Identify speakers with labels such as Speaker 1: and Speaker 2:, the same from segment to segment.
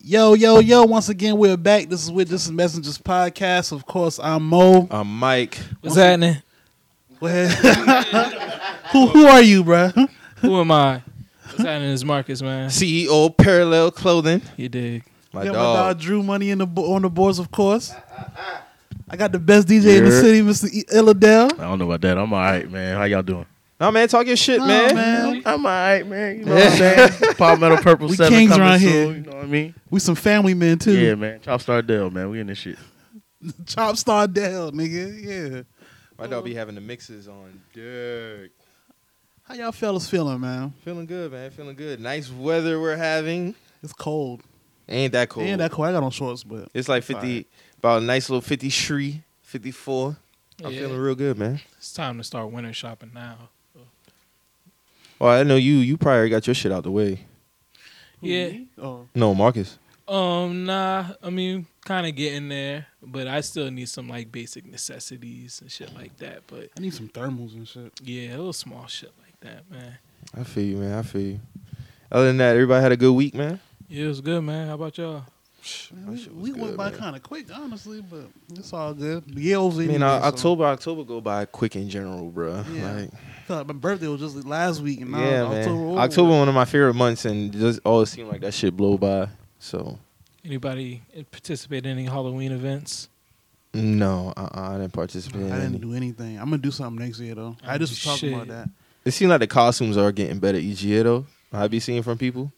Speaker 1: Yo, yo, yo, once again, we're back. This is with This is Messengers Podcast. Of course, I'm Mo.
Speaker 2: I'm Mike.
Speaker 3: What's happening?
Speaker 1: Go ahead. who, who are you, bruh?
Speaker 3: Who am I? What's happening is Marcus, man.
Speaker 2: CEO of E Parallel Clothing.
Speaker 3: You dig?
Speaker 2: My
Speaker 1: Got my
Speaker 2: dog.
Speaker 1: dog Drew Money in the bo- on the boards, of course. I got the best DJ in the
Speaker 4: Yeah.
Speaker 1: city, Mr. E- Illadel.
Speaker 4: I don't know about that. I'm all right, man. How y'all doing?
Speaker 2: No man, talk your shit,
Speaker 1: Nah,
Speaker 2: man.
Speaker 1: man.
Speaker 4: I'm all right, man. You know what I'm saying? Palmetto Purple
Speaker 1: We
Speaker 4: 7
Speaker 1: kings
Speaker 4: coming
Speaker 1: around
Speaker 4: soon.
Speaker 1: here.
Speaker 4: You know what I mean?
Speaker 1: We some family men too.
Speaker 4: Yeah, man. Chopstar Dell, man. We in this shit.
Speaker 1: Chop Star Dell, nigga. Yeah.
Speaker 2: My dog be having the mixes on. Dude.
Speaker 1: How y'all fellas feeling, man?
Speaker 2: Feeling good, man. Feeling good. Nice weather we're having.
Speaker 1: It's cold.
Speaker 2: Ain't that cold.
Speaker 1: Yeah, that cold. I got on shorts, but
Speaker 2: It's like 50, about a nice little 53, 54. I'm
Speaker 3: Yeah.
Speaker 2: feeling real good, man.
Speaker 3: It's time to start winter shopping now.
Speaker 2: Well, I know you. You probably already got your shit out the way.
Speaker 3: Yeah.
Speaker 1: oh,
Speaker 2: No, Marcus.
Speaker 3: Um. Nah. I mean, kind of getting there, but I still need some like basic necessities and shit like that. But
Speaker 1: I need some thermals and shit.
Speaker 3: yeah, a little small shit like that, man.
Speaker 2: I feel you, man. I feel you. Other than that, everybody had a good week, man.
Speaker 3: Yeah, it was good, man. How about y'all?
Speaker 1: Man,
Speaker 2: That
Speaker 1: we
Speaker 2: shit was
Speaker 1: we went
Speaker 2: good,
Speaker 1: by
Speaker 2: man.
Speaker 1: kind of quick, honestly, but it's all good. The year was
Speaker 2: I
Speaker 1: even
Speaker 2: mean, o-
Speaker 1: good, so-
Speaker 2: October, October go by quick in general, bruh.
Speaker 1: Yeah.
Speaker 2: Like,
Speaker 1: Felt like my birthday was just last week, and now
Speaker 2: yeah, man.
Speaker 1: October.
Speaker 2: October,
Speaker 1: over with.
Speaker 2: one of my favorite months, and it just always seemed like that shit blow by. So
Speaker 3: Anybody participate in any Halloween events?
Speaker 2: no, uh, uh I didn't participate. in
Speaker 1: I
Speaker 2: any.
Speaker 1: didn't do anything. I'm gonna do something next year though. I
Speaker 3: Oh,
Speaker 1: just was talking about
Speaker 3: shit.
Speaker 1: that.
Speaker 2: It seems like the costumes are getting better each year, though. I be seeing from people.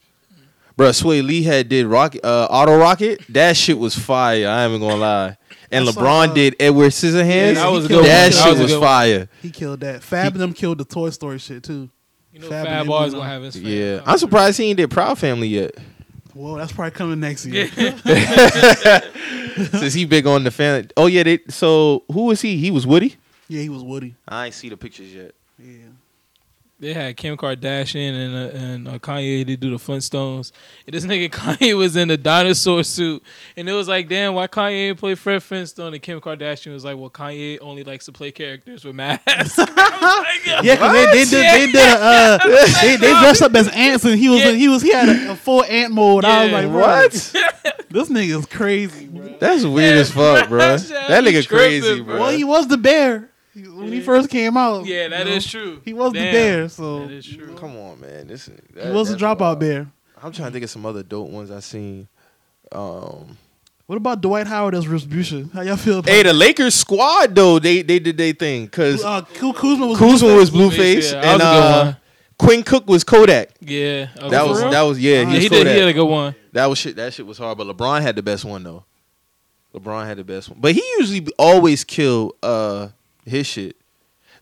Speaker 2: Bruh, Sway Lee had did rock, uh, auto rocket. That shit was fire. I ain't even gonna lie. And
Speaker 1: I saw,
Speaker 2: LeBron
Speaker 1: uh,
Speaker 2: did Edward Scissorhands.
Speaker 3: Yeah, that was a
Speaker 2: that
Speaker 3: good one. That
Speaker 2: shit
Speaker 3: was a
Speaker 2: was,
Speaker 3: good one.
Speaker 2: fire.
Speaker 1: He killed that. Fab them killed the Toy Story shit too.
Speaker 3: You know,
Speaker 1: Fab
Speaker 3: Fab,
Speaker 1: and them
Speaker 3: always
Speaker 1: was
Speaker 3: gonna
Speaker 1: on.
Speaker 3: have his. fan
Speaker 2: Yeah, I'm
Speaker 3: club.
Speaker 2: surprised he ain't did Proud Family yet,
Speaker 1: Whoa, that's probably coming next year.
Speaker 2: since he big on the family. Oh yeah, they, so who was he? He was Woody.
Speaker 1: yeah, he was Woody.
Speaker 2: I ain't see the pictures yet.
Speaker 1: Yeah.
Speaker 3: They had Kim Kardashian and uh, and uh, Kanye to do the Flintstones. And this nigga Kanye was in a dinosaur suit, and it was like, damn, why Kanye ain't play Fred Flintstone? And Kim Kardashian was like, well, Kanye only likes to play characters with masks.
Speaker 1: Yeah, cause they, they did they did a, uh they, they dressed up as ants and he was
Speaker 3: Yeah.
Speaker 1: he was he had a, a full ant mode. I was
Speaker 3: Yeah.
Speaker 1: like, bro,
Speaker 2: What?
Speaker 1: This nigga is crazy, bro.
Speaker 2: That's weird as fuck, bro.
Speaker 3: That shit
Speaker 2: That
Speaker 3: be
Speaker 2: nigga
Speaker 3: tripping,
Speaker 2: crazy,
Speaker 3: bro.
Speaker 2: bro.
Speaker 1: Well, he was the bear He- when he
Speaker 3: Yeah.
Speaker 1: first came out.
Speaker 3: yeah, that is
Speaker 1: uh, you know?
Speaker 3: true.
Speaker 1: He was the
Speaker 3: Damn.
Speaker 1: bear, so
Speaker 3: That is true.
Speaker 2: Come on, man. This is-
Speaker 1: he
Speaker 2: that-
Speaker 1: was a
Speaker 2: that's
Speaker 1: dropout
Speaker 2: wild.
Speaker 1: bear.
Speaker 2: I'm trying to think of some other dope ones I seen. Um,
Speaker 1: What about Dwight Howard as Retribution? How y'all feel? About
Speaker 2: hey, the Lakers squad though they they did their thing because
Speaker 1: uh, Ku- Kuzma was
Speaker 2: Kuzma was Blueface
Speaker 3: Blueface, yeah, that
Speaker 2: and
Speaker 3: was a good
Speaker 2: uh,
Speaker 3: one.
Speaker 2: Quinn Cook was Kodak.
Speaker 3: Yeah, uh,
Speaker 2: That
Speaker 3: for
Speaker 2: was
Speaker 3: real?
Speaker 2: that was yeah.
Speaker 3: yeah,
Speaker 2: He,
Speaker 3: he
Speaker 2: was
Speaker 3: did.
Speaker 2: Kodak.
Speaker 3: He had a good one.
Speaker 2: That was shit. That shit was hard. But LeBron had the best one though. LeBron had the best one, but he usually be- always kill uh his shit.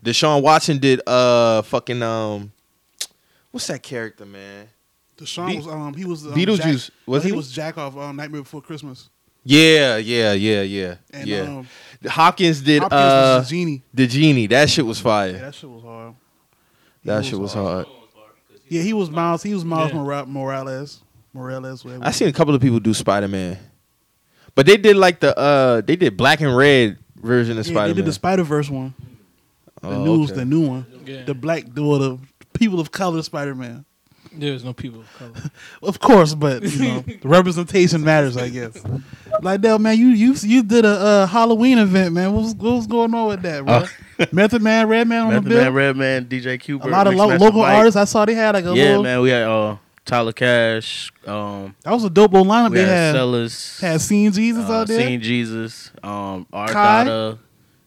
Speaker 2: Deshaun Watson did uh fucking um, what's that character man?
Speaker 1: Deshaun
Speaker 2: Be-
Speaker 1: was um he was um,
Speaker 2: Beetlejuice,
Speaker 1: Jack,
Speaker 2: wasn't
Speaker 1: he
Speaker 2: he?
Speaker 1: was Jack off um, Nightmare Before Christmas
Speaker 2: Yeah, yeah, yeah, yeah,
Speaker 1: and
Speaker 2: yeah.
Speaker 1: um
Speaker 2: Hopkins did
Speaker 1: Hopkins
Speaker 2: uh
Speaker 1: was the genie.
Speaker 2: the genie. That shit was fire.
Speaker 1: Yeah, that shit was hard. He
Speaker 2: that shit was hard.
Speaker 1: Yeah, he was Miles. He was Miles
Speaker 3: Yeah.
Speaker 1: Mora- Morales. Morales. Whatever.
Speaker 2: I seen a couple of people do Spider Man, but they did like the uh they did black and red version of
Speaker 1: yeah,
Speaker 2: Spider
Speaker 1: They did
Speaker 2: Man.
Speaker 1: the Spider Verse one. The
Speaker 2: Oh,
Speaker 1: news,
Speaker 2: okay.
Speaker 1: the new one.
Speaker 3: Yeah.
Speaker 1: The black or the people of color Spider Man.
Speaker 3: There was no people of color.
Speaker 1: Of course, but you know, the representation matters, I guess. Like that, man, you you you did a uh, Halloween event, man. What's what's going on with that, bro? Method Man, Red Man on
Speaker 4: Uh, Method
Speaker 1: the bill.
Speaker 4: Man, Red Man, DJ Cooper.
Speaker 1: a lot of
Speaker 4: Mixed
Speaker 1: lo-
Speaker 4: Master
Speaker 1: local
Speaker 4: Mike.
Speaker 1: artists. I saw they had like a
Speaker 4: Yeah,
Speaker 1: little.
Speaker 4: man. We had uh, Tyler Cash. Um,
Speaker 1: That was a dope little lineup
Speaker 4: we
Speaker 1: they
Speaker 4: had,
Speaker 1: had.
Speaker 4: Sellers.
Speaker 1: had seen Jesus
Speaker 4: uh,
Speaker 1: out there.
Speaker 4: Seeing Jesus. Um, R.
Speaker 1: Kai.
Speaker 4: Dada,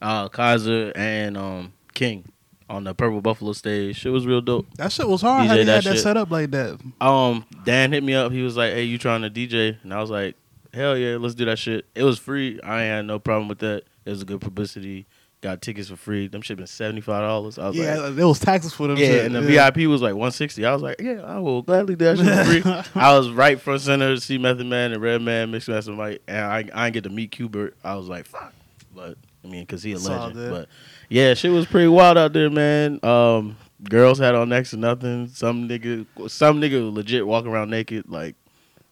Speaker 4: uh, Kaiser, and um, King on the Purple Buffalo stage. Shit was real dope.
Speaker 1: That shit was hard. How
Speaker 4: DJ
Speaker 1: they had
Speaker 4: that
Speaker 1: that
Speaker 4: shit.
Speaker 1: set up like that.
Speaker 4: um Dan hit me up. He was like, "Hey, you trying to DJ?" And I was like, "Hell yeah, let's do that shit." It was free. I ain't had no problem with that. It was a good publicity. Got tickets for free. Them shit been seventy five dollars. I was
Speaker 1: Yeah,
Speaker 4: like,
Speaker 1: like, there was taxes for them.
Speaker 4: "Yeah."
Speaker 1: shit.
Speaker 4: And the VIP was like one sixty. I was like, "Yeah, I will gladly do that shit for free." I was right front center to see Method Man and Red Man, Mixed Master Mike, and I I didn't get to meet Cubert. I was like, "Fuck," but I mean, cause he a
Speaker 1: It's all
Speaker 4: legend.
Speaker 1: good.
Speaker 4: But yeah, shit was pretty wild out there, man. Um, girls had on next to nothing. Some nigga, some nigga legit walking around naked. Like,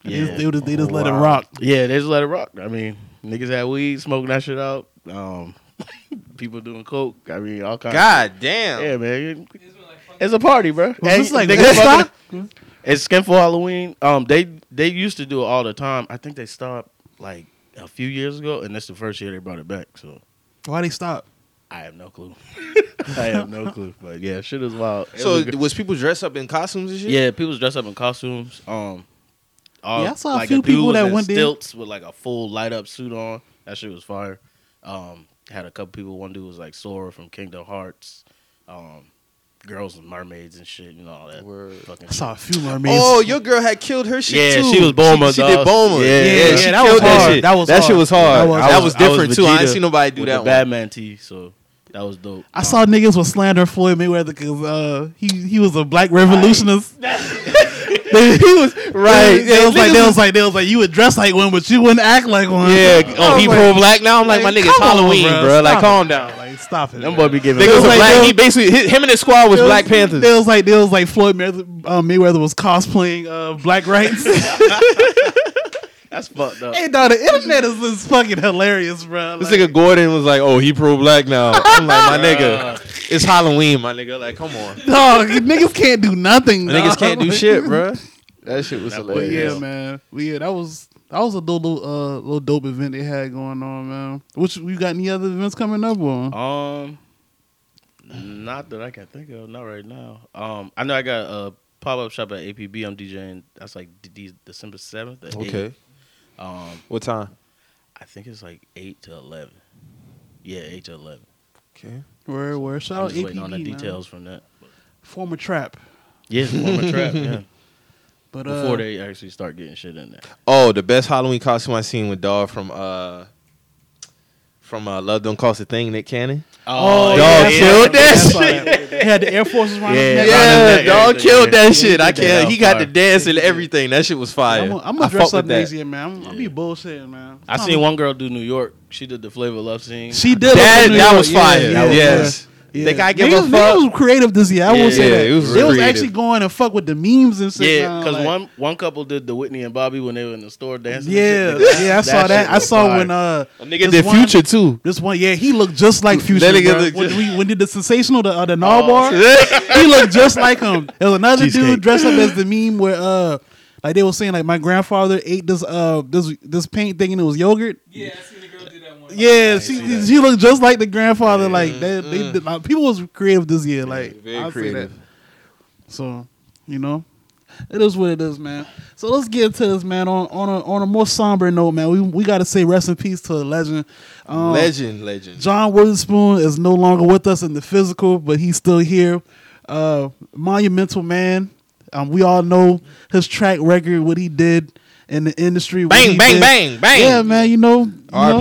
Speaker 1: They
Speaker 4: yeah,
Speaker 1: just- they just- they just let it
Speaker 4: Wow.
Speaker 1: rock.
Speaker 4: Yeah, they just let it rock. I mean, niggas had weed, smoking that shit out. Um, people doing coke. I mean, all kinds.
Speaker 2: God damn.
Speaker 4: yeah, man. It's a party, bro.
Speaker 1: Was this like
Speaker 4: niggas
Speaker 1: Woodstock?
Speaker 4: fucking- It's skin for Halloween. Um, they they used to do it all the time. I think they stopped like a few years ago, and that's the first year they brought it back. So
Speaker 1: Why they stop?
Speaker 4: I have no clue. I have no clue. But yeah, shit is wild. It
Speaker 2: So
Speaker 4: was good.
Speaker 2: was people dressed up in costumes and shit?
Speaker 4: yeah, people dress up in costumes. Um, all,
Speaker 1: Yeah, I saw a few people
Speaker 4: dude
Speaker 1: that
Speaker 4: in
Speaker 1: went there.
Speaker 4: stilts with like a full light up suit on. That shit was fire. Um, had a couple people. One dude was like Sora from Kingdom Hearts. Um, girls and mermaids and shit and all that.
Speaker 2: Word.
Speaker 4: Fucking
Speaker 1: I saw a few mermaids.
Speaker 2: Oh, your girl had killed her shit
Speaker 4: Yeah,
Speaker 2: too.
Speaker 4: she was Bulma,
Speaker 2: She, she did
Speaker 4: dog.
Speaker 2: Bulma.
Speaker 4: Yeah,
Speaker 2: yeah,
Speaker 4: yeah,
Speaker 2: she
Speaker 1: that
Speaker 2: killed
Speaker 1: was
Speaker 2: that
Speaker 1: hard.
Speaker 2: shit.
Speaker 1: That was
Speaker 2: that shit
Speaker 1: hard.
Speaker 2: was hard.
Speaker 1: That
Speaker 2: That
Speaker 1: was
Speaker 2: was,
Speaker 1: hard.
Speaker 4: I was
Speaker 2: different too. I ain't
Speaker 4: Vegeta
Speaker 2: seen nobody do
Speaker 4: with
Speaker 2: that
Speaker 4: the
Speaker 2: one.
Speaker 4: Batman tee. So that was dope.
Speaker 1: I saw niggas was slandering Floyd Mayweather because uh, he he was a black revolutionist. They- he was
Speaker 2: Right.
Speaker 1: They, they was
Speaker 2: Yeah,
Speaker 1: like
Speaker 2: niggas
Speaker 1: they was like they was like you would dress like one, but you wouldn't act like one.
Speaker 2: Yeah. Oh, he
Speaker 1: like,
Speaker 2: pro black now. I'm like, my
Speaker 1: like,
Speaker 2: nigga,
Speaker 1: come
Speaker 2: it's
Speaker 1: on,
Speaker 2: Halloween,
Speaker 1: bruh,
Speaker 2: bro. Like,
Speaker 1: stop
Speaker 2: calm down.
Speaker 1: Like stop it.
Speaker 4: Them
Speaker 1: bruh.
Speaker 4: boy be giving.
Speaker 2: Nigga was
Speaker 1: was like,
Speaker 2: black.
Speaker 1: yo-
Speaker 2: he basically hi- him and his squad was
Speaker 1: They
Speaker 2: Black
Speaker 1: was- They
Speaker 2: Panthers.
Speaker 1: was like they was like Floyd Mayweather, uh, Mayweather was cosplaying uh, black rights.
Speaker 4: That's fucked up.
Speaker 1: hey, dog, the internet is, is fucking hilarious, bro.
Speaker 2: This nigga Gordon was like, oh, he pro black now. I'm like, my nigga, it's Halloween, my nigga. Like, come on.
Speaker 1: dog, niggas can't do nothing.
Speaker 2: Niggas
Speaker 1: dog.
Speaker 2: can't do shit, bro. That shit was
Speaker 4: That boy,
Speaker 1: But
Speaker 2: hilarious.
Speaker 1: yeah, man. But yeah, that was that was a little uh little dope event they had going on, man. Which you got any other events coming up
Speaker 2: Uh,
Speaker 1: on?
Speaker 4: Um, not that I can think of, not right now. Um, I know I got a pop up shop at APB. I'm DJing. That's like D- D- December seventh.
Speaker 2: Okay.
Speaker 4: Um,
Speaker 2: What time?
Speaker 4: I think it's like eight to eleven. Yeah, eight to eleven.
Speaker 2: Okay.
Speaker 1: Where where shout
Speaker 4: I'm
Speaker 1: out
Speaker 4: just waiting
Speaker 1: APB,
Speaker 4: on the
Speaker 1: man.
Speaker 4: details from that.
Speaker 1: Former trap,
Speaker 4: Yeah, former trap. Yeah,
Speaker 1: but uh,
Speaker 4: before they actually start getting shit in there.
Speaker 2: Oh, the best Halloween costume I seen with dog from uh from uh Love Don't Cost a Thing, Nick Cannon.
Speaker 1: oh,
Speaker 2: Dog
Speaker 1: yeah,
Speaker 2: killed
Speaker 1: yeah,
Speaker 2: that
Speaker 1: I saw that. They had the Air Forces around.
Speaker 4: Yeah.
Speaker 1: Yeah,
Speaker 4: Yeah,
Speaker 2: Yeah,
Speaker 4: yeah,
Speaker 2: dog
Speaker 4: yeah,
Speaker 2: killed
Speaker 4: yeah.
Speaker 2: that shit. I
Speaker 4: Yeah,
Speaker 2: can't. He got the dance and everything. That shit was fire.
Speaker 1: I'm gonna- I'm gonna
Speaker 2: I
Speaker 1: dress
Speaker 2: fuck
Speaker 1: up
Speaker 2: with
Speaker 1: next
Speaker 2: that.
Speaker 1: year, man. I'm, I'll be bullshitting, man.
Speaker 4: I seen one girl do New York. She did the Flavor Love scene.
Speaker 1: She did.
Speaker 2: That,
Speaker 1: look
Speaker 2: that
Speaker 1: New
Speaker 2: was
Speaker 1: York.
Speaker 2: fire.
Speaker 1: Yeah, yeah,
Speaker 2: yes.
Speaker 1: yeah.
Speaker 2: They gotta give
Speaker 1: niggas,
Speaker 2: a fuck.
Speaker 1: Niggas was creative this year. I
Speaker 4: Yeah,
Speaker 1: will say
Speaker 2: yeah,
Speaker 1: that.
Speaker 2: it was
Speaker 1: they was
Speaker 2: creative.
Speaker 1: actually going and fuck with the memes and shit.
Speaker 4: Yeah,
Speaker 1: now,
Speaker 4: because
Speaker 1: like-
Speaker 4: one one couple did the Whitney and Bobby when they were in the store dancing.
Speaker 1: Yeah,
Speaker 4: and shit.
Speaker 1: yeah, I saw that.
Speaker 4: shit
Speaker 1: I
Speaker 4: was
Speaker 1: saw
Speaker 4: fire.
Speaker 1: when uh,
Speaker 2: A nigga
Speaker 1: this
Speaker 2: did
Speaker 1: one-
Speaker 2: Future too.
Speaker 1: This one, yeah, he looked just like Future.
Speaker 2: That nigga
Speaker 1: bruh.
Speaker 2: look
Speaker 1: when,
Speaker 2: just-
Speaker 1: we, when did the sensational the uh, the Gnaw bar? he looked just like him. There was another
Speaker 4: Cheesecake.
Speaker 1: dude dressed up as the meme where uh, like they were saying like my grandfather ate this uh this this paint thing and it was yogurt.
Speaker 3: Yeah, I seen the girl do that one.
Speaker 1: Yeah, she she looked just like the grandfather. Like that, they, did- like, people was creative this year. Like
Speaker 2: very
Speaker 1: I'll say that.
Speaker 2: creative.
Speaker 1: So, you know, it is what it is, man. So let's get into this, man. On on a on a more somber note, man. We we got to say rest in peace to a legend. Um,
Speaker 2: legend, legend.
Speaker 1: John Witherspoon is no longer with us in the physical, but he's still here. Uh, monumental man. Um, we all know his track record, what he did in the industry. what
Speaker 2: Bang,
Speaker 1: he
Speaker 2: bang,
Speaker 1: did.
Speaker 2: bang, bang.
Speaker 1: Yeah, man. You know, you know,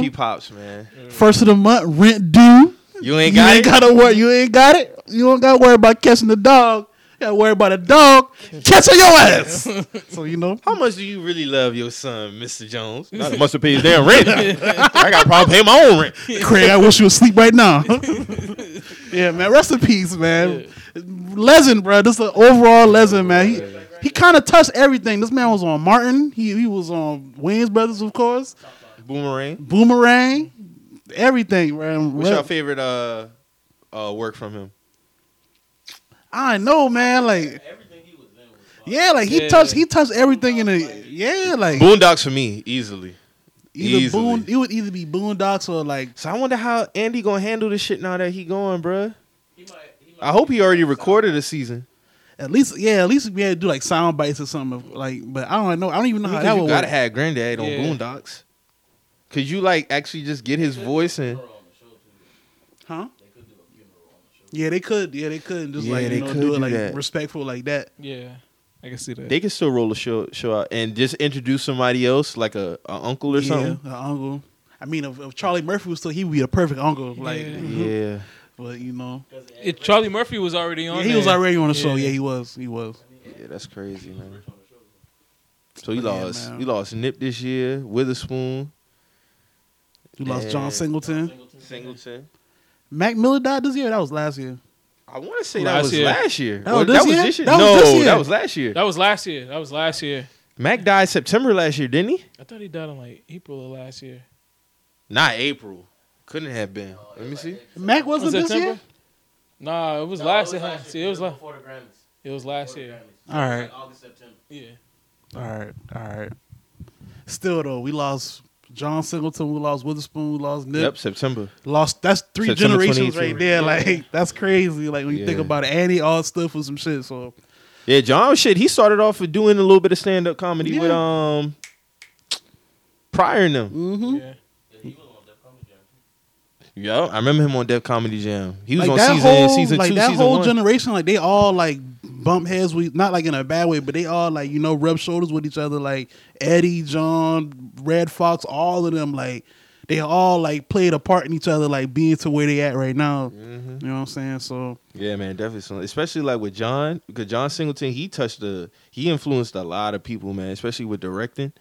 Speaker 2: RP pops, man.
Speaker 1: first of the month, rent due.
Speaker 2: You ain't
Speaker 1: you
Speaker 2: got
Speaker 1: ain't
Speaker 2: it.
Speaker 1: gotta worry. You ain't got it. You don't gotta worry about catching the dog. You gotta worry about a dog catching your ass. so you know,
Speaker 2: How much do you really love your son, Mr. Jones? Not must have paid his damn rent. I got problem paying my own rent.
Speaker 1: Craig, I wish you was asleep right now. yeah, man. Rest in peace, man. Legend, bro. This is an overall legend, man. He he kind of touched everything. This man was on Martin. He he was on Wayne's Brothers, of course.
Speaker 2: Boomerang.
Speaker 1: Boomerang. Everything, man.
Speaker 2: What's your favorite uh uh work from him?
Speaker 1: I know, man. Like. Yeah, like he
Speaker 3: Yeah.
Speaker 1: touched, he touched everything in the yeah, like
Speaker 2: Boondocks for me, easily.
Speaker 1: Either
Speaker 2: Easily.
Speaker 1: boon, it would either be Boondocks or like
Speaker 2: So I wonder how Andy gonna handle this shit now that he going, bruh. I hope he already recorded a season.
Speaker 1: at least yeah, at least we had to do like sound bites or something. of, Like, but I don't know. I don't even know how
Speaker 2: Because
Speaker 1: that
Speaker 2: you
Speaker 1: would
Speaker 2: gotta
Speaker 1: work.
Speaker 2: have Granddad on
Speaker 3: Yeah.
Speaker 2: Boondocks. Could you like actually just get his voice and
Speaker 1: Huh? Yeah, they could. Yeah, they could just
Speaker 2: Yeah,
Speaker 1: like
Speaker 2: they
Speaker 1: you know
Speaker 2: could
Speaker 1: do it
Speaker 2: do
Speaker 1: like
Speaker 2: that.
Speaker 1: respectful like that.
Speaker 3: Yeah, I can see that.
Speaker 2: they could still roll a show show out and just introduce somebody else, like a, a uncle or
Speaker 1: yeah,
Speaker 2: something.
Speaker 1: an uncle. I mean, if, if Charlie Murphy was still, he would be a perfect uncle. Like,
Speaker 3: Yeah.
Speaker 2: Yeah.
Speaker 1: but you know,
Speaker 3: It, Charlie Murphy was already on.
Speaker 1: yeah, he was
Speaker 3: there.
Speaker 1: already on the show.
Speaker 3: Yeah.
Speaker 1: Yeah, he was. He was.
Speaker 2: Yeah, that's crazy, man. So
Speaker 1: Yeah,
Speaker 2: you lost,
Speaker 1: man.
Speaker 2: you lost Nip this year, Witherspoon,
Speaker 1: You lost
Speaker 2: Yeah.
Speaker 1: John Singleton.
Speaker 2: Singleton.
Speaker 1: Mac Miller died this year. That was last year.
Speaker 2: I want to say
Speaker 3: Last
Speaker 2: that was
Speaker 3: year.
Speaker 2: last year.
Speaker 1: That was
Speaker 2: Or
Speaker 1: this year? That was
Speaker 2: no,
Speaker 1: this year.
Speaker 2: that was last year.
Speaker 3: That was last year. That was last year.
Speaker 2: Mac died September last year, didn't he?
Speaker 3: I thought he died in like April of last year.
Speaker 2: Not April. Couldn't have been. Let me see.
Speaker 1: Mac
Speaker 3: Was
Speaker 1: wasn't
Speaker 3: it
Speaker 1: this year.
Speaker 3: Nah, it was last year. See, it was last. It was last year.
Speaker 1: All right.
Speaker 4: August, September.
Speaker 3: Yeah.
Speaker 1: All right, all right. Still though, we lost John Singleton, we lost Witherspoon, we lost Nip,
Speaker 2: Yep, September.
Speaker 1: lost. That's three
Speaker 2: September
Speaker 1: generations
Speaker 2: 22.
Speaker 1: right there. Like that's crazy. Like when you think
Speaker 2: Yeah.
Speaker 1: about it, and he all stuff for some shit. So
Speaker 2: Yeah, John shit. He started off with doing a little bit of stand up comedy with um prior and them.
Speaker 1: mm-hmm.
Speaker 3: Yeah.
Speaker 2: Yeah, I remember him on Def Comedy Jam. He was
Speaker 1: like
Speaker 2: on
Speaker 1: that
Speaker 2: season
Speaker 1: whole,
Speaker 2: season
Speaker 1: like
Speaker 2: two,
Speaker 1: that
Speaker 2: season
Speaker 1: whole
Speaker 2: one.
Speaker 1: generation, like they all like bump heads. We not like in a bad way, but they all like you know rub shoulders with each other. Like Eddie, John, Red Fox, all of them. Like they all like played a part in each other. Like being to where they at right now.
Speaker 2: Mm-hmm.
Speaker 1: You know what I'm saying? So
Speaker 2: yeah, man, definitely. some- Especially like with John, because John Singleton, he touched the, he influenced a lot of people, man. Especially with directing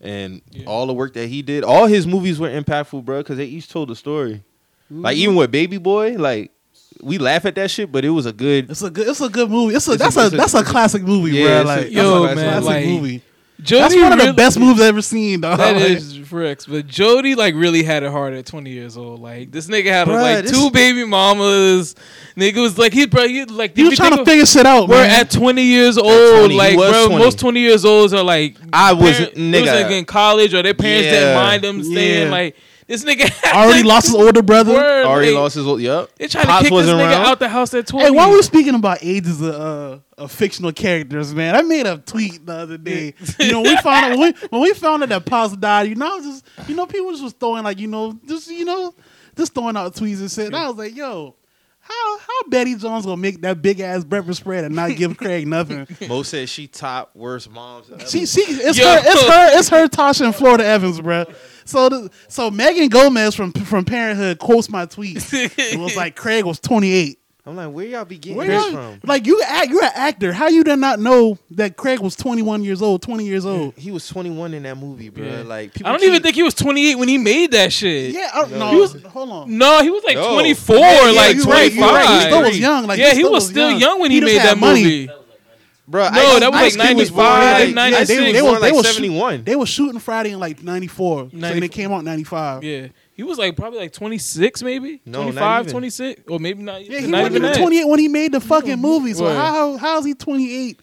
Speaker 2: and
Speaker 3: Yeah.
Speaker 2: all the work that he did. All his movies were impactful, bro, because they each told a story. Like
Speaker 3: Mm.
Speaker 2: even with Baby Boy, like we laugh at that shit, but it was a good.
Speaker 1: it's a good, it's a good movie. It's a
Speaker 2: It's a-
Speaker 1: that's
Speaker 2: it's
Speaker 1: a,
Speaker 2: a-
Speaker 1: that's a classic movie,
Speaker 2: Yeah,
Speaker 1: yeah,
Speaker 2: it's a-
Speaker 1: Like
Speaker 2: it's
Speaker 3: a Yo,
Speaker 1: that's a
Speaker 3: man,
Speaker 1: classic
Speaker 3: like,
Speaker 1: movie.
Speaker 3: Jody
Speaker 1: that's one of the
Speaker 3: really-
Speaker 1: best movies I've ever seen, dog.
Speaker 3: That
Speaker 1: Like,
Speaker 3: is Rex, but Jody like really had it hard at 20 years old. Like this nigga had
Speaker 1: Bruh,
Speaker 3: like
Speaker 1: this-
Speaker 3: two baby mamas. Nigga was like he bro he like
Speaker 1: you
Speaker 3: if
Speaker 1: trying
Speaker 3: think
Speaker 1: to
Speaker 3: of-
Speaker 1: figure shit out,
Speaker 3: We're
Speaker 1: man.
Speaker 3: at 20 years old.
Speaker 2: 20, he
Speaker 3: like
Speaker 2: was
Speaker 3: bro,
Speaker 2: 20.
Speaker 3: most 20 years olds are like
Speaker 2: I was
Speaker 3: parent-
Speaker 2: nigga.
Speaker 3: those nigga in college or their parents
Speaker 2: Yeah.
Speaker 3: didn't mind them staying
Speaker 1: Yeah.
Speaker 3: like this nigga
Speaker 1: already lost his older brother.
Speaker 3: Word,
Speaker 2: already
Speaker 3: like,
Speaker 2: lost his. Yep,
Speaker 3: They trying
Speaker 2: Pops
Speaker 3: to kick this
Speaker 2: wasn't
Speaker 3: nigga
Speaker 2: around.
Speaker 3: out the house at 20.
Speaker 1: Hey, while we're speaking about ages of, uh, of fictional characters, man, I made a tweet the other day. You know, we found out when, we- when we found out that Pops died. You know, I was just you know people was just throwing like you know just you know just throwing out tweets and shit. And I was like, yo. How how Betty Jones gonna make that big ass breakfast spread and not give Craig nothing?
Speaker 2: Mo said she top worst moms. ever.
Speaker 1: She she it's
Speaker 3: Yo.
Speaker 1: her it's her it's her Tasha and Florida Evans, bruh. So the, so Megan Gomez from from Parenthood quotes my tweet. It was like Craig was twenty eight.
Speaker 2: I'm like, where y'all be getting
Speaker 1: Where
Speaker 2: this
Speaker 1: y'all-
Speaker 2: from?
Speaker 1: Like you act, you're an actor. How you did not know that Craig was 21 years old, 20 years old?
Speaker 2: He was 21 in that movie, bro.
Speaker 3: Yeah.
Speaker 2: Like, people
Speaker 3: I don't even
Speaker 2: keep-
Speaker 3: think he was 28 when he made that shit.
Speaker 1: Yeah, I, no,
Speaker 3: He was-
Speaker 1: hold on.
Speaker 3: No, he was like
Speaker 2: No.
Speaker 3: 24,
Speaker 2: Yeah, yeah,
Speaker 3: like
Speaker 1: you
Speaker 3: 25.
Speaker 1: right, you right. He still was young. Like
Speaker 3: yeah, he,
Speaker 1: still
Speaker 3: was still young, when he,
Speaker 1: just
Speaker 3: made
Speaker 1: had
Speaker 3: that
Speaker 1: money.
Speaker 3: movie.
Speaker 2: bro.
Speaker 3: No, that was
Speaker 2: Ice
Speaker 3: like
Speaker 2: Cube born
Speaker 3: 95,
Speaker 2: like-
Speaker 3: like
Speaker 2: Ice Cube
Speaker 3: 96.
Speaker 1: They
Speaker 2: was born
Speaker 1: were-
Speaker 2: like
Speaker 1: they were shoot-
Speaker 2: 71.
Speaker 1: They were shooting Friday in like '94, so then
Speaker 3: 94.
Speaker 1: it came out '95. Yeah,
Speaker 3: Yeah, he was like probably like 26, maybe
Speaker 2: No, not
Speaker 3: 25,
Speaker 2: even.
Speaker 3: 26, or maybe not.
Speaker 1: he
Speaker 3: not
Speaker 1: wasn't even
Speaker 3: that.
Speaker 1: 28 when he made the fucking movie. So
Speaker 3: Right.
Speaker 1: how how is he 28?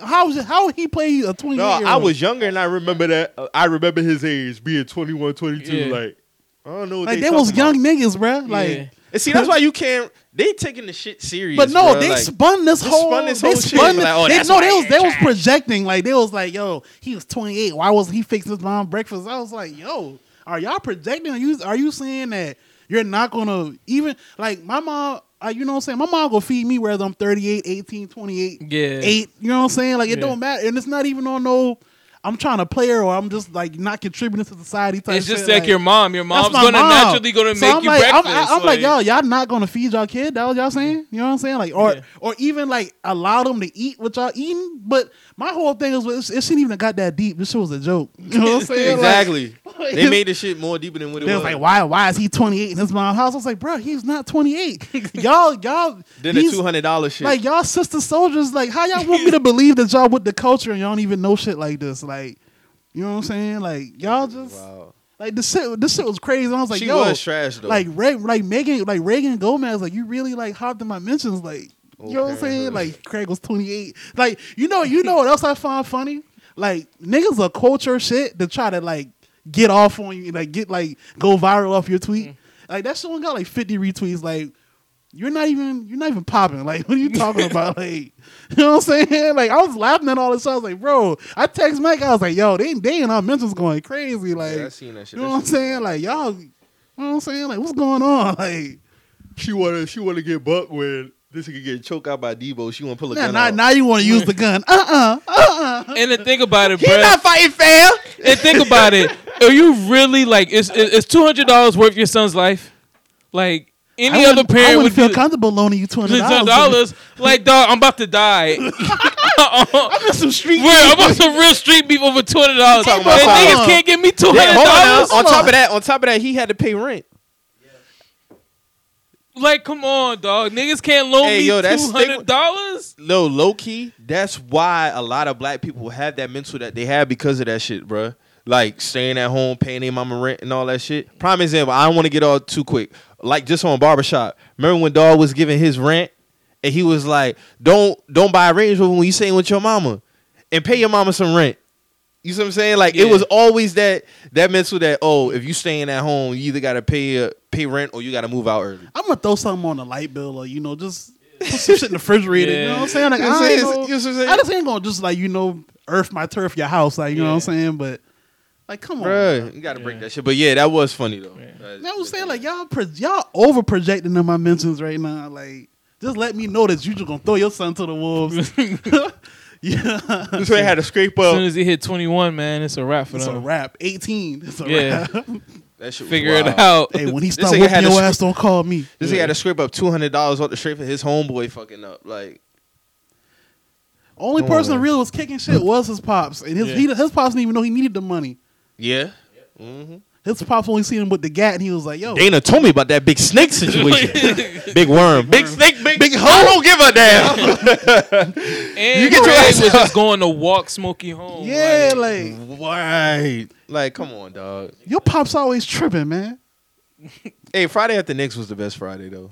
Speaker 1: How is it, how he play a 28?
Speaker 2: No, I was younger and I remember that. uh, I remember his age being 21, 22.
Speaker 3: Yeah.
Speaker 2: Like, I don't know. What
Speaker 1: like
Speaker 2: they
Speaker 1: they was
Speaker 2: talking
Speaker 1: young
Speaker 2: about.
Speaker 1: niggas, bruh. Like.
Speaker 3: Yeah.
Speaker 2: And see, that's why you can't. They taking the shit serious.
Speaker 1: But no,
Speaker 2: bruh,
Speaker 1: they
Speaker 2: like,
Speaker 1: spun this
Speaker 2: they
Speaker 1: whole.
Speaker 2: spun this
Speaker 1: they
Speaker 2: whole shit.
Speaker 1: spun.
Speaker 2: Like, oh,
Speaker 1: they,
Speaker 2: that's
Speaker 1: no,
Speaker 2: why
Speaker 1: they
Speaker 2: he
Speaker 1: was they was
Speaker 2: trash.
Speaker 1: projecting. Like they was like, yo, he was 28. Why was he fixing his mom breakfast? I was like, yo, are y'all projecting? Are you are you saying that you're not gonna even like my mom? Uh, you know what I'm saying? My mom gonna feed me whether I'm 38, 18, 28,
Speaker 3: Yeah.
Speaker 1: eight. You know what I'm saying? Like it
Speaker 3: Yeah.
Speaker 1: don't matter, and it's not even on no. I'm trying to play her, or I'm just like not contributing to society. Type
Speaker 3: It's just
Speaker 1: shit,
Speaker 3: like, your mom. Your
Speaker 1: that's
Speaker 3: mom's
Speaker 1: my
Speaker 3: gonna
Speaker 1: mom.
Speaker 3: naturally gonna
Speaker 1: So
Speaker 3: make
Speaker 1: I'm
Speaker 3: you
Speaker 1: like,
Speaker 3: breakfast.
Speaker 1: I'm, I'm like, yo, y'all not gonna feed y'all kid. That was y'all saying. You know what I'm saying? Like, or
Speaker 3: Yeah.
Speaker 1: or even like allow them to eat what y'all eating. But my whole thing is, it, it shouldn't even got that deep. This shit was a joke. You know what I'm saying? Like,
Speaker 2: exactly.
Speaker 1: like-
Speaker 2: they made the shit more deeper than what it
Speaker 1: they
Speaker 2: was.
Speaker 1: was like, why? Why is he 28 in his mom's house? I was like, bro, he's not 28. y'all, y'all,
Speaker 2: Then the
Speaker 1: these-
Speaker 2: two hundred dollar shit.
Speaker 1: like y'all sister soldiers. Like, how y'all want me to believe that y'all with the culture and y'all don't even know shit like this? Like, you know what I'm saying? Like, y'all just
Speaker 2: wow.
Speaker 1: like this shit. This shit was crazy. I was like,
Speaker 2: she
Speaker 1: yo,
Speaker 2: was trash though.
Speaker 1: like Ray, like Megan, like Reagan Gomez, like you really like hopped in my mentions, like you know what I'm
Speaker 2: Okay.
Speaker 1: saying? Like Craig was 28, like you know, you know what else I find funny? Like niggas will quote your shit to try to like get off on you, like get like go viral off your tweet.
Speaker 2: Mm.
Speaker 1: Like that shit one got like 50 retweets, like. You're not even you're not even popping. Like, what are you talking about? Like, you know what I'm saying? Like, I was laughing at all this. Shit. I was like, bro, I text Mike. I was like, yo, they they in our mentions going crazy. Like,
Speaker 2: yeah, I seen that shit.
Speaker 1: you know
Speaker 2: That
Speaker 1: what I'm
Speaker 2: shit-
Speaker 1: saying? Like y'all, you know what I'm saying? Like what's going on? Like
Speaker 2: She wanna she wanna get bucked when this nigga get choked out by Debo. She wanna pull a
Speaker 1: now,
Speaker 2: gun
Speaker 1: now,
Speaker 2: out.
Speaker 1: now you want to use the gun? Uh uh
Speaker 3: and then think about it,
Speaker 2: He
Speaker 3: bro.
Speaker 2: not fighting fair.
Speaker 3: and think about it. Are you really like? Is is two hundred dollars worth your son's life? Like any other parent
Speaker 1: I
Speaker 3: would
Speaker 1: wouldn't feel
Speaker 3: do-
Speaker 1: comfortable loaning you two hundred dollars.
Speaker 3: dollars. Like dog, I'm about to die. Word,
Speaker 1: Some street.
Speaker 3: I'm about some real street beef over two hundred dollars.
Speaker 2: Talking about
Speaker 3: And
Speaker 1: some-
Speaker 3: niggas can't give me two
Speaker 2: Yeah,
Speaker 3: hundred
Speaker 2: hold oh, on
Speaker 3: dollars.
Speaker 2: now. on top of that, on top of that, he had to pay rent.
Speaker 3: Like, come on, dog. Niggas can't loan
Speaker 2: Hey,
Speaker 3: me
Speaker 2: yo, that's
Speaker 3: two
Speaker 2: stigma-
Speaker 3: hundred dollars.
Speaker 2: No, low key, that's why a lot of black people have that mental that they have because of that shit, bruh. Like staying at home, paying their mama rent and all that shit. Prime example, I don't want to get all too quick. Like just on barbershop. Remember when Dog was giving his rent and he was like, "Don't don't buy a Range Rover when you staying with your mama, and pay your mama some rent." You see what I'm saying? Like it
Speaker 3: Yeah.
Speaker 2: was always that that mental that oh, if you staying at home, you either gotta pay uh, pay rent or you gotta move out early.
Speaker 1: I'm gonna throw something on the light bill, or you know, just put some shit in the refrigerator. You know what I'm saying? Like,
Speaker 2: You know what
Speaker 1: I,
Speaker 2: I'm
Speaker 1: ain't
Speaker 2: saying?
Speaker 1: gonna-
Speaker 2: You know what I'm saying?
Speaker 1: I just ain't gonna just like you know, earth my turf your house, like you know what I'm saying? But like, come on,
Speaker 2: Bruh, you gotta break that shit. But yeah, that was funny though.
Speaker 3: Yeah.
Speaker 2: That-
Speaker 1: Man, I'm saying like y'all pro- y'all over projecting on my mentions right now. Like, just let me know that you just gonna throw your son to the wolves. yeah,
Speaker 2: This man had to scrape
Speaker 3: As
Speaker 2: up.
Speaker 3: soon as he hit 21, man, it's a wrap for
Speaker 1: it's a
Speaker 3: them.
Speaker 1: wrap. 18, it's a
Speaker 3: Yeah.
Speaker 1: wrap.
Speaker 2: That shit was
Speaker 3: Figure
Speaker 2: wild.
Speaker 3: it out.
Speaker 1: hey, when he
Speaker 2: This
Speaker 1: start
Speaker 2: nigga
Speaker 1: whooping
Speaker 2: had
Speaker 1: your
Speaker 2: a sc-
Speaker 1: ass, don't call me.
Speaker 2: This nigga had to scrape up two hundred dollars off the straight for his homeboy fucking up. Like
Speaker 1: Only
Speaker 2: Oh,
Speaker 1: person
Speaker 2: man.
Speaker 1: really was kicking shit was his pops, and his
Speaker 3: Yeah.
Speaker 1: he, his pops didn't even know he needed the money.
Speaker 2: yeah. hmm
Speaker 1: His pops only seen him with the gat, and he was like, "Yo,
Speaker 2: Dana told me about that big snake situation. big worm. Big snake, big, big hoe. I don't give a damn.
Speaker 3: And
Speaker 2: You get your
Speaker 3: Ray
Speaker 2: ass
Speaker 3: was
Speaker 2: out.
Speaker 3: just going to walk Smokey home.
Speaker 1: yeah,
Speaker 3: like,
Speaker 1: like,
Speaker 2: Right. Like, come on, dog.
Speaker 1: your pops always tripping, man."
Speaker 2: Hey, Friday at the Knicks was the best Friday though.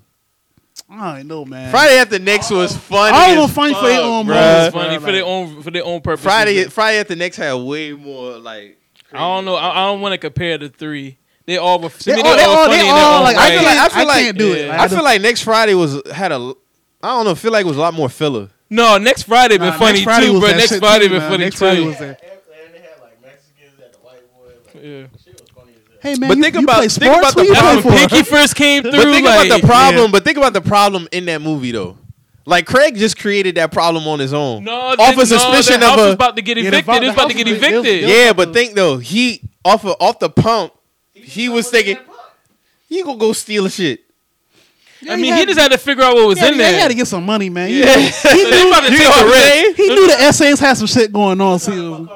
Speaker 1: I don't know, man.
Speaker 2: Friday at the Knicks was funny.
Speaker 1: All of them
Speaker 2: as
Speaker 1: funny for their
Speaker 2: fuck,
Speaker 1: own
Speaker 2: bruh.
Speaker 1: moments,
Speaker 3: it's funny for their own for their own purpose.
Speaker 2: Friday, Friday at the Knicks had way more like.
Speaker 3: I don't know. I, I don't want to compare the three. They all were. to
Speaker 1: They
Speaker 3: me,
Speaker 1: all, they
Speaker 3: all
Speaker 1: all,
Speaker 3: funny
Speaker 1: they
Speaker 3: in their
Speaker 1: all
Speaker 3: own
Speaker 1: like, I,
Speaker 3: way.
Speaker 1: can't,
Speaker 2: I
Speaker 1: I,
Speaker 2: feel like-
Speaker 1: can't do it.
Speaker 3: yeah.
Speaker 1: Like,
Speaker 2: I
Speaker 1: I,
Speaker 2: feel like next Friday was had a. I don't know. Feel like it was a lot more filler.
Speaker 3: no, next Friday been
Speaker 1: Nah,
Speaker 3: funny
Speaker 1: next Friday
Speaker 3: too,
Speaker 1: was
Speaker 3: but
Speaker 1: that
Speaker 3: next
Speaker 1: shit
Speaker 3: Friday
Speaker 1: too,
Speaker 3: been
Speaker 1: man.
Speaker 3: funny
Speaker 1: Next
Speaker 3: too.
Speaker 1: Friday was that.
Speaker 4: And they had like Mexicans at the white boy. Like,
Speaker 3: Yeah.
Speaker 4: shit was funny as hell.
Speaker 1: Hey man,
Speaker 2: But
Speaker 1: you,
Speaker 2: think
Speaker 1: you
Speaker 2: about-
Speaker 1: play
Speaker 2: think
Speaker 1: sports?
Speaker 2: about
Speaker 1: Who
Speaker 2: the
Speaker 1: you
Speaker 2: power
Speaker 1: play
Speaker 3: That's
Speaker 1: for?
Speaker 3: when Pinky first came through.
Speaker 2: But think
Speaker 3: like,
Speaker 2: about the problem. But think about the problem in that movie though. Like Craig just created that problem on his own.
Speaker 3: No,
Speaker 2: off a
Speaker 3: then- no,
Speaker 2: suspicion of
Speaker 3: that house
Speaker 2: a.
Speaker 3: was about to get
Speaker 1: Yeah, the
Speaker 3: evicted.
Speaker 1: house-
Speaker 3: it was about to
Speaker 1: the
Speaker 3: get
Speaker 1: house was- it was-
Speaker 3: evicted.
Speaker 1: it was-
Speaker 2: yeah, but think though he off of, off the pump. He was thinking he gonna go steal a shit.
Speaker 3: I mean, he just had to figure out what was
Speaker 1: yeah,
Speaker 3: in
Speaker 1: yeah,
Speaker 3: there.
Speaker 1: He had to get some money, man. He-
Speaker 2: He
Speaker 3: they about to take the risk.
Speaker 1: He knew the essays had some shit going on. See,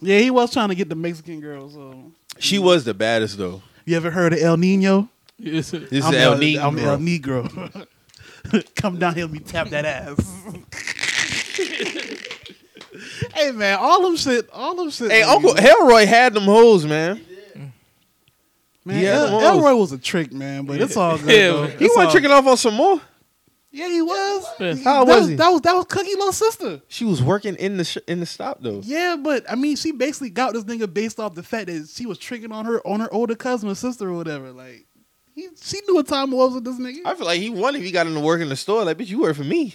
Speaker 1: yeah, he was trying to get the Mexican girl. So,
Speaker 2: She was the baddest though.
Speaker 1: you ever heard of El Nino?
Speaker 3: Yes, sir.
Speaker 2: This
Speaker 1: I'm
Speaker 2: is El Niño.
Speaker 1: I'm El Negro. Come down here, let me tap that ass. hey man, all them shit, all them shit.
Speaker 2: Hey,
Speaker 1: man.
Speaker 2: Uncle Elroy had them hoes, man.
Speaker 1: man,
Speaker 2: yeah,
Speaker 1: El-
Speaker 2: them hoes.
Speaker 1: Elroy was a trick, man, but it's all good.
Speaker 3: Yeah,
Speaker 1: though.
Speaker 3: but
Speaker 2: He
Speaker 1: It's
Speaker 2: wasn't
Speaker 1: all-
Speaker 2: tricking off on some more.
Speaker 1: Yeah, he was.
Speaker 2: How
Speaker 1: that
Speaker 2: was he?
Speaker 1: That was that was Cookie Low sister.
Speaker 2: She was working in the sh- in the stop though.
Speaker 1: Yeah, but I mean, she basically got this nigga based off the fact that she was tricking on her on her older cousin or sister or whatever. Like, he she knew what time it was with this nigga.
Speaker 2: I feel like he won if he got into work in the store. Like, bitch, you work for me.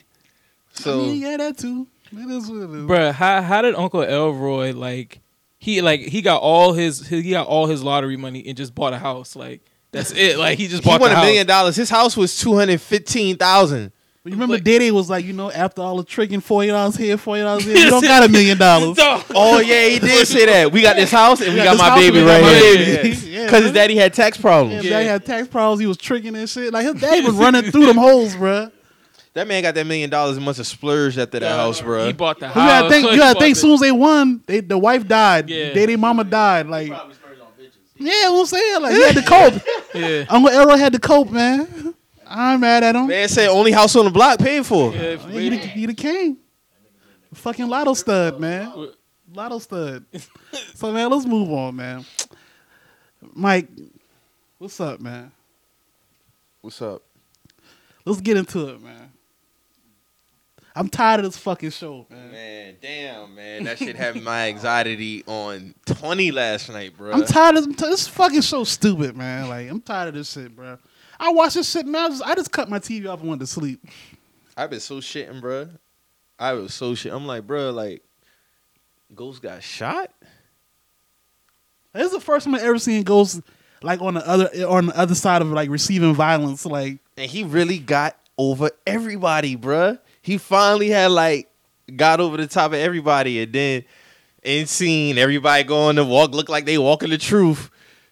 Speaker 2: So
Speaker 1: I mean, yeah, that too. That is what it is.
Speaker 3: Bruh, how how did Uncle Elroy like he like he got all his he got all his lottery money and just bought a house like that's it like he just
Speaker 2: he
Speaker 3: bought
Speaker 2: won
Speaker 3: the
Speaker 2: a
Speaker 3: house.
Speaker 2: million dollars. His house was two hundred fifteen thousand.
Speaker 1: But you remember
Speaker 3: Like-
Speaker 1: Diddy was like, you know, after all the tricking, forty dollars here, forty dollars there, you don't got a million dollars.
Speaker 3: Dog.
Speaker 2: Oh yeah, he did say that. We got this house and we got,
Speaker 1: this
Speaker 2: my
Speaker 1: house
Speaker 2: baby
Speaker 1: and we
Speaker 2: right
Speaker 1: got my
Speaker 2: here.
Speaker 1: baby.
Speaker 2: Yeah.
Speaker 1: Yeah,
Speaker 2: Cause his
Speaker 1: man.
Speaker 2: daddy had tax
Speaker 1: Yeah,
Speaker 2: problems.
Speaker 1: Daddy had tax problems. He was tricking and shit. Like his daddy was running through them holes, bruh.
Speaker 2: That man got that million dollars and must have splurged after that house, bro.
Speaker 3: He bought the
Speaker 1: You
Speaker 3: house.
Speaker 1: gotta think. You
Speaker 3: he
Speaker 1: gotta
Speaker 3: bought
Speaker 1: think.
Speaker 3: the-
Speaker 1: Soon as they won, they, the wife died.
Speaker 3: Yeah.
Speaker 1: Daddy mama died. Like, yeah,
Speaker 4: Probably spurred on bitches.
Speaker 1: you know what I'm saying, like he had to cope.
Speaker 3: Yeah.
Speaker 1: Uncle Elroy had to cope, man. I'm mad at him.
Speaker 2: man said only house on the block paid for.
Speaker 3: Yeah, if-
Speaker 1: Yeah, He, the, he the king. Fucking lotto stud, man. Lotto stud. so man, let's move on, man. Mike, what's up, man?
Speaker 2: What's up?
Speaker 1: Let's get into it, man. I'm tired of this fucking show, man.
Speaker 2: Man, damn, man, that shit had my anxiety on twenty last night, bro.
Speaker 1: I'm tired of I'm ti- this fucking show. Stupid, man. Like I'm tired of this shit, bro. I watch this shit, man. I just, I just cut my TV off and went to sleep.
Speaker 2: I've been so shitting, bro. I was so shit. I'm like, bro, like, Ghost got shot.
Speaker 1: This is the first time I ever seen ghosts like on the other on the other side of like receiving violence. Like
Speaker 2: and he really got over everybody, bruh. He finally had like got over the top of everybody, and then in scene, everybody going to walk look like they walking the truth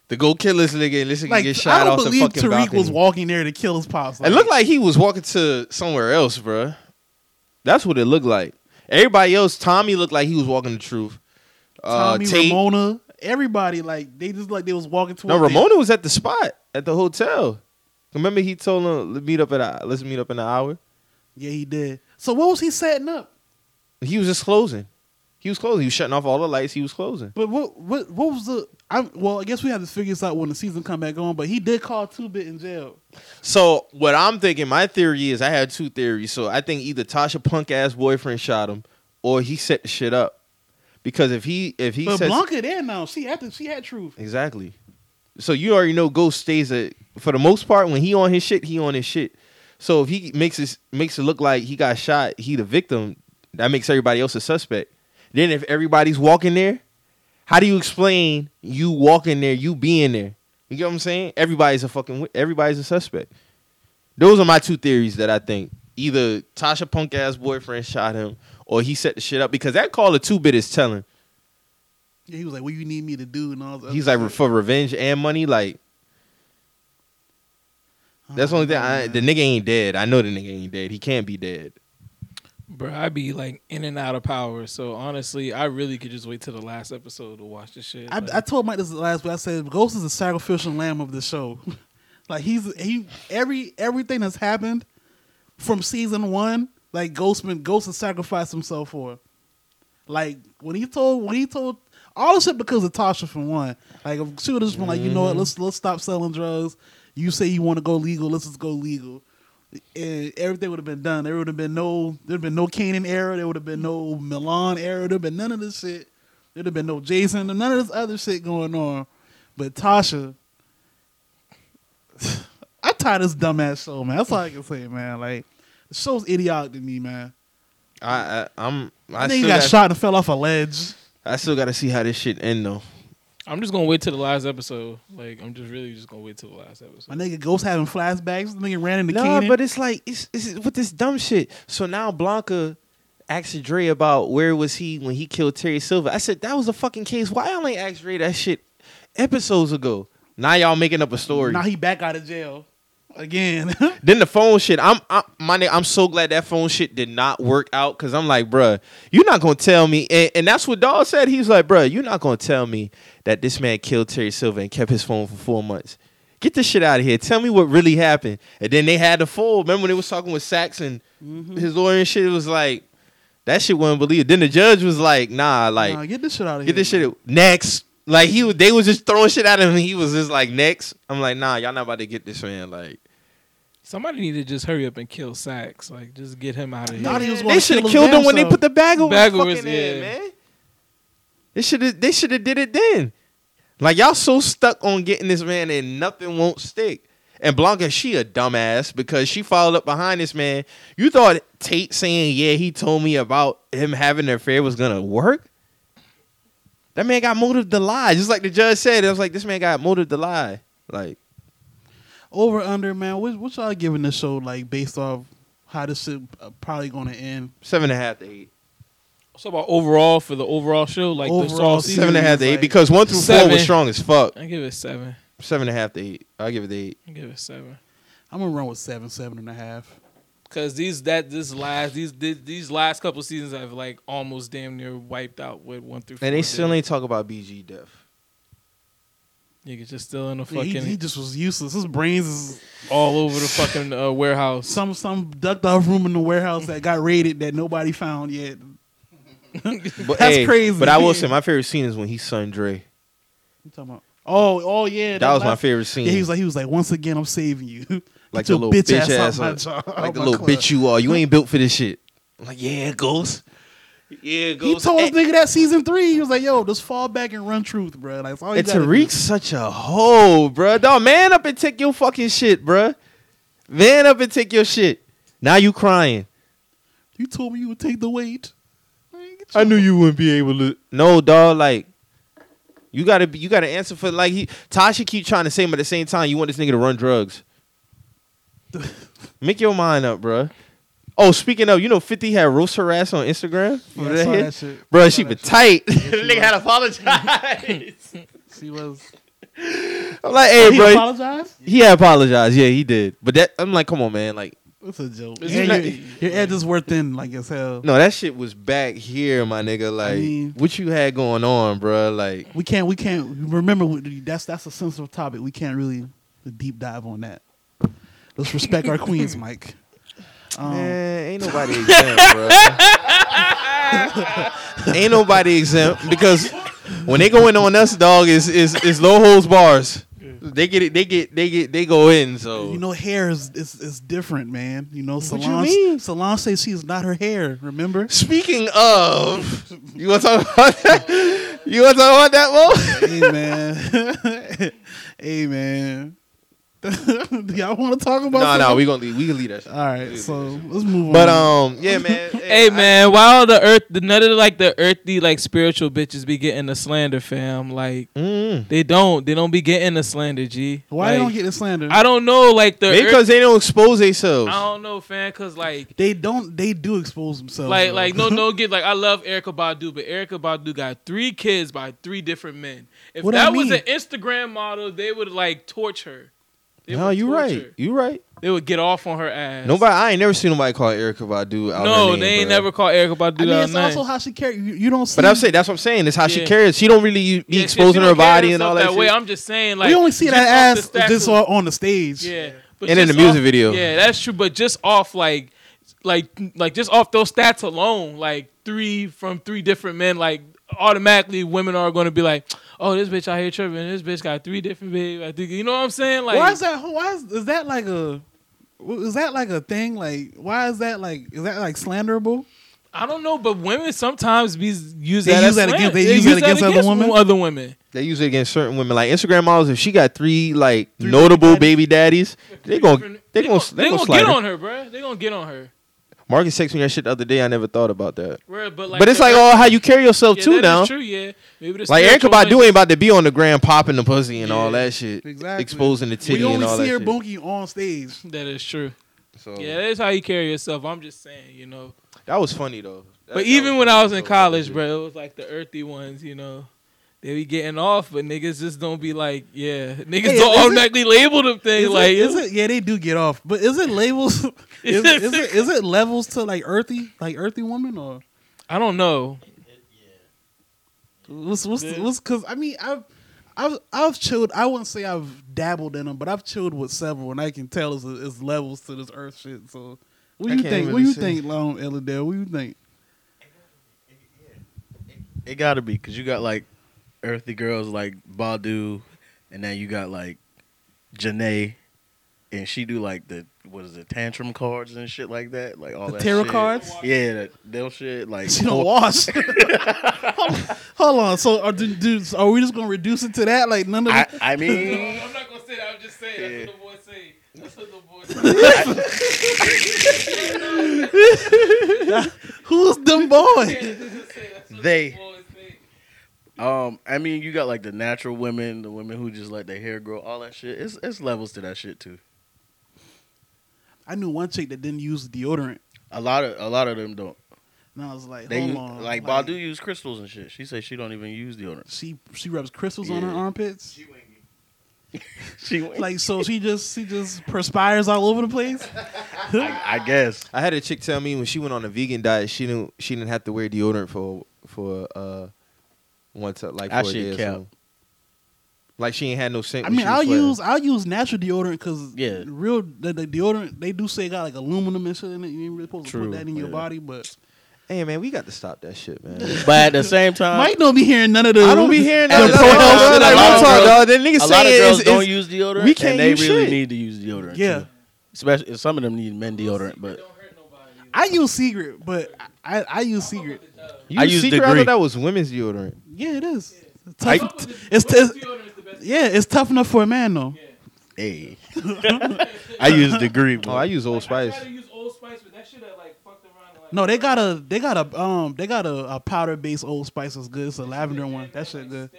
Speaker 2: to go kill this nigga, and this nigga
Speaker 1: like
Speaker 2: get
Speaker 1: I
Speaker 2: shot
Speaker 1: don't
Speaker 2: off the
Speaker 1: believe
Speaker 2: fucking
Speaker 1: Tariq
Speaker 2: balcony.
Speaker 1: was walking there to kill his pops.
Speaker 2: it looked like he was walking to somewhere else, bruh. That's what it looked like. Everybody else, Tommy looked like he was walking the truth. Uh,
Speaker 1: Tommy,
Speaker 2: Tate-
Speaker 1: Ramona, everybody like they just like they was walking towards.
Speaker 2: No,
Speaker 1: their-
Speaker 2: Ramona was at the spot at the hotel. Remember, he told him "Let's meet up at a, let's meet up in an hour.
Speaker 1: Yeah, he did. So what was he setting up?
Speaker 2: He was just closing. He was closing. He was shutting off all the lights. He was closing.
Speaker 1: But what what what was the? I well, I guess we have to figure this out when the season come back on. But he did call two bit in jail.
Speaker 2: So what I'm thinking, my theory is I had two theories. So I think either Tasha punk ass boyfriend shot him, or he set the shit up. Because if he if he
Speaker 1: but
Speaker 2: sets,
Speaker 1: Blanca there now. She had to, she had truth.
Speaker 2: exactly, so you already know Ghost stays at for the most part when he on his shit, he on his shit. So if he makes it makes it look like he got shot, he the victim. That makes everybody else a suspect. Then if everybody's walking there, how do you explain you walking there, you being there? You get what I'm saying? Everybody's a fucking wi- everybody's a suspect. Those are my two theories that I think either Tasha punk ass boyfriend shot him or he set the shit up because that call of two bit is telling.
Speaker 1: Yeah, he was like, "What you need me to do?" And all. That
Speaker 2: He's like for revenge and money. Like that's the only thing. I,
Speaker 1: Oh,
Speaker 2: the nigga ain't dead. I know the nigga ain't dead. He can't be dead.
Speaker 3: Bro, I be like in and out of power. So honestly, I really could just wait till the last episode to watch this shit.
Speaker 1: I,
Speaker 3: Like,
Speaker 1: I told Mike this last week. I said Ghost is the sacrificial lamb of the show. like he's he every everything that's happened from season one, like Ghostman Ghost has sacrificed himself for. Like when he told when he told all this shit because of Tasha for one. Like if she would have just been like, you know
Speaker 2: Mm-hmm.
Speaker 1: what, let's let's stop selling drugs. You say you want to go legal, let's just go legal. And everything would have been done. There would have been no there'd been no Canaan era, there would have been no Milan era, there'd been none of this shit. There'd have been no Jason and none of this other shit going on. But Tasha I tired of this dumbass show, man. That's all I can say, man. Like the show's idiotic to me, man.
Speaker 2: I, I I'm. I
Speaker 1: I think he
Speaker 2: still,
Speaker 1: got
Speaker 2: got
Speaker 1: shot and fell off a ledge.
Speaker 2: I still got to see how this shit end though.
Speaker 3: I'm just gonna wait till the last episode. Like I'm just really just gonna wait till the last
Speaker 1: My
Speaker 3: episode.
Speaker 1: nigga Ghost having flashbacks. The nigga ran into
Speaker 2: No,
Speaker 1: Kanan.
Speaker 2: but it's like it's, it's with this dumb shit. So now Blanca asked Dre about where was he when he killed Terry Silva. I said that was a fucking case. Why y'all ain't asked Dre that shit episodes ago? Now y'all making up a story.
Speaker 1: now he back out of jail again.
Speaker 2: Then the phone shit. I'm, I'm my nigga. I'm so glad that phone shit did not work out because I'm like, bruh, you're not gonna tell me. And, and that's what Dawg said. He's like, bruh, you're not gonna tell me that this man killed Terry Silva and kept his phone for four months. Get this shit out of here. Tell me what really happened. And then they had the full. Remember when they was talking with Sachs and
Speaker 1: Mm-hmm.
Speaker 2: his lawyer and shit? It was like that shit wasn't believed. Then the judge was like, nah, like
Speaker 1: Nah, get this shit out of here.
Speaker 2: get this shit next. Like he, was- they was just throwing shit at him. and He was just like next. I'm like, nah, y'all not about to get this man. Like.
Speaker 3: Somebody need to just hurry up and kill Sax. Like just get him out of here.
Speaker 1: Nah, he was
Speaker 2: They
Speaker 1: wanna
Speaker 2: should
Speaker 1: kill
Speaker 2: have
Speaker 1: his
Speaker 2: killed
Speaker 1: damn
Speaker 2: him when they
Speaker 1: self.
Speaker 2: put the bag over
Speaker 3: Bag
Speaker 2: his
Speaker 3: over
Speaker 2: fucking
Speaker 3: his-
Speaker 2: head,
Speaker 3: yeah.
Speaker 2: man. They should have. They should have did it then. Like y'all so stuck on getting this man and nothing won't stick. And Blanca, she a dumbass because she followed up behind this man. You thought Tate saying, "Yeah, he told me about him having an affair" was gonna work. That man got motive to lie, just like the judge said. It was like this man got motive to lie. Like
Speaker 1: Over under, man. What, what y'all giving this show like based off how this shit uh, probably gonna end?
Speaker 2: seven and a half to eight,
Speaker 3: So about overall for the overall show, like this
Speaker 1: Overall
Speaker 3: all
Speaker 1: season.
Speaker 3: season,
Speaker 2: seven and a half to eight
Speaker 1: like
Speaker 2: because one through four
Speaker 3: seven.
Speaker 2: was strong as fuck.
Speaker 3: I give it seven.
Speaker 2: Seven and a half to eight. I I'll give it the eight.
Speaker 3: I give it seven.
Speaker 1: I'm gonna run with seven, seven and a half.
Speaker 3: Cause these that this last these thi- these last couple seasons have like almost damn near wiped out with one through. four
Speaker 2: And they still
Speaker 3: did.
Speaker 2: ain't talk about BG death.
Speaker 3: Nigga just still in the
Speaker 1: Yeah,
Speaker 3: fucking
Speaker 1: he, he just was useless. His brains is
Speaker 3: all over the fucking uh, warehouse.
Speaker 1: some some ducked off room in the warehouse that got raided that nobody found yet.
Speaker 2: But,
Speaker 1: That's crazy.
Speaker 2: But I will say my favorite scene is when he son Dre.
Speaker 1: You talking about? Oh, oh yeah.
Speaker 2: That was my
Speaker 1: last-
Speaker 2: favorite scene.
Speaker 1: Yeah, he was like, he was like, once again, I'm saving you. Get
Speaker 2: like the
Speaker 1: your
Speaker 2: little bitch,
Speaker 1: out
Speaker 2: ass,
Speaker 1: my
Speaker 2: uh,
Speaker 1: job, Oh
Speaker 2: like the
Speaker 1: my
Speaker 2: little
Speaker 1: club.
Speaker 2: bitch you are. You ain't built for this shit. I'm like yeah, ghost. Yeah,
Speaker 1: He
Speaker 2: ghost.
Speaker 1: told us
Speaker 2: And-
Speaker 1: nigga that season three. He was like, yo, just fall back and run truth, bro. Like, it's all Oh, you
Speaker 2: And
Speaker 1: gotta do.
Speaker 2: Tariq's such a hoe, bruh. Dog, man up and take your fucking shit, bruh. Man up and take your shit. Now you crying.
Speaker 1: You told me you would take the weight.
Speaker 2: I knew you wouldn't be able to. No, dog. Like, you gotta be. You gotta answer for like. He, Tasha keep trying to say, but at the same time, you want this nigga to run drugs. Make your mind up, bruh. Oh, speaking of, you know, Fifty had roast her ass on Instagram.
Speaker 1: Yeah, I
Speaker 2: That
Speaker 1: saw
Speaker 2: hit?
Speaker 1: that shit. I
Speaker 2: Bruh,
Speaker 1: saw
Speaker 2: she
Speaker 1: that
Speaker 2: been
Speaker 1: shit.
Speaker 2: tight. nigga had apologized.
Speaker 1: She was.
Speaker 2: I'm like, hey,
Speaker 1: he
Speaker 2: bro.
Speaker 1: apologized?
Speaker 2: He had apologized. Yeah, he did. But that, I'm like, come on, man. Like,
Speaker 1: That's a joke.
Speaker 3: Is
Speaker 1: Yeah,
Speaker 3: he not-
Speaker 1: your, your edge is worth thin, like as hell.
Speaker 2: no, that shit was back here, my nigga. Like,
Speaker 1: mean-
Speaker 2: what you had going on, bruh? Like,
Speaker 1: We can't. We can't. Remember, we- that's that's a sensitive topic. We can't really deep dive on that. Let's respect our queens, Mike. Um,
Speaker 2: man, ain't nobody exempt, bruh. Ain't nobody exempt because when they go in on us, dog, is is is low holes bars. They get it. They get. They get. They go in. So
Speaker 1: You know, hair is, is, is different, man. You know,
Speaker 2: you
Speaker 1: Solange,
Speaker 2: mean?
Speaker 1: Solange says she is not her hair, remember?
Speaker 2: Speaking of, you want to talk about that? You want to talk about that, Mo?
Speaker 1: hey, man. hey, man. Do y'all want to talk about
Speaker 2: No, no,
Speaker 1: something?
Speaker 2: we gonna leave. We can leave that. Shit.
Speaker 1: All right, so let's move on.
Speaker 2: But um, yeah, man.
Speaker 3: Hey
Speaker 2: I-
Speaker 3: man, why all the earth, the none of the, like the earthy like spiritual bitches be getting the slander, fam. Like
Speaker 2: Mm.
Speaker 3: they don't, they don't be getting the slander, G.
Speaker 1: why they
Speaker 3: Like,
Speaker 1: don't get the slander?
Speaker 3: I don't know, like the
Speaker 2: Maybe
Speaker 3: earth-
Speaker 2: because they don't expose themselves.
Speaker 3: I don't know, fam, cause like
Speaker 1: they don't. They do expose themselves.
Speaker 3: like
Speaker 1: though.
Speaker 3: like no no get like I love Erica Badu, but Erica Badu got three kids by three different men. If
Speaker 1: What
Speaker 3: that
Speaker 1: I
Speaker 3: was
Speaker 1: mean?
Speaker 3: an Instagram model, they would like torch her. They
Speaker 2: No,
Speaker 3: would
Speaker 2: you
Speaker 3: torch
Speaker 2: right.
Speaker 3: her.
Speaker 2: You right.
Speaker 3: They would get off on her ass.
Speaker 2: Nobody. I ain't never seen nobody call Erica Badu out.
Speaker 3: No,
Speaker 2: her name,
Speaker 3: they ain't
Speaker 2: bruh.
Speaker 3: never called Erica
Speaker 1: I
Speaker 3: Badu
Speaker 1: mean,
Speaker 3: out
Speaker 1: it's
Speaker 3: name.
Speaker 1: also how she carries. You, you don't see.
Speaker 2: But I'm saying that's what I'm saying. That's how she
Speaker 3: Yeah.
Speaker 2: carries. She don't really be
Speaker 3: Yeah, she- she
Speaker 2: exposing
Speaker 3: don't
Speaker 2: her
Speaker 3: carry
Speaker 2: body and
Speaker 3: herself
Speaker 2: all that,
Speaker 3: way.
Speaker 2: shit.
Speaker 3: I'm just saying, like
Speaker 1: we only see
Speaker 3: just
Speaker 1: that
Speaker 3: off
Speaker 1: ass
Speaker 3: the
Speaker 1: just
Speaker 3: statue-
Speaker 1: on, on the stage.
Speaker 3: Yeah, but
Speaker 2: And in
Speaker 3: just
Speaker 2: the music
Speaker 3: off-
Speaker 2: video.
Speaker 3: Yeah, that's true. But just off like, like, like just off those stats alone, like three from three different men, like automatically women are going to be like, oh, this bitch out here tripping. This bitch got three different babes. I think you know what I'm saying. Like,
Speaker 1: why is that? Why is, is that like a? Is that like a thing? Like, why is that like? Is that like slanderable?
Speaker 3: I don't know, but women sometimes be use
Speaker 1: They
Speaker 3: that
Speaker 1: use
Speaker 3: as
Speaker 1: that
Speaker 3: slant.
Speaker 1: against- they use that against other women?
Speaker 3: Other women.
Speaker 2: They use it against certain women, like Instagram models. If she got three like notable baby daddies, they gon' they gon'
Speaker 3: they
Speaker 2: they gon'
Speaker 3: gonna
Speaker 2: slide.
Speaker 3: get
Speaker 2: her.
Speaker 3: on her, bruh. They gonna get on her.
Speaker 2: Marcus texted me that shit the other day. I never thought about that.
Speaker 3: Bruh, but like,
Speaker 2: but it's
Speaker 3: the-
Speaker 2: like, oh, how you carry yourself
Speaker 3: yeah, that
Speaker 2: too
Speaker 3: is
Speaker 2: now.
Speaker 3: True, yeah. Maybe the
Speaker 2: Like Erica
Speaker 3: spiritual women-
Speaker 2: Badu ain't about to be on the gram popping the pussy and all
Speaker 3: Yeah,
Speaker 2: that shit,
Speaker 1: exactly.
Speaker 2: exposing the titty
Speaker 1: we
Speaker 2: and
Speaker 1: only
Speaker 2: all that
Speaker 1: see her
Speaker 2: shit.
Speaker 1: bunky on stage.
Speaker 3: That is true.
Speaker 2: So,
Speaker 3: Yeah, that's how you carry yourself. I'm just saying, you know.
Speaker 2: that was funny though. That-
Speaker 3: But
Speaker 2: that
Speaker 3: even
Speaker 2: was
Speaker 3: when
Speaker 2: funny,
Speaker 3: I was in
Speaker 2: though.
Speaker 3: college, bro, it was like the earthy ones, you know. They be getting off, but niggas just don't be like, yeah. Niggas
Speaker 1: Hey,
Speaker 3: don't
Speaker 1: is it-
Speaker 3: automatically label them things.
Speaker 1: Is
Speaker 3: Like,
Speaker 1: it, is it? Yeah, they do get off. But is it labels? is, it- is it is it levels to like earthy like earthy woman or
Speaker 3: I don't know.
Speaker 1: what's what's
Speaker 3: Yeah.
Speaker 1: what's because I mean I've. I've I've chilled. I wouldn't say I've dabbled in them, but I've chilled with several, and I can tell it's, it's levels to this earth shit. So, what do
Speaker 2: I
Speaker 1: you
Speaker 2: can't
Speaker 1: think? what
Speaker 2: really
Speaker 1: do you
Speaker 2: see.
Speaker 1: think, Long Illidale? What do you think?
Speaker 4: It gotta be because you got like earthy girls like Badu, and then you got like Janae, and she do like the what is it tantrum cards and shit like that, like all
Speaker 1: The
Speaker 4: that
Speaker 1: tarot
Speaker 4: shit.
Speaker 1: cards?
Speaker 4: Yeah, that, them shit like oh,
Speaker 1: She don't
Speaker 4: Cor-
Speaker 1: wash. Hold on. So are, do, do, so are we just gonna reduce it to that? Like none of
Speaker 4: I,
Speaker 1: the,
Speaker 4: I mean,
Speaker 3: I'm not going to say that. I'm just saying.
Speaker 4: that's
Speaker 3: what the boy say. That's what the boy say.
Speaker 1: who's them boy?
Speaker 4: They. um, I mean, you got like the natural women, the women who just let their hair grow, all that shit. It's it's levels to that shit too.
Speaker 1: I knew one chick that didn't use deodorant,
Speaker 4: A lot of a lot of them don't.
Speaker 1: and I was like,
Speaker 4: They
Speaker 1: hold
Speaker 4: use,
Speaker 1: on,
Speaker 4: like Badu use crystals and shit. She says she don't even use deodorant.
Speaker 1: She she rubs crystals on her
Speaker 4: Yeah.
Speaker 1: armpits.
Speaker 4: She like
Speaker 1: Like so, she just she just perspires all over the place.
Speaker 4: I, I guess
Speaker 2: I had a chick tell me when she went on a vegan diet, she didn't she didn't have to wear deodorant for for uh once like
Speaker 4: That
Speaker 2: for a
Speaker 4: shit
Speaker 2: day or
Speaker 4: cap.
Speaker 2: something. Like she ain't had no scent.
Speaker 1: I
Speaker 2: when
Speaker 1: mean,
Speaker 2: she was
Speaker 1: I'll
Speaker 2: sweating.
Speaker 1: use I'll use natural deodorant because
Speaker 4: Yeah.
Speaker 1: real the, the deodorant they do say it got like aluminum and shit in it. You ain't really supposed to
Speaker 4: True,
Speaker 1: put that in your
Speaker 4: yeah.
Speaker 1: body, but
Speaker 2: Hey man, we got to stop that shit, man.
Speaker 4: But at the same time,
Speaker 1: Mike don't be hearing none of the.
Speaker 2: I don't be hearing
Speaker 1: the
Speaker 2: that.
Speaker 4: At
Speaker 2: Like,
Speaker 4: the
Speaker 1: pro-health
Speaker 4: same time,
Speaker 1: shit.
Speaker 4: a
Speaker 2: like,
Speaker 4: lot
Speaker 2: real
Speaker 4: of
Speaker 2: talk,
Speaker 4: girls-
Speaker 2: dog. That nigga
Speaker 4: a lot of
Speaker 2: saying
Speaker 4: girls
Speaker 2: is-
Speaker 4: don't
Speaker 2: is-
Speaker 4: use deodorant.
Speaker 2: we can't
Speaker 4: and they
Speaker 2: use
Speaker 4: really
Speaker 2: shit.
Speaker 4: need to use deodorant.
Speaker 1: Yeah.
Speaker 4: too. especially some of them need men deodorant, but
Speaker 1: I use Secret, but I, I use Secret.
Speaker 2: You
Speaker 4: I use
Speaker 2: secret, I
Speaker 4: Degree.
Speaker 2: thought that was women's deodorant.
Speaker 1: Yeah, it is. It's
Speaker 4: I-
Speaker 1: tough. it's, it's yeah, it's tough enough for a man though.
Speaker 4: hey, I use degree. But
Speaker 2: Oh, I use Old Spice.
Speaker 1: No, they got a they got a um they got a, a powder based Old Spice is good. It's a lavender one. That shit good.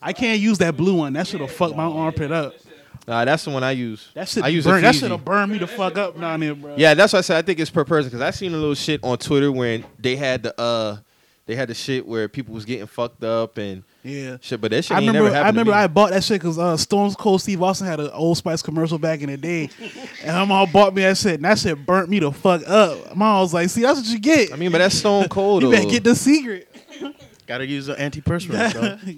Speaker 1: I can't use that blue one. That shit'll fuck my armpit up.
Speaker 2: Nah, that's the one I use.
Speaker 1: That shit
Speaker 2: I use
Speaker 1: burn. That
Speaker 2: Efusi.
Speaker 1: shit'll burn me the fuck up down there, bro.
Speaker 2: Yeah, that's why I said I think it's per person because I seen a little shit on Twitter when they had the uh they had the shit where people was getting fucked up and
Speaker 1: Yeah.
Speaker 2: shit, but that shit
Speaker 1: I
Speaker 2: ain't
Speaker 1: remember,
Speaker 2: never
Speaker 1: I
Speaker 2: happened.
Speaker 1: remember,
Speaker 2: to me.
Speaker 1: I bought that shit because uh, Stone Cold Steve Austin had an Old Spice commercial back in the day, and I'm all bought me that shit, and that shit burnt me the fuck up. Mom was like, "See, that's what you get.
Speaker 2: I mean, but that's Stone Cold.
Speaker 1: you better
Speaker 2: though.
Speaker 1: get the secret."
Speaker 4: gotta use an antiperspirant. bro.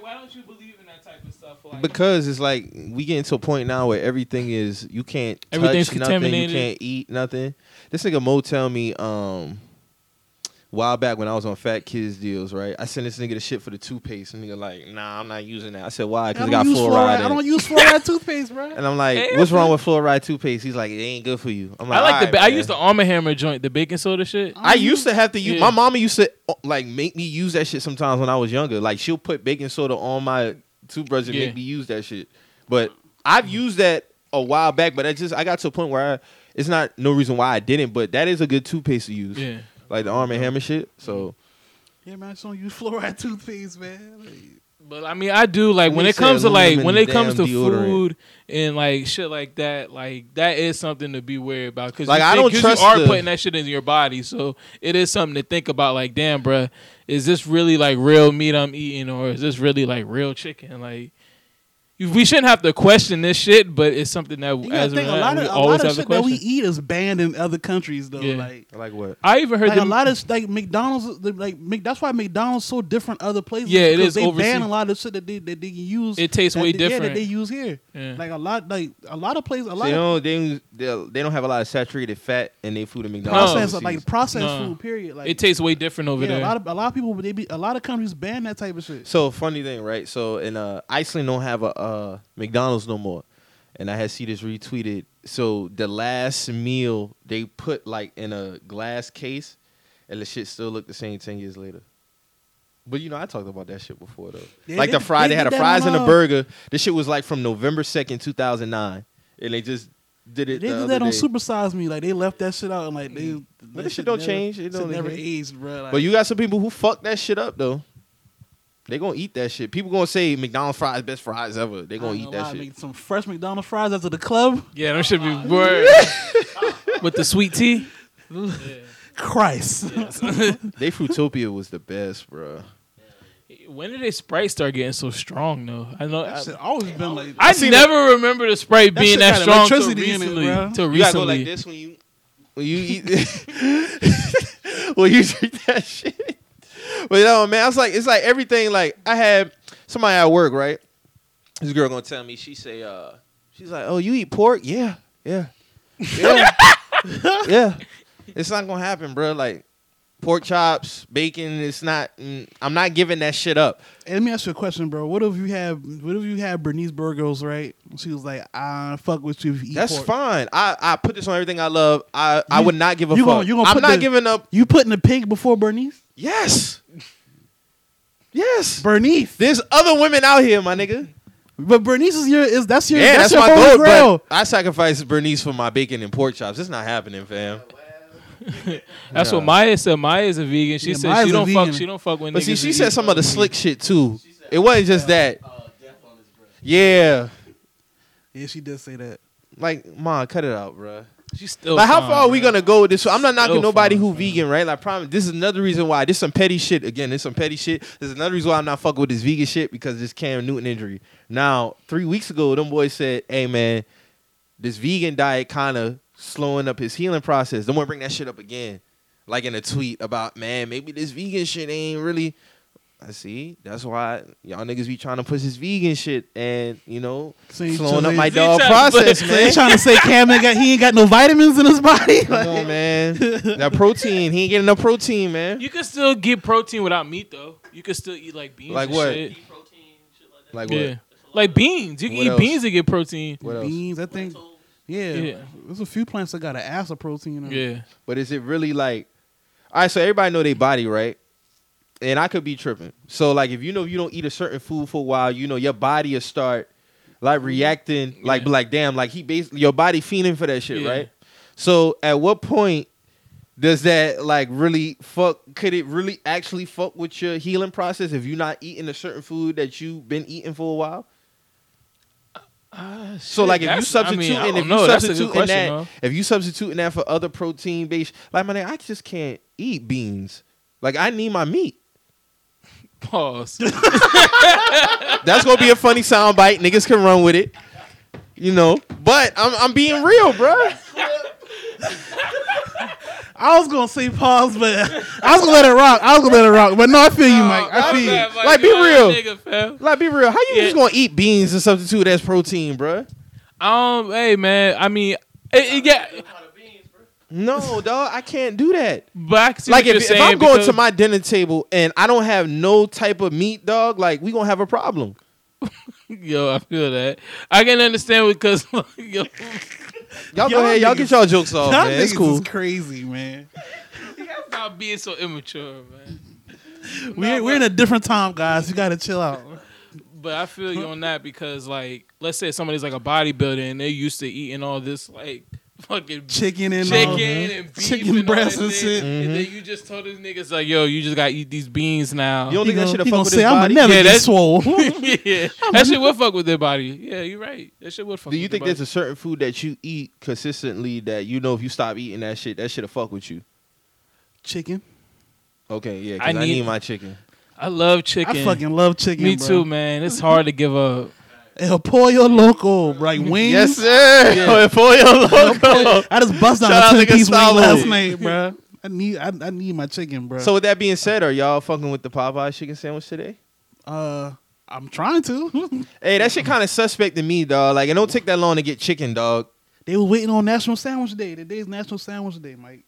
Speaker 3: Why don't you believe in that type of stuff?
Speaker 2: Because it's like we getting to a point now where everything is you can't
Speaker 3: Everything's
Speaker 2: touch nothing, you
Speaker 3: contaminated.
Speaker 2: can't eat nothing. This nigga Mo tell me um while back when I was on Fat Kids deals, right? I sent this nigga the shit for the toothpaste. And nigga like, nah, I'm not using that. I said, why? Because
Speaker 1: I
Speaker 2: it
Speaker 1: don't
Speaker 2: got
Speaker 1: use
Speaker 2: fluoride. in
Speaker 1: I
Speaker 2: it.
Speaker 1: don't use fluoride toothpaste, bro.
Speaker 2: and I'm like,
Speaker 3: Hey,
Speaker 2: what's wrong with fluoride toothpaste? He's like, it ain't good for you. I'm like,
Speaker 3: I like the.
Speaker 2: "Alright,
Speaker 3: I
Speaker 2: man."
Speaker 3: used the Arm & Hammer joint, the baking soda shit.
Speaker 2: I used to have to use.
Speaker 3: Um, Yeah.
Speaker 2: My mama used to uh, like make me use that shit sometimes when I was younger. Like she'll put baking soda on my toothbrush and
Speaker 3: Yeah.
Speaker 2: make me use that shit. But I've used that a while back. But I just I got to a point where I, it's not no reason why I didn't. But that is a good toothpaste to use.
Speaker 3: Yeah.
Speaker 2: Like the Arm and Hammer shit. So
Speaker 1: Yeah, man, I just don't use fluoride toothpaste, man. Like,
Speaker 3: But I mean, I do like
Speaker 2: Let
Speaker 3: when
Speaker 2: me
Speaker 3: it
Speaker 2: say
Speaker 3: comes to like
Speaker 2: aluminum
Speaker 3: when
Speaker 2: and
Speaker 3: it comes to
Speaker 2: damn deodorant.
Speaker 3: food and like shit like that. Like that is something to be wary about because
Speaker 2: Like, I don't trust
Speaker 3: you are
Speaker 2: the-
Speaker 3: putting that shit in your body, so it is something to think about. Like, damn, bruh, is this really like real meat I'm eating, or is this really like real chicken? Like, you- we shouldn't have to question this shit, but it's something that
Speaker 1: you
Speaker 3: as
Speaker 1: gotta
Speaker 3: a
Speaker 1: think a
Speaker 3: man,
Speaker 1: lot of
Speaker 3: we
Speaker 1: a
Speaker 3: always
Speaker 1: lot of
Speaker 3: have to
Speaker 1: shit that we
Speaker 3: question.
Speaker 1: eat is banned in other countries, though.
Speaker 3: Yeah.
Speaker 1: Like,
Speaker 2: like what?
Speaker 3: I even heard
Speaker 1: like a
Speaker 3: them,
Speaker 1: lot of like McDonald's, like Mc, that's why McDonald's so different other places.
Speaker 3: Yeah, it
Speaker 1: because
Speaker 3: is
Speaker 1: They ban
Speaker 3: overseas.
Speaker 1: a lot of shit that they that they can use.
Speaker 3: It tastes
Speaker 1: that
Speaker 3: way
Speaker 1: they- Yeah, that
Speaker 3: different.
Speaker 1: they use here.
Speaker 3: Yeah.
Speaker 1: Like a lot, like a lot of places, a
Speaker 2: So
Speaker 1: lot
Speaker 2: they
Speaker 1: of
Speaker 2: don't they, don't- they don't have a lot of saturated fat in their food at McDonald's.
Speaker 1: processed
Speaker 2: overseas.
Speaker 1: like processed
Speaker 3: No.
Speaker 1: food. Period. Like
Speaker 3: it tastes way different over
Speaker 1: yeah,
Speaker 3: there.
Speaker 1: a lot of a lot of people, they be a lot of countries ban that type of shit.
Speaker 2: So funny thing, right? So in uh, Iceland don't have a uh, McDonald's no more, and I had see this retweeted. So the last meal they put like in a glass case, and the shit still looked the same ten years later. But you know, I talked about that shit before though.
Speaker 1: Yeah,
Speaker 2: like
Speaker 1: they-
Speaker 2: the fry,
Speaker 1: they
Speaker 2: they, had a
Speaker 1: did that
Speaker 2: fries
Speaker 1: on,
Speaker 2: and a
Speaker 1: uh,
Speaker 2: burger. This shit was like from November second, two thousand nine, and they just did
Speaker 1: They
Speaker 2: it. the
Speaker 1: did
Speaker 2: other
Speaker 1: that on
Speaker 2: day.
Speaker 1: Supersize Me. Like they left that shit out and like they.
Speaker 3: Mm.
Speaker 2: this shit don't change. It
Speaker 1: It
Speaker 2: don't
Speaker 1: never
Speaker 2: change.
Speaker 1: aged, bro. Like,
Speaker 2: But you got some people who fuck that shit up though. They gonna eat that shit. People gonna say McDonald's fries best fries ever. They
Speaker 1: I
Speaker 2: gonna
Speaker 1: ain't
Speaker 2: eat
Speaker 1: gonna lie,
Speaker 2: that shit.
Speaker 1: Make some fresh McDonald's fries after the club.
Speaker 3: yeah, them should be word with the sweet tea.
Speaker 1: Christ.
Speaker 2: They Fruitopia was the best, bro.
Speaker 3: When did they Sprite start getting so strong though? I know.
Speaker 1: that shit
Speaker 3: I,
Speaker 1: always been like.
Speaker 3: I never remember the Sprite
Speaker 1: That
Speaker 3: being
Speaker 1: shit
Speaker 3: that
Speaker 1: got
Speaker 3: strong till
Speaker 1: electricity in it,
Speaker 3: recently.
Speaker 1: bruh.
Speaker 3: till
Speaker 2: You gotta go like
Speaker 3: recently.
Speaker 2: this when you when you eat when you drink that shit. But you know, man, I was like, it's like everything. Like I had somebody at work, right? This girl gonna tell me. She say, uh, she's like, oh, you eat pork? Yeah, yeah, yeah, yeah. It's not gonna happen, bro. Like pork chops, bacon. It's not. mm, I'm not giving that shit up.
Speaker 1: Hey, let me ask you a question, bro. What if you have what if you have Bernice Burgos, right? She was like, I fuck with you. if you eat
Speaker 2: That's
Speaker 1: pork."
Speaker 2: fine. I, I put this on everything I love. I, I
Speaker 1: You-
Speaker 2: would not give a
Speaker 1: you
Speaker 2: fuck.
Speaker 1: gonna- you gonna
Speaker 2: I'm
Speaker 1: put
Speaker 2: not
Speaker 1: the-
Speaker 2: giving up
Speaker 1: You putting the pig before Bernice?
Speaker 2: Yes. Yes.
Speaker 1: Bernice.
Speaker 2: There's other women out here, my nigga.
Speaker 1: But Bernice is your is that's your
Speaker 2: Yeah,
Speaker 1: that's,
Speaker 2: that's,
Speaker 1: your holy
Speaker 2: my goal.
Speaker 1: grail.
Speaker 2: But I sacrificed Bernice for my bacon and pork chops. It's not happening, fam.
Speaker 3: That's
Speaker 2: Nah.
Speaker 3: what Maya said. Maya is a vegan. She
Speaker 1: Yeah,
Speaker 3: said
Speaker 1: Maya's
Speaker 3: she
Speaker 1: a
Speaker 3: don't
Speaker 1: vegan.
Speaker 3: fuck. She don't fuck with.
Speaker 2: But see,
Speaker 3: niggas
Speaker 2: she
Speaker 3: that
Speaker 2: said
Speaker 3: eat-
Speaker 2: some of the slick shit too. It wasn't just
Speaker 3: uh,
Speaker 2: that. Yeah.
Speaker 1: Yeah, she did say that.
Speaker 2: Like, ma, cut it out, bruh.
Speaker 3: She still.
Speaker 2: like, how
Speaker 3: fine,
Speaker 2: far are we
Speaker 3: bruh.
Speaker 2: gonna go with this? I'm not knocking
Speaker 3: Still
Speaker 2: nobody
Speaker 3: fine,
Speaker 2: who vegan, right? Like, promise. This is another reason why. This some petty shit. Again, this some petty shit. There's another reason why I'm not fucking with this vegan shit because this Cam Newton injury. Now, three weeks ago, them boys said, "Hey, man, this vegan diet kind of slowing up his healing process." Don't want to bring that shit up again, like in a tweet about, "Man, maybe this vegan shit ain't really." I see. That's why y'all niggas be trying to push this vegan shit and you know
Speaker 1: So you
Speaker 2: slowing up
Speaker 1: trying-
Speaker 2: my
Speaker 1: so
Speaker 3: you
Speaker 2: dog
Speaker 3: trying to put-
Speaker 2: process,
Speaker 1: So
Speaker 2: man.
Speaker 1: they trying to say Cam ain't got he ain't got no vitamins in his body.
Speaker 2: Come on, man. That protein. He ain't getting enough protein, man.
Speaker 3: You can still get protein without meat though. You can still eat like beans.
Speaker 2: Like
Speaker 3: and
Speaker 2: what?
Speaker 3: shit.
Speaker 2: Like what?
Speaker 3: Yeah. Like beans. You can
Speaker 2: What
Speaker 3: eat
Speaker 2: else?
Speaker 3: beans and get protein.
Speaker 2: What else?
Speaker 1: Beans, I think. Yeah,
Speaker 3: Yeah.
Speaker 1: there's a few plants that got an ass of protein. In them.
Speaker 3: Yeah.
Speaker 2: But is it really like? All right, so everybody know their body, right? And I could be tripping. So like, if you know you don't eat a certain food for a while, you know your body will start like reacting, like
Speaker 3: Yeah.
Speaker 2: like damn, like he basically your body feeding for that shit,
Speaker 3: Yeah.
Speaker 2: right? So at what point does that like really fuck? Could it really actually fuck with your healing process if you're not eating a certain food that you've been eating for a while? So like if you substitute and if you substitute in that if you substitute in that for other protein based like my nigga, I just can't eat beans. Like I need my meat.
Speaker 3: pause.
Speaker 2: That's gonna be a funny sound bite. Niggas can run with it. You know. But I'm I'm being real, bruh.
Speaker 1: I was gonna say pause, but I was gonna let it rock. I was gonna let it rock, but no, I feel you, Mike. I
Speaker 2: I'm
Speaker 1: feel you.
Speaker 2: bad. Like, be real.
Speaker 3: real.
Speaker 2: Like be real. How you
Speaker 3: Yeah.
Speaker 2: just gonna eat beans and substitute as protein, bruh?
Speaker 3: Um, hey man, I mean, it, it- yeah,
Speaker 2: No, dog, I can't do that.
Speaker 3: But I can see
Speaker 2: like if,
Speaker 3: what you're
Speaker 2: if
Speaker 3: saying
Speaker 2: I'm going
Speaker 3: because-
Speaker 2: to my dinner table and I don't have no type of meat, dog, like we gonna have a problem.
Speaker 3: yo, I feel that. I can understand because yo,
Speaker 1: Y'all
Speaker 2: Y'all, go ahead, y'all
Speaker 1: niggas-
Speaker 2: get y'all jokes off,
Speaker 1: Y'all
Speaker 2: man. It's
Speaker 1: niggas
Speaker 2: cool.
Speaker 1: Oh, is crazy, man.
Speaker 3: stop being so immature, man.
Speaker 1: We're, we're in a different time, guys. You gotta chill out.
Speaker 3: But I feel you on that because, like, let's say somebody's like a bodybuilder and they're used to eating all this like fucking
Speaker 1: Chicken and
Speaker 3: chicken
Speaker 1: all.
Speaker 3: and beef
Speaker 1: Chicken
Speaker 3: and all
Speaker 1: breasts
Speaker 3: that
Speaker 1: and shit. Mm-hmm.
Speaker 3: And then you just told these niggas like, yo, you just gotta eat these beans now.
Speaker 2: You don't
Speaker 1: He
Speaker 2: think that
Speaker 1: gonna-
Speaker 2: should have
Speaker 1: he
Speaker 2: fucked
Speaker 1: gonna
Speaker 2: with
Speaker 1: say
Speaker 2: his
Speaker 1: I'ma
Speaker 2: body?
Speaker 1: never get
Speaker 3: Yeah, that's-
Speaker 1: swole.
Speaker 3: yeah, that shit would fuck with their body. Yeah, you're right. That shit would fuck.
Speaker 2: Do
Speaker 3: with
Speaker 2: you
Speaker 3: their
Speaker 2: think there's
Speaker 3: body.
Speaker 2: a certain food that you eat consistently that you know if you stop eating that shit, that shit'll fuck with you?
Speaker 1: chicken.
Speaker 2: Okay, yeah, 'cause
Speaker 3: I
Speaker 2: I, need,
Speaker 3: need-
Speaker 2: my chicken.
Speaker 3: I love chicken.
Speaker 1: I fucking love chicken.
Speaker 3: me
Speaker 1: bro.
Speaker 3: too, man. It's hard to give up.
Speaker 1: El Pollo Loco, like wings.
Speaker 2: Yes, sir.
Speaker 3: Yeah.
Speaker 2: For your logo.
Speaker 1: I just bust
Speaker 2: Shout out
Speaker 1: out a ten
Speaker 2: to
Speaker 1: piece wing
Speaker 2: Gustavo.
Speaker 1: last night, bro. I need I, I need my chicken, bro.
Speaker 2: So with that being said, are y'all fucking with the Popeye chicken sandwich today?
Speaker 1: uh, I'm trying to.
Speaker 2: Hey, that shit kind of suspect to me, dog. Like it don't take that long to get chicken, dog.
Speaker 1: they were waiting on National Sandwich Day. Today's National Sandwich Day, Mike.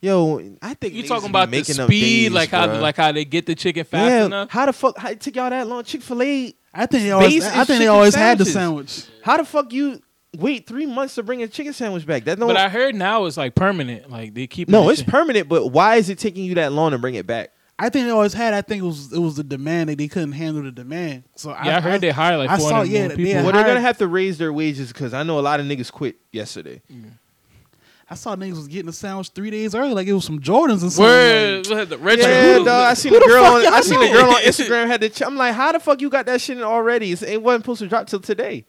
Speaker 2: Yo, I think
Speaker 3: You
Speaker 2: niggas
Speaker 3: talking
Speaker 2: be
Speaker 3: about the
Speaker 2: making
Speaker 3: speed,
Speaker 2: up days,
Speaker 3: like how
Speaker 2: bruh.
Speaker 3: like how they get the chicken fast
Speaker 2: yeah,
Speaker 3: enough.
Speaker 2: How the fuck? How it took y'all that long? Chick Fil A.
Speaker 1: I think they always
Speaker 2: Base
Speaker 1: I
Speaker 2: is
Speaker 1: think they
Speaker 2: chicken
Speaker 1: always had the
Speaker 2: sandwiches.
Speaker 1: sandwich.
Speaker 2: How the fuck you wait three months to bring a chicken sandwich back? That don't.
Speaker 3: But I heard now it's like permanent. Like they keep
Speaker 2: no,
Speaker 3: it-
Speaker 2: it's permanent. But why is it taking you that long to bring it back?
Speaker 1: I think they always had. I think it was it was the demand that they couldn't handle the demand. So
Speaker 3: yeah. I, heard they hire
Speaker 1: I
Speaker 3: like
Speaker 1: saw-
Speaker 3: four hundred
Speaker 1: yeah,
Speaker 3: yeah,
Speaker 1: they
Speaker 3: people.
Speaker 1: had-
Speaker 2: Well, they're
Speaker 1: hired-
Speaker 2: gonna have to raise their wages because I know a lot of niggas quit yesterday.
Speaker 1: I saw niggas was getting a sandwich three days early, like it was some Jordans and something.
Speaker 3: Word, what the retro.
Speaker 2: Yeah, dog. I seen a
Speaker 1: the
Speaker 2: girl.
Speaker 1: fuck
Speaker 2: On,
Speaker 1: y'all
Speaker 2: I seen a
Speaker 1: know?
Speaker 2: girl on Instagram had the. Ch- I'm like, how the fuck you got that shit in already? It's, it wasn't supposed to drop till today.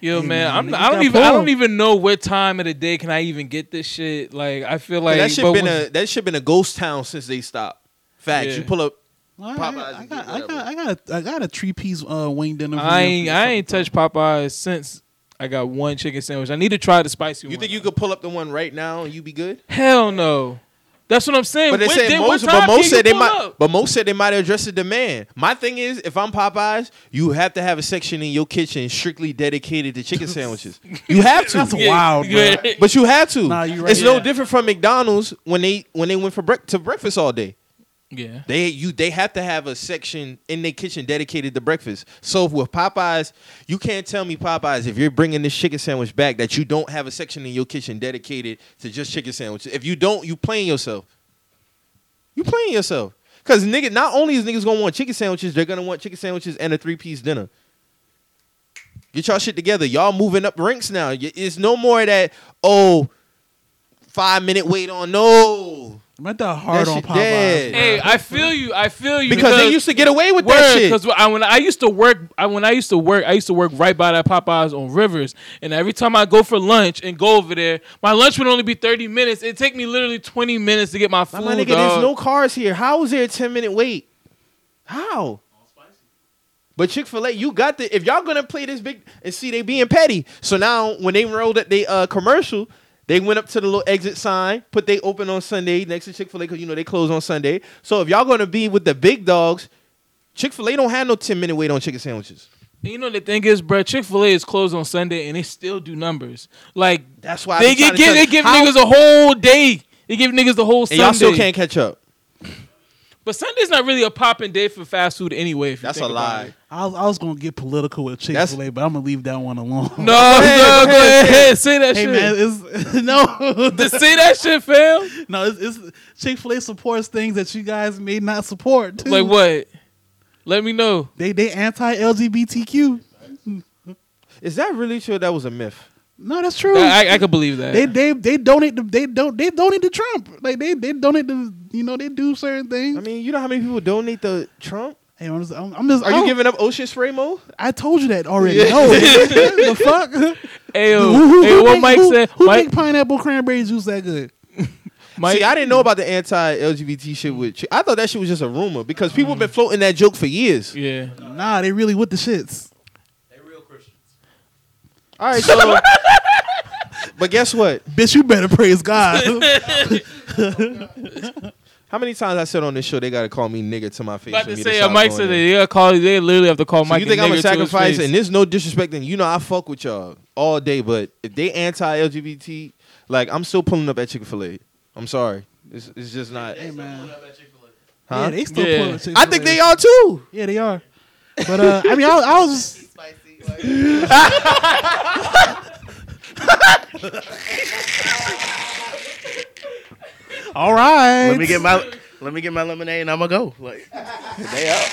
Speaker 3: Yo,
Speaker 1: Hey,
Speaker 3: man,
Speaker 1: man,
Speaker 3: I'm,
Speaker 1: niggas
Speaker 3: I don't
Speaker 1: got
Speaker 3: even. I
Speaker 1: pulled.
Speaker 3: don't even know what time of the day can I even get this shit. Like, I feel like
Speaker 2: that shit
Speaker 3: but
Speaker 2: been
Speaker 3: when-
Speaker 2: a that shit been a ghost town since they stopped. Facts.
Speaker 3: Yeah.
Speaker 2: You pull up.
Speaker 1: All right,
Speaker 2: Popeyes
Speaker 1: I got,
Speaker 2: and get
Speaker 1: I got,
Speaker 2: whatever.
Speaker 1: I got, a, I got a three piece uh, wing dinner. from
Speaker 3: I
Speaker 1: Memphis
Speaker 3: ain't.
Speaker 1: a
Speaker 3: I
Speaker 1: couple
Speaker 3: ain't touched Popeyes since I got one chicken sandwich. I need to try the spicy one.
Speaker 2: You think you could pull up the one right now and you be good?
Speaker 3: Hell no. That's what I'm saying.
Speaker 2: But they
Speaker 3: What-
Speaker 2: said
Speaker 3: then what
Speaker 2: most, but
Speaker 3: time
Speaker 2: most
Speaker 3: can
Speaker 2: said
Speaker 3: you
Speaker 2: they
Speaker 3: pull
Speaker 2: might,
Speaker 3: up?
Speaker 2: but most said they might address the demand. My thing is, if I'm Popeyes, you have to have a section in your kitchen strictly dedicated to chicken sandwiches. You have to.
Speaker 1: That's wild, bro.
Speaker 3: yeah.
Speaker 2: But you have to.
Speaker 1: Nah, you right.
Speaker 2: It's no
Speaker 3: Yeah.
Speaker 2: different from McDonald's when they when they went for break to breakfast all day.
Speaker 3: yeah.
Speaker 2: They you they have to have a section in their kitchen dedicated to breakfast. So with Popeyes, you can't tell me Popeyes if you're bringing this chicken sandwich back that you don't have a section in your kitchen dedicated to just chicken sandwiches. If you don't, you playing yourself. You playing yourself. Cause nigga, not only is niggas gonna want chicken sandwiches, they're gonna want chicken sandwiches and a three piece dinner. Get y'all shit together. Y'all moving up ranks now. Y- It's no more that oh five minute wait on no.
Speaker 1: of- I'm at that hard
Speaker 2: That
Speaker 1: on
Speaker 2: shit
Speaker 1: Popeyes.
Speaker 2: dead.
Speaker 1: bro.
Speaker 3: Hey, I feel you. I feel you
Speaker 2: Because they used to get away with that shit.
Speaker 3: Because I, when I used to work, I, when I used to work, I used to work right by that Popeyes on Rivers, and every time I go for lunch and go over there, my lunch would only be thirty minutes. It take me literally twenty minutes to get my
Speaker 2: My
Speaker 3: food.
Speaker 2: nigga,
Speaker 3: dog.
Speaker 2: there's no cars here. How is there a 10 minute wait? How? But Chick Fil A, you got the. If y'all gonna play this big and see, they being petty. So now when they rolled at they uh, commercial, they went up to the little exit sign, put they open on Sunday next to Chick Fil A because you know they close on Sunday. So if y'all gonna be with the big dogs, Chick Fil A don't have no ten minute wait on chicken sandwiches.
Speaker 3: And you know the thing is, bro. Chick Fil A is closed on Sunday, and they still do numbers. Like
Speaker 2: That's why I
Speaker 3: they
Speaker 2: be trying
Speaker 3: get,
Speaker 2: to
Speaker 3: give
Speaker 2: tell
Speaker 3: they
Speaker 2: you
Speaker 3: give
Speaker 2: how-
Speaker 3: niggas a whole day. They give niggas the whole
Speaker 2: And
Speaker 3: Sunday.
Speaker 2: y'all still can't catch up.
Speaker 3: But Sunday's not really a popping day for fast food anyway. If you
Speaker 2: That's a
Speaker 3: think about
Speaker 2: lie.
Speaker 3: it.
Speaker 1: I was, I was gonna get political with Chick
Speaker 2: That's-
Speaker 1: Fil A, but I'm gonna leave that one alone.
Speaker 3: No, no,
Speaker 2: ahead,
Speaker 3: go
Speaker 2: go ahead,
Speaker 3: ahead, say that
Speaker 1: hey
Speaker 3: shit.
Speaker 1: man, it's no,
Speaker 3: To say that shit, fam.
Speaker 1: no, it's, it's Chick Fil A supports things that you guys may not support. too.
Speaker 3: Like what? Let me know.
Speaker 1: They they anti LGBTQ.
Speaker 2: Is that really true? That was a myth.
Speaker 1: No, that's true.
Speaker 3: I, I, I could believe that.
Speaker 1: they they they donate to they don't they donate to Trump. Like they they donate to you know they do certain things.
Speaker 2: I mean, you know how many people donate to Trump?
Speaker 1: hey, I'm just, I'm, I'm just
Speaker 2: Are
Speaker 1: I
Speaker 2: you
Speaker 1: don't-
Speaker 2: giving up Ocean Spray Mo?
Speaker 1: I told you that already. No, the fuck.
Speaker 3: hey, yo,
Speaker 1: who who,
Speaker 3: hey,
Speaker 1: who
Speaker 3: what
Speaker 1: make,
Speaker 3: Mike
Speaker 1: who,
Speaker 3: said.
Speaker 1: who
Speaker 3: Mike,
Speaker 1: make pineapple cranberry juice that good?
Speaker 3: Mike,
Speaker 2: See, I didn't know about the anti-LGBT shit with. Chick- I thought that shit was just a rumor because people been floating that joke for years.
Speaker 3: yeah.
Speaker 1: Nah, they really with the shits.
Speaker 2: All right, so. but guess what?
Speaker 1: Bitch, you better praise God.
Speaker 2: How many times I said on this show they gotta call me nigga to my face?
Speaker 3: About
Speaker 2: for
Speaker 3: to
Speaker 2: me
Speaker 3: say, uh,
Speaker 2: stop
Speaker 3: Mike
Speaker 2: doing
Speaker 3: said
Speaker 2: that.
Speaker 3: they gotta call. They literally have to call
Speaker 2: So
Speaker 3: Mike.
Speaker 2: you think
Speaker 3: a
Speaker 2: I'm
Speaker 3: nigger
Speaker 2: a
Speaker 3: to his
Speaker 2: sacrifice?
Speaker 3: face.
Speaker 2: And there's no disrespecting. You know I fuck with y'all. all day, but if they anti-LGBT, like I'm still pulling up at Chick Fil A. I'm sorry, it's, it's just not.
Speaker 1: Hey man,
Speaker 2: Huh?
Speaker 1: yeah, they still
Speaker 3: Yeah.
Speaker 1: pulling. Chick-fil-A.
Speaker 2: I think they are too.
Speaker 1: Yeah, they are. But uh, I mean, I, I was. Just, all right.
Speaker 4: Let me get my let me get my lemonade and I'ma go. Like
Speaker 2: They up.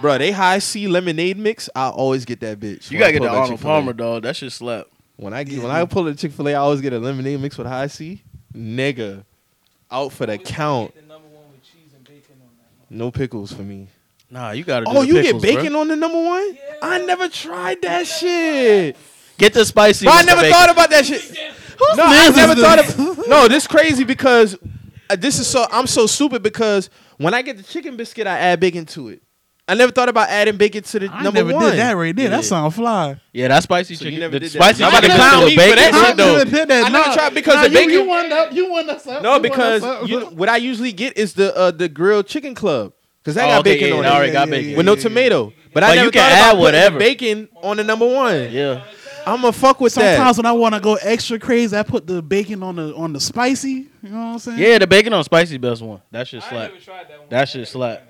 Speaker 2: Bro, they high C lemonade mix. I always get that bitch.
Speaker 4: you
Speaker 2: when I
Speaker 4: gotta
Speaker 2: pull
Speaker 4: get the
Speaker 2: up at
Speaker 4: Arnold
Speaker 2: Chick-fil-A.
Speaker 4: Palmer dog. That shit slap.
Speaker 2: When I get when I pull a Chick Fil A, I always get a lemonade mix with high C. Nigga, out for the count. No pickles for me.
Speaker 4: Nah, you gotta. Do
Speaker 2: Oh,
Speaker 4: the
Speaker 2: you
Speaker 4: pickles,
Speaker 2: get
Speaker 4: bruh.
Speaker 2: bacon on the number one? I never tried that shit.
Speaker 4: Get the spicy.
Speaker 2: Bro, I
Speaker 4: Mr.
Speaker 2: never
Speaker 4: Bacon.
Speaker 2: thought about that shit. no, I
Speaker 1: man's
Speaker 2: never
Speaker 1: is
Speaker 2: thought of. No, this crazy because uh, this is so. I'm so stupid because when I get the chicken biscuit, I add bacon to it. I never thought about adding bacon to the
Speaker 1: I
Speaker 2: number
Speaker 1: never
Speaker 2: one.
Speaker 1: did that right there.
Speaker 4: Yeah.
Speaker 1: That sound fly.
Speaker 4: Yeah, that spicy
Speaker 2: So you
Speaker 4: chicken.
Speaker 2: never
Speaker 4: the
Speaker 2: did that.
Speaker 4: spicy
Speaker 2: I'm about
Speaker 4: chicken
Speaker 2: to
Speaker 4: biscuit
Speaker 2: clown
Speaker 4: with
Speaker 2: me for
Speaker 4: bacon.
Speaker 2: that
Speaker 1: I
Speaker 2: shit, though.
Speaker 1: never did that.
Speaker 2: I never
Speaker 1: Nah.
Speaker 2: tried because
Speaker 1: Nah,
Speaker 2: the
Speaker 1: you,
Speaker 2: bacon.
Speaker 1: You won up. You won us up.
Speaker 2: No,
Speaker 1: you won
Speaker 2: because
Speaker 1: us up.
Speaker 2: you know, what I usually get is the uh, the grilled chicken club because that
Speaker 4: Oh,
Speaker 2: got
Speaker 4: okay,
Speaker 2: bacon
Speaker 4: yeah,
Speaker 2: on
Speaker 4: it
Speaker 2: it
Speaker 4: already got
Speaker 1: Yeah, yeah,
Speaker 4: bacon.
Speaker 1: yeah,
Speaker 2: with no tomato. But, I
Speaker 4: But
Speaker 2: never
Speaker 4: you can
Speaker 2: thought
Speaker 4: add
Speaker 2: about putting
Speaker 4: whatever.
Speaker 2: bacon on the number one.
Speaker 4: Yeah.
Speaker 2: I'm gonna fuck with
Speaker 1: Sometimes
Speaker 2: that.
Speaker 1: when I want to go extra crazy, I put the bacon on the on the spicy. You know what I'm saying?
Speaker 4: Yeah, the bacon on spicy best one. That shit
Speaker 3: I
Speaker 4: slap.
Speaker 3: never tried that one.
Speaker 4: That shit slap.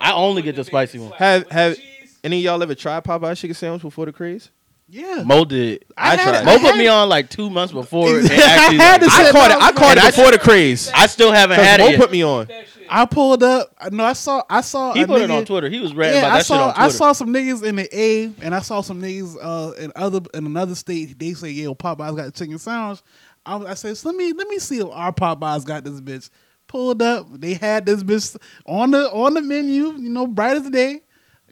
Speaker 4: I only get the spicy one.
Speaker 2: Have- have- Any of y'all ever tried Popeye chicken sandwich before the craze?
Speaker 1: Yeah.
Speaker 4: Mo did.
Speaker 2: I
Speaker 1: had
Speaker 2: tried
Speaker 1: it.
Speaker 2: it.
Speaker 4: Mo put me on like two months before. it actually,
Speaker 1: I had
Speaker 4: like,
Speaker 1: to
Speaker 2: I
Speaker 1: sit
Speaker 2: caught it.
Speaker 1: down.
Speaker 2: I caught it
Speaker 4: And I-
Speaker 2: before the craze.
Speaker 4: I still haven't
Speaker 2: Because
Speaker 4: had
Speaker 2: Mo
Speaker 4: it.
Speaker 2: put me on.
Speaker 1: I pulled up. I know. I saw. I saw.
Speaker 4: yet. He
Speaker 1: a
Speaker 4: put it
Speaker 1: nigga-
Speaker 4: on Twitter. He was ranting
Speaker 1: yeah,
Speaker 4: about that
Speaker 1: I saw.
Speaker 4: shit on
Speaker 1: I
Speaker 4: Twitter.
Speaker 1: saw some niggas in the A, and I saw some niggas uh, in other in another state. They say, "Yo, Popeyes got chicken sandwich." I, was- I said, "Let me let me see if our Popeyes got this bitch." Pulled up. They had this bitch on the on the menu. You know, bright as the day.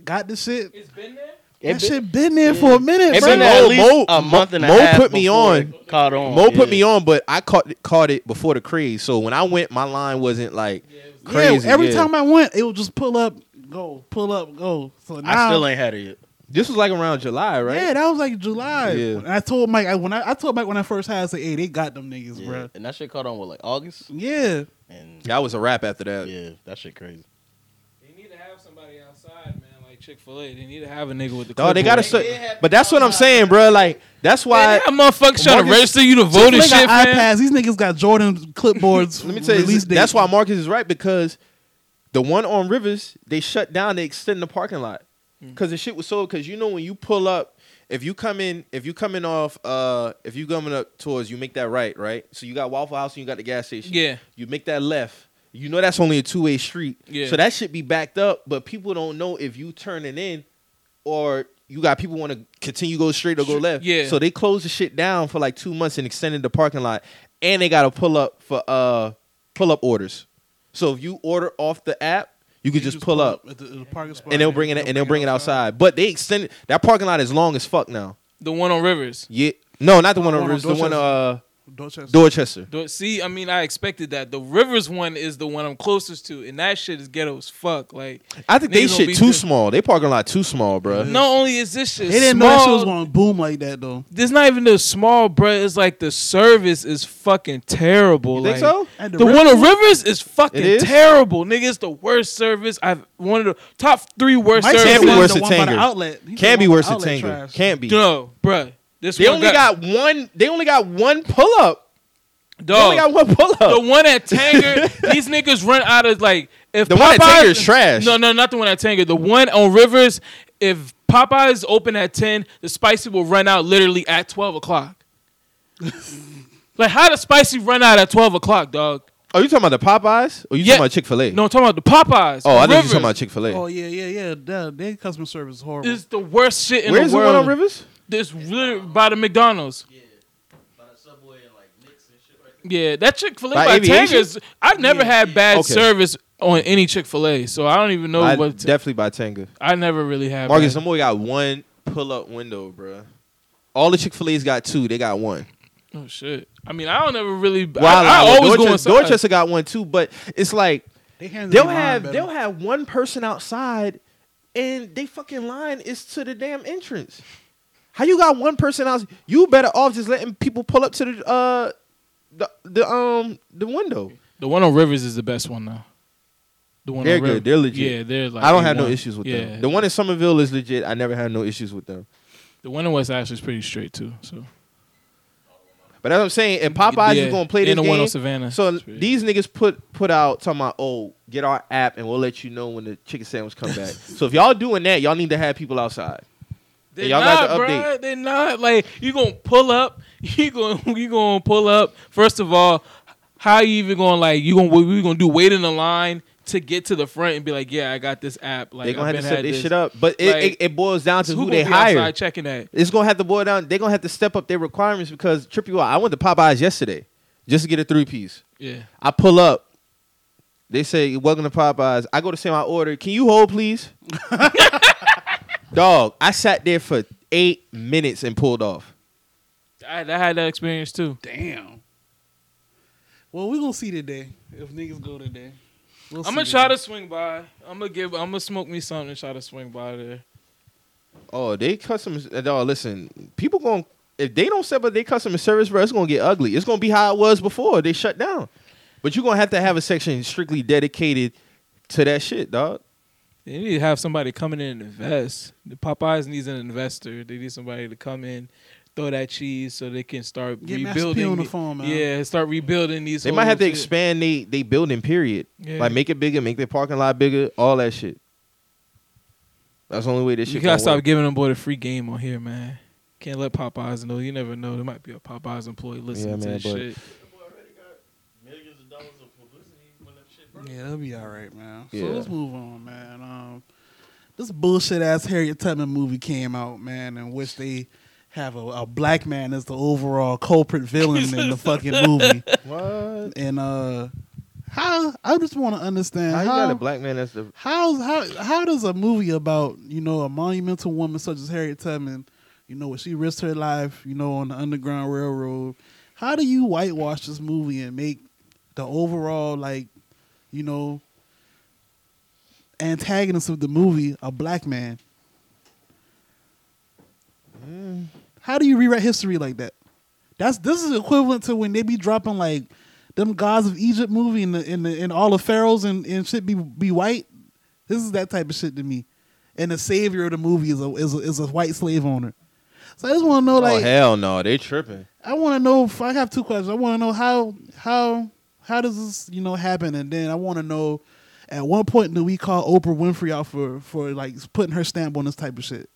Speaker 1: Got this shit.
Speaker 3: It's been there.
Speaker 1: that shit been there for a minute,
Speaker 4: It's
Speaker 1: bro.
Speaker 4: been there
Speaker 2: Mo-
Speaker 4: at least
Speaker 2: Mo-
Speaker 4: a month and a
Speaker 2: Mo
Speaker 4: half.
Speaker 2: put me
Speaker 4: before
Speaker 2: on.
Speaker 4: it Caught on.
Speaker 2: Mo put
Speaker 4: yeah.
Speaker 2: me on, but I caught it, caught it before the craze. So when I went, my line wasn't like crazy.
Speaker 1: yeah, every
Speaker 2: yeah.
Speaker 1: time I went, it would just pull up, go, pull up, go. So now,
Speaker 4: I still ain't had it yet.
Speaker 2: this was like around July, right?
Speaker 1: Yeah, that was like July.
Speaker 2: Yeah.
Speaker 1: And I told Mike I, when I, I told Mike when I first had, I said, "Hey, they got them niggas, bruh.
Speaker 4: Yeah. And that shit caught on what like August.
Speaker 1: Yeah,
Speaker 4: And
Speaker 2: That was a wrap after that.
Speaker 4: yeah, that shit crazy.
Speaker 3: They need to have somebody outside, man, like Chick Fil A. They need to have a nigga with the.
Speaker 2: Dog, they
Speaker 3: clipboard.
Speaker 2: gotta
Speaker 3: Man,
Speaker 2: start. But that's what I'm saying, bro. Like that's
Speaker 3: they
Speaker 2: why.
Speaker 3: got motherfuckers trying to
Speaker 2: Marcus-
Speaker 3: register you to vote
Speaker 1: Chick-fil-A
Speaker 3: and shit,
Speaker 1: got
Speaker 3: man.
Speaker 1: iPads. These niggas got Jordan clipboards.
Speaker 2: Let me tell you,
Speaker 1: release date.
Speaker 2: that's why Marcus is right because the one on Rivers they shut down. They extend the parking lot
Speaker 1: Mm.
Speaker 2: because the shit was sold. Because you know when you pull up, if you come in, if you coming off, uh, if you coming up towards, you make that right, right. So you got Waffle House and you got the gas station.
Speaker 3: Yeah.
Speaker 2: you make that left. You know that's only a two way street.
Speaker 3: Yeah.
Speaker 2: So that should be backed up, but people don't know if you turning in or you got people want to continue go straight or go left.
Speaker 3: yeah.
Speaker 2: So they closed the shit down for like two months and extended the parking lot, and they got to pull up for uh pull up orders. So if you order off the app, you could
Speaker 1: You
Speaker 2: just, pull up.
Speaker 1: at the, at the parking spot
Speaker 2: And they'll bring it and they'll bring it outside, but they extended that parking lot is long as fuck now.
Speaker 3: The one on Rivers.
Speaker 2: Yeah, no, not the one
Speaker 1: The
Speaker 2: over.
Speaker 1: one on
Speaker 2: Rivers, the one uh
Speaker 1: Dorchester.
Speaker 2: Dorchester.
Speaker 3: Do- See, I mean, I expected that. The Rivers one is the one I'm closest to, and that shit is ghetto as fuck. Like,
Speaker 2: I think they
Speaker 3: Niggas gonna
Speaker 2: shit
Speaker 3: be
Speaker 2: too
Speaker 3: good.
Speaker 2: small. They parking lot too small, bruh.
Speaker 3: not only is this shit
Speaker 1: They didn't know that
Speaker 3: small,
Speaker 1: shit was going to boom like that though.
Speaker 3: there's not even the small, bruh. It's like the service is fucking terrible.
Speaker 2: You think
Speaker 3: like,
Speaker 2: so?
Speaker 1: At
Speaker 3: The, one on Rivers is fucking
Speaker 2: It is?
Speaker 3: terrible, nigga. It's the worst service I've one of the top three worst
Speaker 1: Mike
Speaker 2: Can't
Speaker 3: services.
Speaker 2: be
Speaker 1: said the
Speaker 2: worse than
Speaker 1: one by the
Speaker 2: Tanger.
Speaker 1: outlet. He said
Speaker 2: Can't be
Speaker 1: one by
Speaker 2: worse
Speaker 1: the
Speaker 2: than
Speaker 1: outlet
Speaker 2: Tanger.
Speaker 1: trash.
Speaker 2: Can't be.
Speaker 3: No, bruh. This
Speaker 2: They
Speaker 3: one
Speaker 2: only got, one. They only got one pull up. They only
Speaker 3: dog.
Speaker 2: got one pull up.
Speaker 3: the one at Tanger, these niggas run out of like if
Speaker 2: The
Speaker 3: Popeyes,
Speaker 2: one at Tanger is trash.
Speaker 3: No, no, not the one at Tanger. The one on Rivers. If Popeyes open at ten, the spicy will run out literally at twelve o'clock. like how does spicy run out at twelve o'clock, dog?
Speaker 2: Are Oh, you talking about the Popeyes? Or you
Speaker 3: Yeah.
Speaker 2: talking about Chick Fil A?
Speaker 3: No, I'm talking about the Popeyes.
Speaker 2: Oh, I think you
Speaker 3: Rivers
Speaker 2: talking about Chick Fil A.
Speaker 1: Oh yeah, yeah, yeah. Their, their customer service is horrible.
Speaker 3: is the worst shit in
Speaker 2: Where's the,
Speaker 3: the world.
Speaker 2: one on Rivers?
Speaker 3: This literally by the McDonald's. Yeah, that Chick Fil A
Speaker 2: By
Speaker 3: by,
Speaker 2: Aviation?
Speaker 3: Tanger's. I've never had bad
Speaker 2: Okay.
Speaker 3: service on any Chick Fil A, so I don't even know
Speaker 2: I-
Speaker 3: what.
Speaker 2: definitely by Tanger.
Speaker 3: I never really had.
Speaker 2: Marcus,
Speaker 3: bad-
Speaker 2: them boy got one pull up window, bruh. All the Chick Fil A's got two. They got one.
Speaker 3: Oh shit! I mean, I don't ever really. I,
Speaker 2: Wild
Speaker 3: I
Speaker 2: Hour.
Speaker 3: always go
Speaker 2: Dorchester,
Speaker 3: inside.
Speaker 2: Dorchester got one too, but it's like
Speaker 1: they handle
Speaker 2: they'll
Speaker 1: their line
Speaker 2: have
Speaker 1: better.
Speaker 2: they'll have one person outside, and they fucking line is to the damn entrance. How you got one person out? You better off just letting people pull up to the uh the the um the window.
Speaker 3: The one on Rivers is the best one now. The one
Speaker 2: They're
Speaker 3: on Rivers.
Speaker 2: good. They're legit.
Speaker 3: Yeah, they're like.
Speaker 2: I don't have no
Speaker 3: A1.
Speaker 2: issues with
Speaker 3: yeah.
Speaker 2: them. The one in Somerville is legit. I never had no issues with them.
Speaker 3: The one in West Ashley is pretty straight too. So
Speaker 2: But that's what I'm saying. And Popeyes
Speaker 3: Yeah,
Speaker 2: is gonna play this
Speaker 3: and the
Speaker 2: game.
Speaker 3: one on Savannah.
Speaker 2: So
Speaker 3: It's pretty-
Speaker 2: these niggas put put out talking about oh get our app and we'll let you know when the chicken sandwich come back. so if y'all doing that, y'all need to have people outside.
Speaker 3: They're
Speaker 2: y'all
Speaker 3: not,
Speaker 2: got the update.
Speaker 3: bruh. They're not like you gonna pull up. You gonna you gonna pull up. First of all, how you even gonna like you gonna what we gonna do? Wait in the line to get to the front and be like, yeah, I got this app. Like
Speaker 2: they gonna
Speaker 3: I've
Speaker 2: have to
Speaker 3: been
Speaker 2: set
Speaker 3: had
Speaker 2: this
Speaker 3: this
Speaker 2: shit up. But it,
Speaker 3: Like,
Speaker 2: it, it boils down to
Speaker 3: So
Speaker 2: who,
Speaker 3: gonna
Speaker 2: they
Speaker 3: be
Speaker 2: hire.
Speaker 3: outside Checking that.
Speaker 2: It's gonna have to boil down. They're gonna have to step up their requirements because trip you out. I went to Popeyes yesterday just to get a three piece.
Speaker 3: Yeah.
Speaker 2: I pull up. They say, "Welcome to Popeyes." I go to say my order. Can you hold, please? Dog, I sat there for eight minutes and pulled off.
Speaker 3: I, I had that experience too.
Speaker 1: Damn. Well, we gonna see today if niggas go today. We'll
Speaker 3: I'm
Speaker 1: see
Speaker 3: gonna try
Speaker 1: today.
Speaker 3: to swing by. I'm gonna give. I'm gonna smoke me something. and Try to swing by there.
Speaker 2: Oh, they customers. Dog, listen, people gonna if they don't step up their customer service, bro, it's gonna get ugly. It's gonna be how it was before they shut down. But you're gonna have to have a section strictly dedicated to that shit, dog.
Speaker 3: They need to have somebody coming in and invest. The Popeyes needs an investor. They need somebody to come in, throw that cheese, so they can start
Speaker 1: Get Master P
Speaker 3: rebuilding.
Speaker 1: on the
Speaker 3: the-
Speaker 1: phone, man.
Speaker 3: Yeah, start rebuilding these.
Speaker 2: They might have to
Speaker 3: holes.
Speaker 2: expand they they building period.
Speaker 3: Yeah.
Speaker 2: Like make it bigger, make their parking lot bigger, all that shit. That's the only way this
Speaker 3: You
Speaker 2: shit.
Speaker 3: gotta
Speaker 2: gonna
Speaker 3: stop
Speaker 2: work.
Speaker 3: giving them boy the free game on here, man. Can't let Popeyes know. You never know. There might be a Popeyes employee listening
Speaker 2: Yeah,
Speaker 3: to
Speaker 2: man,
Speaker 3: this
Speaker 2: but-
Speaker 3: shit.
Speaker 4: Millions of dollars of publicity when that shit
Speaker 1: Yeah, that'll be all right, man.
Speaker 2: Yeah.
Speaker 1: So let's move on, man. Um, this bullshit ass Harriet Tubman movie came out, man, in which they have a, a black man as the overall culprit villain in the fucking movie.
Speaker 2: What?
Speaker 1: And uh, how I just want to understand
Speaker 2: How
Speaker 1: how
Speaker 2: you got a black man that's the
Speaker 1: how's- how how does a movie about you know a monumental woman such as Harriet Tubman, you know, where she risked her life, you know, on the Underground Railroad, how do you whitewash this movie and make the overall like, you know, antagonist of the movie a black man?
Speaker 2: Mm.
Speaker 1: How do you rewrite history like that? That's this is equivalent to when they be dropping like them gods of Egypt movie and the, and, the, and all the pharaohs and, and shit be be white. This is that type of shit to me. And the savior of the movie is a is a, is a white slave owner. So I just want to know
Speaker 2: Oh
Speaker 1: like
Speaker 2: hell no, they tripping.
Speaker 1: I want to know. If, I have two questions. I want to know how how how does this you know happen, and then I want to know. At one point, do we call Oprah Winfrey out for for like putting her stamp on this type of shit?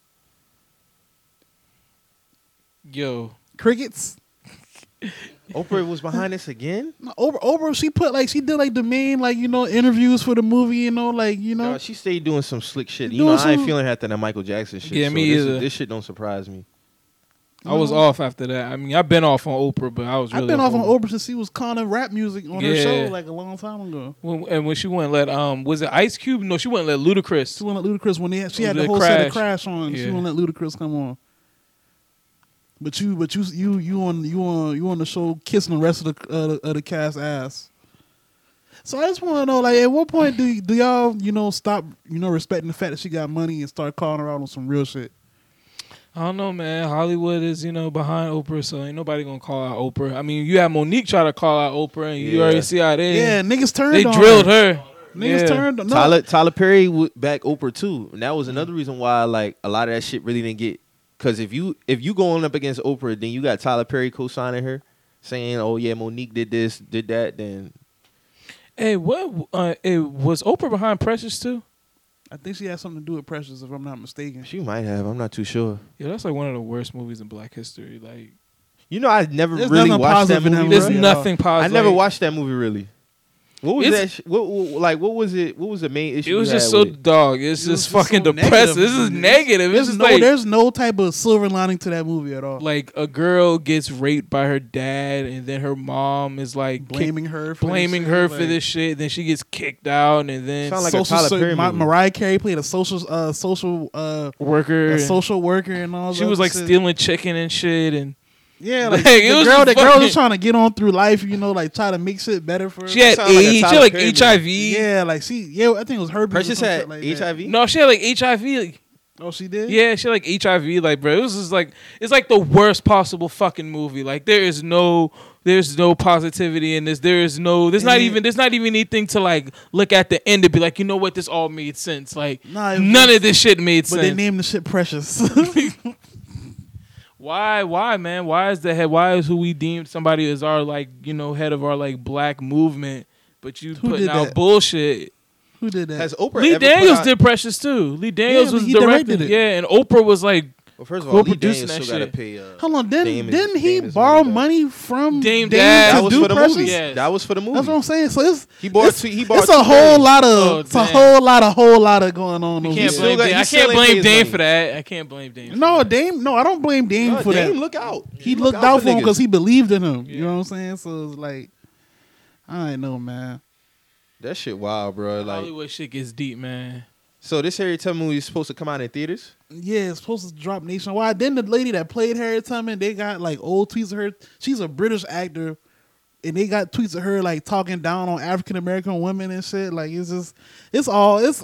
Speaker 3: Yo,
Speaker 1: Crickets.
Speaker 2: Oprah was behind this again.
Speaker 1: No, Oprah, Oprah, she put like she did like the main like you know interviews for the movie, you know, like you know.
Speaker 2: Dog, she stayed doing some slick shit.
Speaker 1: She
Speaker 2: You know,
Speaker 1: doing
Speaker 2: I ain't
Speaker 1: some-
Speaker 2: feeling after that Michael Jackson shit.
Speaker 3: Yeah,
Speaker 2: so
Speaker 3: me
Speaker 2: this,
Speaker 3: either.
Speaker 2: This shit don't surprise me.
Speaker 3: I was
Speaker 1: No.
Speaker 3: off after that. I mean, I've been off on Oprah, but I was. Really
Speaker 1: I've been off on Oprah since she was calling rap music on her
Speaker 3: Yeah.
Speaker 1: show like a long time ago.
Speaker 3: When, and when she wouldn't let um, was it Ice Cube? No, she wouldn't let Ludacris.
Speaker 1: She wouldn't let Ludacris when they had, she
Speaker 3: Oh,
Speaker 1: had the
Speaker 3: the
Speaker 1: whole set of
Speaker 3: Crash.
Speaker 1: Crash on. She
Speaker 3: Yeah.
Speaker 1: wouldn't let Ludacris come on. But you, but you, you, you on you on you on the show kissing the rest of the uh, of the cast ass. So I just want to know, like, at what point do do y'all you know stop you know respecting the fact that she got money and start calling her out on some real shit?
Speaker 3: I don't know, man. Hollywood is, you know, behind Oprah, so ain't nobody gonna call out Oprah. I mean, you had Monique try to call out Oprah, and you
Speaker 2: Yeah.
Speaker 3: already see how they
Speaker 1: Yeah, niggas turned.
Speaker 3: they
Speaker 1: on
Speaker 3: drilled her.
Speaker 1: Niggas
Speaker 3: Yeah.
Speaker 1: turned. No,
Speaker 2: Tyler Tyler Perry w- back Oprah too, and that was another reason why like a lot of that shit really didn't get. Because if you if you going up against Oprah, then you got Tyler Perry co-signing her, saying, "Oh yeah, Monique did this, did that." Then
Speaker 3: Hey, what? Uh, hey, was Oprah behind Precious too?
Speaker 1: I think she had something to do with Precious, if I'm not mistaken.
Speaker 2: she might have. I'm not too sure.
Speaker 3: Yeah, that's like one of the worst movies in Black history. Like,
Speaker 2: You know, I never
Speaker 1: There's
Speaker 2: really
Speaker 1: nothing
Speaker 2: watched that
Speaker 1: positive in
Speaker 2: movie.
Speaker 1: that
Speaker 3: there's
Speaker 1: Right.
Speaker 2: bro.
Speaker 3: nothing
Speaker 2: I
Speaker 3: positive.
Speaker 2: never
Speaker 3: Like,
Speaker 2: watched that movie really. What was
Speaker 3: It's-
Speaker 2: that? Sh- what, what like what was it? What was the main issue?
Speaker 3: It was
Speaker 2: you
Speaker 3: just
Speaker 2: had
Speaker 3: so
Speaker 2: with it?
Speaker 3: dog. It's
Speaker 1: It was
Speaker 3: just
Speaker 1: just
Speaker 3: fucking
Speaker 1: so
Speaker 3: depressing.
Speaker 1: negative.
Speaker 3: This is
Speaker 1: It's-
Speaker 3: negative. It's
Speaker 1: There's
Speaker 3: just
Speaker 1: no,
Speaker 3: like
Speaker 1: there's no type of silver lining to that movie at all.
Speaker 3: like a girl gets raped by her dad, and then her mom is like kick-
Speaker 1: blaming her, for
Speaker 3: blaming
Speaker 1: this shit,
Speaker 3: her for
Speaker 1: like-
Speaker 3: this shit. Then she gets kicked out, and then
Speaker 2: Sound like a
Speaker 1: social,
Speaker 2: Tyler
Speaker 1: so-
Speaker 2: Perry
Speaker 1: Ma-
Speaker 2: movie.
Speaker 1: Mariah Carey played a social, uh, social, uh,
Speaker 3: worker.
Speaker 1: a
Speaker 3: and-
Speaker 1: social worker, and all.
Speaker 3: she
Speaker 1: that
Speaker 3: was like
Speaker 1: shit.
Speaker 3: stealing chicken and shit, and
Speaker 1: Yeah, like,
Speaker 3: Like, it
Speaker 1: the
Speaker 3: was
Speaker 1: girl,
Speaker 3: just
Speaker 1: that girl was
Speaker 3: fucking-
Speaker 1: trying to get on through life, you know, like try to make shit better for.
Speaker 3: she had
Speaker 2: sound like a
Speaker 3: AIDS. she
Speaker 2: Tyler
Speaker 3: had like
Speaker 2: Perry movie.
Speaker 3: HIV.
Speaker 1: yeah, like she, yeah, I think it was her.
Speaker 2: Precious had
Speaker 1: like that.
Speaker 2: HIV.
Speaker 3: No, she had like HIV. Like,
Speaker 1: Oh, she did.
Speaker 3: yeah, she had like HIV. Like, bro, it was just like it's like the worst possible fucking movie. Like, there is no, there's no positivity in this. There is no, there's not
Speaker 1: And-
Speaker 3: even, there's not even anything to like look at the end to be like, you know what, this all made sense. Like,
Speaker 1: Nah, it was
Speaker 3: none
Speaker 1: just-
Speaker 3: of this shit made
Speaker 1: but they
Speaker 3: sense.
Speaker 1: named the shit Precious.
Speaker 3: Why? Why, man? Why is the head? Why is who we deemed somebody as our like you know head of our like black movement? But you
Speaker 1: Who
Speaker 3: putting
Speaker 1: did
Speaker 3: out
Speaker 1: that?
Speaker 3: bullshit.
Speaker 1: Who did that?
Speaker 2: Has Oprah
Speaker 3: Lee
Speaker 2: ever put
Speaker 3: Daniels
Speaker 2: out-
Speaker 3: did Precious too. Lee Daniels
Speaker 1: but
Speaker 3: was
Speaker 1: he
Speaker 3: directing
Speaker 1: directed it.
Speaker 3: it. Yeah, and Oprah was like
Speaker 2: Well, first of all,
Speaker 3: Who
Speaker 2: Lee
Speaker 3: produced
Speaker 2: Daniels
Speaker 3: that
Speaker 2: still got to
Speaker 3: shit?
Speaker 2: pay. Uh,
Speaker 1: Hold on, didn't
Speaker 2: Damon-
Speaker 1: didn't he
Speaker 2: Damon's
Speaker 1: borrow
Speaker 2: money back.
Speaker 1: money from
Speaker 3: Dame
Speaker 1: Dame
Speaker 3: Dash.
Speaker 1: to
Speaker 2: That was
Speaker 1: do
Speaker 2: for the
Speaker 1: Precious?
Speaker 2: movie.
Speaker 3: Yes.
Speaker 2: That was for the movie.
Speaker 1: That's what I'm saying. So it's
Speaker 2: He bought
Speaker 1: it's,
Speaker 2: two- he bought
Speaker 1: it's a
Speaker 2: two
Speaker 1: whole
Speaker 2: things.
Speaker 1: lot of
Speaker 3: Oh,
Speaker 1: it's a
Speaker 3: damn.
Speaker 1: whole lot of whole lot of going on.
Speaker 3: We
Speaker 1: over
Speaker 3: can't
Speaker 1: there.
Speaker 2: still
Speaker 3: blame
Speaker 2: got- he
Speaker 3: Dame. I
Speaker 2: still
Speaker 3: can't
Speaker 2: ain't paid
Speaker 3: blame
Speaker 2: his
Speaker 3: Dame
Speaker 2: money.
Speaker 3: for that. I can't blame Dame. for
Speaker 1: No,
Speaker 3: that.
Speaker 1: Dame. No, I don't blame Dame
Speaker 2: Nah,
Speaker 1: for
Speaker 2: Dame
Speaker 1: that.
Speaker 2: look out.
Speaker 1: he looked
Speaker 2: out
Speaker 1: out for him
Speaker 2: niggas.
Speaker 1: because he believed in him.
Speaker 3: Yeah.
Speaker 1: You know what I'm saying? So it's like, I ain't know, man.
Speaker 2: That shit wild, bro. Like,
Speaker 3: Hollywood shit gets deep, man.
Speaker 2: so this Harry Tubman movie is supposed to come out in theaters.
Speaker 1: Yeah, it's supposed to drop nationwide. Then the lady that played Harriet Tubman, they got like old tweets of her. She's a British actor, and they got tweets of her like talking down on African American women and shit. Like it's just, it's all, it's,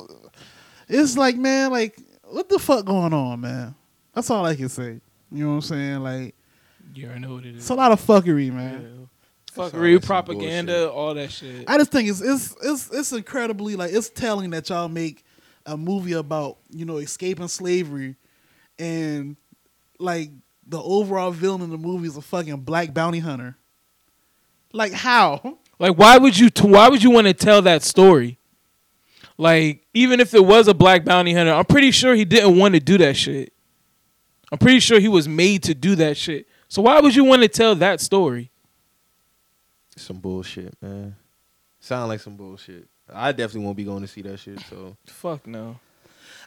Speaker 1: it's like man, like what the fuck going on, man? That's all I can say. You know what I'm saying? Like
Speaker 3: You already know what it is.
Speaker 1: it's a lot of fuckery, man.
Speaker 2: That's all
Speaker 3: Fuckery,
Speaker 2: that's some
Speaker 3: propaganda, all that shit.
Speaker 1: I just think it's it's it's it's incredibly like it's telling that y'all make a movie about you know escaping slavery, and like the overall villain in the movie is a fucking black bounty hunter. Like how?
Speaker 3: Like, why would you? T- why would you want to tell that story? Like, even if it was a black bounty hunter, I'm pretty sure he didn't want to do that shit. I'm pretty sure he was made to do that shit. So why would you want to tell that story?
Speaker 2: Some bullshit, man. Sound like some bullshit. I definitely won't be going to see that shit. So
Speaker 3: Fuck no.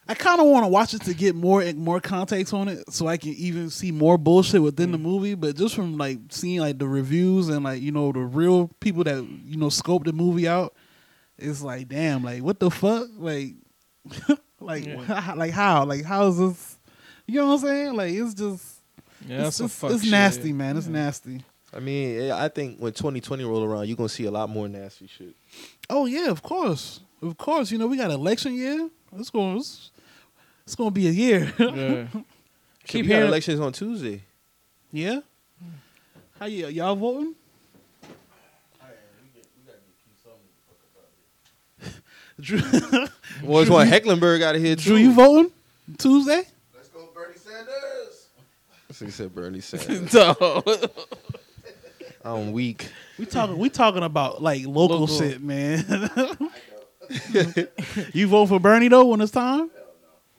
Speaker 1: I kind of want to watch it to get more and more context on it, so I can even see more bullshit within
Speaker 3: Mm.
Speaker 1: the movie. But just from like seeing like the reviews and like you know the real people that you know scoped the movie out, it's like damn, like what the fuck, like, like like how, like how is this? You know what I'm saying? Like it's just
Speaker 3: Yeah, that's
Speaker 1: it's,
Speaker 3: some
Speaker 1: it's,
Speaker 3: fuck
Speaker 1: it's
Speaker 3: shit.
Speaker 1: nasty, man. It's nasty.
Speaker 2: I mean, eh, I think when 2020 roll around, you're gonna see a lot more nasty shit.
Speaker 1: Oh yeah, of course, of course. You know we got election year. It's going, it's, it's going to be a year.
Speaker 3: Yeah. Keep
Speaker 2: Keep hearing
Speaker 3: hearing-
Speaker 2: elections on Tuesday.
Speaker 1: Yeah. How you y'all voting? Drew,
Speaker 2: Boys want Hecklenberg out of here.
Speaker 1: Drew, you voting Tuesday?
Speaker 5: Let's go, Bernie Sanders.
Speaker 2: He said Bernie Sanders.
Speaker 3: Dog.
Speaker 2: I'm weak.
Speaker 1: We talking we talking about like local,
Speaker 3: Local.
Speaker 1: shit, man. you vote for Bernie though when it's time?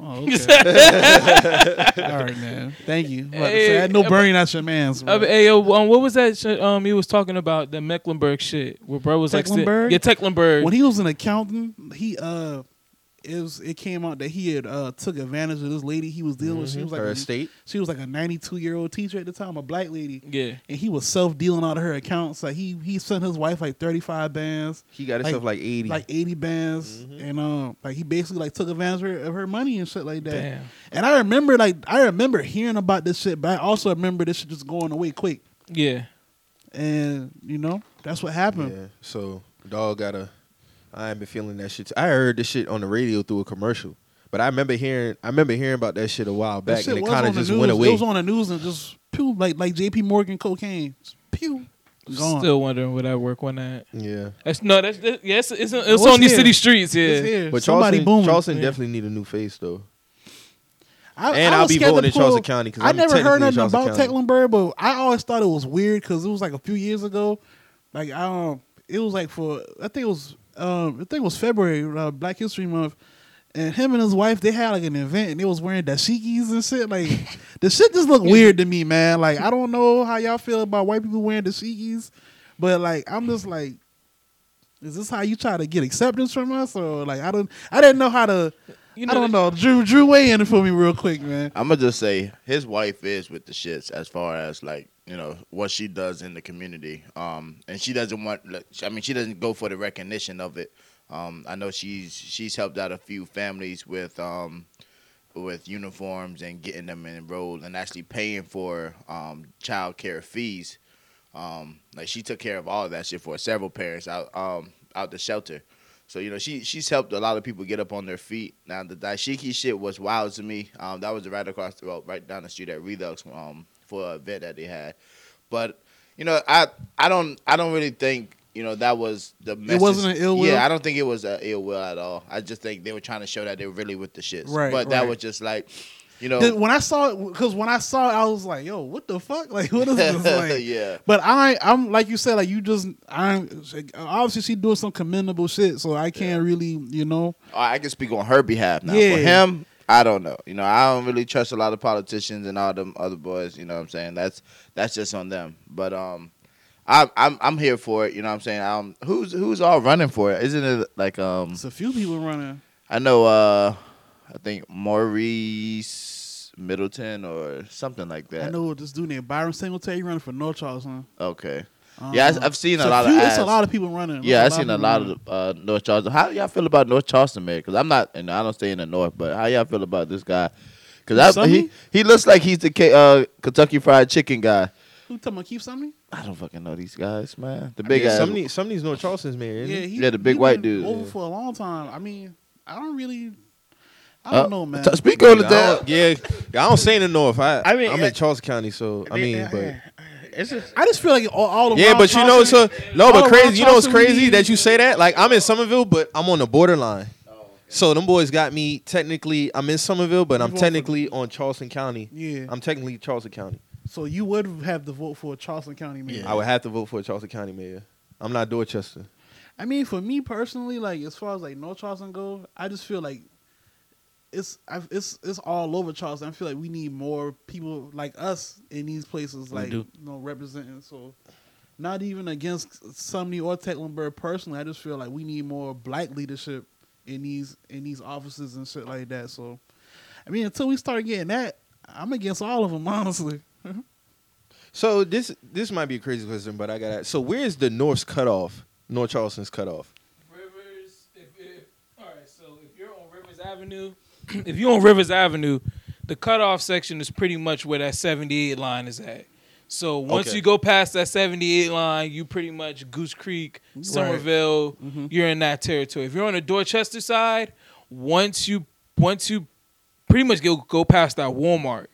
Speaker 1: Oh, okay. All right, man. Thank you. I'm about to say, I know
Speaker 3: Hey,
Speaker 1: Bernie not your man's.
Speaker 3: Uh,
Speaker 1: bro.
Speaker 3: hey, yo, um, what was that shit um, he was talking about? The Mecklenburg shit. Where bro was like. sit-
Speaker 1: Tecklenburg?
Speaker 3: Yeah, Tecklenburg.
Speaker 1: When he was an accountant, he uh, it was it came out that he had uh took advantage of this lady he was dealing with. She was like
Speaker 2: Her
Speaker 1: a-
Speaker 2: estate.
Speaker 1: She was like a 92 year old teacher at the time, a black lady,
Speaker 3: yeah.
Speaker 1: and he was self dealing out of her accounts. Like he he sent his wife like 35 bands,
Speaker 2: He got himself like, 80.
Speaker 1: like 80 bands,
Speaker 2: Mhm.
Speaker 1: and um like he basically like took advantage of her, of her money and shit like that.
Speaker 3: Damn.
Speaker 1: And I remember like I remember hearing about this shit, but I also remember this shit just going away quick.
Speaker 3: Yeah.
Speaker 1: And you know that's what
Speaker 2: yeah.
Speaker 1: happened.
Speaker 2: So dog gotta. I ain't been feeling that shit. I heard this shit on the radio through a commercial, but I remember hearing. I remember hearing about that shit a while
Speaker 1: That
Speaker 2: back,
Speaker 1: shit
Speaker 2: and it
Speaker 1: was
Speaker 2: kind
Speaker 1: on
Speaker 2: of
Speaker 1: the
Speaker 2: just
Speaker 1: news.
Speaker 2: went away.
Speaker 1: It was on the news and just pew like like J.P. Morgan cocaine, Just pew, gone.
Speaker 3: Still wondering would I work one night.
Speaker 2: yeah.
Speaker 3: That's no, that's, that's yeah, it's, it's, it's,
Speaker 1: was
Speaker 3: on these
Speaker 1: here.
Speaker 3: city streets. Yeah,
Speaker 1: It's here.
Speaker 2: But
Speaker 1: Somebody
Speaker 2: Charleston,
Speaker 1: booming.
Speaker 2: Charleston
Speaker 3: Yeah.
Speaker 2: definitely need a new face though.
Speaker 1: I,
Speaker 2: And
Speaker 1: I
Speaker 2: I'll
Speaker 1: was
Speaker 2: be
Speaker 1: scared to
Speaker 2: voting in
Speaker 1: pull-
Speaker 2: Charleston County 'cause
Speaker 1: I
Speaker 2: I'm
Speaker 1: never
Speaker 2: technically
Speaker 1: heard
Speaker 2: in
Speaker 1: nothing
Speaker 2: Charleston
Speaker 1: about
Speaker 2: County.
Speaker 1: Tecklenburg, but I always thought it was weird because it was like a few years ago. Like I don't, it was like for I think it was um I think it was February uh, Black History Month, and him and his wife they had like an event and they was wearing dashikis and shit. Like the shit just looked weird to me, man. Like I don't know how y'all feel about white people wearing dashikis, but like I'm just like. Is this how you try to get acceptance from us, or like I don't? I didn't know how to.
Speaker 3: You
Speaker 1: I don't
Speaker 3: that-
Speaker 1: know. Drew, Drew, weigh in for me real quick, man.
Speaker 5: I'm gonna just say his wife is with the shits as far as like you know what she does in the community. Um, and she doesn't want. like, I mean, she doesn't go for the recognition of it. Um, I know she's she's helped out a few families with um with uniforms and getting them enrolled and actually paying for um child care fees. Um, like she took care of all of that shit for several parents out um out the shelter. So you know she she's helped a lot of people get up on their feet. Now the dashiki shit was wild to me. Um, that was right across the road, right down the street at Redux um, for an event that they had. But you know I I don't I don't really think you know that was the message.
Speaker 1: wasn't an ill will?
Speaker 5: Yeah, I don't think it was an ill will at all. I just think they were trying to show that they were really with the shits.
Speaker 1: Right,
Speaker 5: But that
Speaker 1: right.
Speaker 5: was just like You know,
Speaker 1: Th- when I saw it, because when I saw it, I was like, "Yo, what the fuck? Like, what is this?" Like,
Speaker 5: yeah,
Speaker 1: But I, I'm like you said, like you just, I'm obviously she doing some commendable shit, so I can't really, you know.
Speaker 5: I I can speak on her behalf now.
Speaker 1: Yeah.
Speaker 5: For him, I don't know. You know, I don't really trust a lot of politicians and all them other boys. You know what I'm saying? That's that's just on them. But um, I, I'm I'm here for it. You know what I'm saying? Um, who's who's all running for it? Isn't it like um?
Speaker 1: It's a few people running.
Speaker 5: I know. Uh, I think Maurice Middleton or something like that.
Speaker 1: I know this dude named Byron Singletary running for North Charleston.
Speaker 5: Okay.
Speaker 1: Um,
Speaker 5: Yeah, I- I've seen
Speaker 1: it's
Speaker 5: a lot of
Speaker 1: few- It's a
Speaker 5: ads.
Speaker 1: lot of people running. It's
Speaker 5: Yeah, I've seen a
Speaker 1: people
Speaker 5: lot
Speaker 1: running.
Speaker 5: of uh, North Charleston. How do y'all feel about North Charleston, man? Because I'm not, and I don't stay in the North, but how y'all feel about this guy? Because
Speaker 1: Summy?
Speaker 5: he he looks like he's the K, uh, Kentucky Fried Chicken guy.
Speaker 1: Who talking about Keith Sumney?
Speaker 5: I don't fucking know these guys, man. The
Speaker 2: I
Speaker 5: big
Speaker 2: mean,
Speaker 5: ass.
Speaker 2: some of these- some of these North Charleston's mayor. Isn't he?
Speaker 1: he,
Speaker 5: Yeah, the big
Speaker 1: he
Speaker 5: white
Speaker 1: been
Speaker 5: dude.
Speaker 1: over
Speaker 2: Yeah.
Speaker 1: for a long time. I mean, I don't really, I
Speaker 5: Uh,
Speaker 1: don't know, man.
Speaker 5: t- speak on the
Speaker 2: I
Speaker 5: damn.
Speaker 2: don't- yeah, I don't stay in the north. I, I
Speaker 4: I mean,
Speaker 2: am
Speaker 4: yeah.
Speaker 2: in Charleston County, so I mean, but
Speaker 4: it's just
Speaker 1: I just feel like all, all around.
Speaker 2: yeah, but you know, it's
Speaker 1: Charleston-
Speaker 2: a no,
Speaker 1: all
Speaker 2: but
Speaker 1: around
Speaker 2: crazy. You know, it's
Speaker 1: Charleston, we
Speaker 2: crazy
Speaker 1: need-
Speaker 2: that you say that. Like I'm in Somerville, but I'm on the borderline.
Speaker 1: Oh,
Speaker 2: So them boys got me technically. I'm in Somerville, but
Speaker 1: You
Speaker 2: I'm
Speaker 1: vote for-
Speaker 2: technically on Charleston County.
Speaker 1: Yeah.
Speaker 2: I'm technically Charleston County.
Speaker 1: So you would have to vote for a Charleston County mayor.
Speaker 2: I would have to vote for a Charleston County mayor. I'm not Dorchester.
Speaker 1: I mean, for me personally, like as far as like North Charleston go, I just feel like it's i it's it's all over Charleston. I feel like we need more people like us in these places, like
Speaker 4: do.
Speaker 1: you know, representing. So, not even against Sumney or Tecklenburg personally, I just feel like we need more black leadership in these in these offices and shit like that. So, I mean, until we start getting that, I'm against all of them, honestly.
Speaker 2: So this this might be a crazy question, but I got to So where's the North's cutoff? North Charleston's cutoff.
Speaker 3: Rivers, if, if, all right, so if you're on Rivers Avenue, if you're on Rivers Avenue, the cutoff section is pretty much where that 78 line is at. So once
Speaker 2: Okay.
Speaker 3: you go past that 78 line, you pretty much Goose Creek, Somerville, you're in that territory. If you're on the Dorchester side, once you once you pretty much go go past that Walmart.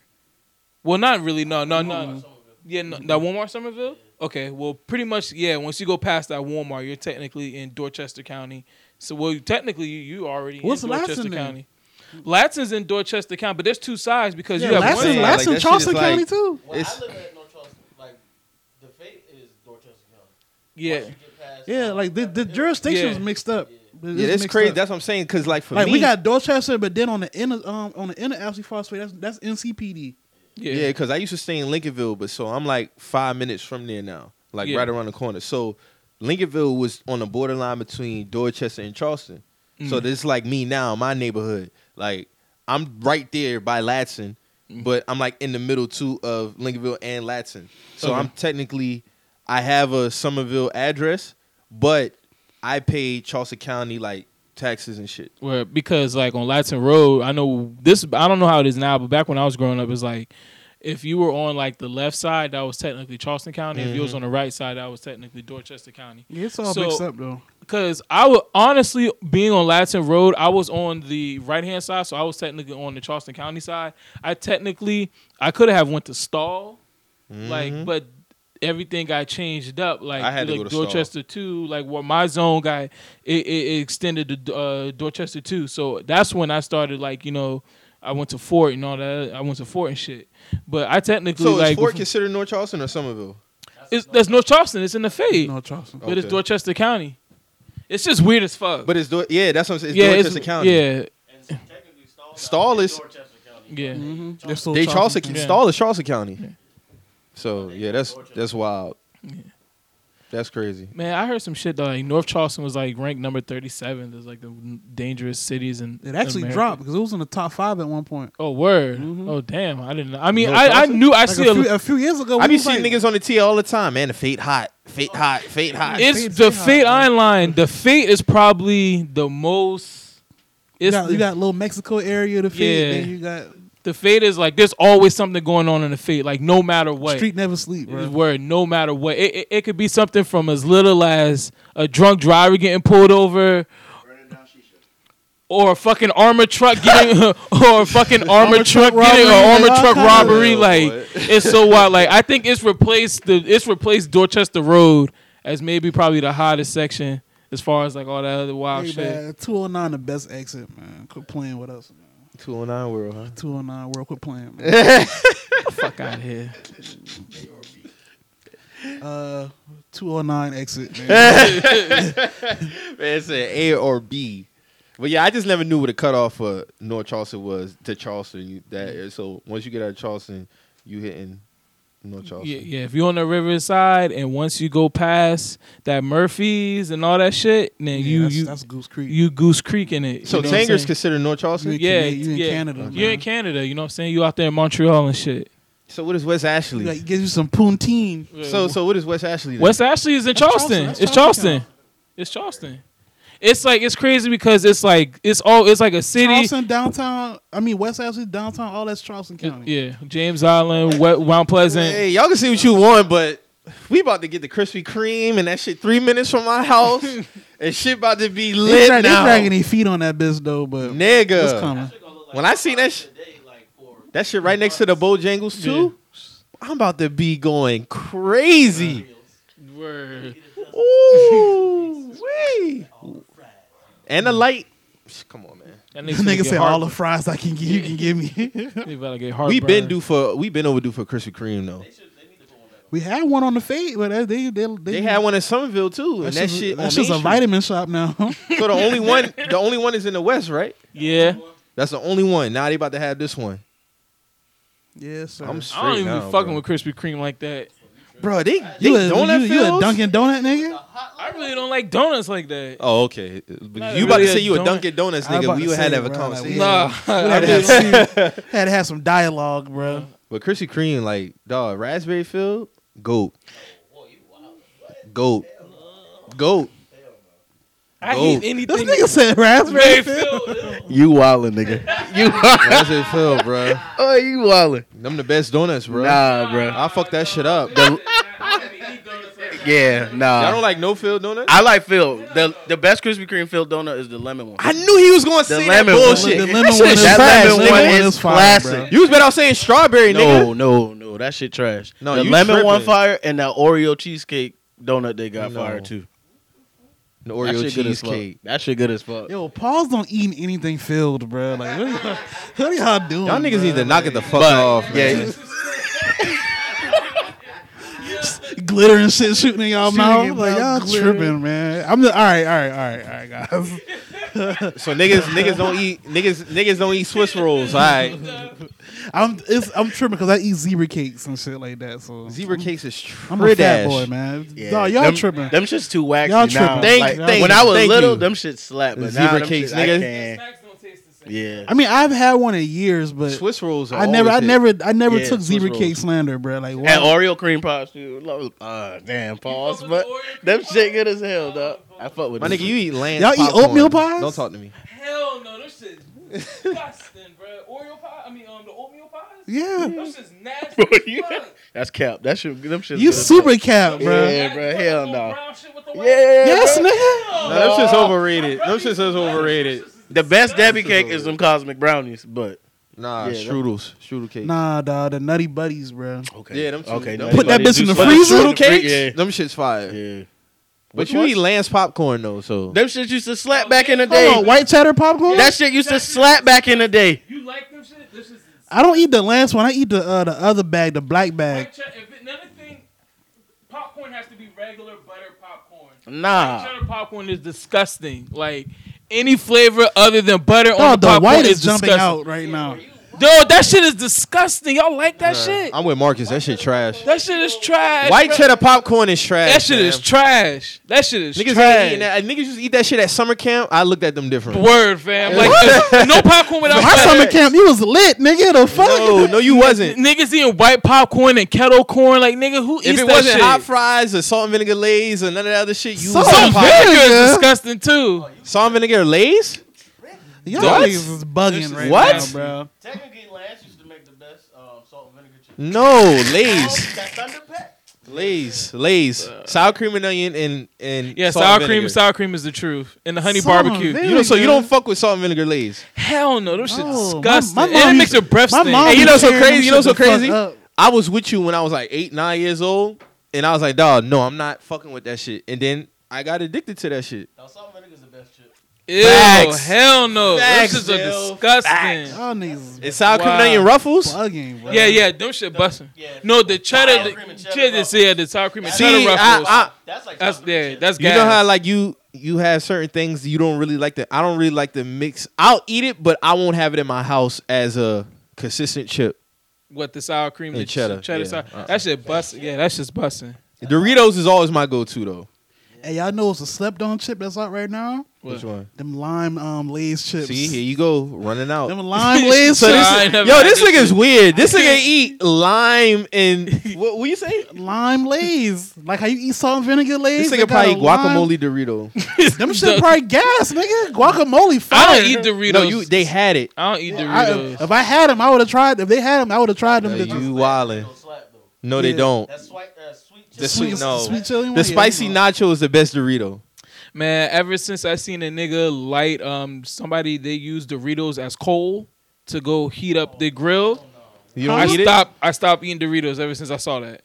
Speaker 3: Well, not really. No, no, no. Yeah, no, that Walmart Somerville. Okay, well, pretty much, yeah. Once you go past that Walmart, you're technically in Dorchester County. So, well, you- technically, you, you already
Speaker 1: What's
Speaker 3: in
Speaker 1: Latson
Speaker 3: Dorchester
Speaker 1: then?
Speaker 3: County. Latson's in Dorchester County, but there's two sides because
Speaker 1: Yeah,
Speaker 3: you have
Speaker 1: Lassen,
Speaker 2: Latson's-
Speaker 1: Lassen,
Speaker 2: Latson's-
Speaker 3: one.
Speaker 2: like, that shit is
Speaker 1: Charleston
Speaker 2: like-
Speaker 1: County too.
Speaker 2: Well, I It's-
Speaker 4: live at North Charleston. Like the fate is Dorchester County.
Speaker 3: Yeah,
Speaker 1: Yeah, like the the jurisdiction's
Speaker 3: Yeah.
Speaker 1: mixed up.
Speaker 2: yeah, that's
Speaker 1: mixed
Speaker 2: crazy.
Speaker 1: up.
Speaker 2: That's what I'm saying. Cause like for
Speaker 1: like
Speaker 2: me,
Speaker 1: we got Dorchester, but then on the inner um on the inner Alpha phosphate, that's that's NCPD.
Speaker 3: yeah,
Speaker 2: yeah. Cause I used to stay in Lincolnville, but so I'm like five minutes from there now, like
Speaker 3: Yeah.
Speaker 2: right around the corner. So Lincolnville was on the borderline between Dorchester and Charleston. So
Speaker 3: Mm.
Speaker 2: this is like me now, my neighborhood. Like I'm right there by Latson,
Speaker 3: Mm.
Speaker 2: but I'm like in the middle too of Lincolnville and Latson. So
Speaker 3: Okay.
Speaker 2: I'm technically I have a Somerville address, but I pay Charleston County like taxes and shit.
Speaker 3: Where because like on Latin Road, I know this. I don't know how it is now, but back when I was growing up, it's like if you were on like the left side, that was technically Charleston County. If you
Speaker 1: Mm-hmm.
Speaker 3: was on the right side, that was technically Dorchester County.
Speaker 1: Yeah, it's all
Speaker 3: So-
Speaker 1: mixed up though.
Speaker 3: Because I would honestly, being on Latin Road, I was on the right hand side, so I was technically on the Charleston County side. I technically, I could have went to Stall, like, but everything got changed up. Like,
Speaker 2: Mm-hmm. I had to
Speaker 3: like
Speaker 2: go to Stahl.
Speaker 3: Dorchester two, like where my zone got it, it, it extended to uh, Dorchester two. So that's when I started, like, you know, I went to Fort and all that. I went to Fort and shit. But I technically
Speaker 2: So
Speaker 3: like
Speaker 2: is Fort
Speaker 3: before-
Speaker 2: considered North Charleston or Somerville?
Speaker 3: it's, that's North Charleston. It's in the fade,
Speaker 1: No, Charleston.
Speaker 3: but it's
Speaker 2: Okay.
Speaker 3: Dorchester County. It's just weird as fuck.
Speaker 2: But it's Dor- yeah, that's what I'm saying. It's
Speaker 3: yeah,
Speaker 2: Dorchester
Speaker 3: it's,
Speaker 2: County.
Speaker 3: Yeah,
Speaker 4: And technically Stahl,
Speaker 2: Stahl is-
Speaker 4: Dorchester County.
Speaker 3: yeah.
Speaker 1: Mm-hmm. They're so
Speaker 2: They Charleston
Speaker 3: Yeah.
Speaker 2: Stahl is Charleston County. So yeah, that's that's wild. That's crazy.
Speaker 3: Man, I heard some shit that like North Charleston was like ranked number thirty seven. There's like the dangerous cities and
Speaker 1: It actually dropped because it was in the top five at one point.
Speaker 3: Oh word!
Speaker 1: Mhm.
Speaker 3: Oh damn! I didn't. I mean,
Speaker 2: North
Speaker 3: I, I
Speaker 2: Charleston?
Speaker 3: knew I
Speaker 1: Like
Speaker 3: see a.
Speaker 1: a, few, uh, a few years ago,
Speaker 2: I
Speaker 1: we
Speaker 2: be
Speaker 1: was
Speaker 2: seeing
Speaker 1: like,
Speaker 2: niggas on the T all the time, man. The fate hot, fate hot, fate hot.
Speaker 1: Fate-
Speaker 3: it's
Speaker 1: Fate
Speaker 3: the
Speaker 1: hot,
Speaker 3: Fate
Speaker 1: bro.
Speaker 3: Iron Line. The Fate is probably the most.
Speaker 1: you
Speaker 3: It's
Speaker 1: got, you got little Mexico area to feed.
Speaker 3: Yeah.
Speaker 1: Then you got
Speaker 3: the Fate is like there's always something going on in the Fate. Like no matter what,
Speaker 1: street never sleep,
Speaker 3: It's
Speaker 1: bro.
Speaker 3: where no matter what, it, it it could be something from as little as a drunk driver getting pulled over. Or a fucking armored truck getting, or a fucking armored truck getting an
Speaker 1: robbery,
Speaker 3: armored
Speaker 1: all
Speaker 3: truck
Speaker 1: kinda-
Speaker 3: robbery.
Speaker 2: Yeah,
Speaker 3: Like
Speaker 2: boy.
Speaker 3: it's so wild. Like I think it's replaced the it's replaced Dorchester Road as maybe probably the hottest section as far as like all that other wild
Speaker 1: Hey, oh
Speaker 3: shit.
Speaker 1: man, 209 the best exit, man. Quit playing with us. Man.
Speaker 2: Two oh nine world, huh?
Speaker 1: 209 World Quit Playing. Man.
Speaker 3: Fuck out of here.
Speaker 1: Uh, 209 Exit. Man.
Speaker 2: Man, it's an A or B. But yeah, I just never knew what the cutoff for North Charleston was to Charleston. You, that so once you get out of Charleston, you hitting North Charleston.
Speaker 3: Yeah, yeah, if you're on the riverside and once you go past that Murphy's and all that shit, then
Speaker 1: Yeah,
Speaker 3: you
Speaker 1: that's,
Speaker 3: you
Speaker 1: that's Goose Creek.
Speaker 3: you goose creek in it.
Speaker 2: So
Speaker 3: you know what I'm
Speaker 2: Tanger's
Speaker 3: saying?
Speaker 2: considered North Charleston.
Speaker 1: You-
Speaker 3: yeah,
Speaker 1: Canada- you in
Speaker 3: yeah.
Speaker 1: Canada,
Speaker 3: You're
Speaker 1: man.
Speaker 3: in Canada. You know what I'm saying? You out there in Montreal and shit.
Speaker 2: So what is West Ashley?
Speaker 1: like, gives you some poutine.
Speaker 2: so so what is West Ashley? then?
Speaker 3: West Ashley is in Charleston.
Speaker 1: Charleston. That's
Speaker 3: It's
Speaker 1: Charleston.
Speaker 3: Charleston. It's Charleston. It's like it's crazy because it's like it's all it's like a city.
Speaker 1: Charleston downtown. I mean West Ashley downtown. All that's Charleston County.
Speaker 3: Yeah, James Island, Wet- Mount Pleasant.
Speaker 2: Hey, y'all can see what you want, but we about to get the Krispy Kreme and that shit three minutes from my house, and shit about to be
Speaker 1: They
Speaker 2: lit
Speaker 1: drag- they
Speaker 2: now,
Speaker 1: dragging their feet on that bitch though, but it's
Speaker 2: nigga.
Speaker 1: coming.
Speaker 2: When I seen that, sh- that shit right next to the Bojangles too, I'm about to be going crazy.
Speaker 3: Word.
Speaker 2: Ooh, wee. And
Speaker 1: Mm.
Speaker 2: the light. Come on, man.
Speaker 3: That
Speaker 1: This
Speaker 3: finna
Speaker 1: nigga
Speaker 3: get
Speaker 1: said
Speaker 3: heart-
Speaker 1: all the fries I can get, you can give me.
Speaker 3: He about to get
Speaker 2: We've
Speaker 3: heartburn.
Speaker 2: been due for we've been overdue for Krispy Kreme though.
Speaker 1: we had one on the fade, but they they they,
Speaker 2: They had one in Somerville too, and that shit.
Speaker 1: That's
Speaker 2: on
Speaker 1: just a
Speaker 2: Main Street.
Speaker 1: vitamin shop now.
Speaker 2: So the only one, the only one is in the West, right?
Speaker 3: Yeah,
Speaker 2: That's the only one. Now they about to have this one.
Speaker 1: yes, sir.
Speaker 2: I'm straight
Speaker 3: I don't even
Speaker 2: now,
Speaker 3: be fucking
Speaker 2: bro.
Speaker 3: with Krispy Kreme like that.
Speaker 2: Bro, they, they
Speaker 1: you a,
Speaker 2: donut
Speaker 1: you, you a
Speaker 2: fields?
Speaker 1: Dunkin' Donut nigga?
Speaker 3: I really don't like donuts like that.
Speaker 2: Oh, okay. You
Speaker 3: really
Speaker 2: about to
Speaker 3: a
Speaker 2: say you a
Speaker 3: donut.
Speaker 2: Dunkin' Donuts
Speaker 1: I was
Speaker 2: nigga?
Speaker 1: about
Speaker 2: We
Speaker 1: to
Speaker 2: would have
Speaker 1: say,
Speaker 2: to have a
Speaker 1: bro, like,
Speaker 2: conversation.
Speaker 1: Yeah.
Speaker 3: Nah,
Speaker 1: Had
Speaker 3: I
Speaker 1: to
Speaker 3: really-
Speaker 1: have some- had to have some dialogue, bro.
Speaker 2: But Krispy Kreme, like dog, raspberry filled, goat, goat, goat.
Speaker 3: I
Speaker 2: Oh.
Speaker 3: hate anything.
Speaker 1: This nigga said raspberry.
Speaker 3: Very
Speaker 1: filled.
Speaker 3: filled.
Speaker 5: You wildin', nigga.
Speaker 2: raspberry filled, bro.
Speaker 5: Oh, you wildin'.
Speaker 2: Them the best donuts, bro.
Speaker 5: Nah, bro.
Speaker 2: I fuck that shit up.
Speaker 5: Yeah,
Speaker 2: I don't
Speaker 5: nah.
Speaker 2: like no filled donuts.
Speaker 4: I like filled. The the best Krispy Kreme filled donut is the lemon one.
Speaker 2: I knew he was gonna
Speaker 4: The
Speaker 2: say that
Speaker 4: lemon one.
Speaker 2: bullshit.
Speaker 1: The
Speaker 2: That
Speaker 1: lemon
Speaker 2: shit
Speaker 1: one
Speaker 2: is
Speaker 1: is
Speaker 2: trash,
Speaker 1: fire.
Speaker 2: nigga.
Speaker 1: Lemon one is fire, bro.
Speaker 2: You was better off saying strawberry,
Speaker 4: No,
Speaker 2: nigga.
Speaker 4: no, no. That shit trash.
Speaker 2: No,
Speaker 4: the
Speaker 2: you
Speaker 4: lemon one
Speaker 2: tripping.
Speaker 4: fire and that Oreo cheesecake donut they got
Speaker 2: No.
Speaker 4: fire too.
Speaker 2: The
Speaker 4: That
Speaker 2: Oreo
Speaker 4: shit good as fuck.
Speaker 2: cheesecake.
Speaker 4: That shit good as fuck.
Speaker 1: Yo, Paul's don't eat anything filled, bro. Like, what, are y- what are y'all doing?
Speaker 2: Y'all niggas
Speaker 1: bruh?
Speaker 2: need to knock it the fuck off, man.
Speaker 4: yeah,
Speaker 1: glitter and shit shooting in y'all
Speaker 2: Shooting
Speaker 1: mouth.
Speaker 2: in
Speaker 1: Like,
Speaker 2: mouth
Speaker 1: y'all
Speaker 2: glitter.
Speaker 1: tripping, man. I'm just, all right, all right, all right, all right, guys.
Speaker 2: So niggas, niggas don't eat niggas, niggas don't eat Swiss rolls. All right,
Speaker 1: I'm it's, I'm tripping because I eat zebra cakes and shit like that. So
Speaker 2: zebra cakes is
Speaker 1: I'm a
Speaker 2: true
Speaker 1: fat
Speaker 2: ass.
Speaker 1: boy, man.
Speaker 4: yeah.
Speaker 1: Dog, y'all
Speaker 4: them,
Speaker 1: tripping.
Speaker 4: Them shit's too waxy
Speaker 1: Y'all
Speaker 4: now.
Speaker 1: tripping. Thank-
Speaker 4: Like,
Speaker 1: thank
Speaker 4: when
Speaker 1: you.
Speaker 4: I was
Speaker 2: Thank
Speaker 4: little,
Speaker 2: you.
Speaker 4: them shit slapped. But
Speaker 2: Zebra
Speaker 4: now them
Speaker 2: cakes,
Speaker 4: shit, I
Speaker 2: nigga.
Speaker 4: can't. Yeah.
Speaker 1: I mean, I've had one in years, but
Speaker 2: Swiss rolls. Are
Speaker 1: I never, I
Speaker 2: always it.
Speaker 1: never, I never
Speaker 4: Yeah,
Speaker 1: took
Speaker 4: Swiss
Speaker 1: zebra
Speaker 4: rolls.
Speaker 1: cake slander, bro. Like, what?
Speaker 4: And Oreo cream pops too. Lo- Uh, damn, pause.
Speaker 3: with
Speaker 4: But
Speaker 3: the Oreo
Speaker 4: them
Speaker 3: cream
Speaker 4: shit good as hell, dog. I fuck with
Speaker 2: My
Speaker 4: them.
Speaker 2: nigga, you eat land.
Speaker 1: Y'all eat oatmeal pies?
Speaker 2: Don't talk to me.
Speaker 3: Hell no, those shit's disgusting, bro. Oreo pie. I mean, um, the oatmeal pies.
Speaker 1: yeah,
Speaker 3: Those shit's nasty.
Speaker 4: Bro,
Speaker 3: as
Speaker 4: you-
Speaker 3: fuck.
Speaker 4: That's cap. That shit. Them shit.
Speaker 1: you
Speaker 4: good as
Speaker 1: super
Speaker 4: fuck.
Speaker 1: cap, bro.
Speaker 4: Yeah,
Speaker 3: That
Speaker 4: bro,
Speaker 3: fucking
Speaker 4: hell
Speaker 3: little
Speaker 4: no.
Speaker 3: brown shit with the white-
Speaker 4: Yeah.
Speaker 1: Yes,
Speaker 4: bro.
Speaker 1: nigga.
Speaker 2: No, them shit's overrated. Them shit's is overrated.
Speaker 4: The best Debbie cake is them cosmic brownies, but
Speaker 2: Nah,
Speaker 4: Yeah, them-
Speaker 2: strudels, strudel cakes.
Speaker 1: Nah, dog, the Nutty Buddies, bro.
Speaker 4: okay.
Speaker 2: Yeah, them two-
Speaker 4: okay.
Speaker 2: them
Speaker 4: now
Speaker 2: two-
Speaker 1: Put that
Speaker 4: you gotta
Speaker 1: bitch in
Speaker 4: do
Speaker 1: the
Speaker 4: something.
Speaker 1: freezer?
Speaker 2: Strudel cakes.
Speaker 4: Yeah.
Speaker 2: Them shit's fire.
Speaker 4: Yeah.
Speaker 2: But you eat Lance popcorn though, so
Speaker 4: Them shit used to slap back in the
Speaker 1: Hold on,
Speaker 4: day.
Speaker 1: white cheddar popcorn.
Speaker 4: That shit used to slap back in the day.
Speaker 3: You like them shit? This is
Speaker 1: I don't eat the last one. I eat the uh, the other bag, the black bag.
Speaker 3: like, che- if it, another thing, popcorn has to be regular butter popcorn.
Speaker 4: Nah.
Speaker 3: Cheddar popcorn is disgusting. Like any flavor other than butter on
Speaker 1: Dog, the
Speaker 3: the popcorn
Speaker 1: white
Speaker 3: is,
Speaker 1: is jumping
Speaker 3: disgusting.
Speaker 1: out right now.
Speaker 3: Dude, that shit is disgusting. Y'all like that shit?
Speaker 2: I'm with Marcus. That shit trash.
Speaker 3: that shit is trash.
Speaker 2: White
Speaker 3: bro.
Speaker 2: cheddar popcorn is trash.
Speaker 3: That shit
Speaker 2: man.
Speaker 3: is trash. That shit is
Speaker 2: Niggas ain't
Speaker 3: trash.
Speaker 2: eating that. Niggas used to eat that shit at summer camp. I looked at them different.
Speaker 3: Word, fam. Like if- no popcorn without
Speaker 1: My
Speaker 3: butter.
Speaker 1: summer camp, you was lit, nigga. The fuck?
Speaker 2: No, no, you wasn't.
Speaker 3: Niggas eating white popcorn and kettle corn. Like nigga, who
Speaker 2: If
Speaker 3: eats
Speaker 2: it
Speaker 3: that
Speaker 2: wasn't
Speaker 3: shit?
Speaker 2: hot fries or salt and vinegar lays or none of that other shit, you
Speaker 1: Salt
Speaker 2: was on
Speaker 1: and
Speaker 2: fire.
Speaker 1: vinegar?
Speaker 3: Vinegar is
Speaker 1: Yeah.
Speaker 3: disgusting too.
Speaker 2: Salt and vinegar lays?
Speaker 1: Y'all
Speaker 2: What?
Speaker 1: niggas is bugging right
Speaker 2: What?
Speaker 1: now, bro.
Speaker 4: Technically, Lance used to make the best um, salt and vinegar chicken.
Speaker 2: No, lays,
Speaker 4: That Thunder Pet?
Speaker 2: lays, lays. sour cream and onion and and
Speaker 3: Yeah,
Speaker 2: salt
Speaker 3: sour
Speaker 2: and
Speaker 3: cream.
Speaker 2: vinegar.
Speaker 3: Sour cream is the truth. And the honey
Speaker 1: Salt and
Speaker 3: barbecue.
Speaker 1: vinegar.
Speaker 2: You know, so you don't fuck with salt and vinegar lays.
Speaker 3: Hell no, those shit
Speaker 1: No, Oh, my-
Speaker 3: disgusting.
Speaker 1: my mom
Speaker 3: and it
Speaker 1: used-
Speaker 3: makes your breath
Speaker 1: my
Speaker 3: stink.
Speaker 1: mom
Speaker 2: Hey, you know what's so
Speaker 1: used to tear
Speaker 2: crazy? You know what's so
Speaker 1: them shit the
Speaker 2: crazy?
Speaker 1: fuck up.
Speaker 2: I was with you when I was like eight, nine years old, and I was like, dog, no, I'm not fucking with that shit. And then I got addicted to that shit.
Speaker 4: No, salt and vinegar is the best chip.
Speaker 3: Ew,
Speaker 2: Facts.
Speaker 3: hell no.
Speaker 2: Facts,
Speaker 3: this is a
Speaker 2: yo.
Speaker 3: disgusting.
Speaker 1: Y'all niggas
Speaker 2: It's sour cream
Speaker 3: Wow.
Speaker 2: and onion ruffles.
Speaker 1: bugging, bro.
Speaker 3: Yeah, yeah, them shit busting.
Speaker 4: yeah.
Speaker 3: No, the cheddar,
Speaker 4: Sour
Speaker 3: the,
Speaker 4: cream and cheddar
Speaker 3: cheddar,
Speaker 4: ruffles.
Speaker 3: yeah, the sour cream and
Speaker 2: See,
Speaker 3: cheddar ruffles.
Speaker 2: I, I,
Speaker 4: That's like
Speaker 3: that's yeah, that's
Speaker 2: you
Speaker 3: gas.
Speaker 2: know how like you you have certain things you don't really like to. I don't really like to mix. I'll eat it, but I won't have it in my house as a consistent chip.
Speaker 3: what the sour cream
Speaker 2: And
Speaker 3: the
Speaker 2: cheddar,
Speaker 3: cheddar, cheddar
Speaker 2: yeah,
Speaker 3: sour.
Speaker 2: uh-uh.
Speaker 3: That shit busting. Yeah, that's just busting.
Speaker 2: Doritos is always my go-to though.
Speaker 1: Hey, y'all know it's a slept on chip that's out right now?
Speaker 2: Which one?
Speaker 1: Them lime um Lay's chips.
Speaker 2: See, here you go, running out.
Speaker 1: Them lime Lay's
Speaker 2: So
Speaker 1: chips.
Speaker 3: Nah, I
Speaker 2: this,
Speaker 3: ain't never
Speaker 2: yo,
Speaker 3: had
Speaker 2: this
Speaker 3: this
Speaker 2: nigga's
Speaker 3: shit.
Speaker 2: weird. This nigga eat lime and what? What you say?
Speaker 1: Lime Lay's. Like how you eat salt and vinegar Lay's.
Speaker 2: This
Speaker 1: they
Speaker 2: nigga
Speaker 1: got
Speaker 2: probably
Speaker 1: a lime-
Speaker 2: guacamole Dorito.
Speaker 1: Them shit probably gas, nigga. Guacamole fire.
Speaker 3: I don't eat Doritos.
Speaker 2: No, you. They had it.
Speaker 3: I don't eat
Speaker 1: I-
Speaker 3: Doritos.
Speaker 1: if I had them, I would have tried. If they had them, I would have tried them.
Speaker 2: No,
Speaker 1: The-
Speaker 2: you wildin'. No, they
Speaker 1: Yeah.
Speaker 2: don't.
Speaker 4: That's sweet. sweet.
Speaker 2: The sweet, no.
Speaker 1: sweet chili one,
Speaker 2: the
Speaker 1: yeah,
Speaker 2: spicy
Speaker 1: you know.
Speaker 2: nacho is the best Dorito.
Speaker 3: Man, ever since I seen a nigga light um somebody they use Doritos as coal to go heat up the grill.
Speaker 2: You
Speaker 1: Huh?
Speaker 2: don't
Speaker 3: I
Speaker 2: eat
Speaker 3: stopped I stopped eating Doritos ever since I saw that.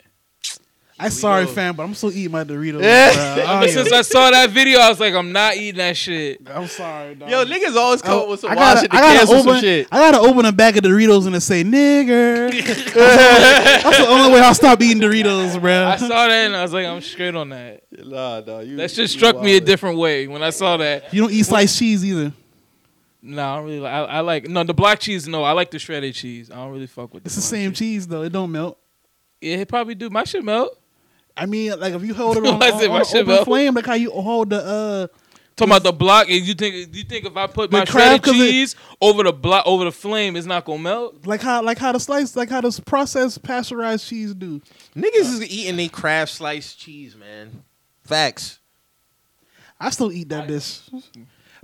Speaker 1: I sorry, fam, but I'm still eating my Doritos.
Speaker 2: Yeah.
Speaker 1: bruh. Oh,
Speaker 3: Ever
Speaker 1: yeah.
Speaker 3: since I saw that video, I was like, I'm not eating that shit.
Speaker 1: I'm sorry,
Speaker 2: it.
Speaker 1: dog.
Speaker 2: Yo, niggas always come up with some
Speaker 1: I
Speaker 2: wild
Speaker 1: gotta,
Speaker 2: shit to
Speaker 1: I gotta
Speaker 2: cancel
Speaker 1: open,
Speaker 2: some shit.
Speaker 1: I gotta open a bag of Doritos and it say nigger. that's, the only, that's the only way I'll stop eating Doritos,
Speaker 3: I
Speaker 1: bro.
Speaker 3: saw that and I was like, I'm straight on that.
Speaker 2: Nah, nah, you,
Speaker 3: That
Speaker 2: you
Speaker 3: shit struck me a
Speaker 2: wildin'.
Speaker 3: different way when I saw that.
Speaker 1: You don't eat sliced cheese either.
Speaker 3: No, I don't really like. I, I like no the black cheese. No, I like the shredded cheese. I don't really fuck with.
Speaker 1: It's the
Speaker 3: black
Speaker 1: same cheese though. It don't melt.
Speaker 3: Yeah, it probably do. My shit melt.
Speaker 1: I mean, like if you hold it on, on,
Speaker 3: I said
Speaker 1: on
Speaker 3: my shit
Speaker 1: open
Speaker 3: melt.
Speaker 1: flame, like how you hold the uh,
Speaker 3: Talking about the block, and you think you think if I put
Speaker 1: The
Speaker 3: my
Speaker 1: crab,
Speaker 3: shredded
Speaker 1: 'cause it-
Speaker 3: cheese over the block over the flame, it's not gonna melt.
Speaker 1: like how like how the slice, like how the processed pasteurized cheese do.
Speaker 2: Niggas is eating they crab sliced cheese, man. Facts.
Speaker 1: I still eat that bitch.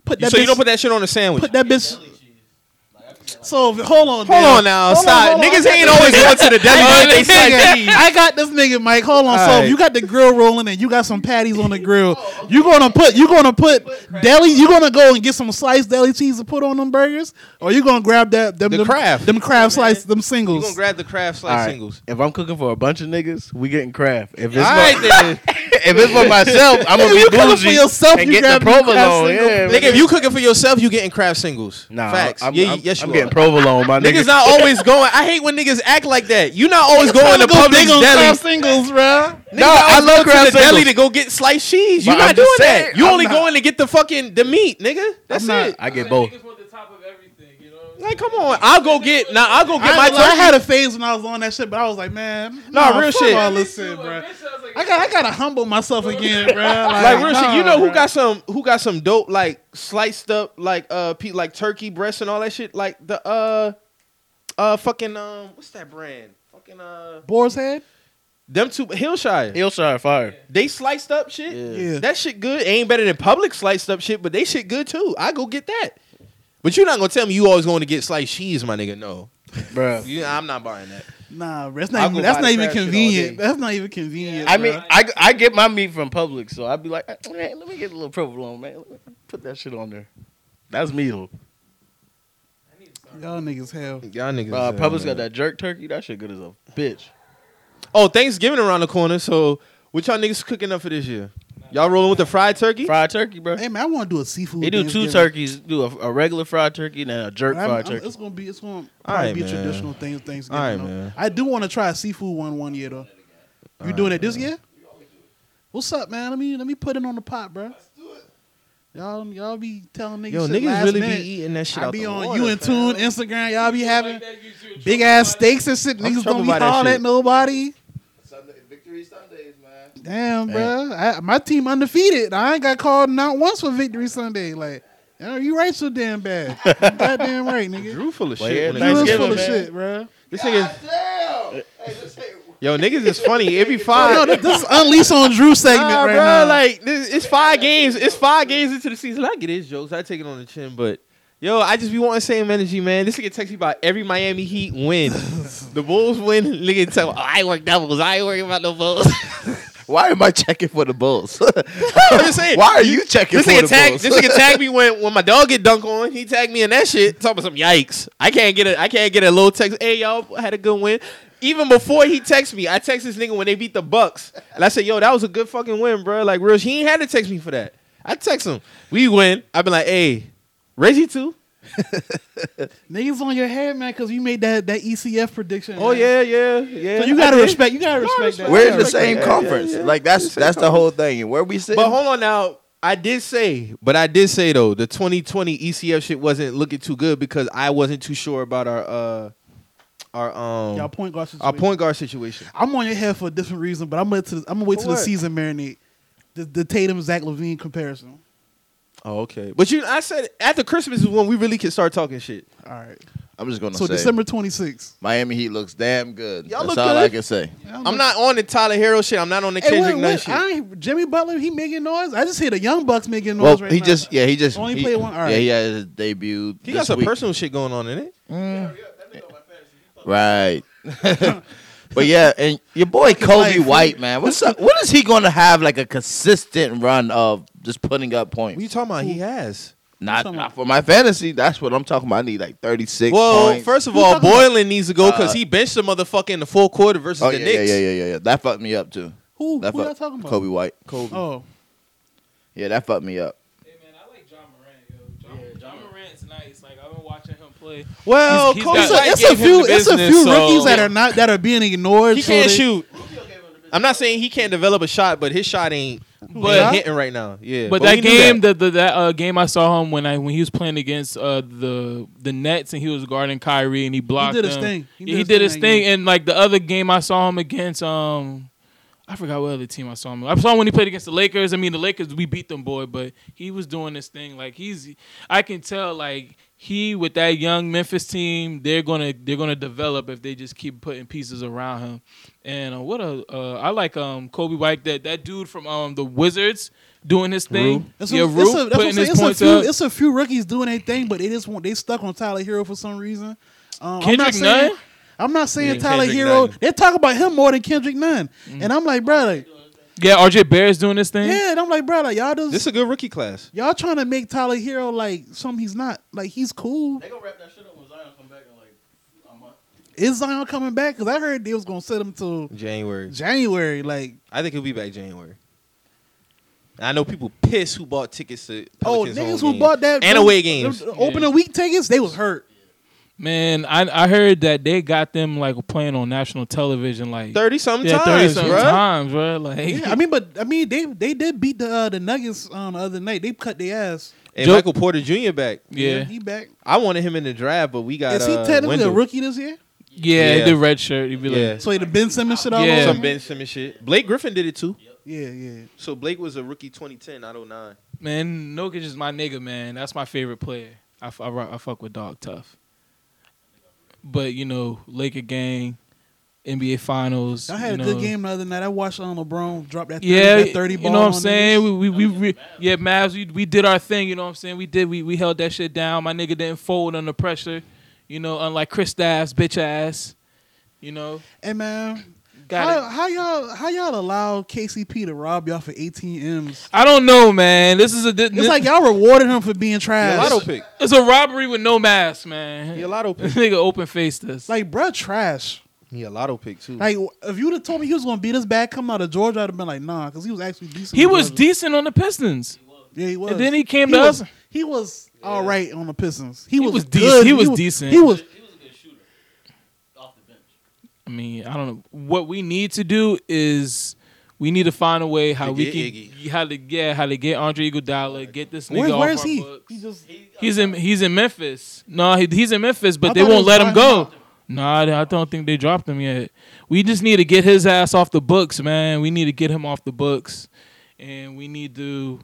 Speaker 1: Put that
Speaker 2: so
Speaker 1: bitch,
Speaker 2: you don't put that shit on a sandwich.
Speaker 1: put that bitch. So hold on,
Speaker 2: Hold
Speaker 1: now.
Speaker 2: on now,
Speaker 1: Hold on,
Speaker 2: stop.
Speaker 1: hold on.
Speaker 2: Niggas ain't always going to the deli.
Speaker 3: I
Speaker 2: but they
Speaker 3: got this
Speaker 2: slice
Speaker 3: nigga.
Speaker 2: cheese.
Speaker 1: I got this nigga, Mike. Hold on. So
Speaker 2: Alright.
Speaker 1: if you got the grill rolling and you got some patties on the grill, you gonna put you gonna put deli. You gonna go and get some sliced deli cheese to put on them burgers, or you gonna grab that them
Speaker 2: The
Speaker 1: them,
Speaker 2: Kraft.
Speaker 1: them crab slice them
Speaker 2: You gonna
Speaker 1: singles.
Speaker 2: grab the crab slice
Speaker 4: Alright.
Speaker 2: singles.
Speaker 4: If I'm cooking for a bunch of niggas, we getting craft. If it's
Speaker 2: All right
Speaker 4: for,
Speaker 2: then.
Speaker 4: if it's for myself, I'm
Speaker 1: If
Speaker 4: gonna be
Speaker 1: you cooking
Speaker 4: bougie
Speaker 1: for yourself,
Speaker 4: and
Speaker 1: you
Speaker 4: get the
Speaker 1: grabbing craft
Speaker 4: provolone.
Speaker 1: single.
Speaker 4: Yeah,
Speaker 2: Nigga, if you cooking for yourself, you getting crab singles.
Speaker 4: nah,
Speaker 2: Facts.
Speaker 4: I'm,
Speaker 2: yeah,
Speaker 4: I'm,
Speaker 2: yes, you
Speaker 4: I'm
Speaker 2: are.
Speaker 4: getting provolone, my
Speaker 2: Niggas
Speaker 4: nigga.
Speaker 2: not always going. I hate when niggas act like that. You not always
Speaker 1: Trying
Speaker 2: going to
Speaker 1: to go
Speaker 2: public
Speaker 1: big on crab
Speaker 2: deli.
Speaker 1: singles, bro.
Speaker 2: No, I love
Speaker 4: crab
Speaker 2: to the
Speaker 4: singles.
Speaker 2: deli to go get sliced cheese. You
Speaker 4: But
Speaker 2: not
Speaker 4: I'm
Speaker 2: doing
Speaker 4: just saying,
Speaker 2: that. You
Speaker 4: I'm
Speaker 2: only
Speaker 4: not-
Speaker 2: going to get the fucking the meat, nigga. That's
Speaker 1: not-
Speaker 2: it.
Speaker 4: I get both.
Speaker 3: Niggas want the top of everything, you know. what I'm saying?
Speaker 2: Like, come on. I'll go get. Now I'll go
Speaker 1: I,
Speaker 2: get my.
Speaker 1: ain't gonna lie, I
Speaker 2: turkey.
Speaker 1: had a phase when I was on that shit, but I was like, man,
Speaker 2: Nah, real
Speaker 1: fuck
Speaker 2: shit.
Speaker 1: All
Speaker 3: Me
Speaker 1: this
Speaker 3: too,
Speaker 1: shit,
Speaker 3: like,
Speaker 1: bro.
Speaker 3: that shit, was like,
Speaker 1: I got I gotta humble myself again, bro.
Speaker 2: Like real shit, you know who
Speaker 1: bruh.
Speaker 2: got some who got some dope like sliced up like uh pe- like turkey breasts and all that shit like the uh uh fucking um what's that brand fucking uh
Speaker 1: boar's head.
Speaker 2: them two Hillshire
Speaker 4: Hillshire fire.
Speaker 2: they sliced up shit
Speaker 1: Yeah.
Speaker 2: that shit good ain't better than public sliced up shit but they shit good too I go get that but you're not gonna tell me you always going to get sliced cheese my nigga no
Speaker 4: bro.
Speaker 2: you, I'm not buying that
Speaker 1: Nah, bro, that's
Speaker 2: I'll
Speaker 1: not
Speaker 2: go
Speaker 1: even, that's
Speaker 2: buy
Speaker 1: not
Speaker 2: the
Speaker 1: even
Speaker 2: crab shit all
Speaker 1: convenient.
Speaker 2: day.
Speaker 1: That's not even convenient.
Speaker 4: I
Speaker 1: bruh.
Speaker 4: mean, I, I get my meat from Publix, so I'd be like, "Eh, man, let me get a little provolone, man. Let me put that shit on there. That's me though.
Speaker 1: y'all niggas hell.
Speaker 2: y'all niggas
Speaker 4: Uh,
Speaker 2: uh,
Speaker 4: Publix
Speaker 2: man.
Speaker 4: got that jerk turkey. That shit good as a bitch.
Speaker 2: oh Thanksgiving around the corner so what y'all niggas cooking up for this year y'all rolling with the fried turkey
Speaker 4: Fried turkey, bro.
Speaker 1: Hey man, I want to do a seafood.
Speaker 4: They do two
Speaker 1: Thanksgiving.
Speaker 4: turkeys. Do a, a regular fried turkey and then a jerk
Speaker 1: I'm-
Speaker 4: fried
Speaker 1: I'm-
Speaker 4: turkey.
Speaker 1: it's gonna be it's gonna
Speaker 2: All
Speaker 1: probably
Speaker 2: right,
Speaker 1: be a
Speaker 2: man.
Speaker 1: traditional thing Thanksgiving.
Speaker 2: All right,
Speaker 1: though.
Speaker 2: man.
Speaker 1: I do want to try a seafood one one year though. You doing it this year? What's up, man? Let me let me put it on the pot, bro. Let's do it. Y'all y'all be telling niggas.
Speaker 2: Yo,
Speaker 1: shit
Speaker 2: niggas
Speaker 1: last
Speaker 2: really
Speaker 1: minute.
Speaker 2: be eating that shit
Speaker 1: I
Speaker 2: out
Speaker 1: be
Speaker 2: the
Speaker 1: on
Speaker 2: water,
Speaker 1: you and tune
Speaker 2: fam.
Speaker 1: Instagram. Y'all be
Speaker 3: like
Speaker 1: having
Speaker 3: that gives you a
Speaker 1: big
Speaker 3: trouble
Speaker 1: ass
Speaker 3: body.
Speaker 1: steaks and shit. Niggas
Speaker 2: troubled
Speaker 1: don't be
Speaker 2: by that
Speaker 1: hollering
Speaker 2: shit.
Speaker 1: at nobody.
Speaker 5: Sunday, victory Sundays, man.
Speaker 1: Damn,
Speaker 4: Hey.
Speaker 1: bro. I, my team undefeated. I ain't got called not once for victory Sunday. Like, you, know, you right so damn bad. You goddamn right, nigga.
Speaker 2: Drew full of
Speaker 4: Well,
Speaker 2: shit.
Speaker 4: yeah,
Speaker 2: when it
Speaker 1: You was
Speaker 2: comes to
Speaker 4: Thanksgiving,
Speaker 1: full of
Speaker 2: this.
Speaker 4: man.
Speaker 1: shit, bro.
Speaker 2: This nigga, Uh,
Speaker 5: Damn. Hey, this ain't-
Speaker 2: yo, niggas is funny. It be
Speaker 1: Oh,
Speaker 2: five.
Speaker 1: no, this, this is unleash on Drew segment
Speaker 2: Nah,
Speaker 1: right
Speaker 2: bro,
Speaker 1: now.
Speaker 2: like this, it's five games. It's five games into the season. I get his jokes. I take it on the chin, but yo, I just be wanting the same energy, man. This nigga text me about every Miami Heat win. the Bulls win. Nigga tell me, "Oh, I ain't work doubles. I ain't working about no Bulls.
Speaker 5: Why am I checking for the Bulls?
Speaker 2: I'm just saying.
Speaker 5: Why are you checking
Speaker 2: This
Speaker 5: for
Speaker 2: nigga
Speaker 5: the
Speaker 2: tag.
Speaker 5: Bulls?
Speaker 2: This nigga tag me when when my dog get dunked on. He tagged me in that shit. Talking about some yikes. I can't get a. I can't get a little text. Hey y'all, I had a good win. Even before he texted me, I text this nigga when they beat the Bucks, and I said, "Yo, that was a good fucking win, bro. Like real. He ain't had to text me for that. I text him. We win. I've been like, hey, Reggie too.
Speaker 1: Niggas on your head, man, because you made that that ECF prediction.
Speaker 2: Oh
Speaker 1: man.
Speaker 2: yeah, yeah, yeah.
Speaker 1: So you gotta
Speaker 2: I did.
Speaker 1: respect. You gotta respect that.
Speaker 5: We're in the
Speaker 2: respect
Speaker 5: same
Speaker 2: that. Yeah,
Speaker 5: conference.
Speaker 2: yeah, yeah.
Speaker 5: Like that's that's the whole thing. Where we sit.
Speaker 2: But hold on now. I did say, but I did say though, the 2020 ECF shit wasn't looking too good because I wasn't too sure about our uh our um
Speaker 1: Y'all point guard
Speaker 2: our
Speaker 1: situation.
Speaker 2: point guard situation.
Speaker 1: I'm on your head for a different reason, but I'm gonna to, I'm gonna wait
Speaker 2: For
Speaker 1: till the
Speaker 2: what?
Speaker 1: season marinate. The, the Tatum Zach Levine comparison.
Speaker 2: Oh, okay. But you, I said after Christmas is when we really can start talking shit.
Speaker 1: All right.
Speaker 5: I'm just gonna
Speaker 1: So
Speaker 5: say
Speaker 1: December 26th.
Speaker 5: Miami Heat looks damn good.
Speaker 2: Y'all look
Speaker 5: that's all
Speaker 2: good.
Speaker 5: I can say.
Speaker 2: I'm not on the Tyler Hero shit. I'm not on the
Speaker 1: Hey,
Speaker 2: Kendrick
Speaker 1: wait,
Speaker 2: Nunn
Speaker 1: wait,
Speaker 2: shit.
Speaker 1: I ain't, Jimmy Butler, he making noise. I just hear the Young Bucks making
Speaker 5: Well,
Speaker 1: noise right
Speaker 5: he
Speaker 1: now.
Speaker 5: just yeah he just
Speaker 1: Only
Speaker 5: he,
Speaker 1: played one- all right.
Speaker 5: Yeah, he had his debut.
Speaker 2: He
Speaker 5: this
Speaker 2: got some
Speaker 5: week.
Speaker 2: personal shit going on in it.
Speaker 5: Right. but yeah, and your boy Kobe
Speaker 1: life.
Speaker 5: White, man, what's up? What is he going to have like a consistent run of just putting up
Speaker 2: What you
Speaker 5: points?
Speaker 2: talking about? He has.
Speaker 5: Not, not for my fantasy. That's what I'm talking about. I need like 36
Speaker 2: Well,
Speaker 5: points.
Speaker 2: first of
Speaker 1: Who
Speaker 2: all,
Speaker 1: talking about?
Speaker 2: Boylan needs to go because
Speaker 5: Uh,
Speaker 2: he benched the motherfucker in the fourth quarter versus
Speaker 5: oh
Speaker 2: the
Speaker 5: yeah, yeah,
Speaker 2: Knicks.
Speaker 5: yeah, yeah, yeah, yeah. That fucked me up too.
Speaker 1: Who?
Speaker 5: That
Speaker 1: Who y'all
Speaker 5: fucked-
Speaker 1: talking about?
Speaker 5: Kobe White.
Speaker 2: Kobe.
Speaker 1: Oh,
Speaker 5: Yeah, that fucked me up.
Speaker 3: Hey man, I like John Morant, yo. John, John Morant's nice. Like I've been watching him play.
Speaker 2: Well,
Speaker 3: He's- he's
Speaker 2: Kobe,
Speaker 3: got-
Speaker 1: it's a,
Speaker 2: White
Speaker 1: it's a
Speaker 2: gave him
Speaker 1: few.
Speaker 2: the
Speaker 1: It's a
Speaker 2: business,
Speaker 1: few
Speaker 2: so-
Speaker 1: rookies that are not that are being ignored.
Speaker 2: He
Speaker 1: so
Speaker 2: can't
Speaker 1: they-
Speaker 2: shoot. I'm not saying he can't develop a shot, but his shot ain't but
Speaker 1: Yeah.
Speaker 2: hitting right now. Yeah,
Speaker 3: But,
Speaker 2: we
Speaker 3: that
Speaker 2: knew
Speaker 3: game, that. The, the that uh, game I saw him when I when he was playing against uh, the the Nets and he was guarding Kyrie and he blocked.
Speaker 1: did his
Speaker 3: him.
Speaker 1: thing.
Speaker 3: Yeah, He did, his
Speaker 1: that
Speaker 3: thing.
Speaker 1: game.
Speaker 3: And like the other game I saw him against, um, I forgot what other team I saw him. I saw him when he played against the Lakers. I mean, the Lakers we beat them, boy. But he was doing this thing. Like he's, I can tell like. He with that young Memphis team, they're gonna they're gonna develop if they just keep putting pieces around him. And uh, what a uh, I like um Kobe White that that dude from um the Wizards doing his thing.
Speaker 1: That's what,
Speaker 3: yeah,
Speaker 1: it's a-
Speaker 3: Rue
Speaker 1: that's what I'm
Speaker 3: putting
Speaker 1: saying.
Speaker 3: his
Speaker 1: It's a,
Speaker 3: points
Speaker 1: few,
Speaker 3: up.
Speaker 1: it's a few rookies doing their thing, but they just want they stuck on Tyler Hero for some reason. Um, I'm not
Speaker 3: Kendrick
Speaker 1: saying,
Speaker 3: Nunn?
Speaker 1: I'm not saying
Speaker 2: Yeah,
Speaker 1: Tyler
Speaker 2: Kendrick
Speaker 1: Hero.
Speaker 2: Nunn.
Speaker 1: They talk about him more than Kendrick Nunn,
Speaker 2: Mm.
Speaker 1: and I'm like, bro, like,
Speaker 3: Yeah, RJ Barrett's doing his thing.
Speaker 1: yeah, and I'm like, bro, like, y'all
Speaker 2: that.
Speaker 1: just
Speaker 2: Mm. This is a good rookie class.
Speaker 1: y'all trying to make Tyler Hero like something he's not. Like he's cool.
Speaker 4: They gonna wrap that shit up when Zion come back in like a month.
Speaker 1: Is Zion coming back? Because I heard they was gonna set him till
Speaker 2: January.
Speaker 1: January. Like,
Speaker 2: I think he'll be back January. I know people pissed who bought tickets to
Speaker 1: oh,
Speaker 2: Pelicans
Speaker 1: niggas
Speaker 2: home
Speaker 1: who
Speaker 2: games.
Speaker 1: bought that
Speaker 2: and away games.
Speaker 1: opening week tickets, they was hurt.
Speaker 3: Man, I I heard that they got them like playing on national television like
Speaker 2: Thirty something
Speaker 3: yeah,
Speaker 2: times,
Speaker 3: something
Speaker 2: bruh.
Speaker 3: times, bro. Like
Speaker 1: Yeah, I mean, but I mean, they they did beat the uh, the Nuggets um, the other night. They cut their ass.
Speaker 2: And
Speaker 3: Joe-
Speaker 2: Michael Porter Jr. back.
Speaker 3: yeah.
Speaker 1: he back.
Speaker 2: I wanted him in the draft, but we got
Speaker 1: Is he
Speaker 2: uh,
Speaker 1: technically
Speaker 2: Wendell.
Speaker 1: a rookie this year?
Speaker 3: Yeah,
Speaker 2: Yeah.
Speaker 3: the red shirt. He'd be
Speaker 2: Yeah.
Speaker 3: like,
Speaker 1: So he the Ben Simmons shit all
Speaker 3: Yeah.
Speaker 1: over.
Speaker 2: Some
Speaker 1: him?
Speaker 2: Ben Simmons shit. Blake Griffin did it too.
Speaker 1: Yeah, yeah.
Speaker 2: So Blake was a rookie 2010, I don't nine.
Speaker 3: man, Nokic is my nigga, man. That's my favorite player. I, f- I, rock- I fuck with Dog Tough. But you know, Laker gang, NBA Finals.
Speaker 1: I had
Speaker 3: you
Speaker 1: a good
Speaker 3: know.
Speaker 1: game the other night. I watched on LeBron drop that 30,
Speaker 3: Yeah,
Speaker 1: that thirty ball.
Speaker 3: you know what I'm
Speaker 1: on
Speaker 3: saying.
Speaker 1: niggas.
Speaker 3: We we, we, we yeah, Mavs. We, we did our thing. You know what I'm saying. We did. We we held that shit down. My nigga didn't fold under pressure. You know, unlike Chris Daff's bitch ass. You know,
Speaker 1: Hey man,
Speaker 3: got
Speaker 1: how,
Speaker 3: it.
Speaker 1: how y'all how y'all allow KCP to rob y'all for eighteen M's?
Speaker 3: I don't know, man. This is a thi-
Speaker 1: It's like y'all rewarded him for being trash.
Speaker 2: Lotto pick.
Speaker 3: it's a robbery with no mask, man.
Speaker 2: He a lotto
Speaker 3: This
Speaker 2: pick.
Speaker 3: nigga open faced us.
Speaker 1: Like, bruh, trash.
Speaker 2: He a lotto pick too.
Speaker 1: Like, if you'd have told me he was gonna beat us bad coming out of Georgia, I'd have been like, nah, because he was actually decent.
Speaker 3: he
Speaker 1: in
Speaker 3: was
Speaker 1: Georgia.
Speaker 3: decent on the Pistons.
Speaker 1: Yeah, he was.
Speaker 3: And then he came
Speaker 1: he
Speaker 3: to
Speaker 1: was,
Speaker 3: us.
Speaker 1: He was all right on the Pistons. He, was,
Speaker 3: was dec-
Speaker 1: good.
Speaker 3: he was decent.
Speaker 1: He was.
Speaker 4: He was a good shooter off the bench.
Speaker 3: I mean, I don't know. What we need to do is we need to find a way how
Speaker 2: To
Speaker 3: we
Speaker 2: get
Speaker 3: can how to yeah how to get Andre Iguodala, get this nigga
Speaker 1: Where,
Speaker 3: off
Speaker 1: where's
Speaker 3: our
Speaker 1: he?
Speaker 3: books.
Speaker 1: He just.
Speaker 3: He's in he's in Memphis. No, he, he's in Memphis, but
Speaker 1: I
Speaker 3: they
Speaker 1: thought it
Speaker 3: won't
Speaker 1: was
Speaker 3: let him
Speaker 1: Zion.
Speaker 3: go. No, I, I don't think they dropped him yet. We just need to get his ass off the books, man. We need to get him off the books, and we need to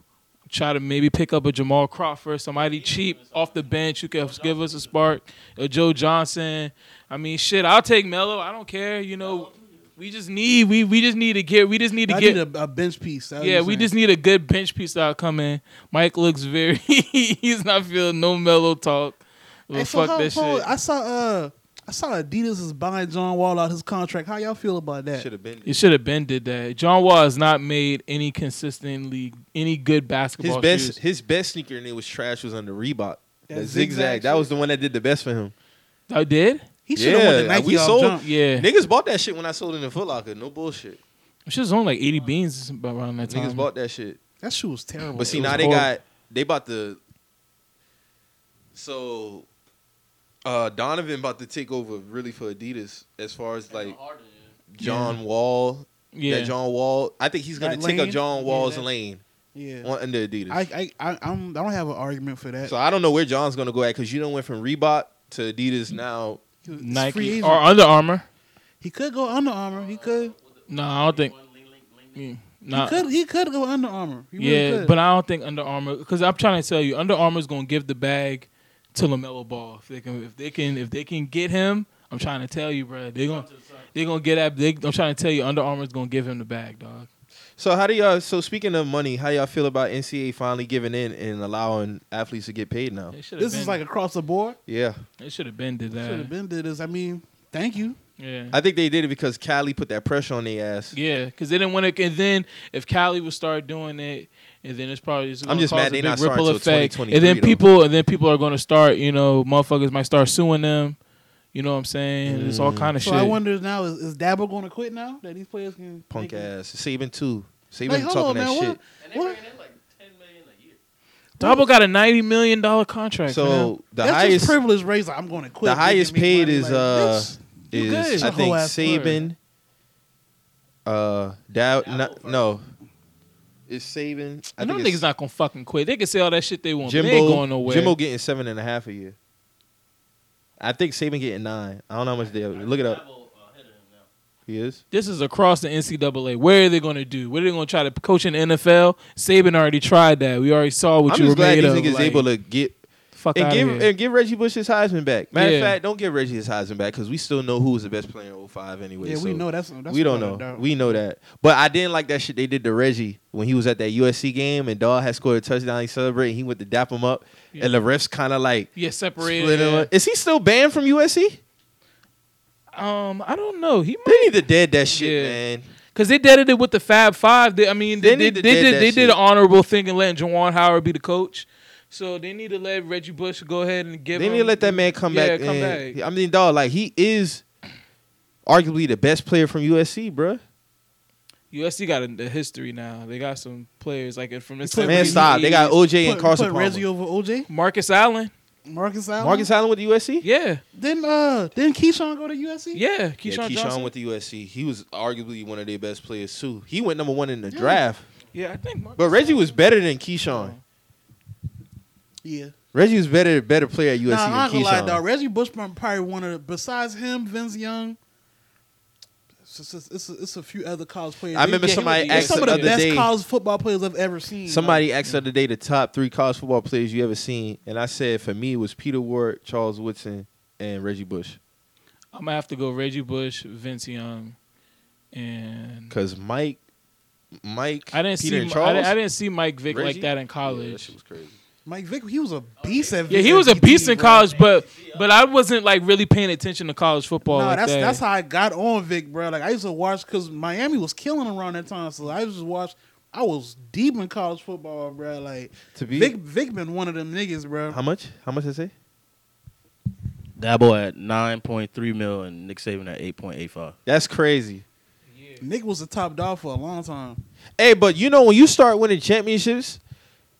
Speaker 3: try to maybe pick up a Jamal Crawford, somebody cheap off the bench who can give us a spark. A Joe Johnson. I mean, shit, I'll take Melo. I don't care. You know, we just need we we just need to get we just need to
Speaker 1: I
Speaker 3: get
Speaker 1: need a, a bench piece. That's what
Speaker 3: yeah,
Speaker 1: I'm
Speaker 3: we
Speaker 1: saying.
Speaker 3: just need a good bench piece that'll come in. Mike looks very he's not feeling no mellow talk. Well,
Speaker 1: Hey, so
Speaker 3: fuck
Speaker 1: how-
Speaker 3: this
Speaker 1: hold
Speaker 3: shit.
Speaker 1: on. I saw uh, I saw Adidas is buying John Wall out his contract. How y'all feel about that?
Speaker 2: Should have been.
Speaker 3: it should have been did that. John Wall has not made any consistently any good
Speaker 2: His
Speaker 3: basketball
Speaker 2: best
Speaker 3: shoes.
Speaker 2: his best sneaker and it was trash was on the Reebok.
Speaker 1: That
Speaker 2: That,
Speaker 1: zigzag
Speaker 2: zigzag. That was
Speaker 1: shit.
Speaker 2: the one that did the best for him.
Speaker 3: I did?
Speaker 1: He should have won the
Speaker 2: Yeah,
Speaker 1: Nike
Speaker 2: we
Speaker 1: off
Speaker 2: sold-
Speaker 1: jump.
Speaker 3: Yeah.
Speaker 2: Niggas bought that shit when I sold it in Foot Locker. No bullshit.
Speaker 3: She was only like 80 beans about around that time.
Speaker 2: Niggas bought that shit.
Speaker 1: That shit was terrible.
Speaker 2: But see
Speaker 1: It was
Speaker 2: now they
Speaker 1: horrible.
Speaker 2: got they about to. So, uh, Donovan about to take over really for Adidas as far as like John Wall. Yeah,
Speaker 3: Yeah.
Speaker 2: John Wall. I think he's gonna
Speaker 1: That
Speaker 2: take up
Speaker 1: lane?
Speaker 2: John
Speaker 1: Yeah,
Speaker 2: Wall's
Speaker 1: that-
Speaker 2: lane
Speaker 1: yeah.
Speaker 2: on under Adidas.
Speaker 1: I I I, I'm, I don't have an argument for that.
Speaker 2: so I don't know where John's gonna go at because you know went from Reebok to Adidas now.
Speaker 1: He was- he's free
Speaker 3: Nike
Speaker 1: agent.
Speaker 3: or Under Armour.
Speaker 1: he could go Under Armour. He could.
Speaker 3: No, I don't think. Yeah,
Speaker 1: He
Speaker 3: Nah.
Speaker 1: could. He could go Under Armour. He really
Speaker 3: yeah,
Speaker 1: could.
Speaker 3: but I don't think Under Armour because I'm trying to tell you, Under Armour's gonna give the bag to Lamelo Ball if they can if they can if they can get him. I'm trying to tell you, bro. They gonna they gonna get at. They, I'm trying to tell you, Under Armour's gonna give him the bag, dog.
Speaker 2: So how do y'all? So speaking of money, how y'all feel about NCAA finally giving in and allowing athletes to get paid now?
Speaker 3: They should have
Speaker 1: this
Speaker 3: been,
Speaker 1: is like across the board.
Speaker 2: Yeah,
Speaker 3: they should have been did
Speaker 1: Should have
Speaker 3: that.
Speaker 1: been did this. I mean, thank you.
Speaker 3: Yeah.
Speaker 2: I think they did it because Cali put that pressure on their ass.
Speaker 3: Yeah, because they didn't want to. And then if Cali would start doing it, and then it's probably just
Speaker 2: I'm
Speaker 3: gonna
Speaker 2: just
Speaker 3: cause
Speaker 2: mad
Speaker 3: a
Speaker 2: they
Speaker 3: big
Speaker 2: not starting
Speaker 3: ripple
Speaker 2: till
Speaker 3: effect.
Speaker 2: 2023
Speaker 3: And then
Speaker 2: though.
Speaker 3: people, and then people are gonna start. You know, motherfuckers might start suing them. You know what I'm saying? It's
Speaker 2: Mm.
Speaker 3: all kind of
Speaker 1: So
Speaker 3: shit.
Speaker 1: I wonder now is, is Dabo going to quit now that these players can
Speaker 2: Punk
Speaker 1: they can-
Speaker 2: ass, Saban too. Saban
Speaker 1: Like, hold
Speaker 2: talking
Speaker 1: on,
Speaker 2: that
Speaker 1: man. What?
Speaker 2: shit.
Speaker 1: what?
Speaker 3: Double got a ninety million dollar contract. man.
Speaker 2: So the
Speaker 1: That's
Speaker 2: highest
Speaker 1: just privilege raised. Like, I'm going to quit.
Speaker 2: the
Speaker 1: They
Speaker 2: highest
Speaker 1: give me
Speaker 2: paid
Speaker 1: money,
Speaker 2: is
Speaker 1: like,
Speaker 2: uh
Speaker 1: this. you
Speaker 2: is
Speaker 1: good.
Speaker 2: I
Speaker 1: Your
Speaker 2: think
Speaker 1: whole ass
Speaker 2: Saban. Uh, Dow, not, no, is Saban.
Speaker 3: I them
Speaker 2: think
Speaker 3: niggas not gonna fucking quit. They can say all that shit they want. but
Speaker 2: Jimbo
Speaker 3: they ain't going nowhere.
Speaker 2: Jimbo getting seven and a half a year. I think Saban getting nine. I don't know how much they look it up. He is.
Speaker 3: this is across the NCAA. Where are they gonna do? What are they gonna try to coach in the NFL? Saban already tried that. We already saw what
Speaker 2: I'm
Speaker 3: you were
Speaker 2: just glad
Speaker 3: made
Speaker 2: these
Speaker 3: of.
Speaker 2: niggas
Speaker 3: like,
Speaker 2: able to get
Speaker 3: fuck
Speaker 2: and
Speaker 3: outta
Speaker 2: give
Speaker 3: here.
Speaker 2: and give Reggie Bush his Heisman back. Matter of
Speaker 3: Yeah.
Speaker 2: fact, don't give Reggie his Heisman back because we still know who was the best player in 05 anyway.
Speaker 1: Yeah,
Speaker 2: so
Speaker 1: we know that's. that's
Speaker 2: we don't
Speaker 1: without a
Speaker 2: know.
Speaker 1: doubt.
Speaker 2: We know that. But I didn't like that shit they did to Reggie when he was at that USC game and Dawg had scored a touchdown. He celebrated. He went to dap him up,
Speaker 3: Yeah.
Speaker 2: and the refs kind of like
Speaker 3: yeah, separated.
Speaker 2: split him.
Speaker 3: yeah.
Speaker 2: up. Is he still banned from USC?
Speaker 3: Um, I don't know. He
Speaker 2: They need to dead that shit,
Speaker 3: Yeah.
Speaker 2: man.
Speaker 3: because they deaded it with the Fab Five. They, I mean, they,
Speaker 2: They
Speaker 3: they,
Speaker 2: need to
Speaker 3: they
Speaker 2: dead
Speaker 3: did
Speaker 2: that
Speaker 3: they did
Speaker 2: shit.
Speaker 3: an honorable thing in letting Jawan Howard be the coach. So they need to let Reggie Bush go ahead and give.
Speaker 2: They
Speaker 3: him,
Speaker 2: need to let that man come
Speaker 3: Yeah,
Speaker 2: back.
Speaker 3: come
Speaker 2: and-
Speaker 3: back.
Speaker 2: I mean, dog, like he is arguably the best player from USC, bruh.
Speaker 3: USC got a, a history now. They got some players like from the
Speaker 2: Man, stop. They got
Speaker 3: 70s.
Speaker 2: OJ and
Speaker 1: Put-
Speaker 2: Carson
Speaker 1: put
Speaker 2: Palmer.
Speaker 1: Reggie over OJ.
Speaker 3: Marcus Allen.
Speaker 1: Marcus Allen.
Speaker 2: Marcus Allen with the USC.
Speaker 3: Yeah,
Speaker 1: Then uh, then Keyshawn go to USC.
Speaker 3: yeah. Keyshawn,
Speaker 2: yeah,
Speaker 3: Johnson.
Speaker 2: Keyshawn with the USC. He was arguably one of their best players too. He went number one in the draft,
Speaker 3: yeah, I think. Marcus
Speaker 2: but Reggie was better than Keyshawn.
Speaker 3: Oh.
Speaker 1: yeah.
Speaker 2: Reggie was better, better player at USC
Speaker 1: nah, I'm not
Speaker 2: than
Speaker 1: gonna lie,
Speaker 2: Keyshawn.
Speaker 1: dog. Reggie Bush probably one of the besides him, Vince Young. It's, just- it's, it's, it's a few other college players.
Speaker 2: I remember
Speaker 3: Yeah, he
Speaker 2: somebody
Speaker 3: was-
Speaker 1: They're
Speaker 2: asked
Speaker 1: some of the
Speaker 2: the other
Speaker 1: best
Speaker 2: day.
Speaker 1: college football players I've ever seen.
Speaker 2: Somebody asked the other day the top three college football players you ever seen, and I said for me it was Peter Ward, Charles Woodson, and Reggie Bush.
Speaker 3: I'm gonna have to go Reggie Bush, Vince Young, and
Speaker 2: Cause Mike, Mike,
Speaker 3: I didn't
Speaker 2: Peter
Speaker 3: see
Speaker 2: and
Speaker 3: I
Speaker 2: Charles.
Speaker 3: didn't, I didn't see Mike Vick
Speaker 2: Reggie?
Speaker 3: like that in
Speaker 2: Yeah, that
Speaker 3: college.
Speaker 2: shit was crazy.
Speaker 1: Mike Vick, he was a beast. At
Speaker 3: Oh, Yeah, he was a
Speaker 1: VP,
Speaker 3: beast in
Speaker 1: bro.
Speaker 3: college, but but I wasn't like really paying attention to college football.
Speaker 1: No,
Speaker 3: like
Speaker 1: that's
Speaker 3: that.
Speaker 1: that's how I got on Vic, bro. Like I used to watch because Miami was killing around that time, so I just watched. I was deep in college football, bro. Like
Speaker 2: To be
Speaker 1: Vic, Vic been one of them niggas, bro.
Speaker 2: how much? How much I say?
Speaker 4: Dabo at nine point three mil and Nick Saban at eight point eight five.
Speaker 2: That's crazy.
Speaker 1: Nick was the top dog for a long time.
Speaker 2: Hey, but you know when you start winning championships,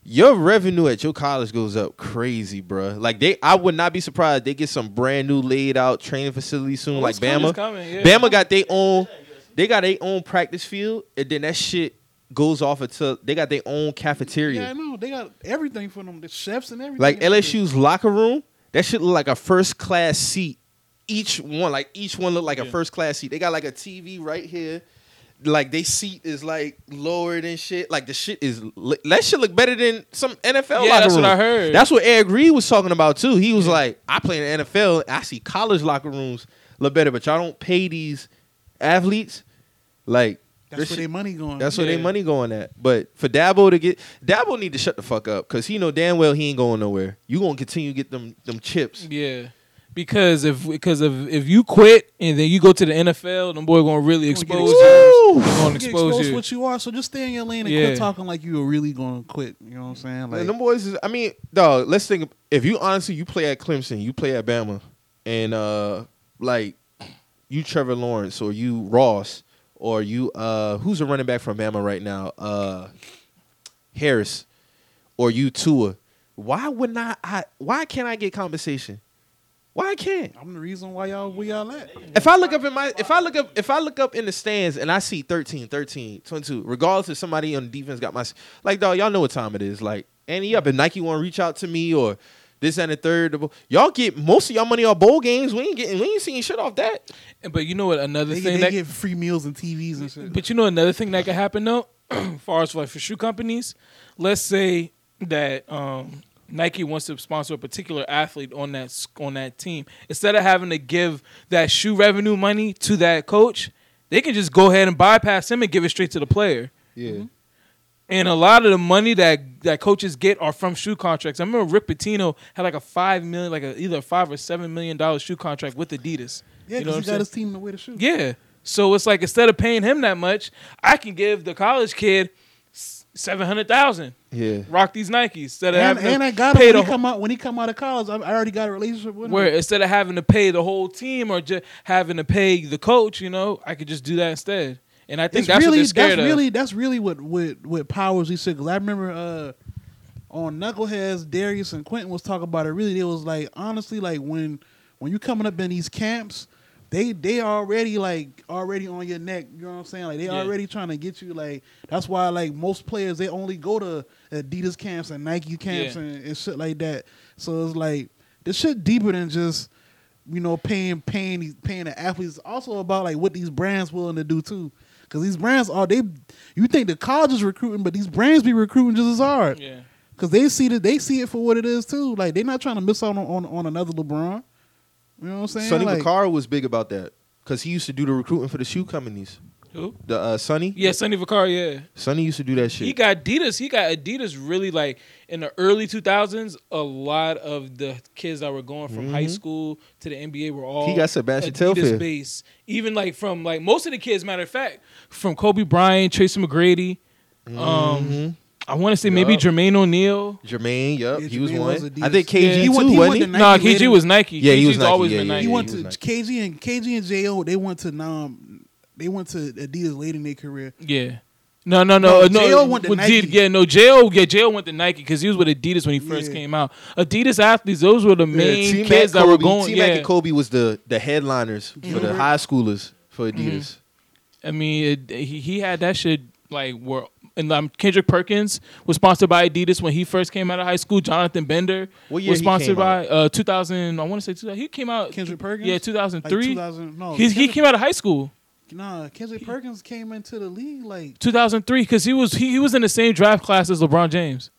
Speaker 2: your revenue at your college goes up crazy, bruh. Like they, I would not be surprised they get some brand new laid out training facility soon, like
Speaker 3: It's coming,
Speaker 2: Bama.
Speaker 3: it's coming, yeah.
Speaker 2: Bama got their own. They got their own practice field, and then that shit goes off until they got their own cafeteria.
Speaker 1: Yeah, I know they got everything for them, the chefs and everything.
Speaker 2: Like LSU's locker room, that shit look like a first class seat. Each one, like each one look like a
Speaker 3: Yeah.
Speaker 2: first class seat. They got like a TV right here. Like they seat is like lowered and shit. Like the shit is li- that shit look better than some NFL. locker
Speaker 3: Yeah, that's what
Speaker 2: room.
Speaker 3: I heard.
Speaker 2: That's what Eric Reed was talking about too. He was like, I play in the NFL. I see college locker rooms look better, but y'all don't pay these athletes. Like
Speaker 1: That's
Speaker 2: this
Speaker 1: where
Speaker 2: shit-
Speaker 1: their money going.
Speaker 2: that's where
Speaker 3: Yeah.
Speaker 2: their money going at. But for Dabo to get Dabo need to shut the fuck up because he know damn well he ain't going nowhere. You gonna continue to get them them chips.
Speaker 3: yeah. Because if because if if you quit and then you go to the NFL, them boy gonna really
Speaker 1: Gonna get
Speaker 3: expose
Speaker 1: exposed.
Speaker 3: you.
Speaker 2: Woo!
Speaker 3: Gonna
Speaker 1: You get
Speaker 3: expose
Speaker 1: exposed
Speaker 3: you.
Speaker 1: what you are, so just stay in your lane and
Speaker 3: Yeah.
Speaker 1: quit talking like you were really going to quit. You know what I'm saying? Like,
Speaker 2: Man, them boys is. I mean, dog. Let's think. If you honestly, you play at Clemson, you play at Bama, and uh, like you Trevor Lawrence or you Ross or you uh, who's a running back from Bama right now? Uh, Harris or you Tua, why would not I? Why can't I get compensation? Why I can't?
Speaker 1: I'm the reason why y'all where y'all at.
Speaker 2: If I look up in my if I look up if I look up in the stands and I see 13, 13, 22, regardless if somebody on defense got my s- like dog, y'all know what time it is. Like any up and Nike wanna reach out to me or this and the third the bo- y'all get most of y'all money on bowl games. We ain't getting we ain't seeing shit off that.
Speaker 3: But you know what? Another
Speaker 1: they
Speaker 3: thing
Speaker 1: they
Speaker 3: that
Speaker 1: get free meals and TVs and shit.
Speaker 3: But you know another thing that could happen though, as far as like for shoe companies, let's say that um, Nike wants to sponsor a particular athlete on that s- on that team. Instead of having to give that shoe revenue money to that coach, they can just go ahead and bypass him and give it straight to the player.
Speaker 2: Yeah.
Speaker 3: And a lot of the money that that coaches get are from shoe contracts. I remember Rick Pitino had like a five million, like a, either a five or seven million dollar shoe contract with Adidas.
Speaker 1: Yeah,
Speaker 3: You know
Speaker 1: because
Speaker 3: what
Speaker 1: he
Speaker 3: I'm
Speaker 1: got
Speaker 3: saying?
Speaker 1: his team to wear the shoe.
Speaker 3: Yeah. So it's like instead of paying him that much, I can give the college kid seven hundred thousand.
Speaker 2: Yeah.
Speaker 3: Rock these Nikes instead of
Speaker 1: And,
Speaker 3: having
Speaker 1: and
Speaker 3: to
Speaker 1: I got him
Speaker 3: pay
Speaker 1: when
Speaker 3: the
Speaker 1: he
Speaker 3: whole,
Speaker 1: come out when he come out of college. I, I already got a relationship with him.
Speaker 3: where instead of having to pay the whole team or just having to pay the coach. You know, I could just do that instead. And I think
Speaker 1: it's
Speaker 3: that's
Speaker 1: really
Speaker 3: what they're scared
Speaker 1: that's
Speaker 3: of.
Speaker 1: really that's really what what what powers these shit. Because I remember uh, on Knuckleheads, Darius and Quentin was talking about it. Really, it was like honestly, like when when you coming up in these camps, they they already like already on your neck. You know what I'm saying? Like they
Speaker 3: Yeah.
Speaker 1: already trying to get you. Like that's why like most players they only go to Adidas camps and Nike camps
Speaker 3: Yeah.
Speaker 1: and, and shit like that. So it's like this shit deeper than just. You know, paying paying paying the athletes It's also about like what these brands willing to do too. Because these brands are they, you think the college is recruiting, but these brands be recruiting just as hard.
Speaker 3: yeah.
Speaker 1: Because they see that they see it for what it is too. Like they're not trying to miss out on, on, on another LeBron. You know what I'm saying?
Speaker 2: Sonny
Speaker 1: like,
Speaker 2: Vaccaro was big about that because he used to do the recruiting for the shoe companies.
Speaker 3: Who?
Speaker 2: The uh, Sonny,
Speaker 3: Yeah, Sonny Vaccaro. Yeah.
Speaker 2: Sonny used to do that shit.
Speaker 3: He got Adidas. He got Adidas really like in the early 2000s. A lot of the kids that were going from high school to the NBA were all
Speaker 2: Mm-hmm. He got Sebastian
Speaker 3: Adidas
Speaker 2: Telfair.
Speaker 3: base. Even like from like most of the kids, matter of fact, from Kobe Bryant, Tracy McGrady. Um, I want to say maybe
Speaker 2: Mm-hmm. Yup.
Speaker 3: Jermaine O'Neal.
Speaker 2: Jermaine, yep,
Speaker 1: Yeah,
Speaker 2: he was
Speaker 1: Jermaine
Speaker 2: one.
Speaker 1: was Adidas.
Speaker 2: I think
Speaker 1: Yeah.
Speaker 2: KG
Speaker 1: He
Speaker 2: too,
Speaker 1: went-
Speaker 2: wasn't
Speaker 1: he
Speaker 2: he?
Speaker 1: went to
Speaker 3: Nah,
Speaker 1: Nike
Speaker 3: KG
Speaker 1: later.
Speaker 3: was Nike.
Speaker 2: Yeah, he was
Speaker 3: KG's
Speaker 2: Nike.
Speaker 3: always
Speaker 2: Yeah,
Speaker 3: been
Speaker 2: yeah,
Speaker 3: Nike.
Speaker 1: he
Speaker 2: yeah,
Speaker 1: went
Speaker 2: he
Speaker 1: to
Speaker 2: was like-
Speaker 1: KG and KG and Jo. They went to um, they went to Adidas late in their career.
Speaker 3: Yeah. No, no, no,
Speaker 1: No,
Speaker 3: uh, no.
Speaker 1: JL went to
Speaker 3: with
Speaker 1: Nike.
Speaker 3: D- yeah, no, JL, yeah, JL went to Nike because he was with Adidas when he first
Speaker 1: Yeah.
Speaker 3: came out. Adidas athletes, those were the main
Speaker 2: T-Mac,
Speaker 3: kids that were
Speaker 2: Kobe.
Speaker 3: going.
Speaker 2: T-Mac
Speaker 3: yeah.
Speaker 2: and Kobe was the the headliners for the
Speaker 1: Mhm.
Speaker 2: high schoolers for
Speaker 1: Mm-hmm.
Speaker 2: Adidas.
Speaker 3: I mean, it, he, he had that shit like where and um, Kendrick Perkins was sponsored by Adidas when he first came out of high school. Jonathan Bender
Speaker 2: What year
Speaker 3: was
Speaker 2: he
Speaker 3: sponsored
Speaker 2: came out?
Speaker 3: by uh, 2000. I want to say 2000. He came out
Speaker 1: Kendrick Perkins?
Speaker 3: Yeah,
Speaker 1: Like
Speaker 3: 2003.
Speaker 1: 2000,
Speaker 2: oh,
Speaker 1: no,
Speaker 3: He's, he
Speaker 1: Kendrick-
Speaker 3: came out of high school
Speaker 1: Nah, Kendrick Perkins came into the league like
Speaker 3: 2003 because he was he, he was in the same draft class as LeBron James.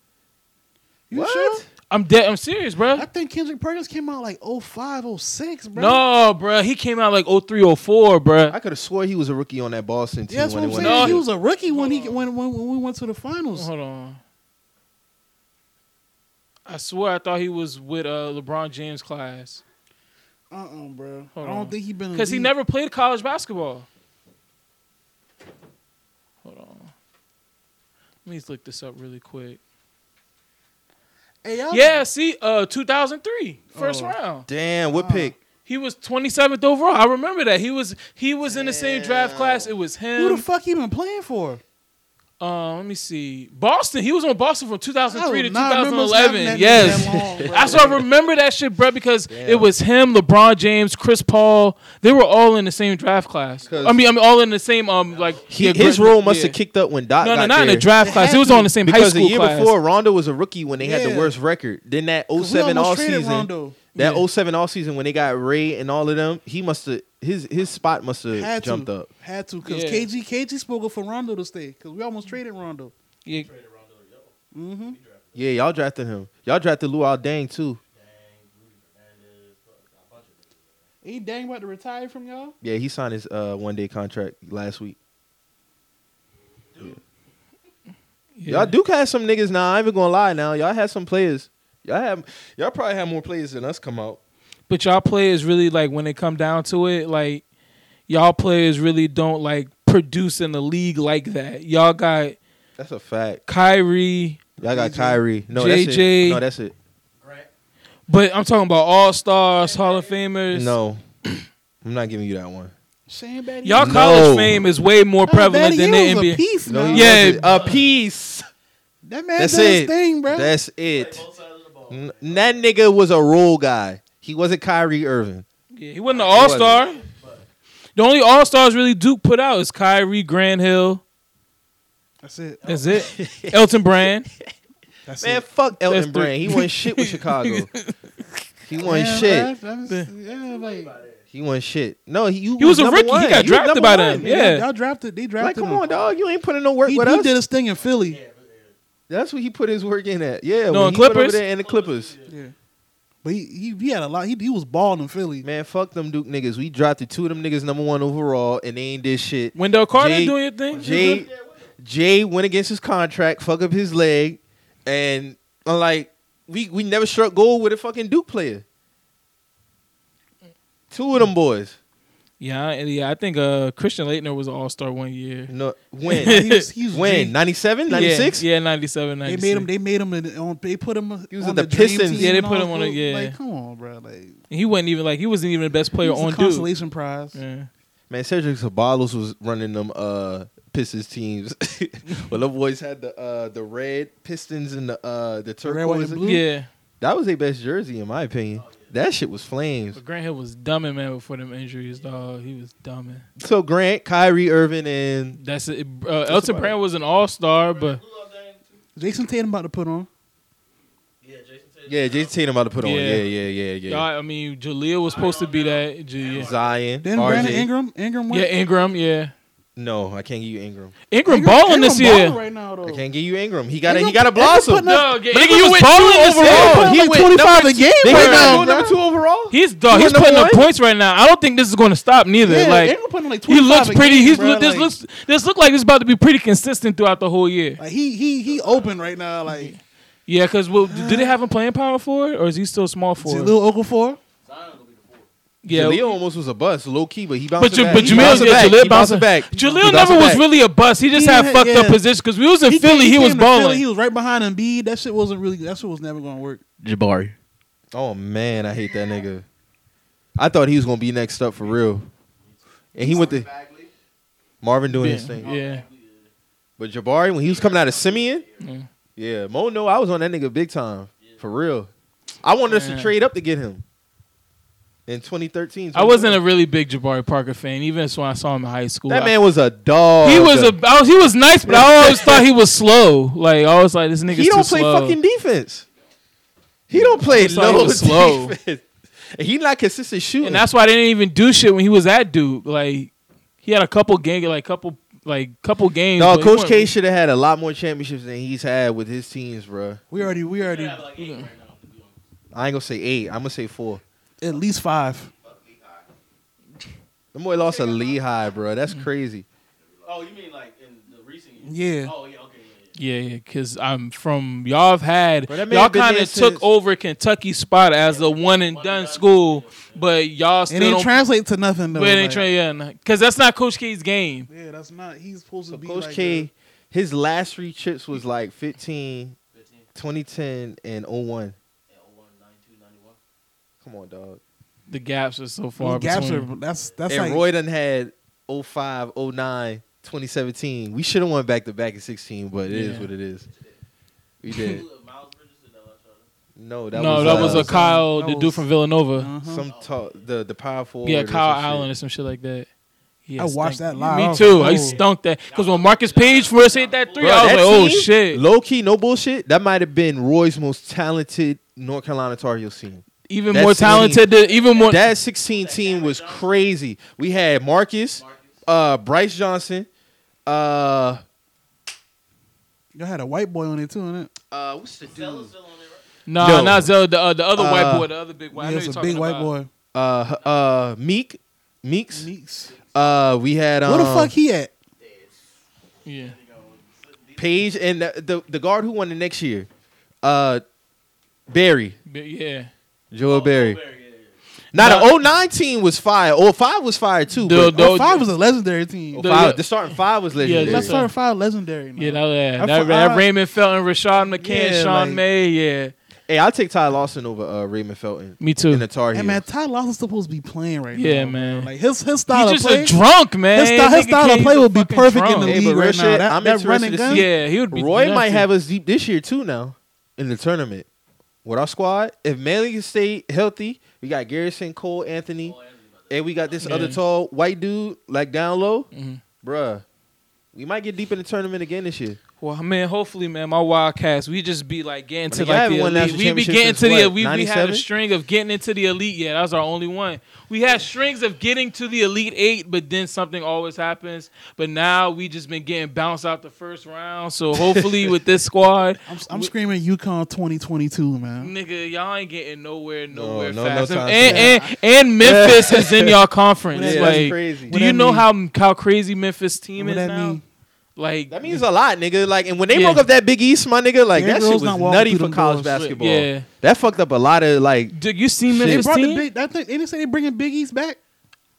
Speaker 1: you
Speaker 2: What?
Speaker 1: sure?
Speaker 3: I'm dead. I'm serious,
Speaker 1: I
Speaker 3: bro.
Speaker 1: think Kendrick Perkins came out like 05, 06, bro.
Speaker 3: No, bro. He came out like 03, 04, bro.
Speaker 2: I could have swore he was a rookie on that Boston team.
Speaker 1: Yeah, that's
Speaker 2: when
Speaker 1: what I'm
Speaker 2: it
Speaker 1: saying.
Speaker 2: went
Speaker 3: No,
Speaker 2: up.
Speaker 1: he was a rookie when he when, when when we went to the finals.
Speaker 3: Hold on. I swear I thought he was with uh, LeBron James class.
Speaker 1: Uh uh bro.
Speaker 3: Hold
Speaker 1: I don't
Speaker 3: on.
Speaker 1: think he been in the
Speaker 3: Because he
Speaker 1: league.
Speaker 3: never played college basketball. Hold on. Let me just look this up really quick.
Speaker 1: Hey, y'all-
Speaker 3: Yeah, see, uh, 2003, first
Speaker 1: Oh.
Speaker 3: round.
Speaker 2: Damn, what pick?
Speaker 3: He was 27th overall. I remember that. He was he was in the same draft class. It was
Speaker 1: Who the
Speaker 3: him.
Speaker 1: fuck he been playing for?
Speaker 3: uh, let me see. Boston. He was on Boston from 2003 to
Speaker 1: I do not remember us having
Speaker 3: 2011.
Speaker 1: that
Speaker 3: Yes.
Speaker 1: nigga that long, bro.
Speaker 3: I so I remember that shit, bro, because
Speaker 2: Damn.
Speaker 3: it was him, LeBron James, Chris Paul. They were all in the same draft class.
Speaker 2: 'Cause-
Speaker 3: I mean, I mean, all in the same um like
Speaker 2: He,
Speaker 3: yeah,
Speaker 2: his
Speaker 3: gr-
Speaker 2: role must
Speaker 3: yeah.
Speaker 2: have kicked up when Doc
Speaker 3: No, no,
Speaker 2: got
Speaker 3: not in
Speaker 2: there.
Speaker 3: the draft class. It was on the same high
Speaker 2: Because the
Speaker 3: school
Speaker 2: year
Speaker 3: class.
Speaker 2: before, Rondo was a rookie when they had the
Speaker 1: Yeah.
Speaker 2: worst record. Then that
Speaker 1: 'Cause we
Speaker 2: 07 all
Speaker 1: almost traded
Speaker 2: season,
Speaker 1: Rondo.
Speaker 2: that
Speaker 3: Yeah.
Speaker 2: 07 all season when they got Ray and all of them, he must have his his spot must have
Speaker 1: Had
Speaker 2: jumped
Speaker 1: to.
Speaker 2: up.
Speaker 1: Had to because
Speaker 3: Yeah.
Speaker 1: KG KG spoke up for Rondo to stay because we almost traded Rondo.
Speaker 3: Yeah.
Speaker 1: Mm-hmm.
Speaker 2: Yeah, y'all drafted him. Y'all drafted Luau Dang too.
Speaker 1: He dang about to retire from y'all.
Speaker 2: Yeah, he signed his uh, one day contract last week.
Speaker 3: Yeah.
Speaker 2: Y'all Duke had some niggas now. I ain't even gonna lie now. Y'all had some players. Y'all have y'all probably have more players than us come out.
Speaker 3: But y'all players really like when it come down to it, like y'all players really don't like produce in the league like that. Y'all got
Speaker 2: That's a fact.
Speaker 3: Kyrie,
Speaker 2: Y'all got Kyrie. No, that's
Speaker 3: JJ.
Speaker 2: it. No, that's it.
Speaker 3: but I'm talking about all stars, Hall of Famers.
Speaker 2: No. I'm not giving you that one.
Speaker 1: Shane Batty.
Speaker 3: Y'all
Speaker 2: No.
Speaker 3: college fame is way more
Speaker 1: Nah,
Speaker 3: prevalent
Speaker 1: Batty, he
Speaker 3: than the
Speaker 1: Oh, was a
Speaker 3: NBA.
Speaker 1: piece,
Speaker 2: No,
Speaker 1: man.
Speaker 2: he
Speaker 3: Yeah.
Speaker 2: wasn't. a piece.
Speaker 1: That man
Speaker 2: That's
Speaker 1: did his
Speaker 2: it.
Speaker 1: thing, bro.
Speaker 2: That's it. N- that nigga was a role guy. He wasn't Kyrie Irving.
Speaker 3: Yeah, he wasn't an all star. The only all stars really Duke put out is Kyrie, Grand Hill.
Speaker 1: That's it.
Speaker 3: That's it. Elton Brand.
Speaker 1: That's
Speaker 2: Man,
Speaker 1: it.
Speaker 2: fuck
Speaker 3: That's
Speaker 2: Elton
Speaker 3: the-
Speaker 2: Brand. He won shit with Chicago. He won
Speaker 1: Yeah,
Speaker 2: shit.
Speaker 1: bruh, that was- yeah, like,
Speaker 2: He won shit. No, he you
Speaker 3: He was
Speaker 2: was
Speaker 3: a
Speaker 2: number
Speaker 3: rookie. He
Speaker 2: One.
Speaker 3: got
Speaker 2: You was
Speaker 3: drafted
Speaker 2: number
Speaker 3: by
Speaker 2: one,
Speaker 3: them.
Speaker 2: nigga.
Speaker 3: Yeah.
Speaker 1: y'all drafted. They
Speaker 2: Like,
Speaker 1: drafted
Speaker 2: come
Speaker 1: him.
Speaker 2: on, dog. You ain't put in no work
Speaker 1: He,
Speaker 2: with
Speaker 1: he
Speaker 2: us.
Speaker 1: did his thing in Philly,
Speaker 2: That's what he put his work in at. Yeah,
Speaker 3: No,
Speaker 2: when
Speaker 3: in
Speaker 2: he went over
Speaker 3: Clippers?
Speaker 2: there in the Clippers.
Speaker 1: but he, he he had a lot. He he was balling in Philly.
Speaker 2: Man, fuck them Duke niggas. We drafted two of them niggas number one overall, and they ain't did shit.
Speaker 3: Wendell Carter
Speaker 2: Jay-
Speaker 3: doing your thing.
Speaker 2: Jay, Jay went against his contract, fuck up his leg, and I'm like, we we never struck gold with a fucking Duke player. Two of them boys.
Speaker 3: Yeah, I- yeah. I think uh, Christian Leitner was an all star one year.
Speaker 2: No,
Speaker 1: He
Speaker 2: when?
Speaker 1: was, he was
Speaker 2: when?
Speaker 1: G.
Speaker 2: 97? 96?
Speaker 3: Yeah, yeah 97,
Speaker 1: They
Speaker 3: 96.
Speaker 1: made him. They made him. in- On, they put him.
Speaker 2: He was
Speaker 1: on
Speaker 2: at the
Speaker 1: dream
Speaker 2: Pistons.
Speaker 1: team
Speaker 3: Yeah, they
Speaker 1: and
Speaker 3: put
Speaker 1: all
Speaker 3: him on
Speaker 1: that.
Speaker 3: a- yeah.
Speaker 1: Like, come on, bro. Like, he
Speaker 3: He wasn't even like he wasn't even the best player
Speaker 1: was
Speaker 3: on
Speaker 1: a
Speaker 3: Duke.
Speaker 1: consolation prize.
Speaker 3: Yeah.
Speaker 2: Man, Cedric Sabalos was running them uh Pistons teams. well, them boys had the uh the red Pistons and the uh the
Speaker 1: Red, white, and
Speaker 2: turquoise.
Speaker 1: blue? Oh,
Speaker 3: yeah,
Speaker 2: That was their best jersey in my opinion. That shit was flames.
Speaker 3: but Grant Hill was dumbing man before them injuries, dog. He was dumbing.
Speaker 2: So Grant, Kyrie Irving, and
Speaker 3: That's it. Uh, Elton
Speaker 2: about
Speaker 3: Brand was an all star, but
Speaker 1: Jason Tatum about to put on.
Speaker 2: yeah, Jason Tatum about to put on.
Speaker 3: Yeah.
Speaker 2: Yeah, yeah, yeah, yeah.
Speaker 3: y'all, I mean, Jaleel was supposed to be that. J- yeah.
Speaker 2: Zion.
Speaker 1: Then
Speaker 2: RJ.
Speaker 1: Brandon Ingram. Ingram went.
Speaker 3: yeah, Ingram. Yeah,
Speaker 2: No, I can't give you Ingram.
Speaker 3: Ingram, balling
Speaker 1: Ingram
Speaker 3: this
Speaker 1: balling
Speaker 3: year.
Speaker 1: Right now, though.
Speaker 2: I can't give you Ingram. He got to
Speaker 1: Oh. Ingram-
Speaker 2: he got to
Speaker 1: Ingram
Speaker 2: blossom.
Speaker 1: putting up-
Speaker 3: No, yeah,
Speaker 2: But
Speaker 3: Ingram
Speaker 2: nigga, you
Speaker 3: was
Speaker 2: went
Speaker 3: balling
Speaker 2: two
Speaker 3: this year.
Speaker 2: overall.
Speaker 1: He
Speaker 2: He
Speaker 1: like
Speaker 2: went
Speaker 1: 25
Speaker 2: number
Speaker 1: a game
Speaker 2: Nigga,
Speaker 1: right
Speaker 2: he
Speaker 1: now.
Speaker 2: going number two overall.
Speaker 3: He's dog.
Speaker 2: You
Speaker 3: He's
Speaker 2: were
Speaker 3: putting
Speaker 2: number
Speaker 3: up
Speaker 2: one?
Speaker 3: points right now. I don't think this is going to stop neither.
Speaker 1: Yeah,
Speaker 3: like
Speaker 1: Ingram putting like
Speaker 3: he
Speaker 1: 25
Speaker 3: looks
Speaker 1: a
Speaker 3: pretty.
Speaker 1: game,
Speaker 3: he's
Speaker 1: bro,
Speaker 3: this
Speaker 1: like,
Speaker 3: looks this look like it's about to be pretty consistent throughout the whole year.
Speaker 1: like he he he open right now. Like
Speaker 3: Yeah, because well, do they have him playing power forward or is he still small forward?
Speaker 1: Jaleel Okafor.
Speaker 3: yeah,
Speaker 2: Jaleel almost was a bust, low key, but he bounced
Speaker 3: But, J-
Speaker 2: back.
Speaker 3: but
Speaker 2: He
Speaker 3: Jamil,
Speaker 2: bounced
Speaker 3: yeah,
Speaker 2: back.
Speaker 3: Jaleel
Speaker 2: He bounced
Speaker 3: bounced
Speaker 2: back.
Speaker 3: Jaleel
Speaker 2: He
Speaker 3: never
Speaker 2: bounced
Speaker 3: was
Speaker 2: back.
Speaker 3: really a bust. He just
Speaker 1: He
Speaker 3: had
Speaker 1: had-
Speaker 3: fucked up
Speaker 1: yeah.
Speaker 3: position because we was in Philly. He,
Speaker 1: came
Speaker 3: was
Speaker 1: to Philly,
Speaker 3: balling.
Speaker 1: He was right behind Embiid. That shit wasn't really. That shit was never gonna work.
Speaker 4: Jabari.
Speaker 2: Oh man, I hate that nigga. I thought he was gonna be next up for real, and he went to Marvin doing
Speaker 3: yeah.
Speaker 2: his thing.
Speaker 3: yeah,
Speaker 2: But Jabari, when he was coming out of Simeon,
Speaker 3: Mm.
Speaker 2: yeah, Mo, no, I was on that nigga big time for real. I wanted us
Speaker 3: Man.
Speaker 2: to trade up to get him in 2013.
Speaker 3: I wasn't a really big Jabari Parker fan, even when I saw him in high school.
Speaker 2: that
Speaker 3: I-
Speaker 2: man was a dog.
Speaker 3: he was a I was, he was nice, but I always thought he was slow. Like I was like, this nigga's
Speaker 2: He don't
Speaker 3: too
Speaker 2: play
Speaker 3: slow.
Speaker 2: fucking defense. He don't play
Speaker 3: That's why he
Speaker 2: no
Speaker 3: was slow.
Speaker 2: defense. And he not consistent shooting.
Speaker 3: And that's why they didn't even do shit when he was at Duke. Like he had a couple game, like couple, like couple games.
Speaker 2: no,
Speaker 3: but he
Speaker 2: Coach
Speaker 3: wasn't-
Speaker 2: K should have had a lot more championships than he's had with his teams, bro.
Speaker 1: We already we already
Speaker 2: I ain't gonna say eight. I'm gonna say four.
Speaker 1: at least five.
Speaker 2: The boy lost a Lehigh, bro. That's
Speaker 3: Hmm.
Speaker 2: crazy.
Speaker 4: Oh, you mean like in the recent years?
Speaker 1: Yeah.
Speaker 4: Oh, yeah, okay.
Speaker 3: Yeah, yeah, because I'm from y'all. Have had
Speaker 2: Bro, that man
Speaker 3: y'all
Speaker 2: been
Speaker 3: kind
Speaker 2: there
Speaker 3: of took
Speaker 2: since-
Speaker 3: over Kentucky's spot as a one and done school, but y'all
Speaker 1: It
Speaker 3: still
Speaker 1: didn't
Speaker 3: don't.
Speaker 1: translate to nothing though.
Speaker 3: but it ain't
Speaker 1: like-
Speaker 3: tra- yeah, because that's not Coach K's game.
Speaker 1: Yeah, that's not. He's supposed to
Speaker 2: So
Speaker 1: be.
Speaker 2: Coach
Speaker 1: like
Speaker 2: K,
Speaker 1: a-
Speaker 2: his last three trips was like 15, 2010, and 01. Come on, dog.
Speaker 3: The gaps are so
Speaker 1: those
Speaker 3: far
Speaker 1: gaps are.
Speaker 3: between.
Speaker 1: That's that's
Speaker 2: and
Speaker 1: like.
Speaker 2: Roy done had 05, 09, 2017. We should have went back to back in 16, but it is
Speaker 3: Yeah.
Speaker 2: what it is. We did. No, that
Speaker 3: no,
Speaker 2: was,
Speaker 3: that
Speaker 2: uh,
Speaker 3: was a
Speaker 1: some-
Speaker 3: Kyle,
Speaker 1: that
Speaker 3: the dude
Speaker 1: was-
Speaker 3: from Villanova.
Speaker 1: Uh-huh.
Speaker 2: some talk, the the power forward.
Speaker 3: yeah,
Speaker 2: or
Speaker 3: Kyle
Speaker 2: some shit.
Speaker 3: Allen or some shit like that. Yeah,
Speaker 1: I watched
Speaker 3: stunk.
Speaker 1: that live. I
Speaker 3: Me
Speaker 1: was
Speaker 3: too.
Speaker 1: like,
Speaker 3: I
Speaker 1: oh.
Speaker 3: stunk that because when Marcus Page first hit that three,
Speaker 2: Bro,
Speaker 3: I was
Speaker 2: that
Speaker 3: like, "Oh
Speaker 2: team,
Speaker 3: shit!"
Speaker 2: Low key, no bullshit. That might have been Roy's most talented North Carolina Tar Heel team.
Speaker 3: even
Speaker 2: That
Speaker 3: more
Speaker 2: team-
Speaker 3: talented. Than, even more.
Speaker 2: That 16 team was crazy. We had Marcus, uh, Bryce Johnson, uh,
Speaker 1: Y'all had a white boy on it too, innit?
Speaker 2: uh, what's the dude?
Speaker 3: nah,
Speaker 2: No.
Speaker 3: not Zell. The, uh, the other white
Speaker 2: Uh,
Speaker 3: boy, the other big white. I
Speaker 1: yeah,
Speaker 3: know
Speaker 1: it's
Speaker 3: you're
Speaker 1: a
Speaker 3: talking
Speaker 1: big white
Speaker 3: about.
Speaker 1: boy.
Speaker 2: Uh, uh, Meek, Meeks.
Speaker 1: Meeks.
Speaker 2: Uh, we had um,
Speaker 1: Where the fuck he at?
Speaker 3: Yeah,
Speaker 2: Page and the, the the guard who won the next year, uh, Barry,
Speaker 3: But yeah.
Speaker 2: Oh, Joel Barry. Now the 09 team was fire. Oh, 05 was fire too.
Speaker 3: The-
Speaker 2: but
Speaker 3: the-
Speaker 1: Oh, five was a legendary team.
Speaker 2: Oh,
Speaker 3: the-
Speaker 2: five- the starting five was legendary.
Speaker 3: yeah.
Speaker 1: Let's start five legendary. Now.
Speaker 3: Yeah, that, yeah,
Speaker 1: I
Speaker 3: that,
Speaker 1: fu-
Speaker 3: that
Speaker 1: I-
Speaker 3: Raymond Felton, Rashad McCann,
Speaker 2: Yeah,
Speaker 3: Sean
Speaker 2: like-
Speaker 3: May, yeah,
Speaker 2: Hey, I'll take Ty Lawson over uh, Raymond Felton
Speaker 3: Me too.
Speaker 2: in the Tar
Speaker 1: Hey
Speaker 2: Heels.
Speaker 1: man, Ty Lawson's supposed to be playing right now.
Speaker 3: Yeah, man.
Speaker 1: Like his his style
Speaker 3: He's
Speaker 1: of
Speaker 3: just
Speaker 1: play.
Speaker 3: a drunk man.
Speaker 1: his style, his
Speaker 3: Nigga
Speaker 1: style
Speaker 3: can't-
Speaker 1: of
Speaker 3: he's
Speaker 1: play
Speaker 3: a
Speaker 1: would be
Speaker 3: fucking
Speaker 1: perfect in
Speaker 3: drunk.
Speaker 1: the
Speaker 2: Hey,
Speaker 1: league
Speaker 2: but real
Speaker 1: right now.
Speaker 2: shit,
Speaker 1: That,
Speaker 2: I'm
Speaker 1: that
Speaker 2: interested
Speaker 1: running
Speaker 2: to
Speaker 1: gun.
Speaker 2: see-
Speaker 3: Yeah, he would be.
Speaker 2: Roy might
Speaker 3: nothing.
Speaker 2: have us deep this year too now in the tournament with our squad. If Manley can stay healthy, we got Garrison, Cole, Anthony, and we got this
Speaker 3: Yeah.
Speaker 2: other tall white dude like down low,
Speaker 3: Mhm.
Speaker 2: bruh. We might get deep in the tournament agagen this year.
Speaker 3: Well, man, hopefully, man, my Wildcats, we just be like getting to
Speaker 2: Like, I
Speaker 3: like
Speaker 2: haven't
Speaker 3: the
Speaker 2: won
Speaker 3: elite.
Speaker 2: national
Speaker 3: We be
Speaker 2: championship
Speaker 3: getting to
Speaker 2: since,
Speaker 3: the
Speaker 2: what,
Speaker 3: we, we had a
Speaker 2: 97?
Speaker 3: string of getting into the elite. Yeah, that was our only one. We had strings of getting to the elite eight, but then something always happens. But now we just been getting bounced out the first round. So hopefully, with this squad,
Speaker 1: I'm, I'm screaming UConn 2022, man.
Speaker 3: nigga, y'all ain't getting nowhere,
Speaker 2: No,
Speaker 3: nowhere
Speaker 2: no, no
Speaker 3: fast.
Speaker 2: time for
Speaker 3: and, and and Memphis is in y'all conference.
Speaker 2: Yeah, that's
Speaker 3: like,
Speaker 2: crazy.
Speaker 3: do
Speaker 1: What
Speaker 3: you
Speaker 1: that
Speaker 3: know
Speaker 1: mean?
Speaker 3: how how crazy Memphis team
Speaker 1: What
Speaker 3: is
Speaker 1: that
Speaker 3: now?
Speaker 1: mean?
Speaker 3: Like
Speaker 2: That means a lot, nigga. Like, and when they
Speaker 3: Yeah.
Speaker 2: broke up that Big East, my nigga, like
Speaker 1: Derrick
Speaker 2: that shit
Speaker 1: Rose
Speaker 2: was
Speaker 1: not walking
Speaker 2: nutty
Speaker 1: through
Speaker 2: for
Speaker 1: them
Speaker 2: college
Speaker 1: doors.
Speaker 2: basketball.
Speaker 3: Yeah.
Speaker 2: That fucked up a lot of like.
Speaker 3: Did you see
Speaker 1: They
Speaker 3: Memphis
Speaker 1: brought the
Speaker 3: team?
Speaker 1: big. I think they didn't say they bringing Big East back.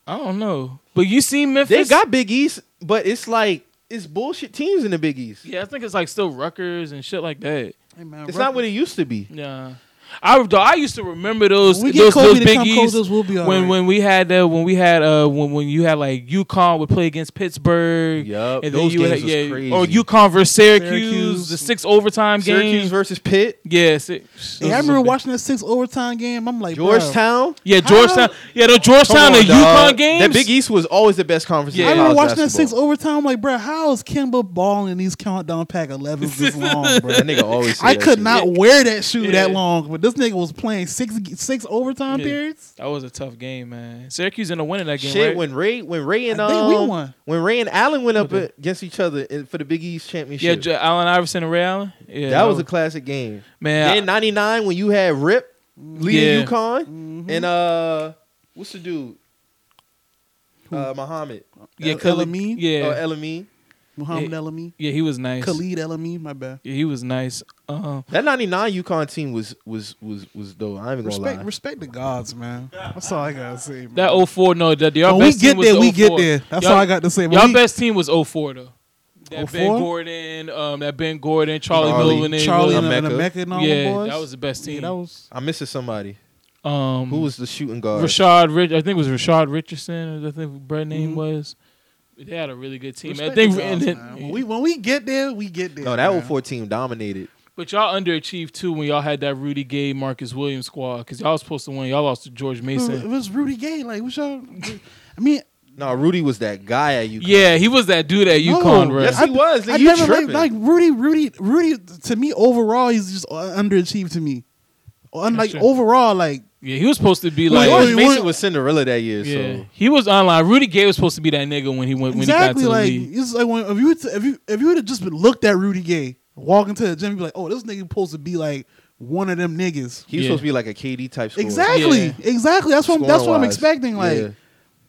Speaker 3: I don't know, but you see Memphis.
Speaker 2: They got Big East, but it's like it's bullshit teams in the Big East.
Speaker 3: Yeah, I think it's like still Rutgers and shit like that.
Speaker 1: Hey, man,
Speaker 2: It's not what it used to be.
Speaker 3: Yeah. I, though, I used to remember those
Speaker 1: When we get
Speaker 3: those,
Speaker 1: Kobe
Speaker 3: those
Speaker 1: to
Speaker 3: big
Speaker 1: come
Speaker 3: East
Speaker 1: coach us, we'll be all
Speaker 3: when
Speaker 1: right.
Speaker 3: when we had uh, when we had uh when when you had like UConn would play against Pittsburgh
Speaker 2: Yup,
Speaker 3: and then
Speaker 2: those
Speaker 3: you
Speaker 2: games
Speaker 3: had,
Speaker 2: was
Speaker 3: yeah Oh,
Speaker 2: crazy.
Speaker 3: or UConn versus Syracuse,
Speaker 1: Syracuse.
Speaker 3: the six overtime
Speaker 2: Syracuse
Speaker 3: game
Speaker 2: versus Pitt,
Speaker 3: yeah six,
Speaker 1: Yeah, I remember watching that six overtime game. I'm like, bruh,
Speaker 2: Georgetown.
Speaker 3: yeah
Speaker 1: How?
Speaker 3: Georgetown yeah the Georgetown
Speaker 2: Come
Speaker 3: and
Speaker 2: on, dog.
Speaker 3: UConn games
Speaker 2: That Big East was always the best conference.
Speaker 3: Yeah.
Speaker 2: Yeah,
Speaker 1: I
Speaker 2: in
Speaker 1: remember
Speaker 2: college
Speaker 1: watching that six
Speaker 2: basketball.
Speaker 1: overtime. I'm like, bro, how is Kimba balling in these countdown pack 11s this long, bro?
Speaker 2: That nigga always. say
Speaker 1: I
Speaker 2: that
Speaker 1: could
Speaker 2: shit.
Speaker 1: not wear that shoe
Speaker 3: Yeah.
Speaker 1: that long, but this nigga was playing six six overtime
Speaker 3: Yeah.
Speaker 1: periods.
Speaker 3: that was a tough game man Syracuse ended up winning that game
Speaker 2: Shit,
Speaker 3: right?
Speaker 2: when Ray, when Ray and
Speaker 1: I think we
Speaker 2: um,
Speaker 1: won.
Speaker 2: when Ray and Allen went up
Speaker 3: Okay.
Speaker 2: against each other in, for the Big East
Speaker 3: yeah
Speaker 2: championship,
Speaker 3: J- Allen Iverson and Ray Allen yeah
Speaker 2: that was a classic game.
Speaker 3: man
Speaker 2: Then '99 when you had Rip leading
Speaker 3: Yeah. Mm-hmm.
Speaker 2: UConn
Speaker 1: Mm-hmm.
Speaker 2: and uh, what's the dude? Uh, Muhammad, Uh,
Speaker 3: Yeah,
Speaker 1: El-
Speaker 3: Khalid-
Speaker 1: Elamine?
Speaker 3: Yeah,
Speaker 2: or Elamine.
Speaker 1: Muhammad
Speaker 3: Yeah.
Speaker 1: Elamy,
Speaker 3: yeah, he was nice.
Speaker 1: Oh, Khalid Elamy, my bad.
Speaker 3: Yeah, he was nice. Uh,
Speaker 2: That '99 UConn team was was was was dope. I ain't even gonna
Speaker 1: Respect,
Speaker 2: lie.
Speaker 1: respect the gods, man. That's all I gotta say. Man.
Speaker 3: that 04, no, that y'all
Speaker 1: when we
Speaker 3: best
Speaker 1: get
Speaker 3: team was
Speaker 1: there, we get
Speaker 3: 04.
Speaker 1: there. That's
Speaker 3: Y'all-
Speaker 1: all I got to say. When
Speaker 3: Y'all
Speaker 1: we-
Speaker 3: best team was 04 though. That Ben
Speaker 1: 04?
Speaker 3: Gordon, um, that Ben Gordon, Charlie
Speaker 2: Charlie-
Speaker 3: Miller,
Speaker 1: Charlie and,
Speaker 2: Mecca.
Speaker 1: and Mecca and all
Speaker 3: yeah,
Speaker 1: the boys.
Speaker 3: that was the best team.
Speaker 1: Yeah, that was
Speaker 2: I'm missing somebody.
Speaker 3: um,
Speaker 2: Who was the shooting guard?
Speaker 3: Rashad? Rich, I think it was Rashad Richardson. I think Brad name
Speaker 1: Mhm.
Speaker 3: was. They had a really good team. I
Speaker 1: Respect
Speaker 3: think,
Speaker 1: the
Speaker 3: and
Speaker 1: gods,
Speaker 3: then-
Speaker 1: man. when we when we get there, we get there.
Speaker 2: No, that
Speaker 1: man.
Speaker 2: 04 team dominated.
Speaker 3: but y'all underachieved too when y'all had that Rudy Gay, Marcus Williams squad because y'all was supposed to win. Y'all lost to George
Speaker 1: It
Speaker 3: Mason.
Speaker 1: was Rudy Gay. Like, what y'all? I mean,
Speaker 2: No, Rudy was that guy at UConn.
Speaker 3: Yeah, he was that dude at
Speaker 1: No.
Speaker 3: UConn, bro.
Speaker 2: Yes,
Speaker 1: I-
Speaker 2: he was.
Speaker 1: I
Speaker 2: you
Speaker 1: never like,
Speaker 2: tripping.
Speaker 1: like Rudy. Rudy. Rudy. To me, overall, he's just uh, underachieved to me. Un-
Speaker 3: That's
Speaker 1: Like
Speaker 3: true.
Speaker 1: overall, like
Speaker 3: Yeah, he was supposed to be
Speaker 1: Well,
Speaker 3: like.
Speaker 1: it
Speaker 2: George
Speaker 1: Wait,
Speaker 2: Mason
Speaker 1: what-
Speaker 2: was Cinderella that year,
Speaker 3: yeah,
Speaker 2: so
Speaker 3: he was online. Rudy Gay was supposed to be that nigga when he went when
Speaker 1: exactly
Speaker 3: he got to
Speaker 1: like
Speaker 3: the league.
Speaker 1: it's like when, if you would- if you if you would have just been looked at Rudy Gay walking to the gym, you'd be like, oh, this nigga supposed to be like one of them niggas.
Speaker 2: he was
Speaker 3: Yeah.
Speaker 2: supposed to be like a KD type. Scorer.
Speaker 1: Exactly.
Speaker 3: Yeah.
Speaker 1: Exactly. That's what I'm, that's what I'm
Speaker 2: Scoring-wise.
Speaker 1: expecting. Like
Speaker 2: Yeah.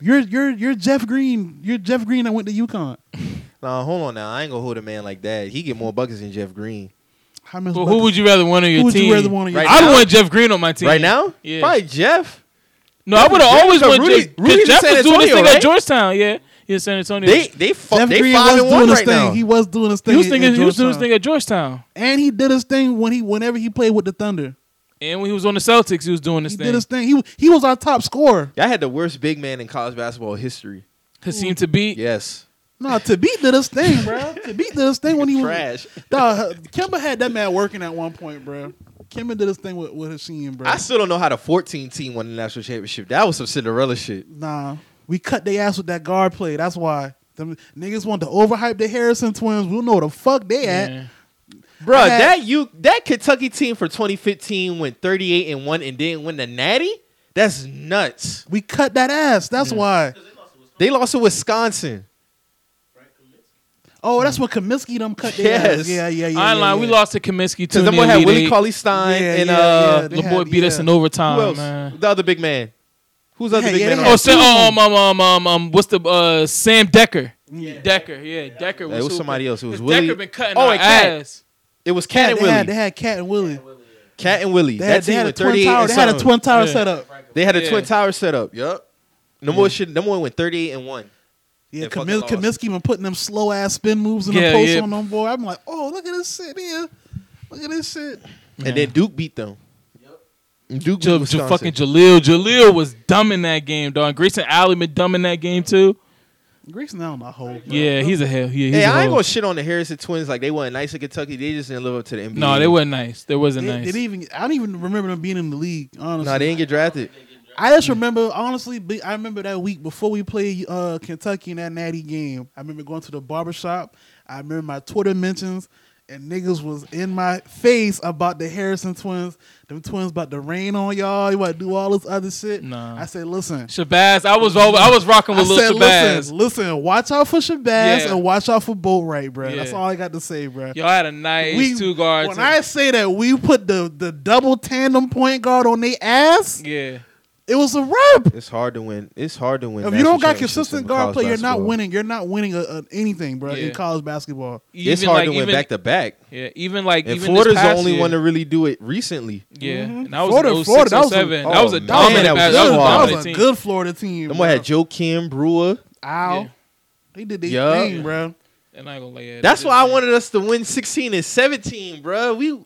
Speaker 1: you're you're you're Jeff Green. You're Jeff Green that went to UConn.
Speaker 2: Nah, hold on now. I ain't gonna hold a man like that. He get more buckets than Jeff Green
Speaker 1: How many?
Speaker 3: But who would you rather want on your
Speaker 1: Who would
Speaker 3: team?
Speaker 1: you rather want on your
Speaker 2: Right
Speaker 3: I
Speaker 2: now?
Speaker 3: don't want Jeff Green on my team
Speaker 2: right now.
Speaker 3: Yeah.
Speaker 2: Probably Jeff.
Speaker 3: No, I would have
Speaker 2: Jeff-
Speaker 3: always
Speaker 2: but
Speaker 3: wanted
Speaker 2: Rudy-
Speaker 3: Jeff.
Speaker 2: Rudy's
Speaker 3: Because
Speaker 2: in
Speaker 3: Jeff
Speaker 2: San
Speaker 3: was doing this
Speaker 2: Antonio,
Speaker 3: thing
Speaker 2: right?
Speaker 3: at Georgetown. Yeah, yeah, San Antonio.
Speaker 2: They they fuck.
Speaker 1: Jeff
Speaker 2: They
Speaker 1: Green
Speaker 2: five
Speaker 1: was
Speaker 2: and
Speaker 1: doing
Speaker 2: one
Speaker 1: his
Speaker 2: right
Speaker 1: thing.
Speaker 2: now.
Speaker 1: He was doing his thing.
Speaker 3: he was
Speaker 1: in-
Speaker 3: thinking
Speaker 1: in
Speaker 3: he was doing this
Speaker 1: Georgetown.
Speaker 3: thing at Georgetown,
Speaker 1: and he did his thing when he whenever he played with the Thunder.
Speaker 3: and when he was on the Celtics, he was doing this
Speaker 1: He
Speaker 3: thing.
Speaker 1: did his thing. He he was our top scorer.
Speaker 2: Y'all had the worst big man in college basketball history.
Speaker 3: Cause seemed to be.
Speaker 2: Yes.
Speaker 1: No, Tabit did his thing, bro. Tabit did his thing when he was
Speaker 2: Trash.
Speaker 1: Nah, Kimba had that man working at one point, bro. Kimba did his thing with with Hashim, bro.
Speaker 2: I still don't know how the 14 team won the national championship. That was some Cinderella shit.
Speaker 1: Nah, we cut their ass with that guard play. That's why. Them niggas want to overhype the Harrison twins. We'll know where the fuck they at.
Speaker 3: Yeah.
Speaker 2: Bro,
Speaker 1: I had-
Speaker 2: that you that Kentucky team for 2015 went 38 and 1 and didn't win the Natty? That's nuts.
Speaker 1: We cut that ass. That's why.
Speaker 2: They lost to Wisconsin.
Speaker 1: Oh, that's what Kaminsky them cut their
Speaker 2: Yes.
Speaker 1: ass. Yeah, yeah, yeah.
Speaker 3: Online,
Speaker 1: yeah, yeah.
Speaker 3: we lost to Kaminsky too.
Speaker 2: Cuz them
Speaker 3: in the
Speaker 2: boy had
Speaker 3: Elite
Speaker 2: Willie
Speaker 3: Eight.
Speaker 2: Cauley Stein
Speaker 1: Yeah,
Speaker 2: and
Speaker 1: yeah,
Speaker 2: uh
Speaker 1: They
Speaker 3: The boy
Speaker 1: had-
Speaker 3: beat us
Speaker 1: yeah.
Speaker 3: in
Speaker 2: who
Speaker 3: overtime,
Speaker 2: else?
Speaker 3: man.
Speaker 2: The other big man. Who's the other
Speaker 1: Yeah,
Speaker 2: big
Speaker 1: yeah,
Speaker 2: man?
Speaker 1: they
Speaker 2: on
Speaker 1: had
Speaker 3: Oh,
Speaker 2: that
Speaker 1: so-
Speaker 3: Sam, oh, um, um, um, um, um, what's the uh, Sam Decker?
Speaker 1: Yeah.
Speaker 3: Decker, yeah, Decker was,
Speaker 2: It was
Speaker 3: hooping.
Speaker 2: somebody else. It was
Speaker 3: 'Cause
Speaker 2: Willie.
Speaker 3: Decker been cutting
Speaker 2: Oh,
Speaker 3: our
Speaker 2: and Cat.
Speaker 3: ass.
Speaker 2: It was Cat
Speaker 1: Cat,
Speaker 2: and
Speaker 1: they, had, they
Speaker 2: Willie.
Speaker 1: had Cat and Willie.
Speaker 2: Cat and Willie.
Speaker 1: They had,
Speaker 2: That
Speaker 1: they
Speaker 2: team
Speaker 1: had a
Speaker 2: went
Speaker 1: twin
Speaker 2: 38
Speaker 1: tower.
Speaker 2: and
Speaker 1: They had a
Speaker 2: something.
Speaker 1: twin tower
Speaker 3: Yeah.
Speaker 1: set up.
Speaker 2: They had a
Speaker 3: Yeah.
Speaker 2: twin tower set up. Yep. No more shit. No more went 38 and 1.
Speaker 1: Yeah,
Speaker 2: They fucking
Speaker 1: Kamis-
Speaker 2: lost.
Speaker 1: Kaminsky been putting them slow ass spin moves in
Speaker 3: Yeah,
Speaker 1: the post
Speaker 3: yeah.
Speaker 1: on them boy. I'm like, oh, look at this shit here. Look at this shit.
Speaker 3: Yeah.
Speaker 2: And then Duke beat them. Duke,
Speaker 3: J- J-
Speaker 2: Wisconsin.
Speaker 3: fucking Jaleel. Jaleel was dumb in that game, dog. Grayson Allen been dumb in that game too.
Speaker 1: Grayson Allen, I hope.
Speaker 3: Yeah, he's a hell. He, he's
Speaker 2: Hey,
Speaker 3: a
Speaker 2: I ain't
Speaker 3: hoe.
Speaker 2: gonna shit on the Harrison twins like they weren't nice in Kentucky. They just didn't live up to the NBA.
Speaker 3: No, they weren't nice. They wasn't
Speaker 1: They,
Speaker 3: nice.
Speaker 1: they didn't even. I don't even remember them being in the league. Honestly,
Speaker 2: No, they didn't get drafted.
Speaker 1: I just remember honestly. be- I remember that week before we played uh, Kentucky in that Natty game. I remember going to the barber shop. I remember my Twitter mentions. And niggas was in my face about the Harrison twins. Them twins about to rain on y'all. You about to do all this other shit.
Speaker 3: Nah.
Speaker 1: I said, listen.
Speaker 3: Shabazz, I was over, I was rocking
Speaker 1: I
Speaker 3: with
Speaker 1: said,
Speaker 3: Lil Shabazz.
Speaker 1: listen, listen, watch out for Shabazz
Speaker 3: Yeah.
Speaker 1: and watch out for Boatwright, bro. That's
Speaker 3: Yeah.
Speaker 1: all I got to say, bro.
Speaker 3: Y'all had a nice
Speaker 1: We-
Speaker 3: two guards.
Speaker 1: When I say that we put the, the double tandem point guard on their ass,
Speaker 3: yeah,
Speaker 1: it was a rub.
Speaker 2: It's hard to win. It's hard to win.
Speaker 1: If you don't
Speaker 2: national
Speaker 1: got
Speaker 2: championships in
Speaker 1: consistent guard
Speaker 2: college
Speaker 1: play, you're not
Speaker 2: basketball.
Speaker 1: winning. You're not winning a, a- anything, bro,
Speaker 3: Yeah.
Speaker 1: in college basketball.
Speaker 2: It's hard to win
Speaker 3: even,
Speaker 2: back to back.
Speaker 3: Yeah, even like
Speaker 2: And
Speaker 3: even
Speaker 2: Florida's
Speaker 3: this
Speaker 2: the
Speaker 3: past
Speaker 2: only
Speaker 3: year.
Speaker 2: one to really do it recently.
Speaker 3: Yeah,
Speaker 1: Mhm.
Speaker 3: and that was oh
Speaker 1: Florida- Florida,
Speaker 3: Florida,
Speaker 1: that was a-
Speaker 3: that was a,
Speaker 2: oh, man,
Speaker 3: dominant
Speaker 2: that was
Speaker 3: pass.
Speaker 2: a
Speaker 1: That was,
Speaker 2: good
Speaker 1: that
Speaker 2: one.
Speaker 1: was
Speaker 3: dominant
Speaker 1: a
Speaker 3: team.
Speaker 1: good Florida team.
Speaker 2: Them
Speaker 1: bro.
Speaker 2: boy had Joe Kim Brewer.
Speaker 1: Ow.
Speaker 3: Yeah.
Speaker 1: They did their
Speaker 2: Yeah.
Speaker 1: thing, bro.
Speaker 3: And I ain't gonna lay it.
Speaker 2: That's why I wanted us to win 16 and 17, bruh. We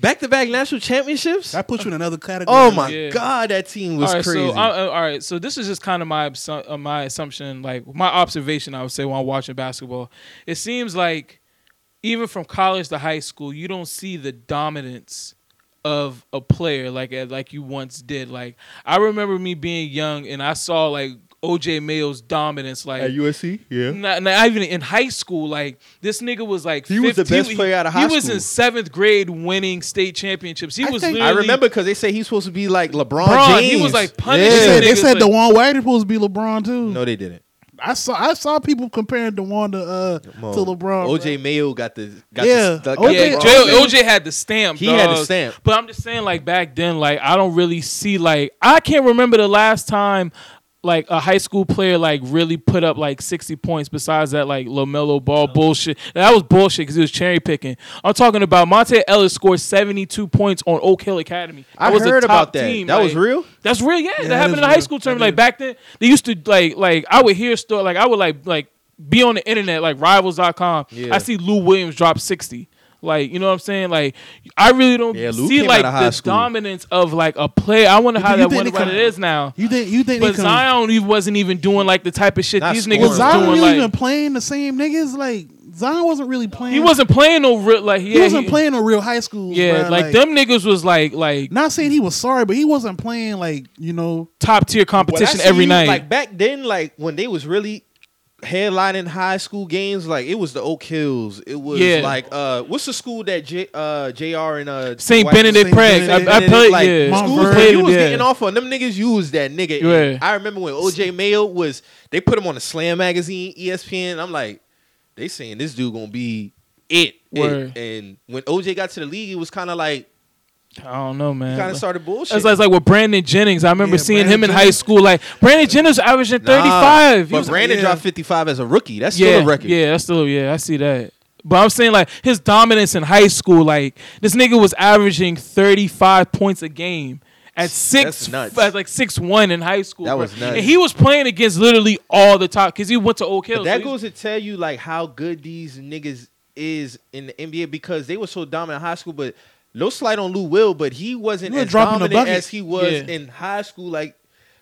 Speaker 2: back to back national championships.
Speaker 1: That put you in another category.
Speaker 2: Oh my
Speaker 3: Yeah.
Speaker 2: god, that team was
Speaker 3: all right,
Speaker 2: crazy.
Speaker 3: So, I, uh, all right, so this is just kind of my absu- uh, my assumption, like my observation, I would say, while watching basketball. It seems like even from college to high school, you don't see the dominance of a player like uh, like you once did. Like I remember me being young and I saw like OJ Mayo's dominance, like
Speaker 2: USC, yeah.
Speaker 3: not, not even in high school. Like this nigga was like
Speaker 2: He was the
Speaker 3: 15
Speaker 2: best player out of high
Speaker 3: He was
Speaker 2: school.
Speaker 3: in seventh grade winning state championships. He
Speaker 1: I
Speaker 3: was.
Speaker 1: think-
Speaker 2: I
Speaker 3: literally-
Speaker 2: remember because they say he's supposed to be like LeBron
Speaker 3: Bron, he
Speaker 2: James.
Speaker 3: was, like, punishing
Speaker 1: They said,
Speaker 3: Yeah.
Speaker 1: they said
Speaker 3: Niggas, like-
Speaker 1: DeWan White is supposed to be LeBron too.
Speaker 2: No, they didn't.
Speaker 1: I saw I saw people comparing DeWan to uh
Speaker 2: Mo.
Speaker 1: to LeBron.
Speaker 2: OJ
Speaker 1: bro.
Speaker 2: Mayo got the got
Speaker 1: Yeah,
Speaker 2: The, got
Speaker 1: OJ
Speaker 2: the
Speaker 3: Yeah,
Speaker 2: bronze.
Speaker 1: Jay-
Speaker 3: J- OJ had the stamp.
Speaker 2: He had the
Speaker 3: dog.
Speaker 2: stamp.
Speaker 3: But I'm just saying, like back then, like I don't really see like I can't remember the last time like a high school player like really put up like 60 points. Besides that, like Lomelo Ball bullshit. And that was bullshit because he was cherry picking. I'm talking about Monte Ellis scored 72 points on Oak Hill Academy.
Speaker 2: I
Speaker 3: That was a
Speaker 2: heard
Speaker 3: top
Speaker 2: about that.
Speaker 3: team,
Speaker 2: that was
Speaker 3: like-
Speaker 2: real.
Speaker 3: that's real. Yeah, that,
Speaker 1: that
Speaker 3: happened
Speaker 1: is
Speaker 3: in the high
Speaker 1: real.
Speaker 3: school
Speaker 1: That is.
Speaker 3: tournament. Like back then, they used to like like I would hear story like I would like like be on the internet like rivals.com.
Speaker 2: Yeah.
Speaker 3: I see Lou Williams drop sixty. Like you know what I'm saying? Like I really don't
Speaker 2: Yeah, Lou
Speaker 3: see
Speaker 2: came
Speaker 3: like
Speaker 2: out of high
Speaker 3: the
Speaker 2: school.
Speaker 3: dominance of like a player. I wonder
Speaker 1: You
Speaker 3: how
Speaker 1: think- you
Speaker 3: that
Speaker 1: think
Speaker 3: went
Speaker 1: they
Speaker 3: about
Speaker 1: come-
Speaker 3: it is now.
Speaker 1: You think you think
Speaker 3: But
Speaker 1: they come,
Speaker 3: Zion he wasn't even doing like the type of shit
Speaker 2: Not
Speaker 3: these
Speaker 2: scoring.
Speaker 3: niggas was
Speaker 1: Zion
Speaker 3: doing.
Speaker 1: really
Speaker 3: Like
Speaker 1: even playing the same niggas? Like Zion wasn't really playing.
Speaker 3: he wasn't playing no real like
Speaker 1: He
Speaker 3: yeah,
Speaker 1: wasn't playing no real high school.
Speaker 3: Yeah,
Speaker 1: bruh,
Speaker 3: like, them niggas was like like
Speaker 1: Not saying he was sorry, but he wasn't playing like you know.
Speaker 3: top tier
Speaker 2: When I
Speaker 3: competition
Speaker 2: see
Speaker 3: every
Speaker 2: you,
Speaker 3: night.
Speaker 2: Like back then, like when they was really headlining high school games, like it was the Oak Hills. It was
Speaker 3: Yeah.
Speaker 2: like uh, what's the school that J, uh, Jr. and uh
Speaker 3: St.
Speaker 2: White-
Speaker 3: Benedict
Speaker 1: Saint
Speaker 3: Press. I,
Speaker 1: Benedict,
Speaker 3: I played
Speaker 2: like
Speaker 3: yeah.
Speaker 1: Mount
Speaker 2: schools
Speaker 1: Vernon,
Speaker 2: that you was
Speaker 3: yeah.
Speaker 2: getting off on them niggas. You was that nigga.
Speaker 3: Yeah.
Speaker 2: I remember when OJ Mayo was. They put him on the Slam magazine, E ESPN. I'm like, they saying this dude gonna be it. it.
Speaker 3: Word.
Speaker 2: And when OJ got to the league, it was kind of like
Speaker 3: I don't know, man.
Speaker 2: kind of
Speaker 3: Like-
Speaker 2: started bullshit.
Speaker 3: That's like, it's like with Brandon Jennings. I remember
Speaker 1: Yeah,
Speaker 3: seeing him
Speaker 1: Brandon
Speaker 3: in high
Speaker 1: Jennings.
Speaker 3: school. Like Brandon Jennings averaging
Speaker 2: Nah,
Speaker 3: 35. He
Speaker 2: But
Speaker 3: was-
Speaker 2: Brandon
Speaker 1: yeah.
Speaker 2: dropped 55 as a rookie. That's
Speaker 3: yeah,
Speaker 2: still a record.
Speaker 3: Yeah, that's still yeah. I see that. But I'm saying like his dominance in high school. Like this nigga was averaging 35 points a game. At six,
Speaker 2: That's nuts.
Speaker 3: at like six one in high school,
Speaker 2: That
Speaker 3: bro.
Speaker 2: was nuts.
Speaker 3: and he was playing against literally all the top because he went to Oak Hill.
Speaker 2: But
Speaker 3: so
Speaker 2: that
Speaker 3: he-
Speaker 2: goes to tell you like how good these niggas is in the NBA because they were so dominant in high school, but no slight on Lou Will, but he wasn't
Speaker 1: Lou
Speaker 2: as
Speaker 1: dropping the
Speaker 2: dominant
Speaker 1: bucket.
Speaker 2: as he was
Speaker 3: Yeah.
Speaker 2: in high school. Like,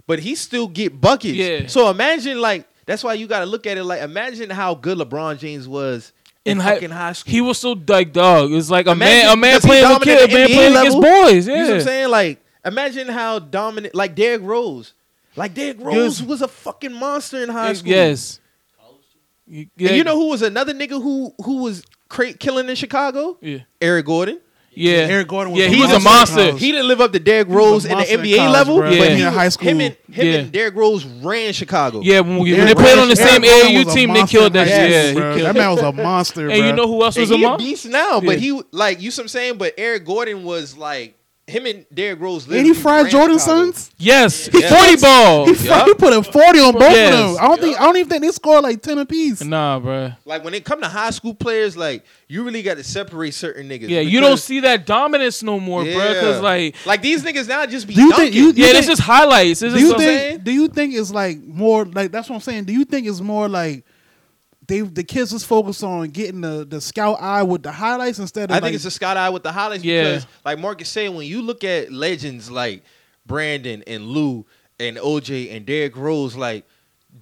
Speaker 2: but he still get buckets.
Speaker 3: Yeah.
Speaker 2: So imagine like that's why you got to look at it like imagine how good LeBron James was in,
Speaker 3: in high,
Speaker 2: fucking high school.
Speaker 3: he was so like dog. It was like a man,
Speaker 2: Imagine-
Speaker 3: a man
Speaker 2: does he
Speaker 3: playing with
Speaker 2: dominate
Speaker 3: kids, a
Speaker 2: the
Speaker 3: man
Speaker 2: NBA
Speaker 3: playing
Speaker 2: level?
Speaker 3: against boys.
Speaker 2: You know what I'm
Speaker 3: Yeah,
Speaker 2: saying? Like, imagine how dominant, like Derrick Rose. Like, Derrick Rose was a fucking monster in high school.
Speaker 3: yes. Y- Yeah,
Speaker 2: And you know who was another nigga who who was cra- killing in Chicago?
Speaker 3: Yeah.
Speaker 2: Eric Gordon.
Speaker 3: Yeah.
Speaker 1: Eric Gordon was
Speaker 3: yeah,
Speaker 1: a
Speaker 3: he was a
Speaker 1: monster in
Speaker 3: monster.
Speaker 1: college.
Speaker 2: He didn't live up to Derrick
Speaker 1: was a
Speaker 2: Rose in the
Speaker 1: monster in
Speaker 2: NBA
Speaker 1: college,
Speaker 2: level,
Speaker 1: bro.
Speaker 2: but
Speaker 3: Yeah.
Speaker 2: he,
Speaker 1: In high
Speaker 2: him
Speaker 1: school.
Speaker 2: and him
Speaker 3: Yeah.
Speaker 2: and Derrick Rose ran Chicago.
Speaker 3: Yeah, when, we, when they
Speaker 1: Eric
Speaker 3: played on the
Speaker 1: Gordon-
Speaker 3: same
Speaker 1: Eric Gordon
Speaker 3: AAU
Speaker 1: was a
Speaker 3: team, they
Speaker 1: monster
Speaker 3: killed that
Speaker 1: in
Speaker 2: high
Speaker 3: shit.
Speaker 2: school,
Speaker 3: Yeah, he
Speaker 1: bro.
Speaker 3: killed
Speaker 1: that man was a monster.
Speaker 3: And you
Speaker 1: bruh.
Speaker 3: know who else
Speaker 2: And
Speaker 3: was
Speaker 2: he
Speaker 3: a
Speaker 2: a
Speaker 3: monster?
Speaker 2: beast now, but
Speaker 3: Yeah.
Speaker 2: he like you. Some saying, but Eric Gordon was like him and Derrick Rose.
Speaker 1: and he
Speaker 2: literally
Speaker 1: fried
Speaker 2: ran
Speaker 1: Jordan
Speaker 2: Chicago.
Speaker 1: sons.
Speaker 3: Yes,
Speaker 2: Yeah.
Speaker 3: forty ball.
Speaker 1: He, fried, he put a forty on both
Speaker 3: Yes.
Speaker 1: of them. I don't think I don't even think they scored like ten apiece.
Speaker 3: Nah, bro.
Speaker 2: Like when it come to high school players, like you really got to separate certain niggas.
Speaker 3: Yeah, you don't
Speaker 2: because-
Speaker 3: see that dominance no more, bruh, 'cause Because
Speaker 2: Yeah.
Speaker 3: like,
Speaker 2: like these niggas now just be
Speaker 1: Do you
Speaker 2: dunking.
Speaker 1: think- you-
Speaker 3: yeah, it's
Speaker 1: think-
Speaker 3: just highlights. It's
Speaker 1: Do
Speaker 3: just
Speaker 1: you
Speaker 3: what I'm
Speaker 1: think?
Speaker 3: saying.
Speaker 1: Do you think it's like more like that's what I'm saying? Do you think it's more like they the kids was focused on getting the, the scout eye with the highlights instead of
Speaker 2: I
Speaker 1: like,
Speaker 2: think it's a Scott Eye with the highlights
Speaker 3: Yeah.
Speaker 2: because, like Marcus said, when you look at legends like Brandon and Lou and OJ and Derrick Rose, like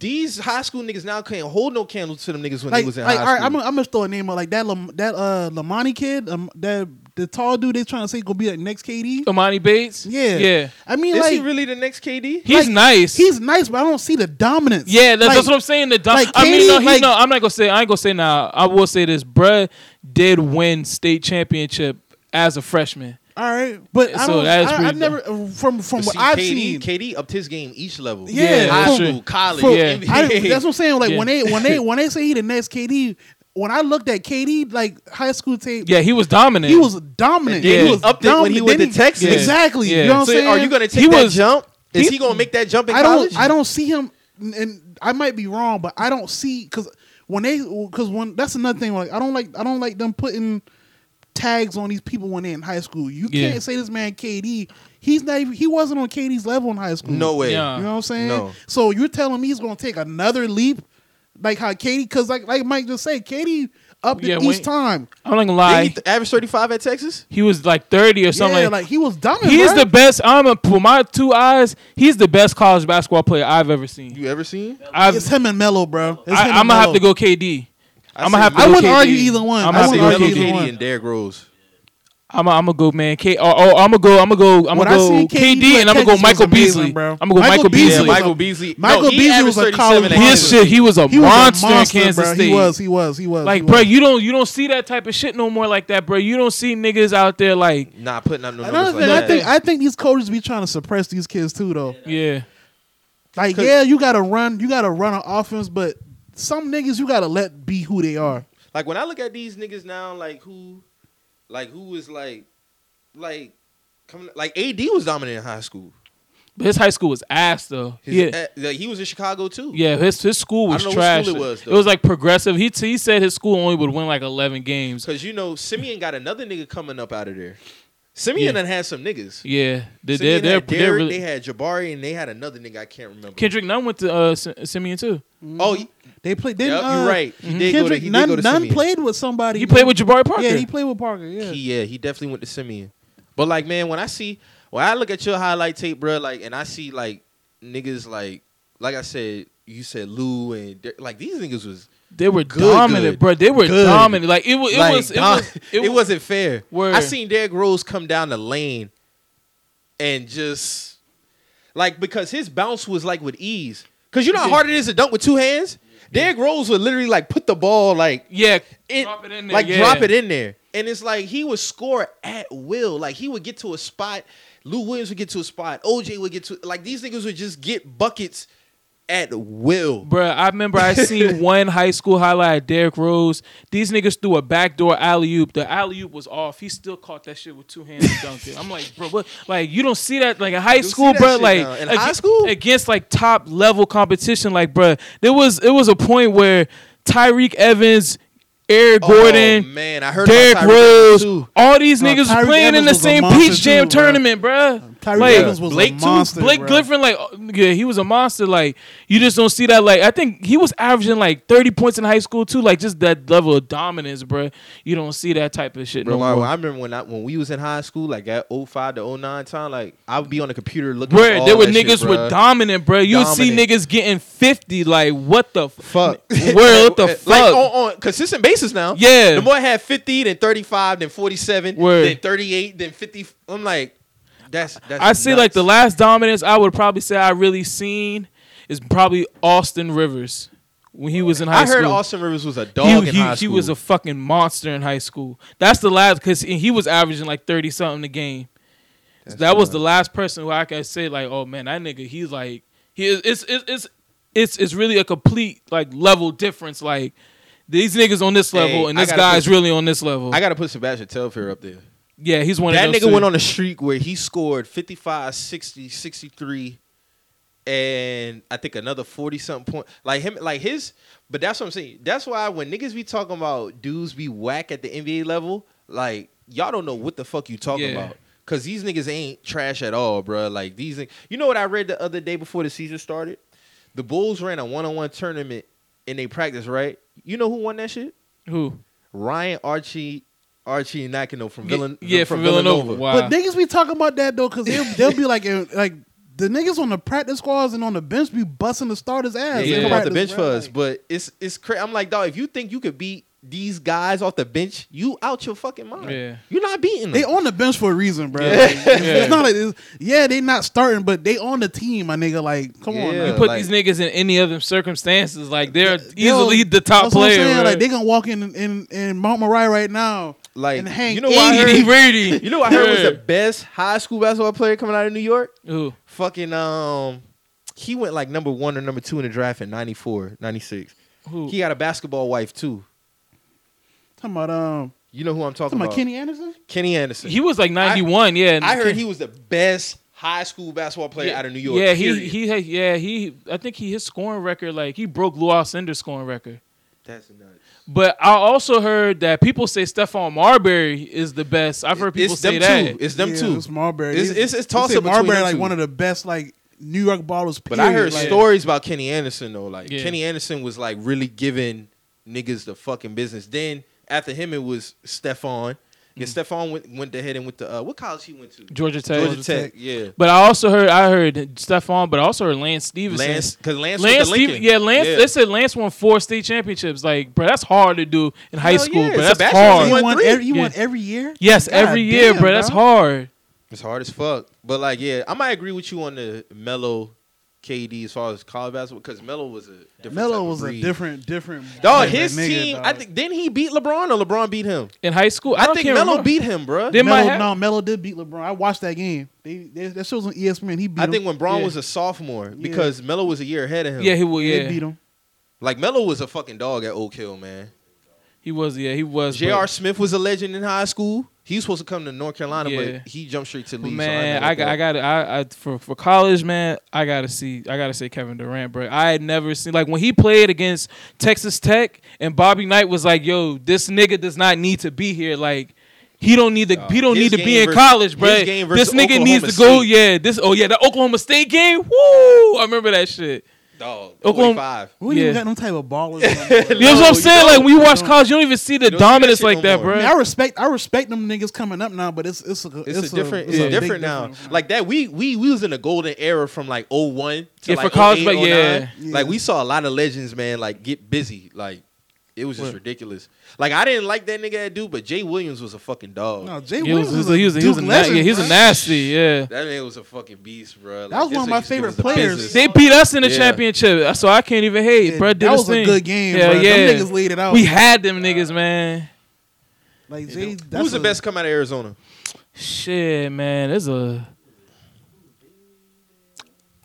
Speaker 2: these high school niggas now can't hold no candle to them niggas when
Speaker 1: like,
Speaker 2: they was in
Speaker 1: like,
Speaker 2: high
Speaker 1: all right,
Speaker 2: school.
Speaker 1: I'm gonna I'm gonna throw a name out like that Lam, that uh Lamani kid, um, that the tall dude they trying to say gonna be that next KD.
Speaker 3: Amani Bates.
Speaker 1: Yeah,
Speaker 3: Oh, yeah.
Speaker 1: I mean,
Speaker 2: Is
Speaker 1: like
Speaker 2: he really the next KD?
Speaker 3: He's
Speaker 1: Like,
Speaker 3: nice.
Speaker 1: he's nice, but I don't see the dominance.
Speaker 3: yeah, that, that's
Speaker 1: Like,
Speaker 3: what I'm saying. The dom-
Speaker 1: like
Speaker 3: I mean,
Speaker 1: Katie,
Speaker 3: no, he's
Speaker 1: like-
Speaker 3: no. I'm not gonna say. I ain't gonna say now. I will say this. Bruh did win state championship as a freshman.
Speaker 1: All right, but
Speaker 3: Yeah,
Speaker 1: I
Speaker 3: so
Speaker 1: don't.
Speaker 3: that is
Speaker 1: I, I
Speaker 3: pretty
Speaker 1: never from from
Speaker 2: But
Speaker 1: what
Speaker 2: see,
Speaker 1: I've
Speaker 2: KD,
Speaker 1: seen.
Speaker 2: KD upped his game each level.
Speaker 1: Yeah,
Speaker 2: high
Speaker 3: that's
Speaker 2: school,
Speaker 3: true.
Speaker 2: college,
Speaker 1: For-
Speaker 3: Yeah.
Speaker 2: NBA.
Speaker 1: I, that's what I'm saying. Like
Speaker 3: Yeah.
Speaker 1: when they when they when they say he the next KD, when I looked at KD like high school tape,
Speaker 3: Yeah, he was dominant.
Speaker 1: he was dominant.
Speaker 2: And then
Speaker 1: He
Speaker 2: he
Speaker 1: was
Speaker 2: upped it when he
Speaker 1: dominant.
Speaker 2: went
Speaker 1: Then
Speaker 2: to Texas.
Speaker 1: Exactly.
Speaker 3: Yeah.
Speaker 1: You know what
Speaker 2: so
Speaker 1: I'm saying?
Speaker 2: are you gonna take
Speaker 3: He
Speaker 2: that
Speaker 3: was-
Speaker 2: jump? Is
Speaker 3: he-
Speaker 2: he, gonna make that jump in
Speaker 1: I
Speaker 2: college?
Speaker 1: don't. I don't see him, and I might be wrong, but I don't see because when they because when that's another thing. Like I don't like I don't like them putting tags on these people when they're in high school. You
Speaker 3: Yeah.
Speaker 1: can't say this man KD. He's not. Even, he wasn't on KD's level in high school.
Speaker 2: No way.
Speaker 3: Yeah.
Speaker 1: You know what I'm saying?
Speaker 2: No.
Speaker 1: So you're telling me he's gonna take another leap, like how Katie? Because like like Mike just said, Katie up
Speaker 3: Yeah,
Speaker 1: each
Speaker 3: when-
Speaker 1: time.
Speaker 3: I'm not gonna
Speaker 2: Didn't
Speaker 3: lie.
Speaker 2: he th- average thirty five at Texas.
Speaker 3: he was like 30 or something.
Speaker 1: yeah,
Speaker 3: like,
Speaker 1: like he was dominant.
Speaker 3: he's
Speaker 1: bruh.
Speaker 3: the best. I'm a, with my two eyes. He's the best college basketball player I've ever seen.
Speaker 2: You ever seen?
Speaker 3: I've,
Speaker 1: It's him and Melo, bro. It's
Speaker 3: I,
Speaker 1: him
Speaker 3: I'm
Speaker 1: and
Speaker 3: gonna have
Speaker 1: Melo.
Speaker 3: to go KD. I'm
Speaker 2: say
Speaker 3: gonna have to.
Speaker 1: I
Speaker 3: go
Speaker 1: wouldn't
Speaker 3: KD.
Speaker 1: argue either one.
Speaker 3: I'm
Speaker 1: I
Speaker 2: I
Speaker 3: have
Speaker 2: see
Speaker 3: to
Speaker 1: wouldn't
Speaker 3: go
Speaker 2: Melo,
Speaker 1: argue either
Speaker 3: KD.
Speaker 1: one.
Speaker 2: KD, and Derrick Rose.
Speaker 3: I'm gonna I'm go man. K. Oh, oh I'm gonna go. I'm gonna go. I'm
Speaker 1: When
Speaker 3: gonna
Speaker 1: I
Speaker 3: go
Speaker 1: seen KD
Speaker 3: KD, and I'm gonna
Speaker 1: Texas
Speaker 3: go
Speaker 1: was
Speaker 3: Michael
Speaker 1: amazing,
Speaker 3: Beasley.
Speaker 1: bro.
Speaker 3: I'm gonna go
Speaker 1: Michael
Speaker 3: Michael
Speaker 1: Beasley
Speaker 3: Beasley.
Speaker 1: was
Speaker 2: Michael Beasley.
Speaker 1: Michael
Speaker 2: no, he
Speaker 1: Beasley
Speaker 2: averaged
Speaker 1: was a
Speaker 2: 37 at
Speaker 1: college-
Speaker 3: His shit. He was a
Speaker 1: He was
Speaker 3: monster
Speaker 1: a
Speaker 3: in
Speaker 1: monster,
Speaker 3: Kansas
Speaker 1: bruh.
Speaker 3: State.
Speaker 1: He was. He was. He was.
Speaker 3: Like,
Speaker 1: he
Speaker 3: bro,
Speaker 1: was.
Speaker 3: you don't you don't see that type of shit no more like that, bro. You don't see niggas out there like,
Speaker 2: Not putting up no numbers
Speaker 1: Another
Speaker 2: like
Speaker 1: thing, I think
Speaker 2: that.
Speaker 1: I think these coaches be trying to suppress these kids too, though.
Speaker 3: yeah,
Speaker 1: Like, yeah, you gotta run, you gotta run an offense, but some niggas you gotta let be who they are.
Speaker 2: like when I look at these niggas now, like who, like who is like, like, coming like AD was dominant in high school.
Speaker 3: but his high school was ass though.
Speaker 2: His,
Speaker 3: yeah,
Speaker 2: eh, like, he was in Chicago too.
Speaker 3: Yeah, his his school
Speaker 2: I
Speaker 3: was
Speaker 2: don't know what
Speaker 3: trash.
Speaker 2: school it was, though.
Speaker 3: like progressive. He he said his school only would win like eleven games.
Speaker 2: because you know Simeon got another nigga coming up out of there. Simeon
Speaker 3: Yeah.
Speaker 2: done had some niggas.
Speaker 3: Yeah, they
Speaker 2: Simeon
Speaker 3: they they're,
Speaker 2: had
Speaker 3: they're
Speaker 2: Derrick,
Speaker 3: really,
Speaker 2: they had Jabari, and they had another nigga I can't remember.
Speaker 3: Kendrick Nunn went to uh, S- Simeon too.
Speaker 2: oh, y-
Speaker 1: They played. Didn't,
Speaker 2: yep,
Speaker 1: uh,
Speaker 2: you're right. He did go to
Speaker 1: Kendrick
Speaker 2: he
Speaker 1: none,
Speaker 2: did go to
Speaker 1: none
Speaker 2: Simeon.
Speaker 1: played with somebody.
Speaker 3: He played with Jabari Parker.
Speaker 1: Yeah, he played with Parker. Yeah,
Speaker 2: He, yeah, he definitely went to Simeon. But like, man, when I see when I look at your highlight tape, bro, like, and I see like niggas like like I said, you said Lou and Der- like these niggas was
Speaker 3: they were
Speaker 2: Good,
Speaker 3: dominant,
Speaker 2: good.
Speaker 3: bro. They were
Speaker 2: Good.
Speaker 3: dominant. Like it was it
Speaker 2: like,
Speaker 3: was it
Speaker 2: dog,
Speaker 3: was it, was
Speaker 2: wasn't fair.
Speaker 3: Word.
Speaker 2: I seen Derrick Rose come down the lane and just like because his bounce was like with ease. Cause you know how hard it is to dunk with two hands. Derrick Rose would literally like put the ball like
Speaker 3: yeah.
Speaker 2: it,
Speaker 3: Drop it in there,
Speaker 2: like
Speaker 3: yeah.
Speaker 2: drop it in there, and it's like he would score at will. Like he would get to a spot. Lou Williams would get to a spot. OJ would get to like these niggas would just get buckets at will.
Speaker 3: Bruh, I remember I seen one high school highlight of Derrick Rose. These niggas threw a backdoor alley oop. The alley oop was off. He still caught that shit with two hands and dunked it. I'm like, bro, what? Like, you don't see that like in high
Speaker 2: see
Speaker 3: school,
Speaker 2: that
Speaker 3: bro.
Speaker 2: shit
Speaker 3: Like
Speaker 2: now. In high school?
Speaker 3: against like top level competition, like, bruh, there was it was a point where Tyreek Evans, Eric
Speaker 2: oh,
Speaker 3: Gordon,
Speaker 2: man, I heard
Speaker 3: Derrick
Speaker 2: about Tyreek Evans,
Speaker 3: Rose,
Speaker 2: too.
Speaker 3: all these
Speaker 1: Bro,
Speaker 3: niggas
Speaker 1: Tyreek
Speaker 3: playing in
Speaker 1: Evans
Speaker 3: the
Speaker 1: was a
Speaker 3: same
Speaker 1: monster
Speaker 3: Peach Jam
Speaker 1: too, bruh.
Speaker 3: tournament, bruh.
Speaker 1: Tyreek
Speaker 3: Like,
Speaker 1: Evans was
Speaker 2: Blake
Speaker 1: a
Speaker 2: too.
Speaker 1: monster.
Speaker 3: Blake
Speaker 1: bro.
Speaker 3: Griffin, like, oh, yeah, he was a monster. Like, you just don't see that. Like, I think he was averaging like 30 points in high school, too. Like, just that level of dominance, bro. You don't see that type of shit.
Speaker 2: Bro,
Speaker 3: no
Speaker 2: like,
Speaker 3: more.
Speaker 2: I remember when I, when we was in high school, like at 05 to 09 time, like I would be on the computer looking. at
Speaker 3: Bro,
Speaker 2: all
Speaker 3: there were
Speaker 2: that shit,
Speaker 3: niggas
Speaker 2: bruh.
Speaker 3: with dominant, bro. You would see
Speaker 2: Dominant.
Speaker 3: niggas getting 50. Like, what the
Speaker 2: fuck
Speaker 3: World, what the
Speaker 2: Like
Speaker 3: fuck?
Speaker 2: on, on consistent basis now.
Speaker 3: Yeah.
Speaker 2: the boy had 50, then 35, then 47,
Speaker 3: Word.
Speaker 2: then 38, then 50. I'm like, that's that's.
Speaker 3: I see, like,
Speaker 2: nuts.
Speaker 3: the last dominance I would probably say I really seen is probably Austin Rivers when he was in high
Speaker 2: I heard
Speaker 3: school.
Speaker 2: Austin Rivers was a dog
Speaker 3: he,
Speaker 2: in
Speaker 3: he-
Speaker 2: high
Speaker 3: he
Speaker 2: school.
Speaker 3: was a fucking monster in high school. That's the last because he was averaging like thirty something a game. So that was the last person who I could say like, oh man, that nigga, he's like, he is, it's, it's it's it's it's really a complete like level difference. Like these niggas on this level
Speaker 2: Hey,
Speaker 3: and
Speaker 2: I
Speaker 3: this
Speaker 2: gotta
Speaker 3: guy's
Speaker 2: put-
Speaker 3: really on this level.
Speaker 2: I gotta put Sebastian Telfair up there.
Speaker 3: yeah, he's one
Speaker 2: that
Speaker 3: of
Speaker 2: nigga
Speaker 3: those. two.
Speaker 2: went on a streak where he scored 55 60 63 and i think another 40 something point like him like his but that's what i'm saying that's why when niggas be talking about dudes be whack at the nba level like y'all don't know what the fuck you talking
Speaker 3: Yeah.
Speaker 2: about because these niggas ain't trash at all bruh. like these nigg- you know what i read the other day before the season started the bulls ran a one-on-one tournament in they practice right You know who won that shit?
Speaker 3: Who?
Speaker 2: Ryan Archie Archie Nakano from
Speaker 3: Ye-
Speaker 2: Villan-
Speaker 3: yeah, from Villanova. Wow.
Speaker 1: But niggas be talking about that though, because they'll, they'll be like, in- like the niggas on the practice squads and on the bench be busting the starters'
Speaker 2: Yeah,
Speaker 1: ass.
Speaker 2: he
Speaker 1: in
Speaker 2: come off the
Speaker 1: practice,
Speaker 2: bench for
Speaker 1: bro.
Speaker 2: us, but it's it's crazy. I'm like, dog, if you think you could beat these guys off the bench, you out your fucking mind.
Speaker 3: Yeah.
Speaker 2: You're not beating them.
Speaker 1: They on the bench for a reason, bro.
Speaker 3: Yeah.
Speaker 1: Like, it's-
Speaker 3: Yeah.
Speaker 1: It's not like it's, yeah, they not starting, but they on the team, my nigga. Like, come on,
Speaker 2: Yeah.
Speaker 1: man.
Speaker 3: You put
Speaker 2: like-
Speaker 3: these niggas in any of them circumstances, like they're
Speaker 1: Yo,
Speaker 3: easily the top
Speaker 1: that's what I'm
Speaker 3: player.
Speaker 1: saying.
Speaker 3: bro.
Speaker 1: Like they gonna walk in in in Mount Moriah right now.
Speaker 2: like
Speaker 1: and hang
Speaker 2: you know what I heard?
Speaker 3: 80 Brady.
Speaker 2: You know what I heard was
Speaker 3: Yeah.
Speaker 2: the best high school basketball player coming out of New York?
Speaker 3: Who?
Speaker 2: Fucking um he went like number 1 or number 2 in the draft in 94, 96.
Speaker 3: Who?
Speaker 2: He got a basketball wife too.
Speaker 1: Talking about um,
Speaker 2: You know who I'm
Speaker 1: talking
Speaker 2: talking about?
Speaker 1: about Kenny Anderson.
Speaker 2: Kenny Anderson.
Speaker 3: He was like 91, yeah. and-
Speaker 2: I heard he was the best high school basketball player
Speaker 3: yeah,
Speaker 2: out of New York.
Speaker 3: Yeah,
Speaker 2: period.
Speaker 3: he he had- yeah, he I think he his scoring record like he broke Luau Sender's scoring record.
Speaker 2: That's nuts.
Speaker 3: But I also heard that people say Stephon Marbury is the best. I've heard people
Speaker 2: it's
Speaker 3: say
Speaker 2: them
Speaker 3: that.
Speaker 2: two. It's them
Speaker 1: Yeah,
Speaker 2: two.
Speaker 1: It's Marbury.
Speaker 2: It's-
Speaker 1: They-
Speaker 2: it's- it's
Speaker 1: they
Speaker 2: toss
Speaker 1: say
Speaker 2: up between
Speaker 1: Marbury
Speaker 2: them
Speaker 1: like
Speaker 2: two.
Speaker 1: one of the best like New York ballers.
Speaker 2: But
Speaker 1: period.
Speaker 2: I heard
Speaker 1: like,
Speaker 2: stories about Kenny Anderson though. Like
Speaker 3: Yeah.
Speaker 2: Kenny Anderson was like really giving niggas the fucking business. Then after him, it was Stephon. Yeah, Stephon went, went ahead and went to uh, what college he went to?
Speaker 3: Mm. Georgia Tech.
Speaker 2: Georgia,
Speaker 1: Georgia Tech.
Speaker 2: Tech. Yeah.
Speaker 3: But I also heard I heard Stephon, but I also heard Lance Stevenson.
Speaker 2: Lance, because Lance, went
Speaker 3: Lance,
Speaker 2: to
Speaker 3: Steve,
Speaker 2: Lincoln.
Speaker 3: yeah, Lance.
Speaker 2: Yeah.
Speaker 3: They said Lance won four state championships. Like, bro, that's hard to do in high
Speaker 2: Hell
Speaker 3: school.
Speaker 2: yeah,
Speaker 3: Bro,
Speaker 2: it's a
Speaker 3: that's
Speaker 2: bachelor's
Speaker 1: He
Speaker 2: He
Speaker 3: hard.
Speaker 2: won
Speaker 1: won
Speaker 2: three.
Speaker 1: every, you
Speaker 3: Yeah.
Speaker 1: won every year.
Speaker 3: Yes,
Speaker 1: God
Speaker 3: every year,
Speaker 1: damn,
Speaker 3: bro, that's hard.
Speaker 2: It's hard as fuck. But like, yeah, I might agree with you on the Mello, KD as far as college basketball because Mello was a different type
Speaker 1: Melo
Speaker 2: of
Speaker 1: was a
Speaker 2: breed.
Speaker 1: different, different.
Speaker 2: Dog,
Speaker 1: different
Speaker 2: his
Speaker 1: nigga,
Speaker 2: team. I
Speaker 1: dog.
Speaker 2: think didn't he beat LeBron or LeBron beat him?
Speaker 3: In high school, I,
Speaker 2: I,
Speaker 3: don't
Speaker 2: think
Speaker 3: can't
Speaker 2: Melo
Speaker 3: remember.
Speaker 2: beat him, bruh.
Speaker 3: They might
Speaker 1: Melo,
Speaker 3: have-
Speaker 1: no, Melo did beat LeBron. I watched that game. They, they that shows on E ESPN. He beat
Speaker 2: I
Speaker 1: him.
Speaker 2: think when Braun
Speaker 3: Yeah.
Speaker 2: was a sophomore because Melo was a year ahead of him.
Speaker 3: Yeah, he was.
Speaker 1: They
Speaker 3: Yeah,
Speaker 1: beat him.
Speaker 2: Like Melo was a fucking dog at Oak Hill, man.
Speaker 3: he was. Yeah, he was. but-
Speaker 2: J.R. Smith was a legend in high school. He was supposed to come to North Carolina,
Speaker 3: Yeah.
Speaker 2: but he jumped straight to
Speaker 3: But
Speaker 2: Lee. so
Speaker 3: man,
Speaker 2: ended up
Speaker 3: I got,
Speaker 2: there.
Speaker 3: I got, I, I for for college, man, I gotta see, I gotta say Kevin Durant, bro. I had never seen like when he played against Texas Tech, and Bobby Knight was like, "Yo, this nigga does not need to be here. Like, he don't need to, he don't
Speaker 2: his
Speaker 3: need to
Speaker 2: game
Speaker 3: be in
Speaker 2: versus-
Speaker 3: college, bro.
Speaker 2: his game
Speaker 3: This
Speaker 2: versus
Speaker 3: nigga
Speaker 2: Oklahoma
Speaker 3: needs to go.
Speaker 2: State.
Speaker 3: Yeah, this. Oh yeah, the Oklahoma State game. Woo! I remember that shit.
Speaker 2: dog
Speaker 3: Oklahoma-
Speaker 2: forty five.
Speaker 1: We didn't
Speaker 3: Yeah.
Speaker 1: even got no type of ballers. no
Speaker 3: You know what I'm
Speaker 2: you
Speaker 3: saying? Like when you watch
Speaker 1: don't.
Speaker 3: college, you don't even see the
Speaker 2: don't see that
Speaker 3: dominance
Speaker 2: shit
Speaker 3: like
Speaker 2: no
Speaker 3: that,
Speaker 2: more.
Speaker 3: bro.
Speaker 1: I, mean, I respect I respect them niggas coming up now, but it's it's a
Speaker 2: It's, a different,
Speaker 1: it's a
Speaker 2: it's
Speaker 1: big
Speaker 2: different now.
Speaker 1: difference, man.
Speaker 2: Like that, we we we was in a golden era from like 01 to
Speaker 3: Yeah, for
Speaker 2: like
Speaker 3: college,
Speaker 2: 08,
Speaker 3: but yeah.
Speaker 2: 09.
Speaker 1: Yeah.
Speaker 2: like we saw a lot of legends, man. Like get busy, like it was just
Speaker 3: What?
Speaker 2: ridiculous. Like I didn't like that nigga that dude, but Jay Williams was a fucking dog.
Speaker 1: no, Jay
Speaker 3: he was,
Speaker 1: Williams
Speaker 3: he was,
Speaker 1: was
Speaker 3: a- he was, a- he was a,
Speaker 1: Duke
Speaker 3: na- yeah,
Speaker 1: legend,
Speaker 3: he was a
Speaker 1: bruh.
Speaker 3: nasty, yeah.
Speaker 2: That man was a fucking beast, bro.
Speaker 1: That was one of my favorite players.
Speaker 3: They beat us in the
Speaker 2: Yeah.
Speaker 3: championship, so I can't even hate.
Speaker 1: Yeah,
Speaker 3: bro, did
Speaker 1: that
Speaker 3: his
Speaker 1: was a
Speaker 3: thing.
Speaker 1: good game,
Speaker 3: Yeah,
Speaker 1: bruh. Them
Speaker 3: yeah.
Speaker 1: niggas laid it out.
Speaker 3: We had them niggas, man.
Speaker 1: Like Jay, that's
Speaker 2: Who's the
Speaker 1: a-
Speaker 2: best come out of Arizona?
Speaker 3: Shit, man. There's a.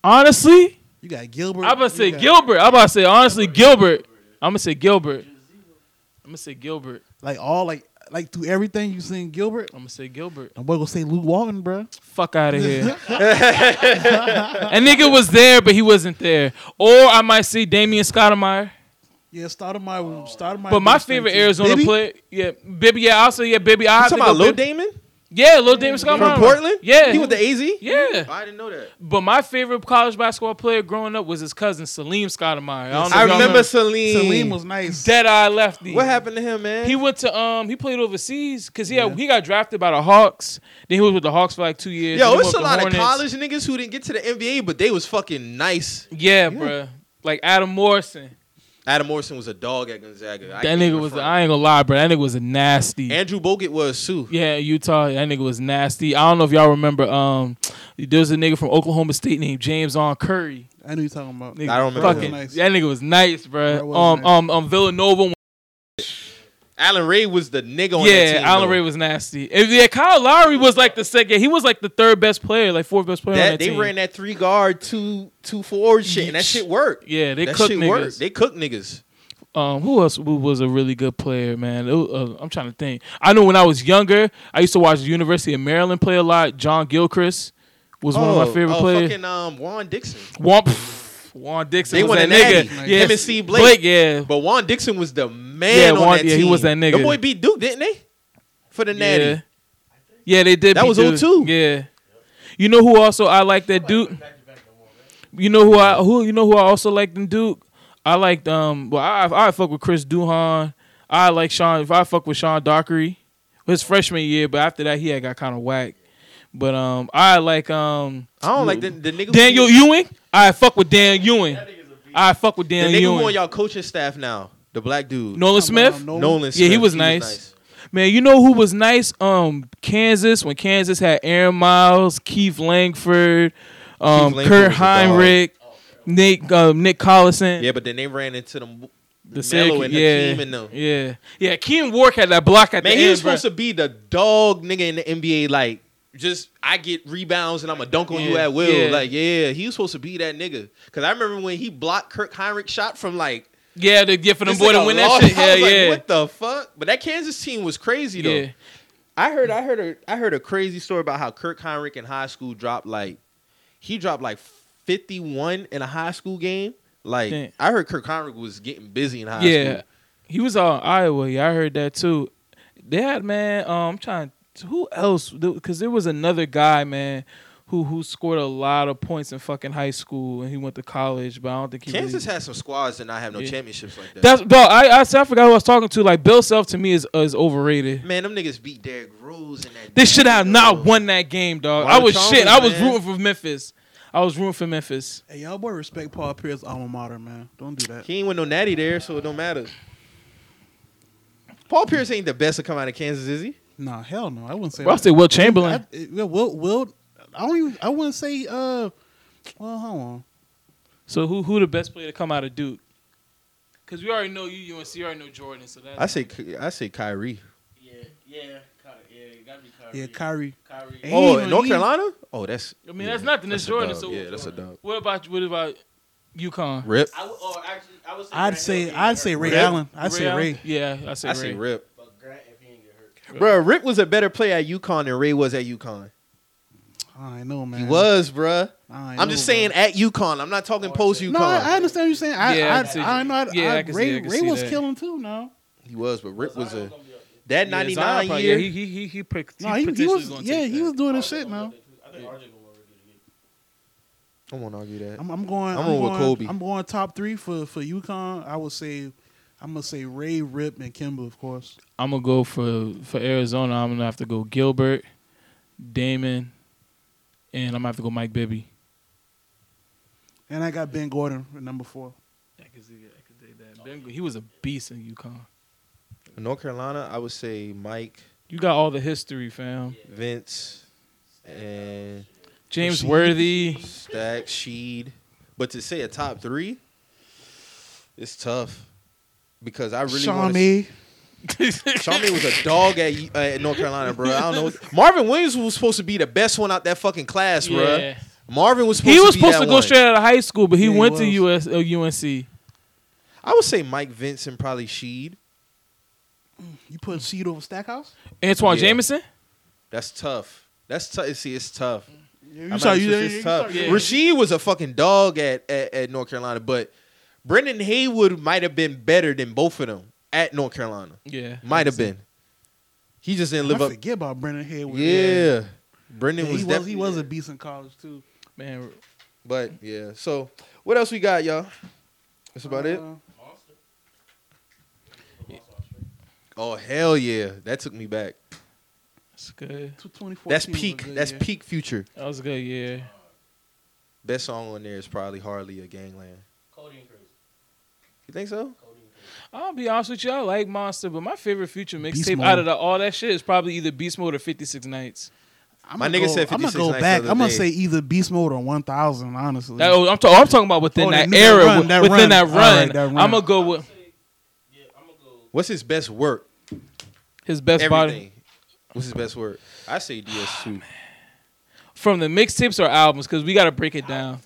Speaker 3: Honestly,
Speaker 1: You got Gilbert.
Speaker 3: I'm about to
Speaker 1: you
Speaker 3: say
Speaker 1: got-
Speaker 3: Gilbert. I'm about to say honestly Gilbert. I'm gonna say Gilbert. I'm gonna say Gilbert.
Speaker 1: Like all like like through everything you seen Gilbert.
Speaker 3: I'm gonna say Gilbert.
Speaker 1: I'm gonna say Luke Walton, bro.
Speaker 3: Fuck out of here. A nigga was there, but he wasn't there. Or I might say Damian Stoudemire.
Speaker 1: Yeah, started my started my.
Speaker 3: But my favorite Arizona
Speaker 1: Bibby?
Speaker 3: player, yeah, Bibby. Yeah, I'll say yeah, Bibby. I
Speaker 2: You
Speaker 3: have to
Speaker 2: talking about
Speaker 3: go
Speaker 2: Lil
Speaker 3: Bibby.
Speaker 2: Damon
Speaker 3: Yeah, Lil Damon Scott
Speaker 2: from Portland?
Speaker 3: Yeah,
Speaker 2: he was the AZ.
Speaker 3: yeah.
Speaker 2: I didn't know that.
Speaker 3: But my favorite college basketball player growing up was his cousin Salim Stoudemire. I, don't know
Speaker 2: I
Speaker 3: if y'all
Speaker 2: remember Celine.
Speaker 1: Salim was nice.
Speaker 3: Dead Eye Lefty.
Speaker 2: What happened to him, man?
Speaker 3: He went to um he played overseas because he had, he got drafted by the Hawks. Then he was with the Hawks for like two years. Then
Speaker 2: Yo,
Speaker 3: he
Speaker 2: it's
Speaker 3: went
Speaker 2: a
Speaker 3: to
Speaker 2: lot of
Speaker 3: Hornets.
Speaker 2: college niggas who didn't get to the NBA, but they was fucking nice.
Speaker 3: Yeah, bruh. Like Adam Morrison.
Speaker 2: Adam Morrison was a dog at Gonzaga. I
Speaker 3: that
Speaker 2: can't
Speaker 3: nigga
Speaker 2: even
Speaker 3: was
Speaker 2: front.
Speaker 3: I ain't gonna lie, bro. That nigga was a nasty.
Speaker 2: Andrew Bogut was too.
Speaker 3: yeah, Utah. That nigga was nasty. I don't know if y'all remember. Um, there was a nigga from Oklahoma State named James On Curry.
Speaker 1: I know you're talking about.
Speaker 3: Nigga,
Speaker 2: I don't remember
Speaker 3: fucking-
Speaker 2: him.
Speaker 1: Nice.
Speaker 3: That nigga was nice,
Speaker 1: That
Speaker 3: bro.
Speaker 1: was
Speaker 3: Um,
Speaker 1: nice.
Speaker 3: um, um, Villanova.
Speaker 2: Alan Ray was the nigga on that
Speaker 3: Yeah,
Speaker 2: team.
Speaker 3: Allen
Speaker 2: though.
Speaker 3: Ray was nasty. And yeah, Kyle Lowry was like the second. He was like the third best player, like fourth best player on
Speaker 2: That,
Speaker 3: that
Speaker 2: they
Speaker 3: team.
Speaker 2: ran that three guard, two two forward shit, and that shit worked.
Speaker 3: yeah, they
Speaker 2: that
Speaker 3: cooked
Speaker 2: shit
Speaker 3: niggas.
Speaker 2: worked. They cooked niggas.
Speaker 3: um, who else who was a really good player, man? It was, uh, I'm trying to think. I know when I was younger, I used to watch the University of Maryland play a lot. John Gilchrist was one of my favorite
Speaker 2: oh,
Speaker 3: players.
Speaker 2: Fucking um, Juan Dixon.
Speaker 3: Juan, pff, Juan Dixon
Speaker 2: They
Speaker 3: was
Speaker 2: won a
Speaker 3: that
Speaker 2: natty.
Speaker 3: nigga.
Speaker 2: Like,
Speaker 3: Yeah,
Speaker 2: him and C. Blake.
Speaker 3: yeah.
Speaker 2: But Juan Dixon was the man
Speaker 3: Yeah,
Speaker 2: on
Speaker 3: Juan-
Speaker 2: that
Speaker 3: yeah,
Speaker 2: team.
Speaker 3: he was that nigga.
Speaker 2: Them boy beat Duke, didn't they? For the natty.
Speaker 3: Yeah. Yeah, they did.
Speaker 2: That
Speaker 3: beat
Speaker 2: was
Speaker 3: Duke.
Speaker 2: 02.
Speaker 3: Yeah. You know who also I like that Duke. You know who I who you know who I also liked in Duke. I liked um. Well, I I fuck with Chris Duhon. I like Sean. If I fuck with Sean Dockery, his freshman year, but after that he had got kind of whack. But um, I like um
Speaker 2: I don't like the, the nigga.
Speaker 3: Daniel
Speaker 2: who,
Speaker 3: Ewing. I fuck with Dan Ewing. I fuck with
Speaker 2: the
Speaker 3: Dan
Speaker 2: nigga who on
Speaker 3: Ewing.
Speaker 2: y'all coaching staff now. The black dude,
Speaker 3: Nolan Smith.
Speaker 1: Nolan
Speaker 2: Nolan.
Speaker 3: Yeah,
Speaker 2: Smith.
Speaker 3: he was nice. Man, you know who was nice? Um, Kansas when Kansas had Aaron Miles, Keith Langford, um,
Speaker 2: Langford
Speaker 3: Kurt
Speaker 2: was a dog.
Speaker 3: Heinrich, Nick um, Nick Collison.
Speaker 2: Yeah, but then they ran into them.
Speaker 3: the
Speaker 2: Melo and
Speaker 3: Syracuse- yeah,
Speaker 2: Hakeem and them.
Speaker 3: yeah, yeah. Keem Wark had that block at
Speaker 2: Man,
Speaker 3: the
Speaker 2: he
Speaker 3: end.
Speaker 2: was supposed
Speaker 3: bro.
Speaker 2: to be the dog nigga in the NBA. Like, just I get rebounds and I'm a dunk on you
Speaker 3: Yeah,
Speaker 2: at will.
Speaker 3: yeah.
Speaker 2: Like, yeah, he was supposed to be that nigga. Cause I remember when he blocked Kirk Heinrich shot from like
Speaker 3: yeah, to get for them
Speaker 2: this
Speaker 3: boy to
Speaker 2: nigga
Speaker 3: win that
Speaker 2: lost.
Speaker 3: shit.
Speaker 2: I
Speaker 3: Hell
Speaker 2: was like,
Speaker 3: yeah,
Speaker 2: What the fuck? But that Kansas team was crazy though.
Speaker 3: yeah.
Speaker 2: I heard I heard a I heard a crazy story about how Kirk Heinrich in high school dropped like he dropped like 51 in a high school game. Like
Speaker 3: Damn.
Speaker 2: I heard Kirk Heinrich was getting busy in high
Speaker 3: yeah,
Speaker 2: school.
Speaker 3: he was on Iowa. Yeah, I heard that too. They had man. Um, I'm trying. Who else? Because there was another guy, man, who who scored a lot of points in fucking high school, and he went to college. But I don't think he
Speaker 2: Kansas
Speaker 3: really-
Speaker 2: has some squads that not have no
Speaker 3: Yeah.
Speaker 2: championships like that.
Speaker 3: That's dog. I, I said- I forgot who I was talking to. Like Bill Self to me is is overrated.
Speaker 2: Man, them niggas beat Derrick Rose in that.
Speaker 3: They should have not
Speaker 2: Oh.
Speaker 3: won that game, dog. I
Speaker 2: Marvin
Speaker 3: was
Speaker 2: Charles,
Speaker 3: shit. I was
Speaker 2: man.
Speaker 3: rooting for Memphis. I was rooting for Memphis.
Speaker 1: Hey, y'all boy, respect Paul Pierce alma mater, man. Don't do that.
Speaker 2: He ain't win no natty there, so it don't matter. Paul Pierce ain't the best to come out of Kansas, is he?
Speaker 1: Nah, hell no. I wouldn't say.
Speaker 3: Bro, I
Speaker 1: that.
Speaker 3: said Will Chamberlain.
Speaker 1: I- it- Will, Will, I don't even. I wouldn't say. Uh, well, hold on.
Speaker 3: So who who the best player to come out of Duke? Because we already know you, UNC. You already know Jordan. So that's
Speaker 2: I say Ky- I say Kyrie.
Speaker 4: Yeah, yeah, yeah. It gotta be Kyrie.
Speaker 1: Yeah, Kyrie.
Speaker 4: Kyrie.
Speaker 1: He
Speaker 2: Oh,
Speaker 1: even-
Speaker 2: North
Speaker 1: he-
Speaker 2: Carolina? Oh, that's.
Speaker 3: I mean, that's nothing. It's
Speaker 2: a
Speaker 3: Jordan.
Speaker 2: dub.
Speaker 3: So
Speaker 2: yeah, that's a dub.
Speaker 3: What about what about UConn?
Speaker 2: Rip.
Speaker 4: I would, or actually, I would say
Speaker 1: I'd
Speaker 4: Grant
Speaker 1: say.
Speaker 4: Hill
Speaker 1: I'd
Speaker 4: if he
Speaker 1: say
Speaker 4: ain't
Speaker 1: Ray
Speaker 2: Ray?
Speaker 1: Allen. I'd say
Speaker 3: Allen?
Speaker 1: Ray.
Speaker 3: Yeah, I say
Speaker 2: I
Speaker 3: Ray.
Speaker 2: say Rip.
Speaker 4: hurt. But Grant if he ain't get hurt.
Speaker 2: Bro, Rip was a better player at UConn than Ray was at UConn.
Speaker 1: I know, man.
Speaker 2: He was, bruh.
Speaker 1: I
Speaker 2: I'm just
Speaker 1: know,
Speaker 2: saying
Speaker 1: man.
Speaker 2: at UConn. I'm not talking post UConn.
Speaker 1: No, I, I understand what you're saying. I,
Speaker 3: Yeah, I
Speaker 1: yeah,
Speaker 3: can see
Speaker 1: I, I, know. I,
Speaker 3: Yeah,
Speaker 1: I,
Speaker 3: I can see-
Speaker 1: Ray,
Speaker 3: I can
Speaker 1: Ray
Speaker 3: see
Speaker 1: was
Speaker 3: that.
Speaker 1: killing too. No,
Speaker 2: he was, but Rip was a. That
Speaker 3: Yeah,
Speaker 2: 99
Speaker 3: Zion probably-
Speaker 2: year.
Speaker 3: Yeah, he he he, he, pick,
Speaker 1: no, he,
Speaker 3: he
Speaker 1: he
Speaker 3: potentially
Speaker 1: was.
Speaker 3: gonna
Speaker 1: Yeah,
Speaker 3: take
Speaker 1: he
Speaker 3: that.
Speaker 1: was doing his shit. No,
Speaker 4: I think RJ gonna work it again.
Speaker 2: I won't argue that.
Speaker 1: I'm, I'm going.
Speaker 2: I'm
Speaker 1: I'm,
Speaker 2: going with
Speaker 1: going
Speaker 2: Kobe.
Speaker 1: I'm going top three for for UConn. I would say. I'm gonna say Ray, Rip, and Kimba, of course.
Speaker 3: I'm gonna go for for Arizona. I'm gonna have to go Gilbert, Damon, and I'm gonna have to go Mike Bibby.
Speaker 1: And I got Ben Gordon at number four.
Speaker 3: I could see that. I could dig that. Ben, he was a beast in UConn.
Speaker 2: North Carolina, I would say Mike,
Speaker 3: You got all the history, fam.
Speaker 2: Vince, and
Speaker 3: James
Speaker 2: Rasheed.
Speaker 3: Worthy.
Speaker 2: Stack, Sheed. But to say a top three, it's tough because I really want to.
Speaker 1: Shawnee.
Speaker 2: Charmaine was a dog at, uh, at North Carolina, bro. I don't know. Marvin Williams was supposed to be the best one out that fucking class, bro.
Speaker 3: Yeah.
Speaker 2: Marvin was supposed
Speaker 3: He
Speaker 2: to
Speaker 3: was
Speaker 2: be
Speaker 3: supposed
Speaker 2: that
Speaker 3: to go
Speaker 2: one.
Speaker 3: straight out of high school, but he
Speaker 1: Yeah, he
Speaker 3: went
Speaker 1: was.
Speaker 3: to US uh, UNC.
Speaker 2: I would say Mike Vince and probably Sheed.
Speaker 1: You put Seed over Stackhouse?
Speaker 3: Antoine
Speaker 2: Yeah.
Speaker 3: Jameson.
Speaker 2: That's tough. That's tough. See, it's tough.
Speaker 1: Yeah,
Speaker 2: I'm
Speaker 1: saw-
Speaker 2: not-
Speaker 1: you- you-
Speaker 2: it's, it's
Speaker 1: you saw-
Speaker 2: tough.
Speaker 3: yeah.
Speaker 2: Rasheed was a fucking dog at, at, at North Carolina, but Brendan Haywood might have been better than both of them at North Carolina.
Speaker 3: Yeah,
Speaker 2: Might have been. He just didn't live
Speaker 1: I
Speaker 2: up.
Speaker 1: forget about Brendan Haywood.
Speaker 2: Yeah.
Speaker 1: Yeah,
Speaker 2: Brendan
Speaker 1: he
Speaker 2: was,
Speaker 1: was
Speaker 2: definitely.
Speaker 1: he was a beast in college too.
Speaker 3: man.
Speaker 2: But yeah. So what else we got, y'all? That's about it.
Speaker 1: Uh,
Speaker 2: Oh hell yeah! That took me back.
Speaker 3: That's good.
Speaker 1: tw- 2014
Speaker 2: That's
Speaker 1: was
Speaker 2: peak.
Speaker 1: a good
Speaker 2: That's
Speaker 1: year.
Speaker 2: peak future.
Speaker 3: That was a good. Yeah.
Speaker 2: Best song on there is probably hardly a gangland.
Speaker 4: Cody and Crazy.
Speaker 2: You think so?
Speaker 4: Cody and Crazy.
Speaker 3: I'll be honest with you. I like Monster, but my favorite Future
Speaker 1: Beast
Speaker 3: mixtape
Speaker 1: Mode.
Speaker 3: out of the, all that shit is probably either Beast Mode or Fifty Six Nights.
Speaker 1: I'm
Speaker 2: My
Speaker 1: gonna
Speaker 2: nigga
Speaker 1: go-
Speaker 2: said
Speaker 1: I'm
Speaker 2: 56
Speaker 1: gonna go
Speaker 2: nights
Speaker 1: back.
Speaker 2: the other
Speaker 1: I'm gonna
Speaker 2: day.
Speaker 1: say either Beast Mode or 1000. Honestly,
Speaker 3: That, oh, I'm, ta- I'm talking about within
Speaker 1: Oh, that-
Speaker 3: that
Speaker 1: that
Speaker 3: era,
Speaker 1: run,
Speaker 3: wi-
Speaker 1: that
Speaker 3: within
Speaker 1: run.
Speaker 3: that
Speaker 1: All
Speaker 3: run.
Speaker 1: right, that run.
Speaker 3: I'm gonna go with
Speaker 4: Yeah, I'm gonna go.
Speaker 2: What's his best work?
Speaker 3: his best body
Speaker 2: Everything. What's his best work? I say DS2.
Speaker 3: from the mixtapes or albums because we gotta break it down.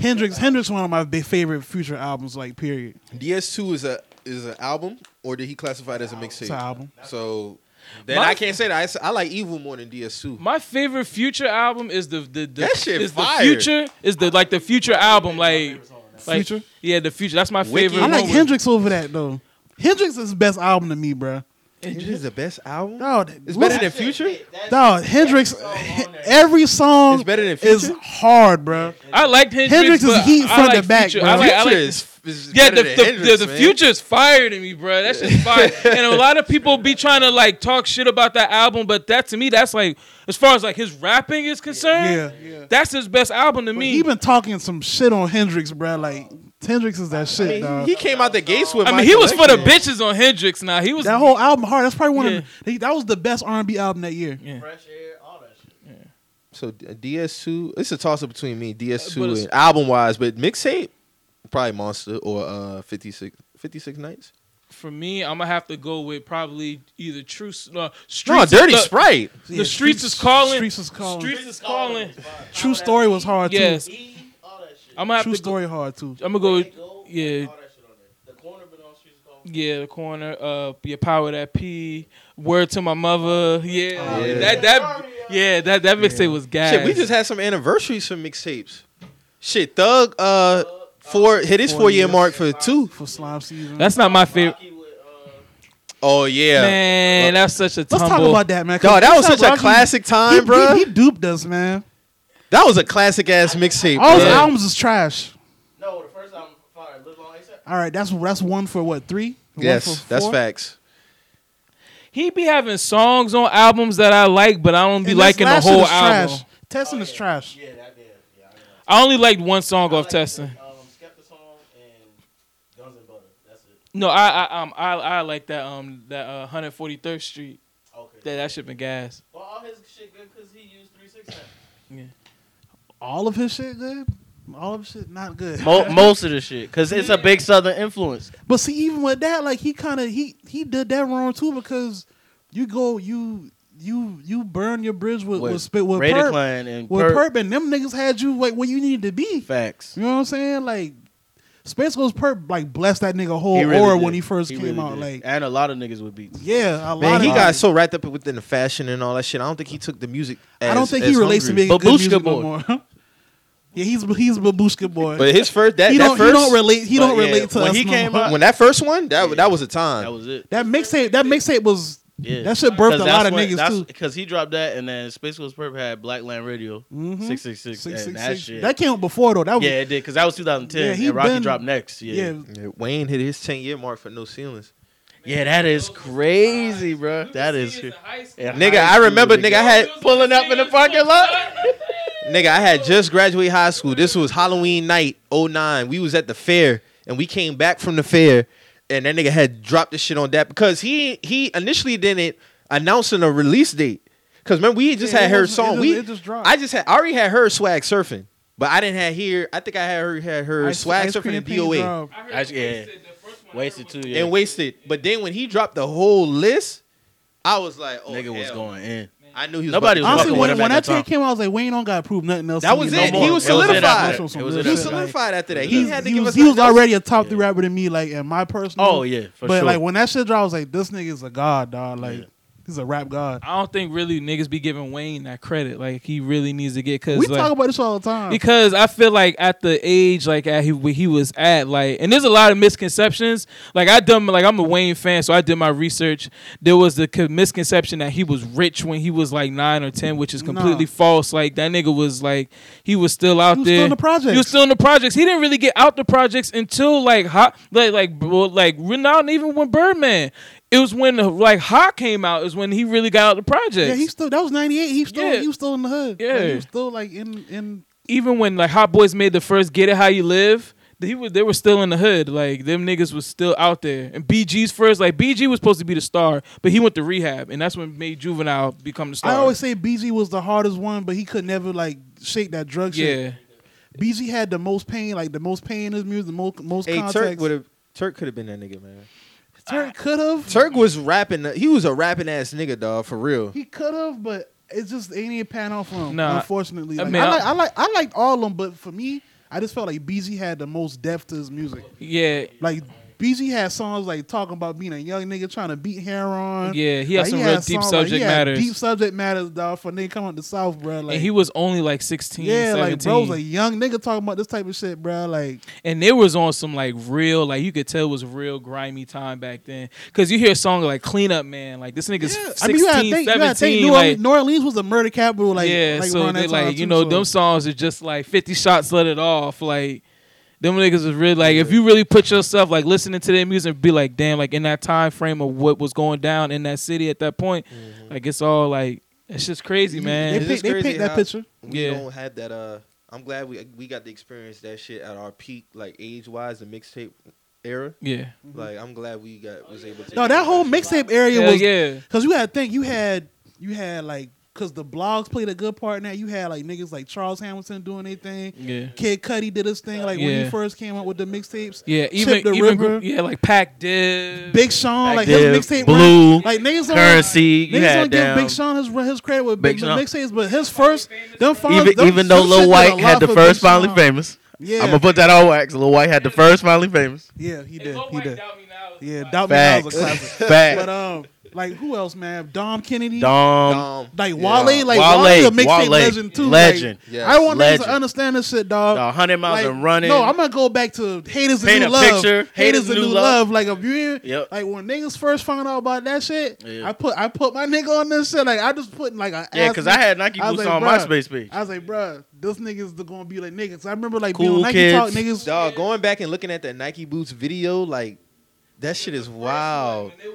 Speaker 1: Hendrix Hendrix one of my big favorite Future albums. Like period.
Speaker 2: DS2 is a is an album, or did he classify it as a
Speaker 1: It's an
Speaker 2: mixtape?
Speaker 1: album.
Speaker 2: So then
Speaker 3: My-
Speaker 2: I can't say that. I s- I, like Evil more than DS2.
Speaker 3: My favorite Future album is the the, the
Speaker 2: That shit
Speaker 3: is
Speaker 2: fire.
Speaker 3: the Future is the like the Future album like. like-
Speaker 1: Future?
Speaker 3: yeah, the future. That's my
Speaker 2: Wicked.
Speaker 3: favorite.
Speaker 1: I like
Speaker 3: one.
Speaker 1: Hendrix over that though. Hendrix is the best album to me, bruh.
Speaker 2: It is the best album.
Speaker 1: Dog,
Speaker 2: It's
Speaker 1: Luther-
Speaker 2: better than Future.
Speaker 1: Dog, Hendrix, every song
Speaker 2: It's better than
Speaker 1: is
Speaker 2: Future?
Speaker 1: hard, bro.
Speaker 3: I liked Hendrix.
Speaker 1: Hendrix is
Speaker 3: but
Speaker 1: heat
Speaker 3: I
Speaker 1: front
Speaker 3: like
Speaker 1: to back,
Speaker 3: Future.
Speaker 1: bro.
Speaker 3: I like, I like
Speaker 2: Future is, is
Speaker 3: Yeah,
Speaker 2: better
Speaker 3: the,
Speaker 2: than
Speaker 3: the,
Speaker 2: Hendrix,
Speaker 3: the, the
Speaker 2: man.
Speaker 3: future's fire to me, bro. That shit's fire. and a lot of people be trying to like talk shit about that album, but that to me, that's like as far as like his rapping is concerned,
Speaker 1: Yeah, yeah.
Speaker 3: that's his best album to me.
Speaker 1: He been talking some shit on Hendrix, bro. Like Hendrix is that shit, dog.
Speaker 2: He came out the gates with.
Speaker 3: I
Speaker 2: my
Speaker 3: mean, he was for the
Speaker 2: collection.
Speaker 3: bitches on Hendrix. Now he was
Speaker 1: that whole album hard. That's probably one
Speaker 3: Yeah.
Speaker 1: of the, that was the best R and B album that year.
Speaker 3: Yeah.
Speaker 6: Fresh air, all that shit.
Speaker 2: So uh, DS two, it's a toss up between me DS
Speaker 3: But
Speaker 2: two
Speaker 3: it's-
Speaker 2: and album wise, but mixtape probably Monster or uh 56, 56 Nights.
Speaker 3: for me. I'm gonna have to go with probably either True S- uh, Streets.
Speaker 2: No, Dirty
Speaker 3: the,
Speaker 2: Sprite.
Speaker 3: The
Speaker 1: Yeah,
Speaker 3: streets, is calling.
Speaker 1: Streets is calling.
Speaker 3: Streets is calling.
Speaker 1: True story was hard
Speaker 3: Yes,
Speaker 6: E, all that shit.
Speaker 3: I'm gonna have
Speaker 1: too. True
Speaker 3: to.
Speaker 1: story hard too.
Speaker 3: Go, I'm gonna go.
Speaker 6: Way
Speaker 3: With,
Speaker 6: to go,
Speaker 3: yeah.
Speaker 6: All that shit on there. The corner been on streets called.
Speaker 3: Yeah, the corner. Uh, your power that P. Word to my mother. Yeah,
Speaker 2: Oh, yeah.
Speaker 3: that that. Yeah, that that mixtape was gas.
Speaker 2: Shit, we just had some anniversaries for mixtapes. Shit, Thug uh four hit his
Speaker 1: Four
Speaker 2: four year
Speaker 1: years.
Speaker 2: mark for two.
Speaker 1: for slime season.
Speaker 3: That's not my favorite.
Speaker 6: Rocky with, uh,
Speaker 2: Oh yeah,
Speaker 3: Man, that's such a
Speaker 1: Let's
Speaker 3: tumble.
Speaker 1: talk about that, man. 'cause
Speaker 2: dog, that was
Speaker 1: Tupac
Speaker 2: such a
Speaker 1: Rocky,
Speaker 2: classic
Speaker 1: He, he,
Speaker 2: time, bro.
Speaker 1: he duped us, man.
Speaker 2: That was a classic ass mixtape.
Speaker 1: All his
Speaker 2: bruh.
Speaker 1: albums is trash.
Speaker 6: no, the first album fire. Live long ASAP.
Speaker 1: All right, that's that's one for what three? One
Speaker 2: Yes,
Speaker 1: for
Speaker 2: that's
Speaker 1: four?
Speaker 2: facts.
Speaker 3: He be having songs on albums that I like, but I don't be
Speaker 1: And
Speaker 3: liking the
Speaker 1: that's-
Speaker 3: whole
Speaker 1: Last shit is
Speaker 3: album.
Speaker 1: Trash. Testing is trash.
Speaker 6: Yeah, that did. Yeah, I know.
Speaker 3: I only liked one song
Speaker 6: I
Speaker 3: off
Speaker 6: like
Speaker 3: Testing.
Speaker 6: The, um, Skepta song and Guns and Butter. That's it.
Speaker 3: No, I I um I I like that um that uh, 143rd Street.
Speaker 6: Okay.
Speaker 3: That that shit been gas.
Speaker 6: well, all his shit good because he used three six nine.
Speaker 1: All of his shit good. All of his shit not good.
Speaker 4: Mo- most of the shit, cause it's a big Southern influence.
Speaker 1: But see, even with that, like he kind of he he did that wrong too because you go you you you burn your bridge with
Speaker 4: With
Speaker 1: with spit with
Speaker 4: Ray
Speaker 1: perp,
Speaker 4: Decline and
Speaker 1: with
Speaker 4: Perp.
Speaker 1: perp and them niggas had you like where you needed to be.
Speaker 4: Facts.
Speaker 1: You know what I'm saying? Like Space Ghost Perp like blessed that nigga whole
Speaker 4: He really
Speaker 1: aura
Speaker 4: did.
Speaker 1: when he first came
Speaker 4: really
Speaker 1: out.
Speaker 4: did.
Speaker 1: Like
Speaker 4: and a lot of niggas with beats.
Speaker 1: yeah, a
Speaker 2: Man,
Speaker 1: lot
Speaker 2: he
Speaker 1: of
Speaker 2: got so wrapped up within the fashion and all that shit. I don't think he took the music. As,
Speaker 1: I don't think
Speaker 2: as
Speaker 1: he relates
Speaker 2: hungry.
Speaker 1: to being a good
Speaker 4: Babushka
Speaker 1: music
Speaker 4: boy.
Speaker 1: no more. yeah, he's he's babushka boy.
Speaker 2: But his first that
Speaker 1: he
Speaker 2: that
Speaker 1: don't
Speaker 2: first
Speaker 1: he don't relate he
Speaker 4: but
Speaker 1: don't
Speaker 4: yeah,
Speaker 1: relate to
Speaker 4: when
Speaker 1: us
Speaker 4: he
Speaker 1: no
Speaker 4: came
Speaker 1: more.
Speaker 4: out-
Speaker 2: when that first one that that was a time.
Speaker 4: That was it.
Speaker 1: that mixtape that mixtape was
Speaker 4: Yeah.
Speaker 1: that shit birthed a lot of niggas too.
Speaker 4: Because he dropped that, and then Space Ghost Perp had Blackland Radio
Speaker 1: Mhm.
Speaker 4: six six six.
Speaker 1: Six, six,
Speaker 4: That
Speaker 1: six.
Speaker 4: shit.
Speaker 1: That came out before though. That was
Speaker 4: yeah, it did. Because that was 2010.
Speaker 1: Yeah, he
Speaker 4: and Rocky
Speaker 1: been-
Speaker 4: dropped next. Yeah.
Speaker 1: yeah.
Speaker 4: yeah,
Speaker 2: Yeah, Wayne hit his ten year mark for no ceilings.
Speaker 4: that is crazy, bro. That is. Yeah,
Speaker 2: Nigga, I
Speaker 4: high
Speaker 2: remember,
Speaker 4: school,
Speaker 2: nigga, I had
Speaker 4: pulling up in the parking lot.
Speaker 2: nigga, I had just graduated high school. This was Halloween night, 09. We was at the fair and we came back from the fair and that nigga had dropped the shit on that because he he initially didn't announcing a release date. Cause remember we just
Speaker 1: Yeah,
Speaker 2: had
Speaker 1: it
Speaker 2: her
Speaker 1: was- it
Speaker 2: song.
Speaker 1: just-
Speaker 2: we
Speaker 1: it just dropped.
Speaker 2: I just had I already had her swag surfing. But I didn't have here. I think I had her had her
Speaker 1: Ice-
Speaker 2: swag
Speaker 1: Ice
Speaker 2: surfing
Speaker 1: Cream
Speaker 2: and
Speaker 1: Pink
Speaker 2: DOA.
Speaker 1: Drop.
Speaker 4: Actually, yeah. Wasted too. Yeah.
Speaker 2: and wasted. But then when he dropped the whole list, I was like, oh,
Speaker 4: nigga was
Speaker 2: hell.
Speaker 4: going in.
Speaker 1: Mm-hmm.
Speaker 2: I knew he was.
Speaker 4: Nobody
Speaker 2: about to
Speaker 4: was
Speaker 1: Honestly,
Speaker 2: do it.
Speaker 4: fucking with
Speaker 1: when,
Speaker 4: him
Speaker 1: when
Speaker 4: at
Speaker 1: that
Speaker 4: that
Speaker 1: tape
Speaker 4: time.
Speaker 1: came out, I was like, Wayne don't got to prove nothing else.
Speaker 2: That
Speaker 1: to
Speaker 2: was
Speaker 1: me no
Speaker 2: it. He
Speaker 1: more.
Speaker 2: was
Speaker 1: That was it after
Speaker 2: solidified.
Speaker 1: that.
Speaker 4: It was
Speaker 1: Some
Speaker 4: it
Speaker 1: real
Speaker 2: he
Speaker 4: after
Speaker 1: shit.
Speaker 4: that.
Speaker 2: solidified after that.
Speaker 1: Like,
Speaker 2: He,
Speaker 1: he's-
Speaker 2: had to
Speaker 1: he
Speaker 2: give
Speaker 1: was,
Speaker 2: us.
Speaker 1: he was
Speaker 2: nothing else.
Speaker 1: already a top three
Speaker 4: Yeah.
Speaker 1: rapper to me, like in my personal.
Speaker 4: Oh yeah, for
Speaker 1: but
Speaker 4: sure.
Speaker 1: like when that shit dropped, I was like, this nigga's a god, dog. Like
Speaker 4: Yeah.
Speaker 1: he's a rap god.
Speaker 3: I don't think really niggas be giving Wayne that credit. Like he really needs to get because
Speaker 1: We talk about this all the time.
Speaker 3: because I feel like at the age like at he, where he was at like and there's a lot of misconceptions like I done like I'm a Wayne fan so I did my research there was the co- misconception that he was rich when he was like nine or ten which is completely
Speaker 1: Nah.
Speaker 3: false like that nigga was like he was still out
Speaker 1: He was
Speaker 3: there
Speaker 1: still in the projects.
Speaker 3: he was still in the projects he didn't really get out the projects until like hot like like well, like renowned even when Birdman it was when like hot came out is when he really got out the projects
Speaker 1: yeah, he still that was ninety eight. He still
Speaker 3: Yeah.
Speaker 1: he was still in the hood. Like,
Speaker 3: Yeah.
Speaker 1: he was still like in in.
Speaker 3: even when like Hot Boys made the first "Get It How You Live," they were they were still in the hood. Like them niggas was still out there. And BG's first, like BG was supposed to be the star, but he went to rehab, and that's when made Juvenile become the star.
Speaker 1: I always say BG was the hardest one, but he could never like shake that drug shit.
Speaker 3: yeah.
Speaker 1: BG had the most pain, like the most pain in his music, the most most
Speaker 2: Hey, Turk
Speaker 1: context.
Speaker 2: would have. Turk could have been that nigga, man.
Speaker 1: Turk could have.
Speaker 2: Turk was rapping. He was a rapping ass nigga, dog, for real.
Speaker 1: He could have, but it just it ain't pan out for him.
Speaker 3: Nah.
Speaker 1: unfortunately,
Speaker 3: I
Speaker 1: like, I,
Speaker 3: mean, I-
Speaker 1: like I like I liked all of them, but for me, I just felt like BZ had the most depth to his music.
Speaker 3: Yeah,
Speaker 1: Like BG had songs like talking about being a young nigga trying to beat heroin.
Speaker 3: Yeah, he had
Speaker 1: Like,
Speaker 3: some real deep
Speaker 1: songs, like,
Speaker 3: subject
Speaker 1: he had
Speaker 3: matters.
Speaker 1: Deep subject matters, dog. For nigga coming to South, bro. Like
Speaker 3: and he was only like 16,
Speaker 1: yeah,
Speaker 3: 17.
Speaker 1: like bro was a young nigga talking about this type of shit, bro. Like
Speaker 3: and they was on some like real, like you could tell it was real grimy time back then. Cause you hear a song like Clean Up Man, like this nigga's
Speaker 1: yeah,
Speaker 3: 16,
Speaker 1: you gotta think, you gotta
Speaker 3: 17.
Speaker 1: think New,
Speaker 3: like,
Speaker 1: Orleans, New Orleans was the murder capital. Like
Speaker 3: yeah,
Speaker 1: like,
Speaker 3: so
Speaker 1: around that
Speaker 3: they like
Speaker 1: time,
Speaker 3: you
Speaker 1: too,
Speaker 3: know
Speaker 1: so.
Speaker 3: them songs are just like fifty shots let it off. Like them niggas is really like if you really put yourself like listening to their music, be like damn, like in that time frame of what was going down in that city at that point, like it's all like it's just crazy, man.
Speaker 1: They,
Speaker 2: It's
Speaker 1: pick-
Speaker 2: just
Speaker 1: they
Speaker 2: crazy
Speaker 1: picked that
Speaker 2: how-
Speaker 1: picture.
Speaker 2: we
Speaker 3: Yeah.
Speaker 2: don't have that. Uh, I'm glad we we got to experience that shit at our peak, like age wise, the mixtape era.
Speaker 3: yeah,
Speaker 2: Like I'm glad we got was able to.
Speaker 1: No, that whole mixtape area
Speaker 3: Hell
Speaker 1: was
Speaker 3: yeah.
Speaker 1: Cause you had to think you had you had like cause the blogs played a good part in that. You had like niggas like Charles Hamilton doing their thing.
Speaker 3: Yeah.
Speaker 1: Kid Cudi did his thing like when
Speaker 3: Yeah.
Speaker 1: he first came out with the mixtapes.
Speaker 3: Yeah, even
Speaker 1: the
Speaker 3: even gr-
Speaker 1: Ripper.
Speaker 3: yeah, like Pac Div,
Speaker 1: Big Sean, like
Speaker 4: Active,
Speaker 1: his mixtape
Speaker 4: Blue,
Speaker 1: run, like niggas don't
Speaker 4: Currency, you
Speaker 1: niggas
Speaker 4: had
Speaker 1: don't give
Speaker 4: down.
Speaker 1: Big Sean his his credit with
Speaker 4: Big
Speaker 1: big,
Speaker 4: Sean.
Speaker 1: mixtapes, but his first them finals,
Speaker 4: Even
Speaker 1: them,
Speaker 4: even though
Speaker 1: them shit
Speaker 4: Lil
Speaker 1: did a
Speaker 4: White
Speaker 1: lot
Speaker 4: had the
Speaker 1: for
Speaker 4: first
Speaker 1: Big
Speaker 4: finally
Speaker 1: Sean.
Speaker 4: famous,
Speaker 1: Yeah,
Speaker 4: I'm gonna put that on wax. Lil White had the first finally famous.
Speaker 1: yeah, he did, he did. Yeah,
Speaker 3: that
Speaker 1: Doubt Me Now
Speaker 4: Facts,
Speaker 1: was a classic. But
Speaker 4: facts.
Speaker 1: um, like who else, man? Dom Kennedy,
Speaker 4: Dom,
Speaker 2: Um,
Speaker 1: like
Speaker 2: Yeah.
Speaker 1: Wale, like
Speaker 4: Wale,
Speaker 1: Wale, a mixtape
Speaker 4: Wale,
Speaker 1: legend too, like,
Speaker 4: legend.
Speaker 2: Yes.
Speaker 1: I want niggas
Speaker 4: Legend.
Speaker 1: to understand this shit, dog.
Speaker 4: uh, hundred miles
Speaker 1: Like,
Speaker 4: and running.
Speaker 1: No, I'm gonna go back to haters
Speaker 4: Paint
Speaker 1: and new
Speaker 4: a
Speaker 1: love.
Speaker 4: picture,
Speaker 1: haters and new love. Like if you,
Speaker 4: Yep.
Speaker 1: like when niggas first found out about that shit,
Speaker 4: Yeah.
Speaker 1: I put I put my nigga on this shit. Like I just put like a
Speaker 4: yeah, because I had Nike
Speaker 1: I was
Speaker 4: boots
Speaker 1: like,
Speaker 4: on
Speaker 1: bruh,
Speaker 4: MySpace page.
Speaker 1: I was like, bruh, this niggas the gonna be like niggas. I remember like
Speaker 4: Cool
Speaker 1: being on Nike
Speaker 4: kids.
Speaker 1: Talk, niggas.
Speaker 2: dog, going back and looking at that Nike boots video, like that shit is wild.
Speaker 1: and it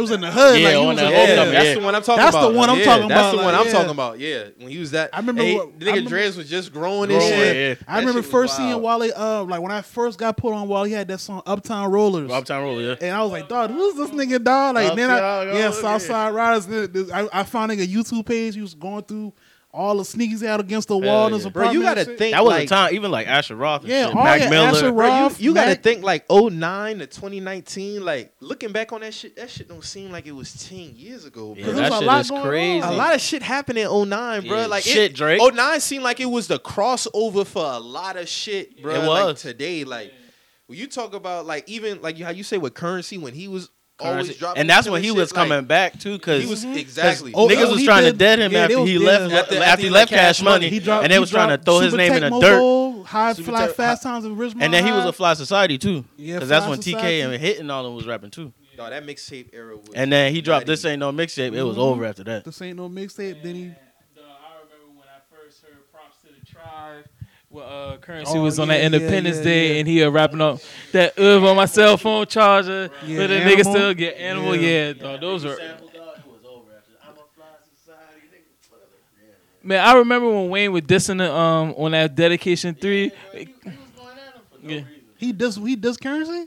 Speaker 1: was in the hood.
Speaker 4: Yeah,
Speaker 1: like, you
Speaker 4: on
Speaker 1: was
Speaker 4: the
Speaker 1: like,
Speaker 4: whole
Speaker 2: Yeah,
Speaker 4: cover,
Speaker 2: that's
Speaker 4: yeah.
Speaker 2: the one I'm talking
Speaker 1: That's the
Speaker 2: about.
Speaker 1: one I'm
Speaker 2: Yeah,
Speaker 1: talking
Speaker 2: That's
Speaker 1: about,
Speaker 2: the
Speaker 1: like,
Speaker 2: one I'm
Speaker 1: yeah.
Speaker 2: talking about. Yeah, when he was that,
Speaker 1: I remember
Speaker 2: Hey,
Speaker 1: what-
Speaker 2: the
Speaker 1: I
Speaker 2: nigga
Speaker 1: remember-
Speaker 2: dreads was just growing and
Speaker 4: Growing,
Speaker 2: shit.
Speaker 4: Oh, yeah.
Speaker 1: I
Speaker 2: That
Speaker 1: remember
Speaker 2: shit was
Speaker 1: first
Speaker 2: wild.
Speaker 1: seeing Wale. Uh, like when I first got put on Wale, he had that song Uptown Rollers.
Speaker 4: Uptown Roller, yeah.
Speaker 1: And I was like, dog, who's this nigga, dog? Like, then I,
Speaker 4: Uptown,
Speaker 1: yeah,
Speaker 4: oh,
Speaker 1: Southside Riders. then this- I, I found like a YouTube page. He was going through all the sneakers he had against the wall. and
Speaker 4: yeah.
Speaker 1: his
Speaker 2: Bro, you
Speaker 1: apartment
Speaker 2: gotta
Speaker 1: and shit.
Speaker 2: think
Speaker 4: That was
Speaker 2: like,
Speaker 4: a time, even like Asher Roth, and
Speaker 1: Yeah,
Speaker 4: shit,
Speaker 1: all
Speaker 4: Mac
Speaker 1: that
Speaker 4: Miller.
Speaker 1: Asher
Speaker 2: Bro,
Speaker 1: Roth,
Speaker 2: you, you got to
Speaker 1: Mac-
Speaker 2: think like 09 to 2019. Like looking back on that shit, that shit don't seem like it was 10 years ago, bro.
Speaker 4: Yeah,
Speaker 1: Cause
Speaker 4: that
Speaker 1: there's a
Speaker 4: shit
Speaker 1: lot
Speaker 4: is
Speaker 1: going on.
Speaker 4: crazy.
Speaker 2: a lot of shit happened in 09, bro.
Speaker 4: Yeah,
Speaker 2: Like
Speaker 4: shit,
Speaker 2: it,
Speaker 4: Drake.
Speaker 2: 09 seemed like it was the crossover for a lot of shit, bro.
Speaker 4: It
Speaker 2: Like
Speaker 4: was.
Speaker 2: today, like when you talk about like even like how you say with currency when he was always dropping,
Speaker 4: and that's
Speaker 2: his
Speaker 4: when he
Speaker 2: shit,
Speaker 4: was
Speaker 2: like,
Speaker 4: coming back too, because
Speaker 2: He was exactly.
Speaker 1: Oh,
Speaker 4: niggas
Speaker 1: oh,
Speaker 4: was
Speaker 1: he
Speaker 4: trying to
Speaker 1: did-
Speaker 4: dead him
Speaker 1: yeah, they
Speaker 4: after
Speaker 1: was
Speaker 4: he
Speaker 1: dead.
Speaker 4: left.
Speaker 2: After-
Speaker 4: After,
Speaker 2: after
Speaker 4: he left Cash Money,
Speaker 1: He dropped,
Speaker 4: and they
Speaker 1: he
Speaker 4: was trying to
Speaker 1: dropped
Speaker 4: throw his
Speaker 1: Super
Speaker 4: name in the
Speaker 1: Tecmo
Speaker 4: dirt.
Speaker 1: Bowl, high
Speaker 2: Super
Speaker 1: fly
Speaker 2: Tec-
Speaker 1: fast times in Richmond.
Speaker 4: And then he was
Speaker 1: High.
Speaker 4: a Fly Society too,
Speaker 1: Yeah,
Speaker 4: because that's
Speaker 1: Fly
Speaker 4: when
Speaker 1: Society.
Speaker 4: TK and Hitting all them was rapping too.
Speaker 2: No, that mixtape era was.
Speaker 4: And then he dropped
Speaker 2: nutty.
Speaker 4: this ain't no mixtape. It was
Speaker 1: Mhm.
Speaker 4: over after that.
Speaker 1: This ain't no mixtape. Then he.
Speaker 3: Dog, uh, I remember when I first heard props to the tribe. Well, uh, currency
Speaker 1: Oh,
Speaker 3: was on
Speaker 1: yeah,
Speaker 3: that
Speaker 1: yeah,
Speaker 3: Independence
Speaker 1: yeah,
Speaker 3: Day,
Speaker 1: yeah.
Speaker 3: and he uh, rapping on that "Uv" on my cell phone charger.
Speaker 1: Yeah,
Speaker 3: but the
Speaker 1: Animal.
Speaker 3: nigga still get animal.
Speaker 1: Yeah.
Speaker 3: Yeah, dog, those are.
Speaker 6: Sampled up, it was over after. I'm a fly society. nigga. What other-
Speaker 3: Man, I remember when Wayne was dissing the, um on that Dedication Three.
Speaker 6: He was going at him for no
Speaker 3: Yeah.
Speaker 6: reason.
Speaker 1: He does. He does currency.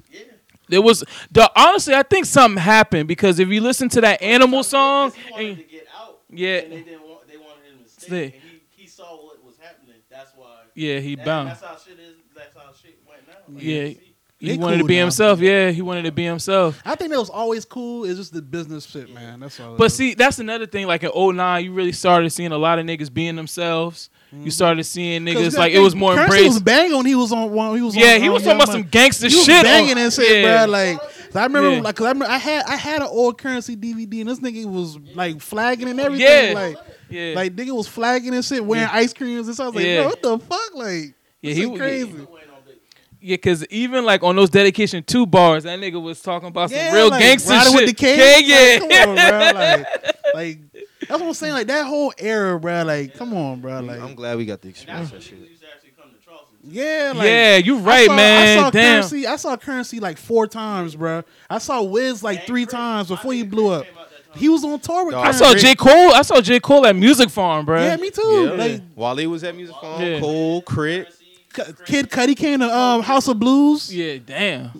Speaker 3: There was dog, honestly, I think something happened because if you listen to that animal song,
Speaker 6: He wanted to
Speaker 3: and,
Speaker 6: get out.
Speaker 3: yeah,
Speaker 6: And they didn't want. They wanted him to stay.
Speaker 3: Stay.
Speaker 6: And he, he saw what was happening. That's why.
Speaker 3: yeah, he
Speaker 6: that-
Speaker 3: bounced.
Speaker 6: That's how shit is. That's how shit went now.
Speaker 3: Yeah.
Speaker 6: you see,
Speaker 3: He
Speaker 1: They
Speaker 3: wanted to
Speaker 1: cool
Speaker 3: be
Speaker 1: now.
Speaker 3: himself. Yeah, he wanted to be himself.
Speaker 1: I think that was always cool. It's just the business shit, man. That's all. it
Speaker 3: But
Speaker 1: is.
Speaker 3: see, that's another thing. Like in 09, you really started seeing a lot of niggas being themselves. You started seeing
Speaker 1: 'Cause you
Speaker 3: niggas
Speaker 1: gotta
Speaker 3: like it
Speaker 1: think
Speaker 3: was more
Speaker 1: currency
Speaker 3: embraced.
Speaker 1: was banging when he was on one. He was
Speaker 3: yeah,
Speaker 1: on,
Speaker 3: he
Speaker 1: on
Speaker 3: was
Speaker 1: Young
Speaker 3: talking about
Speaker 1: Money.
Speaker 3: some gangster
Speaker 1: You was
Speaker 3: shit.
Speaker 1: banging
Speaker 3: on-
Speaker 1: and shit,
Speaker 3: yeah.
Speaker 1: bro. Like, 'cause I remember,
Speaker 3: Yeah.
Speaker 1: like, 'cause I remember, I had, I had an old currency DVD, and this nigga was like flagging and everything,
Speaker 3: Yeah.
Speaker 1: like,
Speaker 3: yeah,
Speaker 1: like nigga was flagging and shit, wearing
Speaker 3: Yeah.
Speaker 1: ice creams and stuff. I was like,
Speaker 3: Yeah.
Speaker 1: bro, what the fuck, like,
Speaker 3: yeah,
Speaker 1: this
Speaker 3: he
Speaker 1: shit
Speaker 3: was
Speaker 1: crazy.
Speaker 6: he went on big.
Speaker 3: Yeah, cause even like on those dedication two bars, that nigga was talking about some
Speaker 1: Yeah,
Speaker 3: real
Speaker 1: like,
Speaker 3: gangster
Speaker 1: riding
Speaker 3: shit.
Speaker 1: with the king.
Speaker 3: yeah,
Speaker 1: Like, come on, bro. Like, like, that's what I'm saying. Like that whole era, bro. Like, come on, bro.
Speaker 2: I'm
Speaker 1: Like,
Speaker 2: glad we got to
Speaker 6: And that's
Speaker 2: experience
Speaker 6: when
Speaker 2: that shit.
Speaker 6: niggas used to actually come to Charleston.
Speaker 1: yeah, like,
Speaker 3: yeah, you
Speaker 1: I
Speaker 3: right,
Speaker 1: saw-
Speaker 3: man.
Speaker 1: I saw
Speaker 3: Damn.
Speaker 1: currency. I saw currency like four times, bro. I saw Wiz like
Speaker 6: And
Speaker 1: three
Speaker 6: Chris,
Speaker 1: times
Speaker 6: my
Speaker 1: before he
Speaker 6: nigga
Speaker 1: blew
Speaker 6: Chris
Speaker 1: up.
Speaker 6: came out that time.
Speaker 1: He was on tour with.
Speaker 2: Dog,
Speaker 3: I
Speaker 1: Currency.
Speaker 3: saw J Cole. I saw J Cole at Music Farm, bro.
Speaker 1: Yeah, me too. Like
Speaker 2: While he was at Music Farm,
Speaker 3: Yeah.
Speaker 2: Cole, Crit.
Speaker 1: K- Kid Cudi came to um, House of Blues.
Speaker 3: Yeah, damn.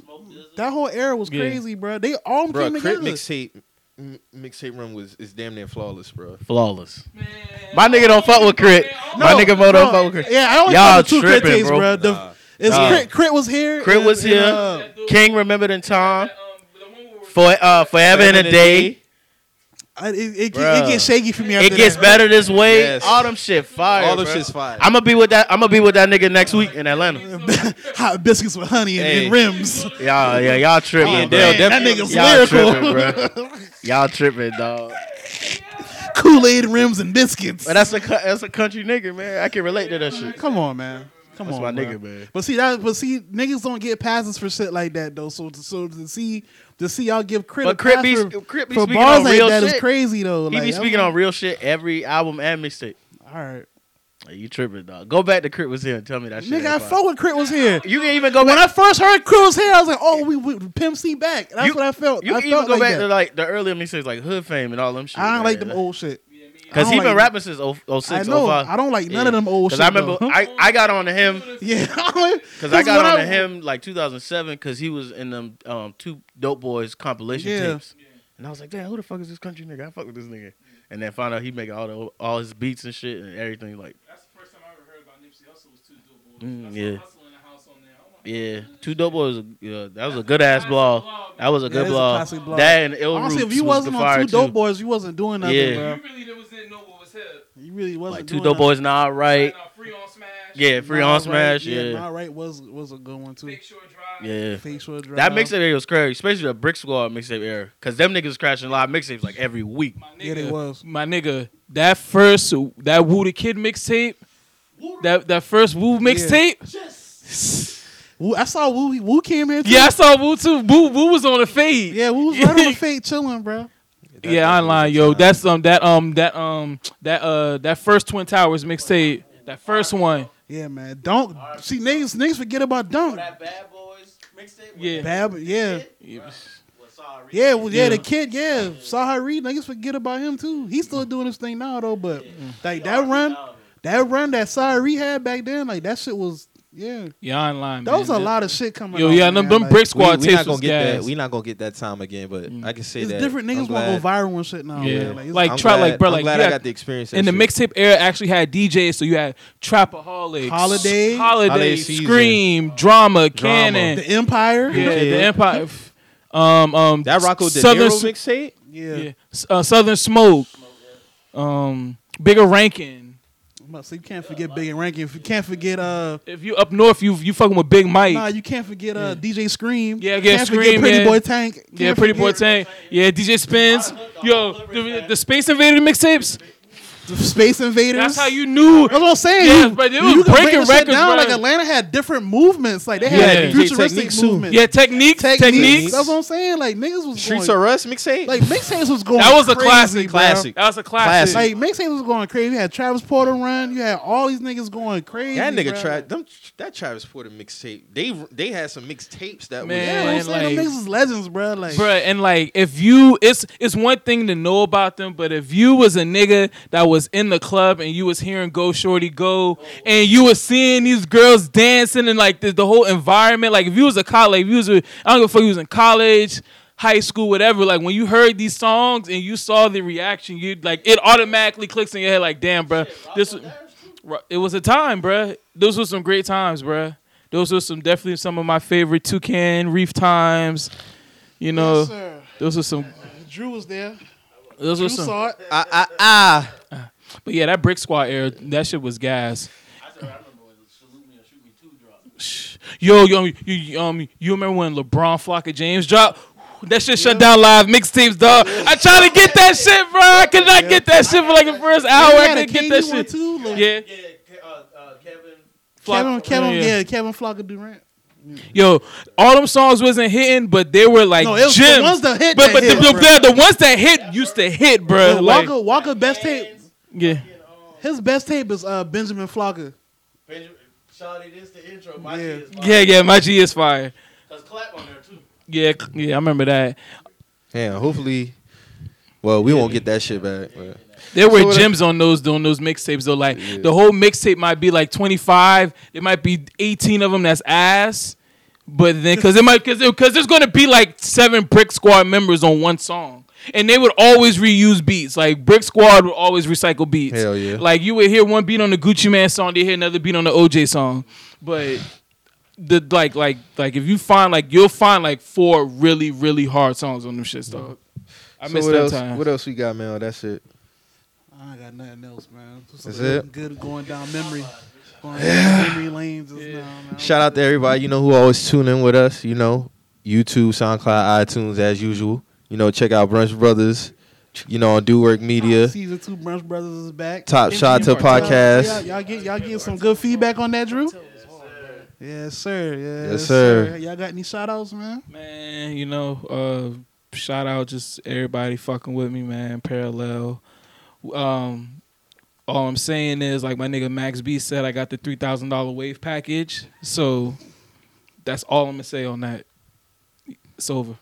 Speaker 1: That whole era was
Speaker 3: Yeah.
Speaker 1: crazy, bro. They all
Speaker 2: Bro,
Speaker 1: came
Speaker 2: Crit
Speaker 1: together.
Speaker 2: mixtape m- mixtape run was is damn near flawless, bro.
Speaker 4: Flawless. My nigga don't fuck with Crit. My
Speaker 1: No,
Speaker 4: nigga Mo
Speaker 1: no.
Speaker 4: don't fuck with Crit.
Speaker 1: Yeah, I always
Speaker 4: Y'all
Speaker 1: thought the two
Speaker 4: tripping,
Speaker 1: Crit tapes,
Speaker 4: bro.
Speaker 1: bro. Uh, The,
Speaker 2: Nah.
Speaker 1: it's
Speaker 4: Nah.
Speaker 1: Crit, Crit was here.
Speaker 4: Crit was
Speaker 1: and,
Speaker 4: here.
Speaker 1: uh,
Speaker 3: um,
Speaker 4: King remembered in time for uh forever and a day.
Speaker 1: I, it, it, get- it
Speaker 4: Bruh.
Speaker 1: gets shaky for me. After
Speaker 4: It gets
Speaker 1: that.
Speaker 4: better this way.
Speaker 2: Yes.
Speaker 4: All them shit fire.
Speaker 2: All them
Speaker 4: bro.
Speaker 2: shit's fire.
Speaker 4: I'm gonna be with that. I'm gonna be with that nigga next week in Atlanta.
Speaker 1: Hot biscuits with honey and, and
Speaker 4: Hey.
Speaker 1: rims.
Speaker 4: Y'all, yeah, y'all tripping,
Speaker 2: Oh, man,
Speaker 4: bro.
Speaker 2: that
Speaker 1: nigga's
Speaker 4: y'all
Speaker 1: lyrical.
Speaker 4: tripping, bro. y'all tripping, dog.
Speaker 1: Kool Aid, rims, and biscuits.
Speaker 4: But that's a cou- that's a country nigga, man. I can relate to that shit.
Speaker 1: Come on, man. Come
Speaker 4: That's
Speaker 1: on,
Speaker 4: my
Speaker 1: bro.
Speaker 4: nigga, man.
Speaker 1: But see that, but see niggas don't get passes for shit like that though. So to, so to see to see y'all give Crit
Speaker 4: But
Speaker 1: a pass
Speaker 4: Crit be,
Speaker 1: for,
Speaker 4: Crit be
Speaker 1: for
Speaker 4: speaking
Speaker 1: bars
Speaker 4: on
Speaker 1: like
Speaker 4: real
Speaker 1: that is
Speaker 4: shit.
Speaker 1: crazy though.
Speaker 4: He
Speaker 1: like,
Speaker 4: be speaking on real shit every album and mixtape.
Speaker 1: All right,
Speaker 4: Like, you tripping, dog? Go back to Crit was here and tell me that shit.
Speaker 1: nigga,
Speaker 4: ain't
Speaker 1: I
Speaker 4: fire.
Speaker 1: fought when Crit was here.
Speaker 4: You can even go
Speaker 1: When
Speaker 4: back.
Speaker 1: I first heard Crit was here, I was like, oh, we, we Pimp C back. That's
Speaker 4: You-
Speaker 1: what I felt.
Speaker 4: You
Speaker 1: I
Speaker 4: can even
Speaker 1: felt
Speaker 4: go
Speaker 1: like
Speaker 4: back
Speaker 1: that.
Speaker 4: to like the earlier mixtapes, like Hood Fame and all them shit.
Speaker 1: I don't like them
Speaker 4: man.
Speaker 1: old shit.
Speaker 4: Cause
Speaker 1: I
Speaker 4: he
Speaker 1: don't
Speaker 4: been
Speaker 1: like-
Speaker 4: rapping since oh, 06, 05.
Speaker 1: I know. I don't like none of them old shit.
Speaker 4: Cause I remember
Speaker 1: though.
Speaker 4: I, I got on to him
Speaker 1: yeah,
Speaker 4: because I got
Speaker 1: when
Speaker 4: on to him like 2007 because he was in them um, two Dope Boys compilation
Speaker 1: Yeah.
Speaker 4: tapes, and I was like, damn, who the fuck is this country nigga? I fuck with this nigga, and then found out he making all the all his beats and shit and everything. Like,
Speaker 3: That's the first time I ever heard about Nipsey Hussle was two dope boys.
Speaker 4: Mm,
Speaker 3: I saw
Speaker 4: yeah.
Speaker 3: Hustle in the house on there. I wanna-
Speaker 4: yeah, two Dope Boys. Yeah, that was a good ass blog. That was a
Speaker 1: Yeah,
Speaker 4: good
Speaker 1: it's a
Speaker 4: blog.
Speaker 1: classic blog.
Speaker 4: That and Ill Roots
Speaker 1: Honestly, if you
Speaker 4: was
Speaker 1: wasn't
Speaker 4: the
Speaker 1: on
Speaker 4: fire
Speaker 1: two
Speaker 4: too.
Speaker 1: dope boys, you wasn't doing nothing,
Speaker 4: Yeah.
Speaker 1: bro.
Speaker 3: You really didn't- wasn't know what was hip.
Speaker 1: You really wasn't
Speaker 4: Like two
Speaker 1: doing
Speaker 4: Dope Boys, not
Speaker 3: Right
Speaker 4: right.
Speaker 3: now, free on Smash.
Speaker 4: Yeah, free on smash.
Speaker 1: yeah.
Speaker 4: Yeah,
Speaker 1: Nah, right was was a good one too.
Speaker 3: Big Short Drive.
Speaker 4: yeah.
Speaker 1: Facial drive.
Speaker 4: That mixtape era was crazy, especially the Brick Squad mixtape era, because them niggas crashing live mixtapes like every week.
Speaker 3: My
Speaker 1: Yeah,
Speaker 3: nigga,
Speaker 1: it was.
Speaker 3: my nigga, that first that Woo the Kid mixtape, that that first Woo mixtape.
Speaker 1: Woo, I saw Woo. Woo came here. Too.
Speaker 3: Yeah, I saw Woo too. Woo Woo was on the fade.
Speaker 1: yeah. Woo was right on the fate chilling, bro.
Speaker 3: yeah, I ain't lying, yo. That's um that um that um that uh that first Twin Towers mixtape, that first one.
Speaker 1: Yeah, man. Don't see niggas. Niggas forget about Dunk.
Speaker 6: That Bad Boys mixtape. with
Speaker 3: Yeah.
Speaker 1: Bab. Yeah.
Speaker 6: Was sorry.
Speaker 1: Yeah, well, yeah, the
Speaker 3: Yeah.
Speaker 1: kid, yeah, Sahar Reed, niggas forget about him too. He's still doing his thing now though, but
Speaker 3: Mm.
Speaker 1: like that run, that run that Sahar Reed had back then, like that shit was, yeah,
Speaker 3: Yeah, I ain't lying.
Speaker 1: that was
Speaker 3: man.
Speaker 1: a lot of shit coming.
Speaker 3: Yo,
Speaker 1: out,
Speaker 3: yeah, them,
Speaker 1: man,
Speaker 3: them
Speaker 1: like,
Speaker 3: brick
Speaker 2: We,
Speaker 3: squad
Speaker 2: we
Speaker 3: tapes
Speaker 2: not
Speaker 3: was
Speaker 2: gonna get
Speaker 3: gas.
Speaker 2: that. We not gonna get that time again. But I can say
Speaker 1: It's
Speaker 2: that
Speaker 1: different.
Speaker 2: I'm
Speaker 1: Niggas want to
Speaker 2: glad-
Speaker 1: go viral and shit now.
Speaker 3: Yeah.
Speaker 1: man. Like, it's-
Speaker 3: Like,
Speaker 2: I'm
Speaker 3: trap, like,
Speaker 2: glad-
Speaker 3: bro,
Speaker 2: I'm
Speaker 3: like,
Speaker 2: glad
Speaker 3: yeah,
Speaker 2: I got the experience
Speaker 3: in the
Speaker 2: mix.
Speaker 3: mixtape era actually had DJs, so you had
Speaker 1: Holiday.
Speaker 3: Trapaholics, Holiday,
Speaker 2: Holiday Season.
Speaker 3: Scream, Drama, Cannon,
Speaker 1: the Empire.
Speaker 3: yeah,
Speaker 2: Kid.
Speaker 3: the Empire, f- um, um,
Speaker 2: That Rocco De
Speaker 3: Southern,
Speaker 2: Niro mixtape.
Speaker 1: Yeah.
Speaker 3: yeah, S- uh, Southern Smoke, um, Bigger Rankin.
Speaker 1: So you can't forget Big and Rankin. If you can't forget uh
Speaker 3: If you up north, you you fucking with Big Mike.
Speaker 1: Nah, you can't forget uh DJ Scream.
Speaker 3: Yeah,
Speaker 1: You
Speaker 3: yeah,
Speaker 1: can't
Speaker 3: Scream,
Speaker 1: forget Pretty
Speaker 3: yeah.
Speaker 1: Boy Tank. Can't
Speaker 3: yeah, Pretty Boy
Speaker 1: forget
Speaker 3: Tank. Yeah, DJ Spins. Yo, the, the Space Invader mixtapes.
Speaker 1: the Space Invaders.
Speaker 3: That's how you knew.
Speaker 1: That's what I'm saying.
Speaker 3: Yeah,
Speaker 1: you,
Speaker 3: but
Speaker 1: you
Speaker 3: it was
Speaker 1: can break
Speaker 3: breaking
Speaker 1: the shit
Speaker 3: records,
Speaker 1: down.
Speaker 3: bro.
Speaker 1: Like Atlanta had different movements. Like they
Speaker 3: Yeah.
Speaker 1: had
Speaker 3: Yeah,
Speaker 1: futuristic
Speaker 2: techniques too.
Speaker 1: movements.
Speaker 3: Yeah, techniques, techniques.
Speaker 1: That's what I'm saying. Like niggas was
Speaker 2: Streets
Speaker 1: going,
Speaker 2: Are Us mixtape.
Speaker 1: like mixtapes was going.
Speaker 3: That was a
Speaker 1: crazy, bro.
Speaker 3: classic.
Speaker 2: Classic.
Speaker 3: That was a classic.
Speaker 2: Classic.
Speaker 1: Like mixtapes was going crazy. You had Travis Porter run. You had all these niggas going crazy.
Speaker 2: that nigga
Speaker 1: bro.
Speaker 2: tried them. That Travis Porter mixtape. They they had some mixtapes that
Speaker 3: Man,
Speaker 1: Yeah,
Speaker 2: was
Speaker 1: I'm
Speaker 2: like,
Speaker 3: and
Speaker 1: saying
Speaker 3: like-
Speaker 1: them niggas is legends, bro. Like
Speaker 3: Bruh, and like if you it's it's one thing to know about them, but if you was a nigga that was in the club and you was hearing Go Shorty Go and you was seeing these girls dancing and like the, the whole environment, like if you was a college, if you was a, I don't give a fuck, you was in college, high school, whatever, like when you heard these songs and you saw the reaction, you like it automatically clicks in your head like, damn, bruh, this Ru- it was a time, bruh. Those were some great times, bruh. Those were some definitely some of my favorite Toucan Reef times. You know,
Speaker 1: Yes, sir.
Speaker 3: those were some.
Speaker 1: Drew was there.
Speaker 3: Those
Speaker 1: Drew
Speaker 3: were some.
Speaker 1: saw it.
Speaker 2: ah ah ah.
Speaker 3: But yeah, that brick squad era, that shit was gas. Shh. Yo, yo, you, you, um, you remember when LeBron Flocker James dropped? That shit shut down live mixtapes, dog. I tried to get that shit, bro. I could not get that shit for like the first hour.
Speaker 1: You
Speaker 3: I
Speaker 1: had a
Speaker 3: couldn't get
Speaker 1: KD one
Speaker 3: that shit.
Speaker 1: Too, like,
Speaker 3: Yeah,
Speaker 6: Yeah, Ke- uh, uh, Kevin.
Speaker 1: Kevin,
Speaker 3: Flock-
Speaker 1: Kevin,
Speaker 3: yeah.
Speaker 1: yeah. Kevin Flocka Durant.
Speaker 3: Yo, all them songs wasn't hitting, but they were like
Speaker 1: No, it was
Speaker 3: gems.
Speaker 1: the ones that hit.
Speaker 3: but
Speaker 1: that
Speaker 3: but
Speaker 1: hit,
Speaker 3: the,
Speaker 1: bruh.
Speaker 3: the, the ones that hit used to hit, bro.
Speaker 1: But
Speaker 3: Like,
Speaker 1: Walker, Walker best tape.
Speaker 3: yeah.
Speaker 1: His best tape is uh, Benjamin Flocka.
Speaker 6: Benjamin. Shawty, this the intro. My
Speaker 1: Yeah.
Speaker 6: shit is live.
Speaker 3: Yeah, yeah, my G is fire.
Speaker 6: Cause clap on there too.
Speaker 3: Yeah, yeah, I remember that.
Speaker 2: Damn. Hopefully, well, we won't get that shit back. but-
Speaker 3: There were
Speaker 2: So what I-
Speaker 3: gems on those on those mixtapes though. Like the whole mixtape might be like twenty five. There might be eighteen of them that's ass. But then, cause it might, cause it, cause there's gonna be like seven Brick Squad members on one song, and they would always reuse beats. Like Brick Squad would always recycle beats.
Speaker 2: Hell yeah.
Speaker 3: Like you would hear one beat on the Gucci Man song, they hear another beat on the OJ song. But the like, like, like if you find like you'll find like four really, really hard songs on them shit, dog. I
Speaker 2: So
Speaker 3: missed
Speaker 2: what
Speaker 3: that
Speaker 2: else,
Speaker 3: time.
Speaker 2: What else we got, man? That's it.
Speaker 1: I ain't got nothing else, man. Just
Speaker 2: That's
Speaker 1: good-
Speaker 2: it?
Speaker 1: Good going down memory, going down memory lanes. Just
Speaker 3: Yeah.
Speaker 1: now, man.
Speaker 2: Shout out to everybody, you know, who always tune in with us, you know, YouTube, SoundCloud, iTunes, as usual. You know, check out Brunch Brothers, you know, on Do Work Media.
Speaker 1: Season two, Brunch Brothers is back.
Speaker 2: Top Shot to
Speaker 3: Part Two.
Speaker 1: Y'all,
Speaker 2: Podcast.
Speaker 1: y'all get y'all get some good feedback on that, Drew. Yes, sir. Yes,
Speaker 2: sir.
Speaker 1: Y'all got any shout outs, man?
Speaker 3: Man, you know, uh, shout out just everybody fucking with me, man. Parallel. Um, all I'm saying is, like my nigga Max B said, I got the three thousand dollar wave package. So that's all I'm gonna say on that. It's over.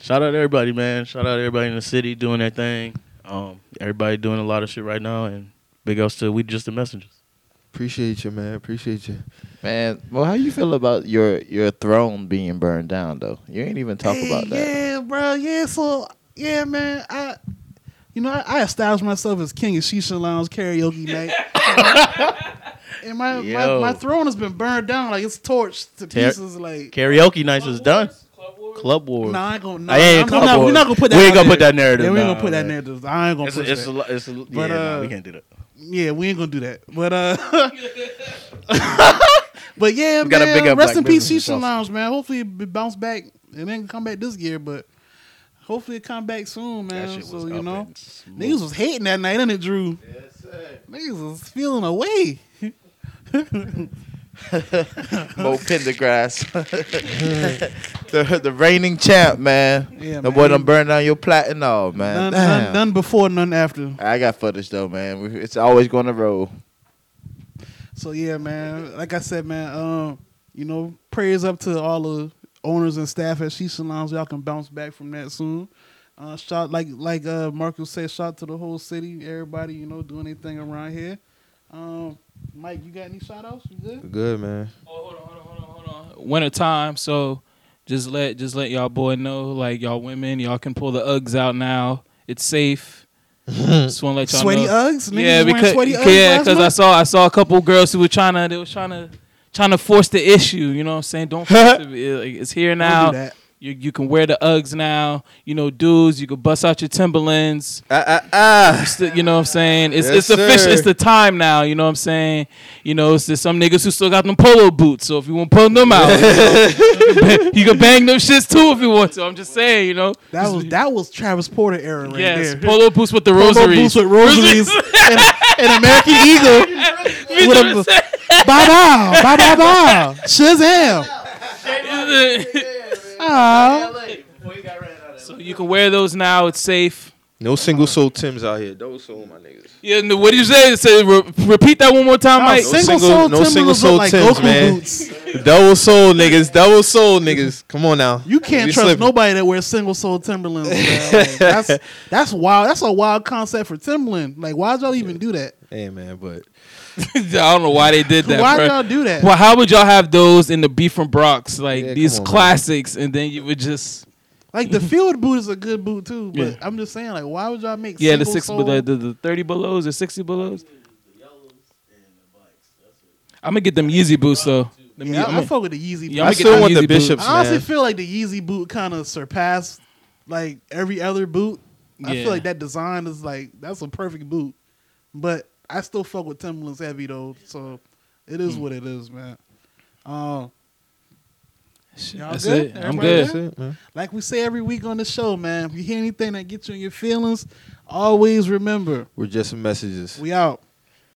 Speaker 4: Shout out to everybody, man. Shout out to everybody in the city doing their thing. Um, everybody doing a lot of shit right now, and big ups to we just the messengers.
Speaker 2: Appreciate you, man. Appreciate you.
Speaker 7: Man, well, how you feel about your your throne being burned down though? You ain't even talk
Speaker 1: Hey,
Speaker 7: about that.
Speaker 1: Yeah, bro. Yeah, so yeah, man. I, you know, I, I established myself as king of Shisha Lounge karaoke night. and my, my
Speaker 4: Yo.
Speaker 1: my throne has been burned down, like it's torched to
Speaker 4: Ter-
Speaker 1: pieces. Like,
Speaker 4: Karaoke nights is done. Club war.
Speaker 1: nah, I ain't gonna. Nah,
Speaker 4: I ain't
Speaker 1: I'm- I'm not,
Speaker 4: Club
Speaker 1: we're not
Speaker 4: Wars.
Speaker 1: gonna put that.
Speaker 4: We ain't
Speaker 1: out
Speaker 4: gonna put
Speaker 1: there.
Speaker 4: that narrative.
Speaker 1: Yeah, we ain't gonna
Speaker 4: Nah,
Speaker 1: put that
Speaker 4: man.
Speaker 1: narrative. I ain't gonna
Speaker 4: It's
Speaker 1: push
Speaker 4: a, it's
Speaker 1: that.
Speaker 4: a, lo- it's a, yeah,
Speaker 1: But,
Speaker 4: nah,
Speaker 1: uh,
Speaker 4: we can't do that.
Speaker 1: Yeah, we ain't gonna do that. But uh But yeah,
Speaker 4: We gotta
Speaker 1: man.
Speaker 4: big up
Speaker 1: rest
Speaker 4: black
Speaker 1: in peace,
Speaker 4: businesses
Speaker 1: Shisha
Speaker 4: also.
Speaker 1: Lounge, man. Hopefully it bounce back and then come back this year, but hopefully it come back soon,
Speaker 4: That
Speaker 1: man.
Speaker 4: shit was
Speaker 1: So you
Speaker 4: up
Speaker 1: know.
Speaker 4: and smooth.
Speaker 1: Niggas was hating that night, innit, Drew? Niggas was feeling away.
Speaker 7: Mo Pendergrass, the the reigning champ, man.
Speaker 1: Yeah,
Speaker 7: the
Speaker 1: man.
Speaker 7: boy done burned down your platinum, man.
Speaker 1: None,
Speaker 7: Damn.
Speaker 1: none, none before, none after.
Speaker 7: I got footage though, man. We- It's always going to roll.
Speaker 1: So yeah, man. Like I said, man. Um, you know, prayers up to all the owners and staff at Shisha Lounge. Y'all can bounce back from that soon. Uh, shout like like uh, Marcus said, shout to the whole city, everybody. You know, doing anything around here. Um, Mike, you got any shout outs? You good?
Speaker 2: Good, man.
Speaker 3: Oh, hold on, hold on, hold on, hold on. Winter time, so just let just let y'all boy know, like y'all women, y'all can pull the Uggs out now. It's safe. just want to let y'all
Speaker 1: Sweaty
Speaker 3: know.
Speaker 1: Uggs, Niggas
Speaker 3: yeah,
Speaker 1: was wearing
Speaker 3: because
Speaker 1: sweaty Uggs
Speaker 3: yeah,
Speaker 1: last
Speaker 3: because I
Speaker 1: month?
Speaker 3: saw I saw a couple girls who were trying to they were trying to trying to force the issue. You know what I'm saying? Don't force it. It- like, It's here
Speaker 1: Don't do
Speaker 3: now.
Speaker 1: that.
Speaker 3: You you can wear the Uggs now. You know, dudes, you can bust out your Timberlands.
Speaker 2: Ah, ah, ah.
Speaker 3: You still- you know what I'm saying? It's
Speaker 2: Yes,
Speaker 3: it's official.
Speaker 2: sir.
Speaker 3: It's the time now. You know what I'm saying? You know, it's just some niggas who still got them polo boots. So if you want to pull them out, you, know, you can bang, you can bang them shits too if you want to. I'm just saying, you know.
Speaker 1: That was that was Travis Porter era right
Speaker 3: yes,
Speaker 1: there.
Speaker 3: polo boots with the
Speaker 1: Polo
Speaker 3: rosaries.
Speaker 1: boots with rosaries and, and American Eagle.
Speaker 3: You know
Speaker 1: with
Speaker 3: what I'm
Speaker 1: Bye bye, bye bye bye. Shazam!
Speaker 3: saying?
Speaker 1: Aw.
Speaker 3: so you can wear those now. It's safe.
Speaker 2: No single soul Tims out here. Those soul my niggas.
Speaker 3: Yeah. and What do you say? Say re- repeat that one more time,
Speaker 1: No,
Speaker 3: Mike.
Speaker 2: sing-
Speaker 1: single
Speaker 2: single-
Speaker 1: soul
Speaker 2: no
Speaker 1: Timberlands
Speaker 2: single
Speaker 1: look
Speaker 2: soul
Speaker 1: like
Speaker 2: Tims,
Speaker 1: Goku
Speaker 2: man.
Speaker 1: boots.
Speaker 2: Double soul niggas. Double soul niggas. Come on now.
Speaker 1: You can't
Speaker 2: We
Speaker 1: trust
Speaker 2: slipping.
Speaker 1: nobody that wears single soul Timberlands. bro. Like, that's that's wild. That's a wild concept for Timberland. Like, why'd y'all even do that?
Speaker 2: Hey man, but
Speaker 3: I don't know why they did that.
Speaker 1: Why'd
Speaker 3: bruh.
Speaker 1: y'all do that?
Speaker 3: Well, how would y'all have those in the beef from Brock's, like
Speaker 2: Yeah,
Speaker 3: these
Speaker 2: come on, man.
Speaker 3: classics, and then you would just
Speaker 1: Like the field boot is a good boot too, but
Speaker 3: Yeah.
Speaker 1: I'm just saying, like, why would y'all make
Speaker 3: yeah the
Speaker 1: single
Speaker 3: six
Speaker 1: soul?
Speaker 3: the, the the thirty belows or sixty belows. I'm gonna get them Yeezy boots though.
Speaker 1: yeah,
Speaker 3: Them Ye-
Speaker 1: I, I
Speaker 3: I'ma-
Speaker 1: fuck with the Yeezy.
Speaker 3: Yeah,
Speaker 1: boot.
Speaker 2: I
Speaker 3: I'ma get
Speaker 2: still
Speaker 3: them
Speaker 2: want the
Speaker 3: Yeezy boots.
Speaker 2: bishops,
Speaker 1: I honestly
Speaker 2: man.
Speaker 1: feel like the Yeezy boot kind of surpassed like every other boot. I
Speaker 3: Yeah.
Speaker 1: feel like that design is like that's a perfect boot, but I still fuck with Timberlands heavy though, so it is what it is, man. Um,
Speaker 3: Shit,
Speaker 1: Y'all
Speaker 3: that's
Speaker 1: good?
Speaker 3: it. I'm
Speaker 1: Everybody
Speaker 3: good.
Speaker 1: good?
Speaker 2: That's it, man.
Speaker 1: like we say every week on the show, man. If you hear anything that gets you in your feelings, always remember
Speaker 2: We're just messages.
Speaker 1: we out.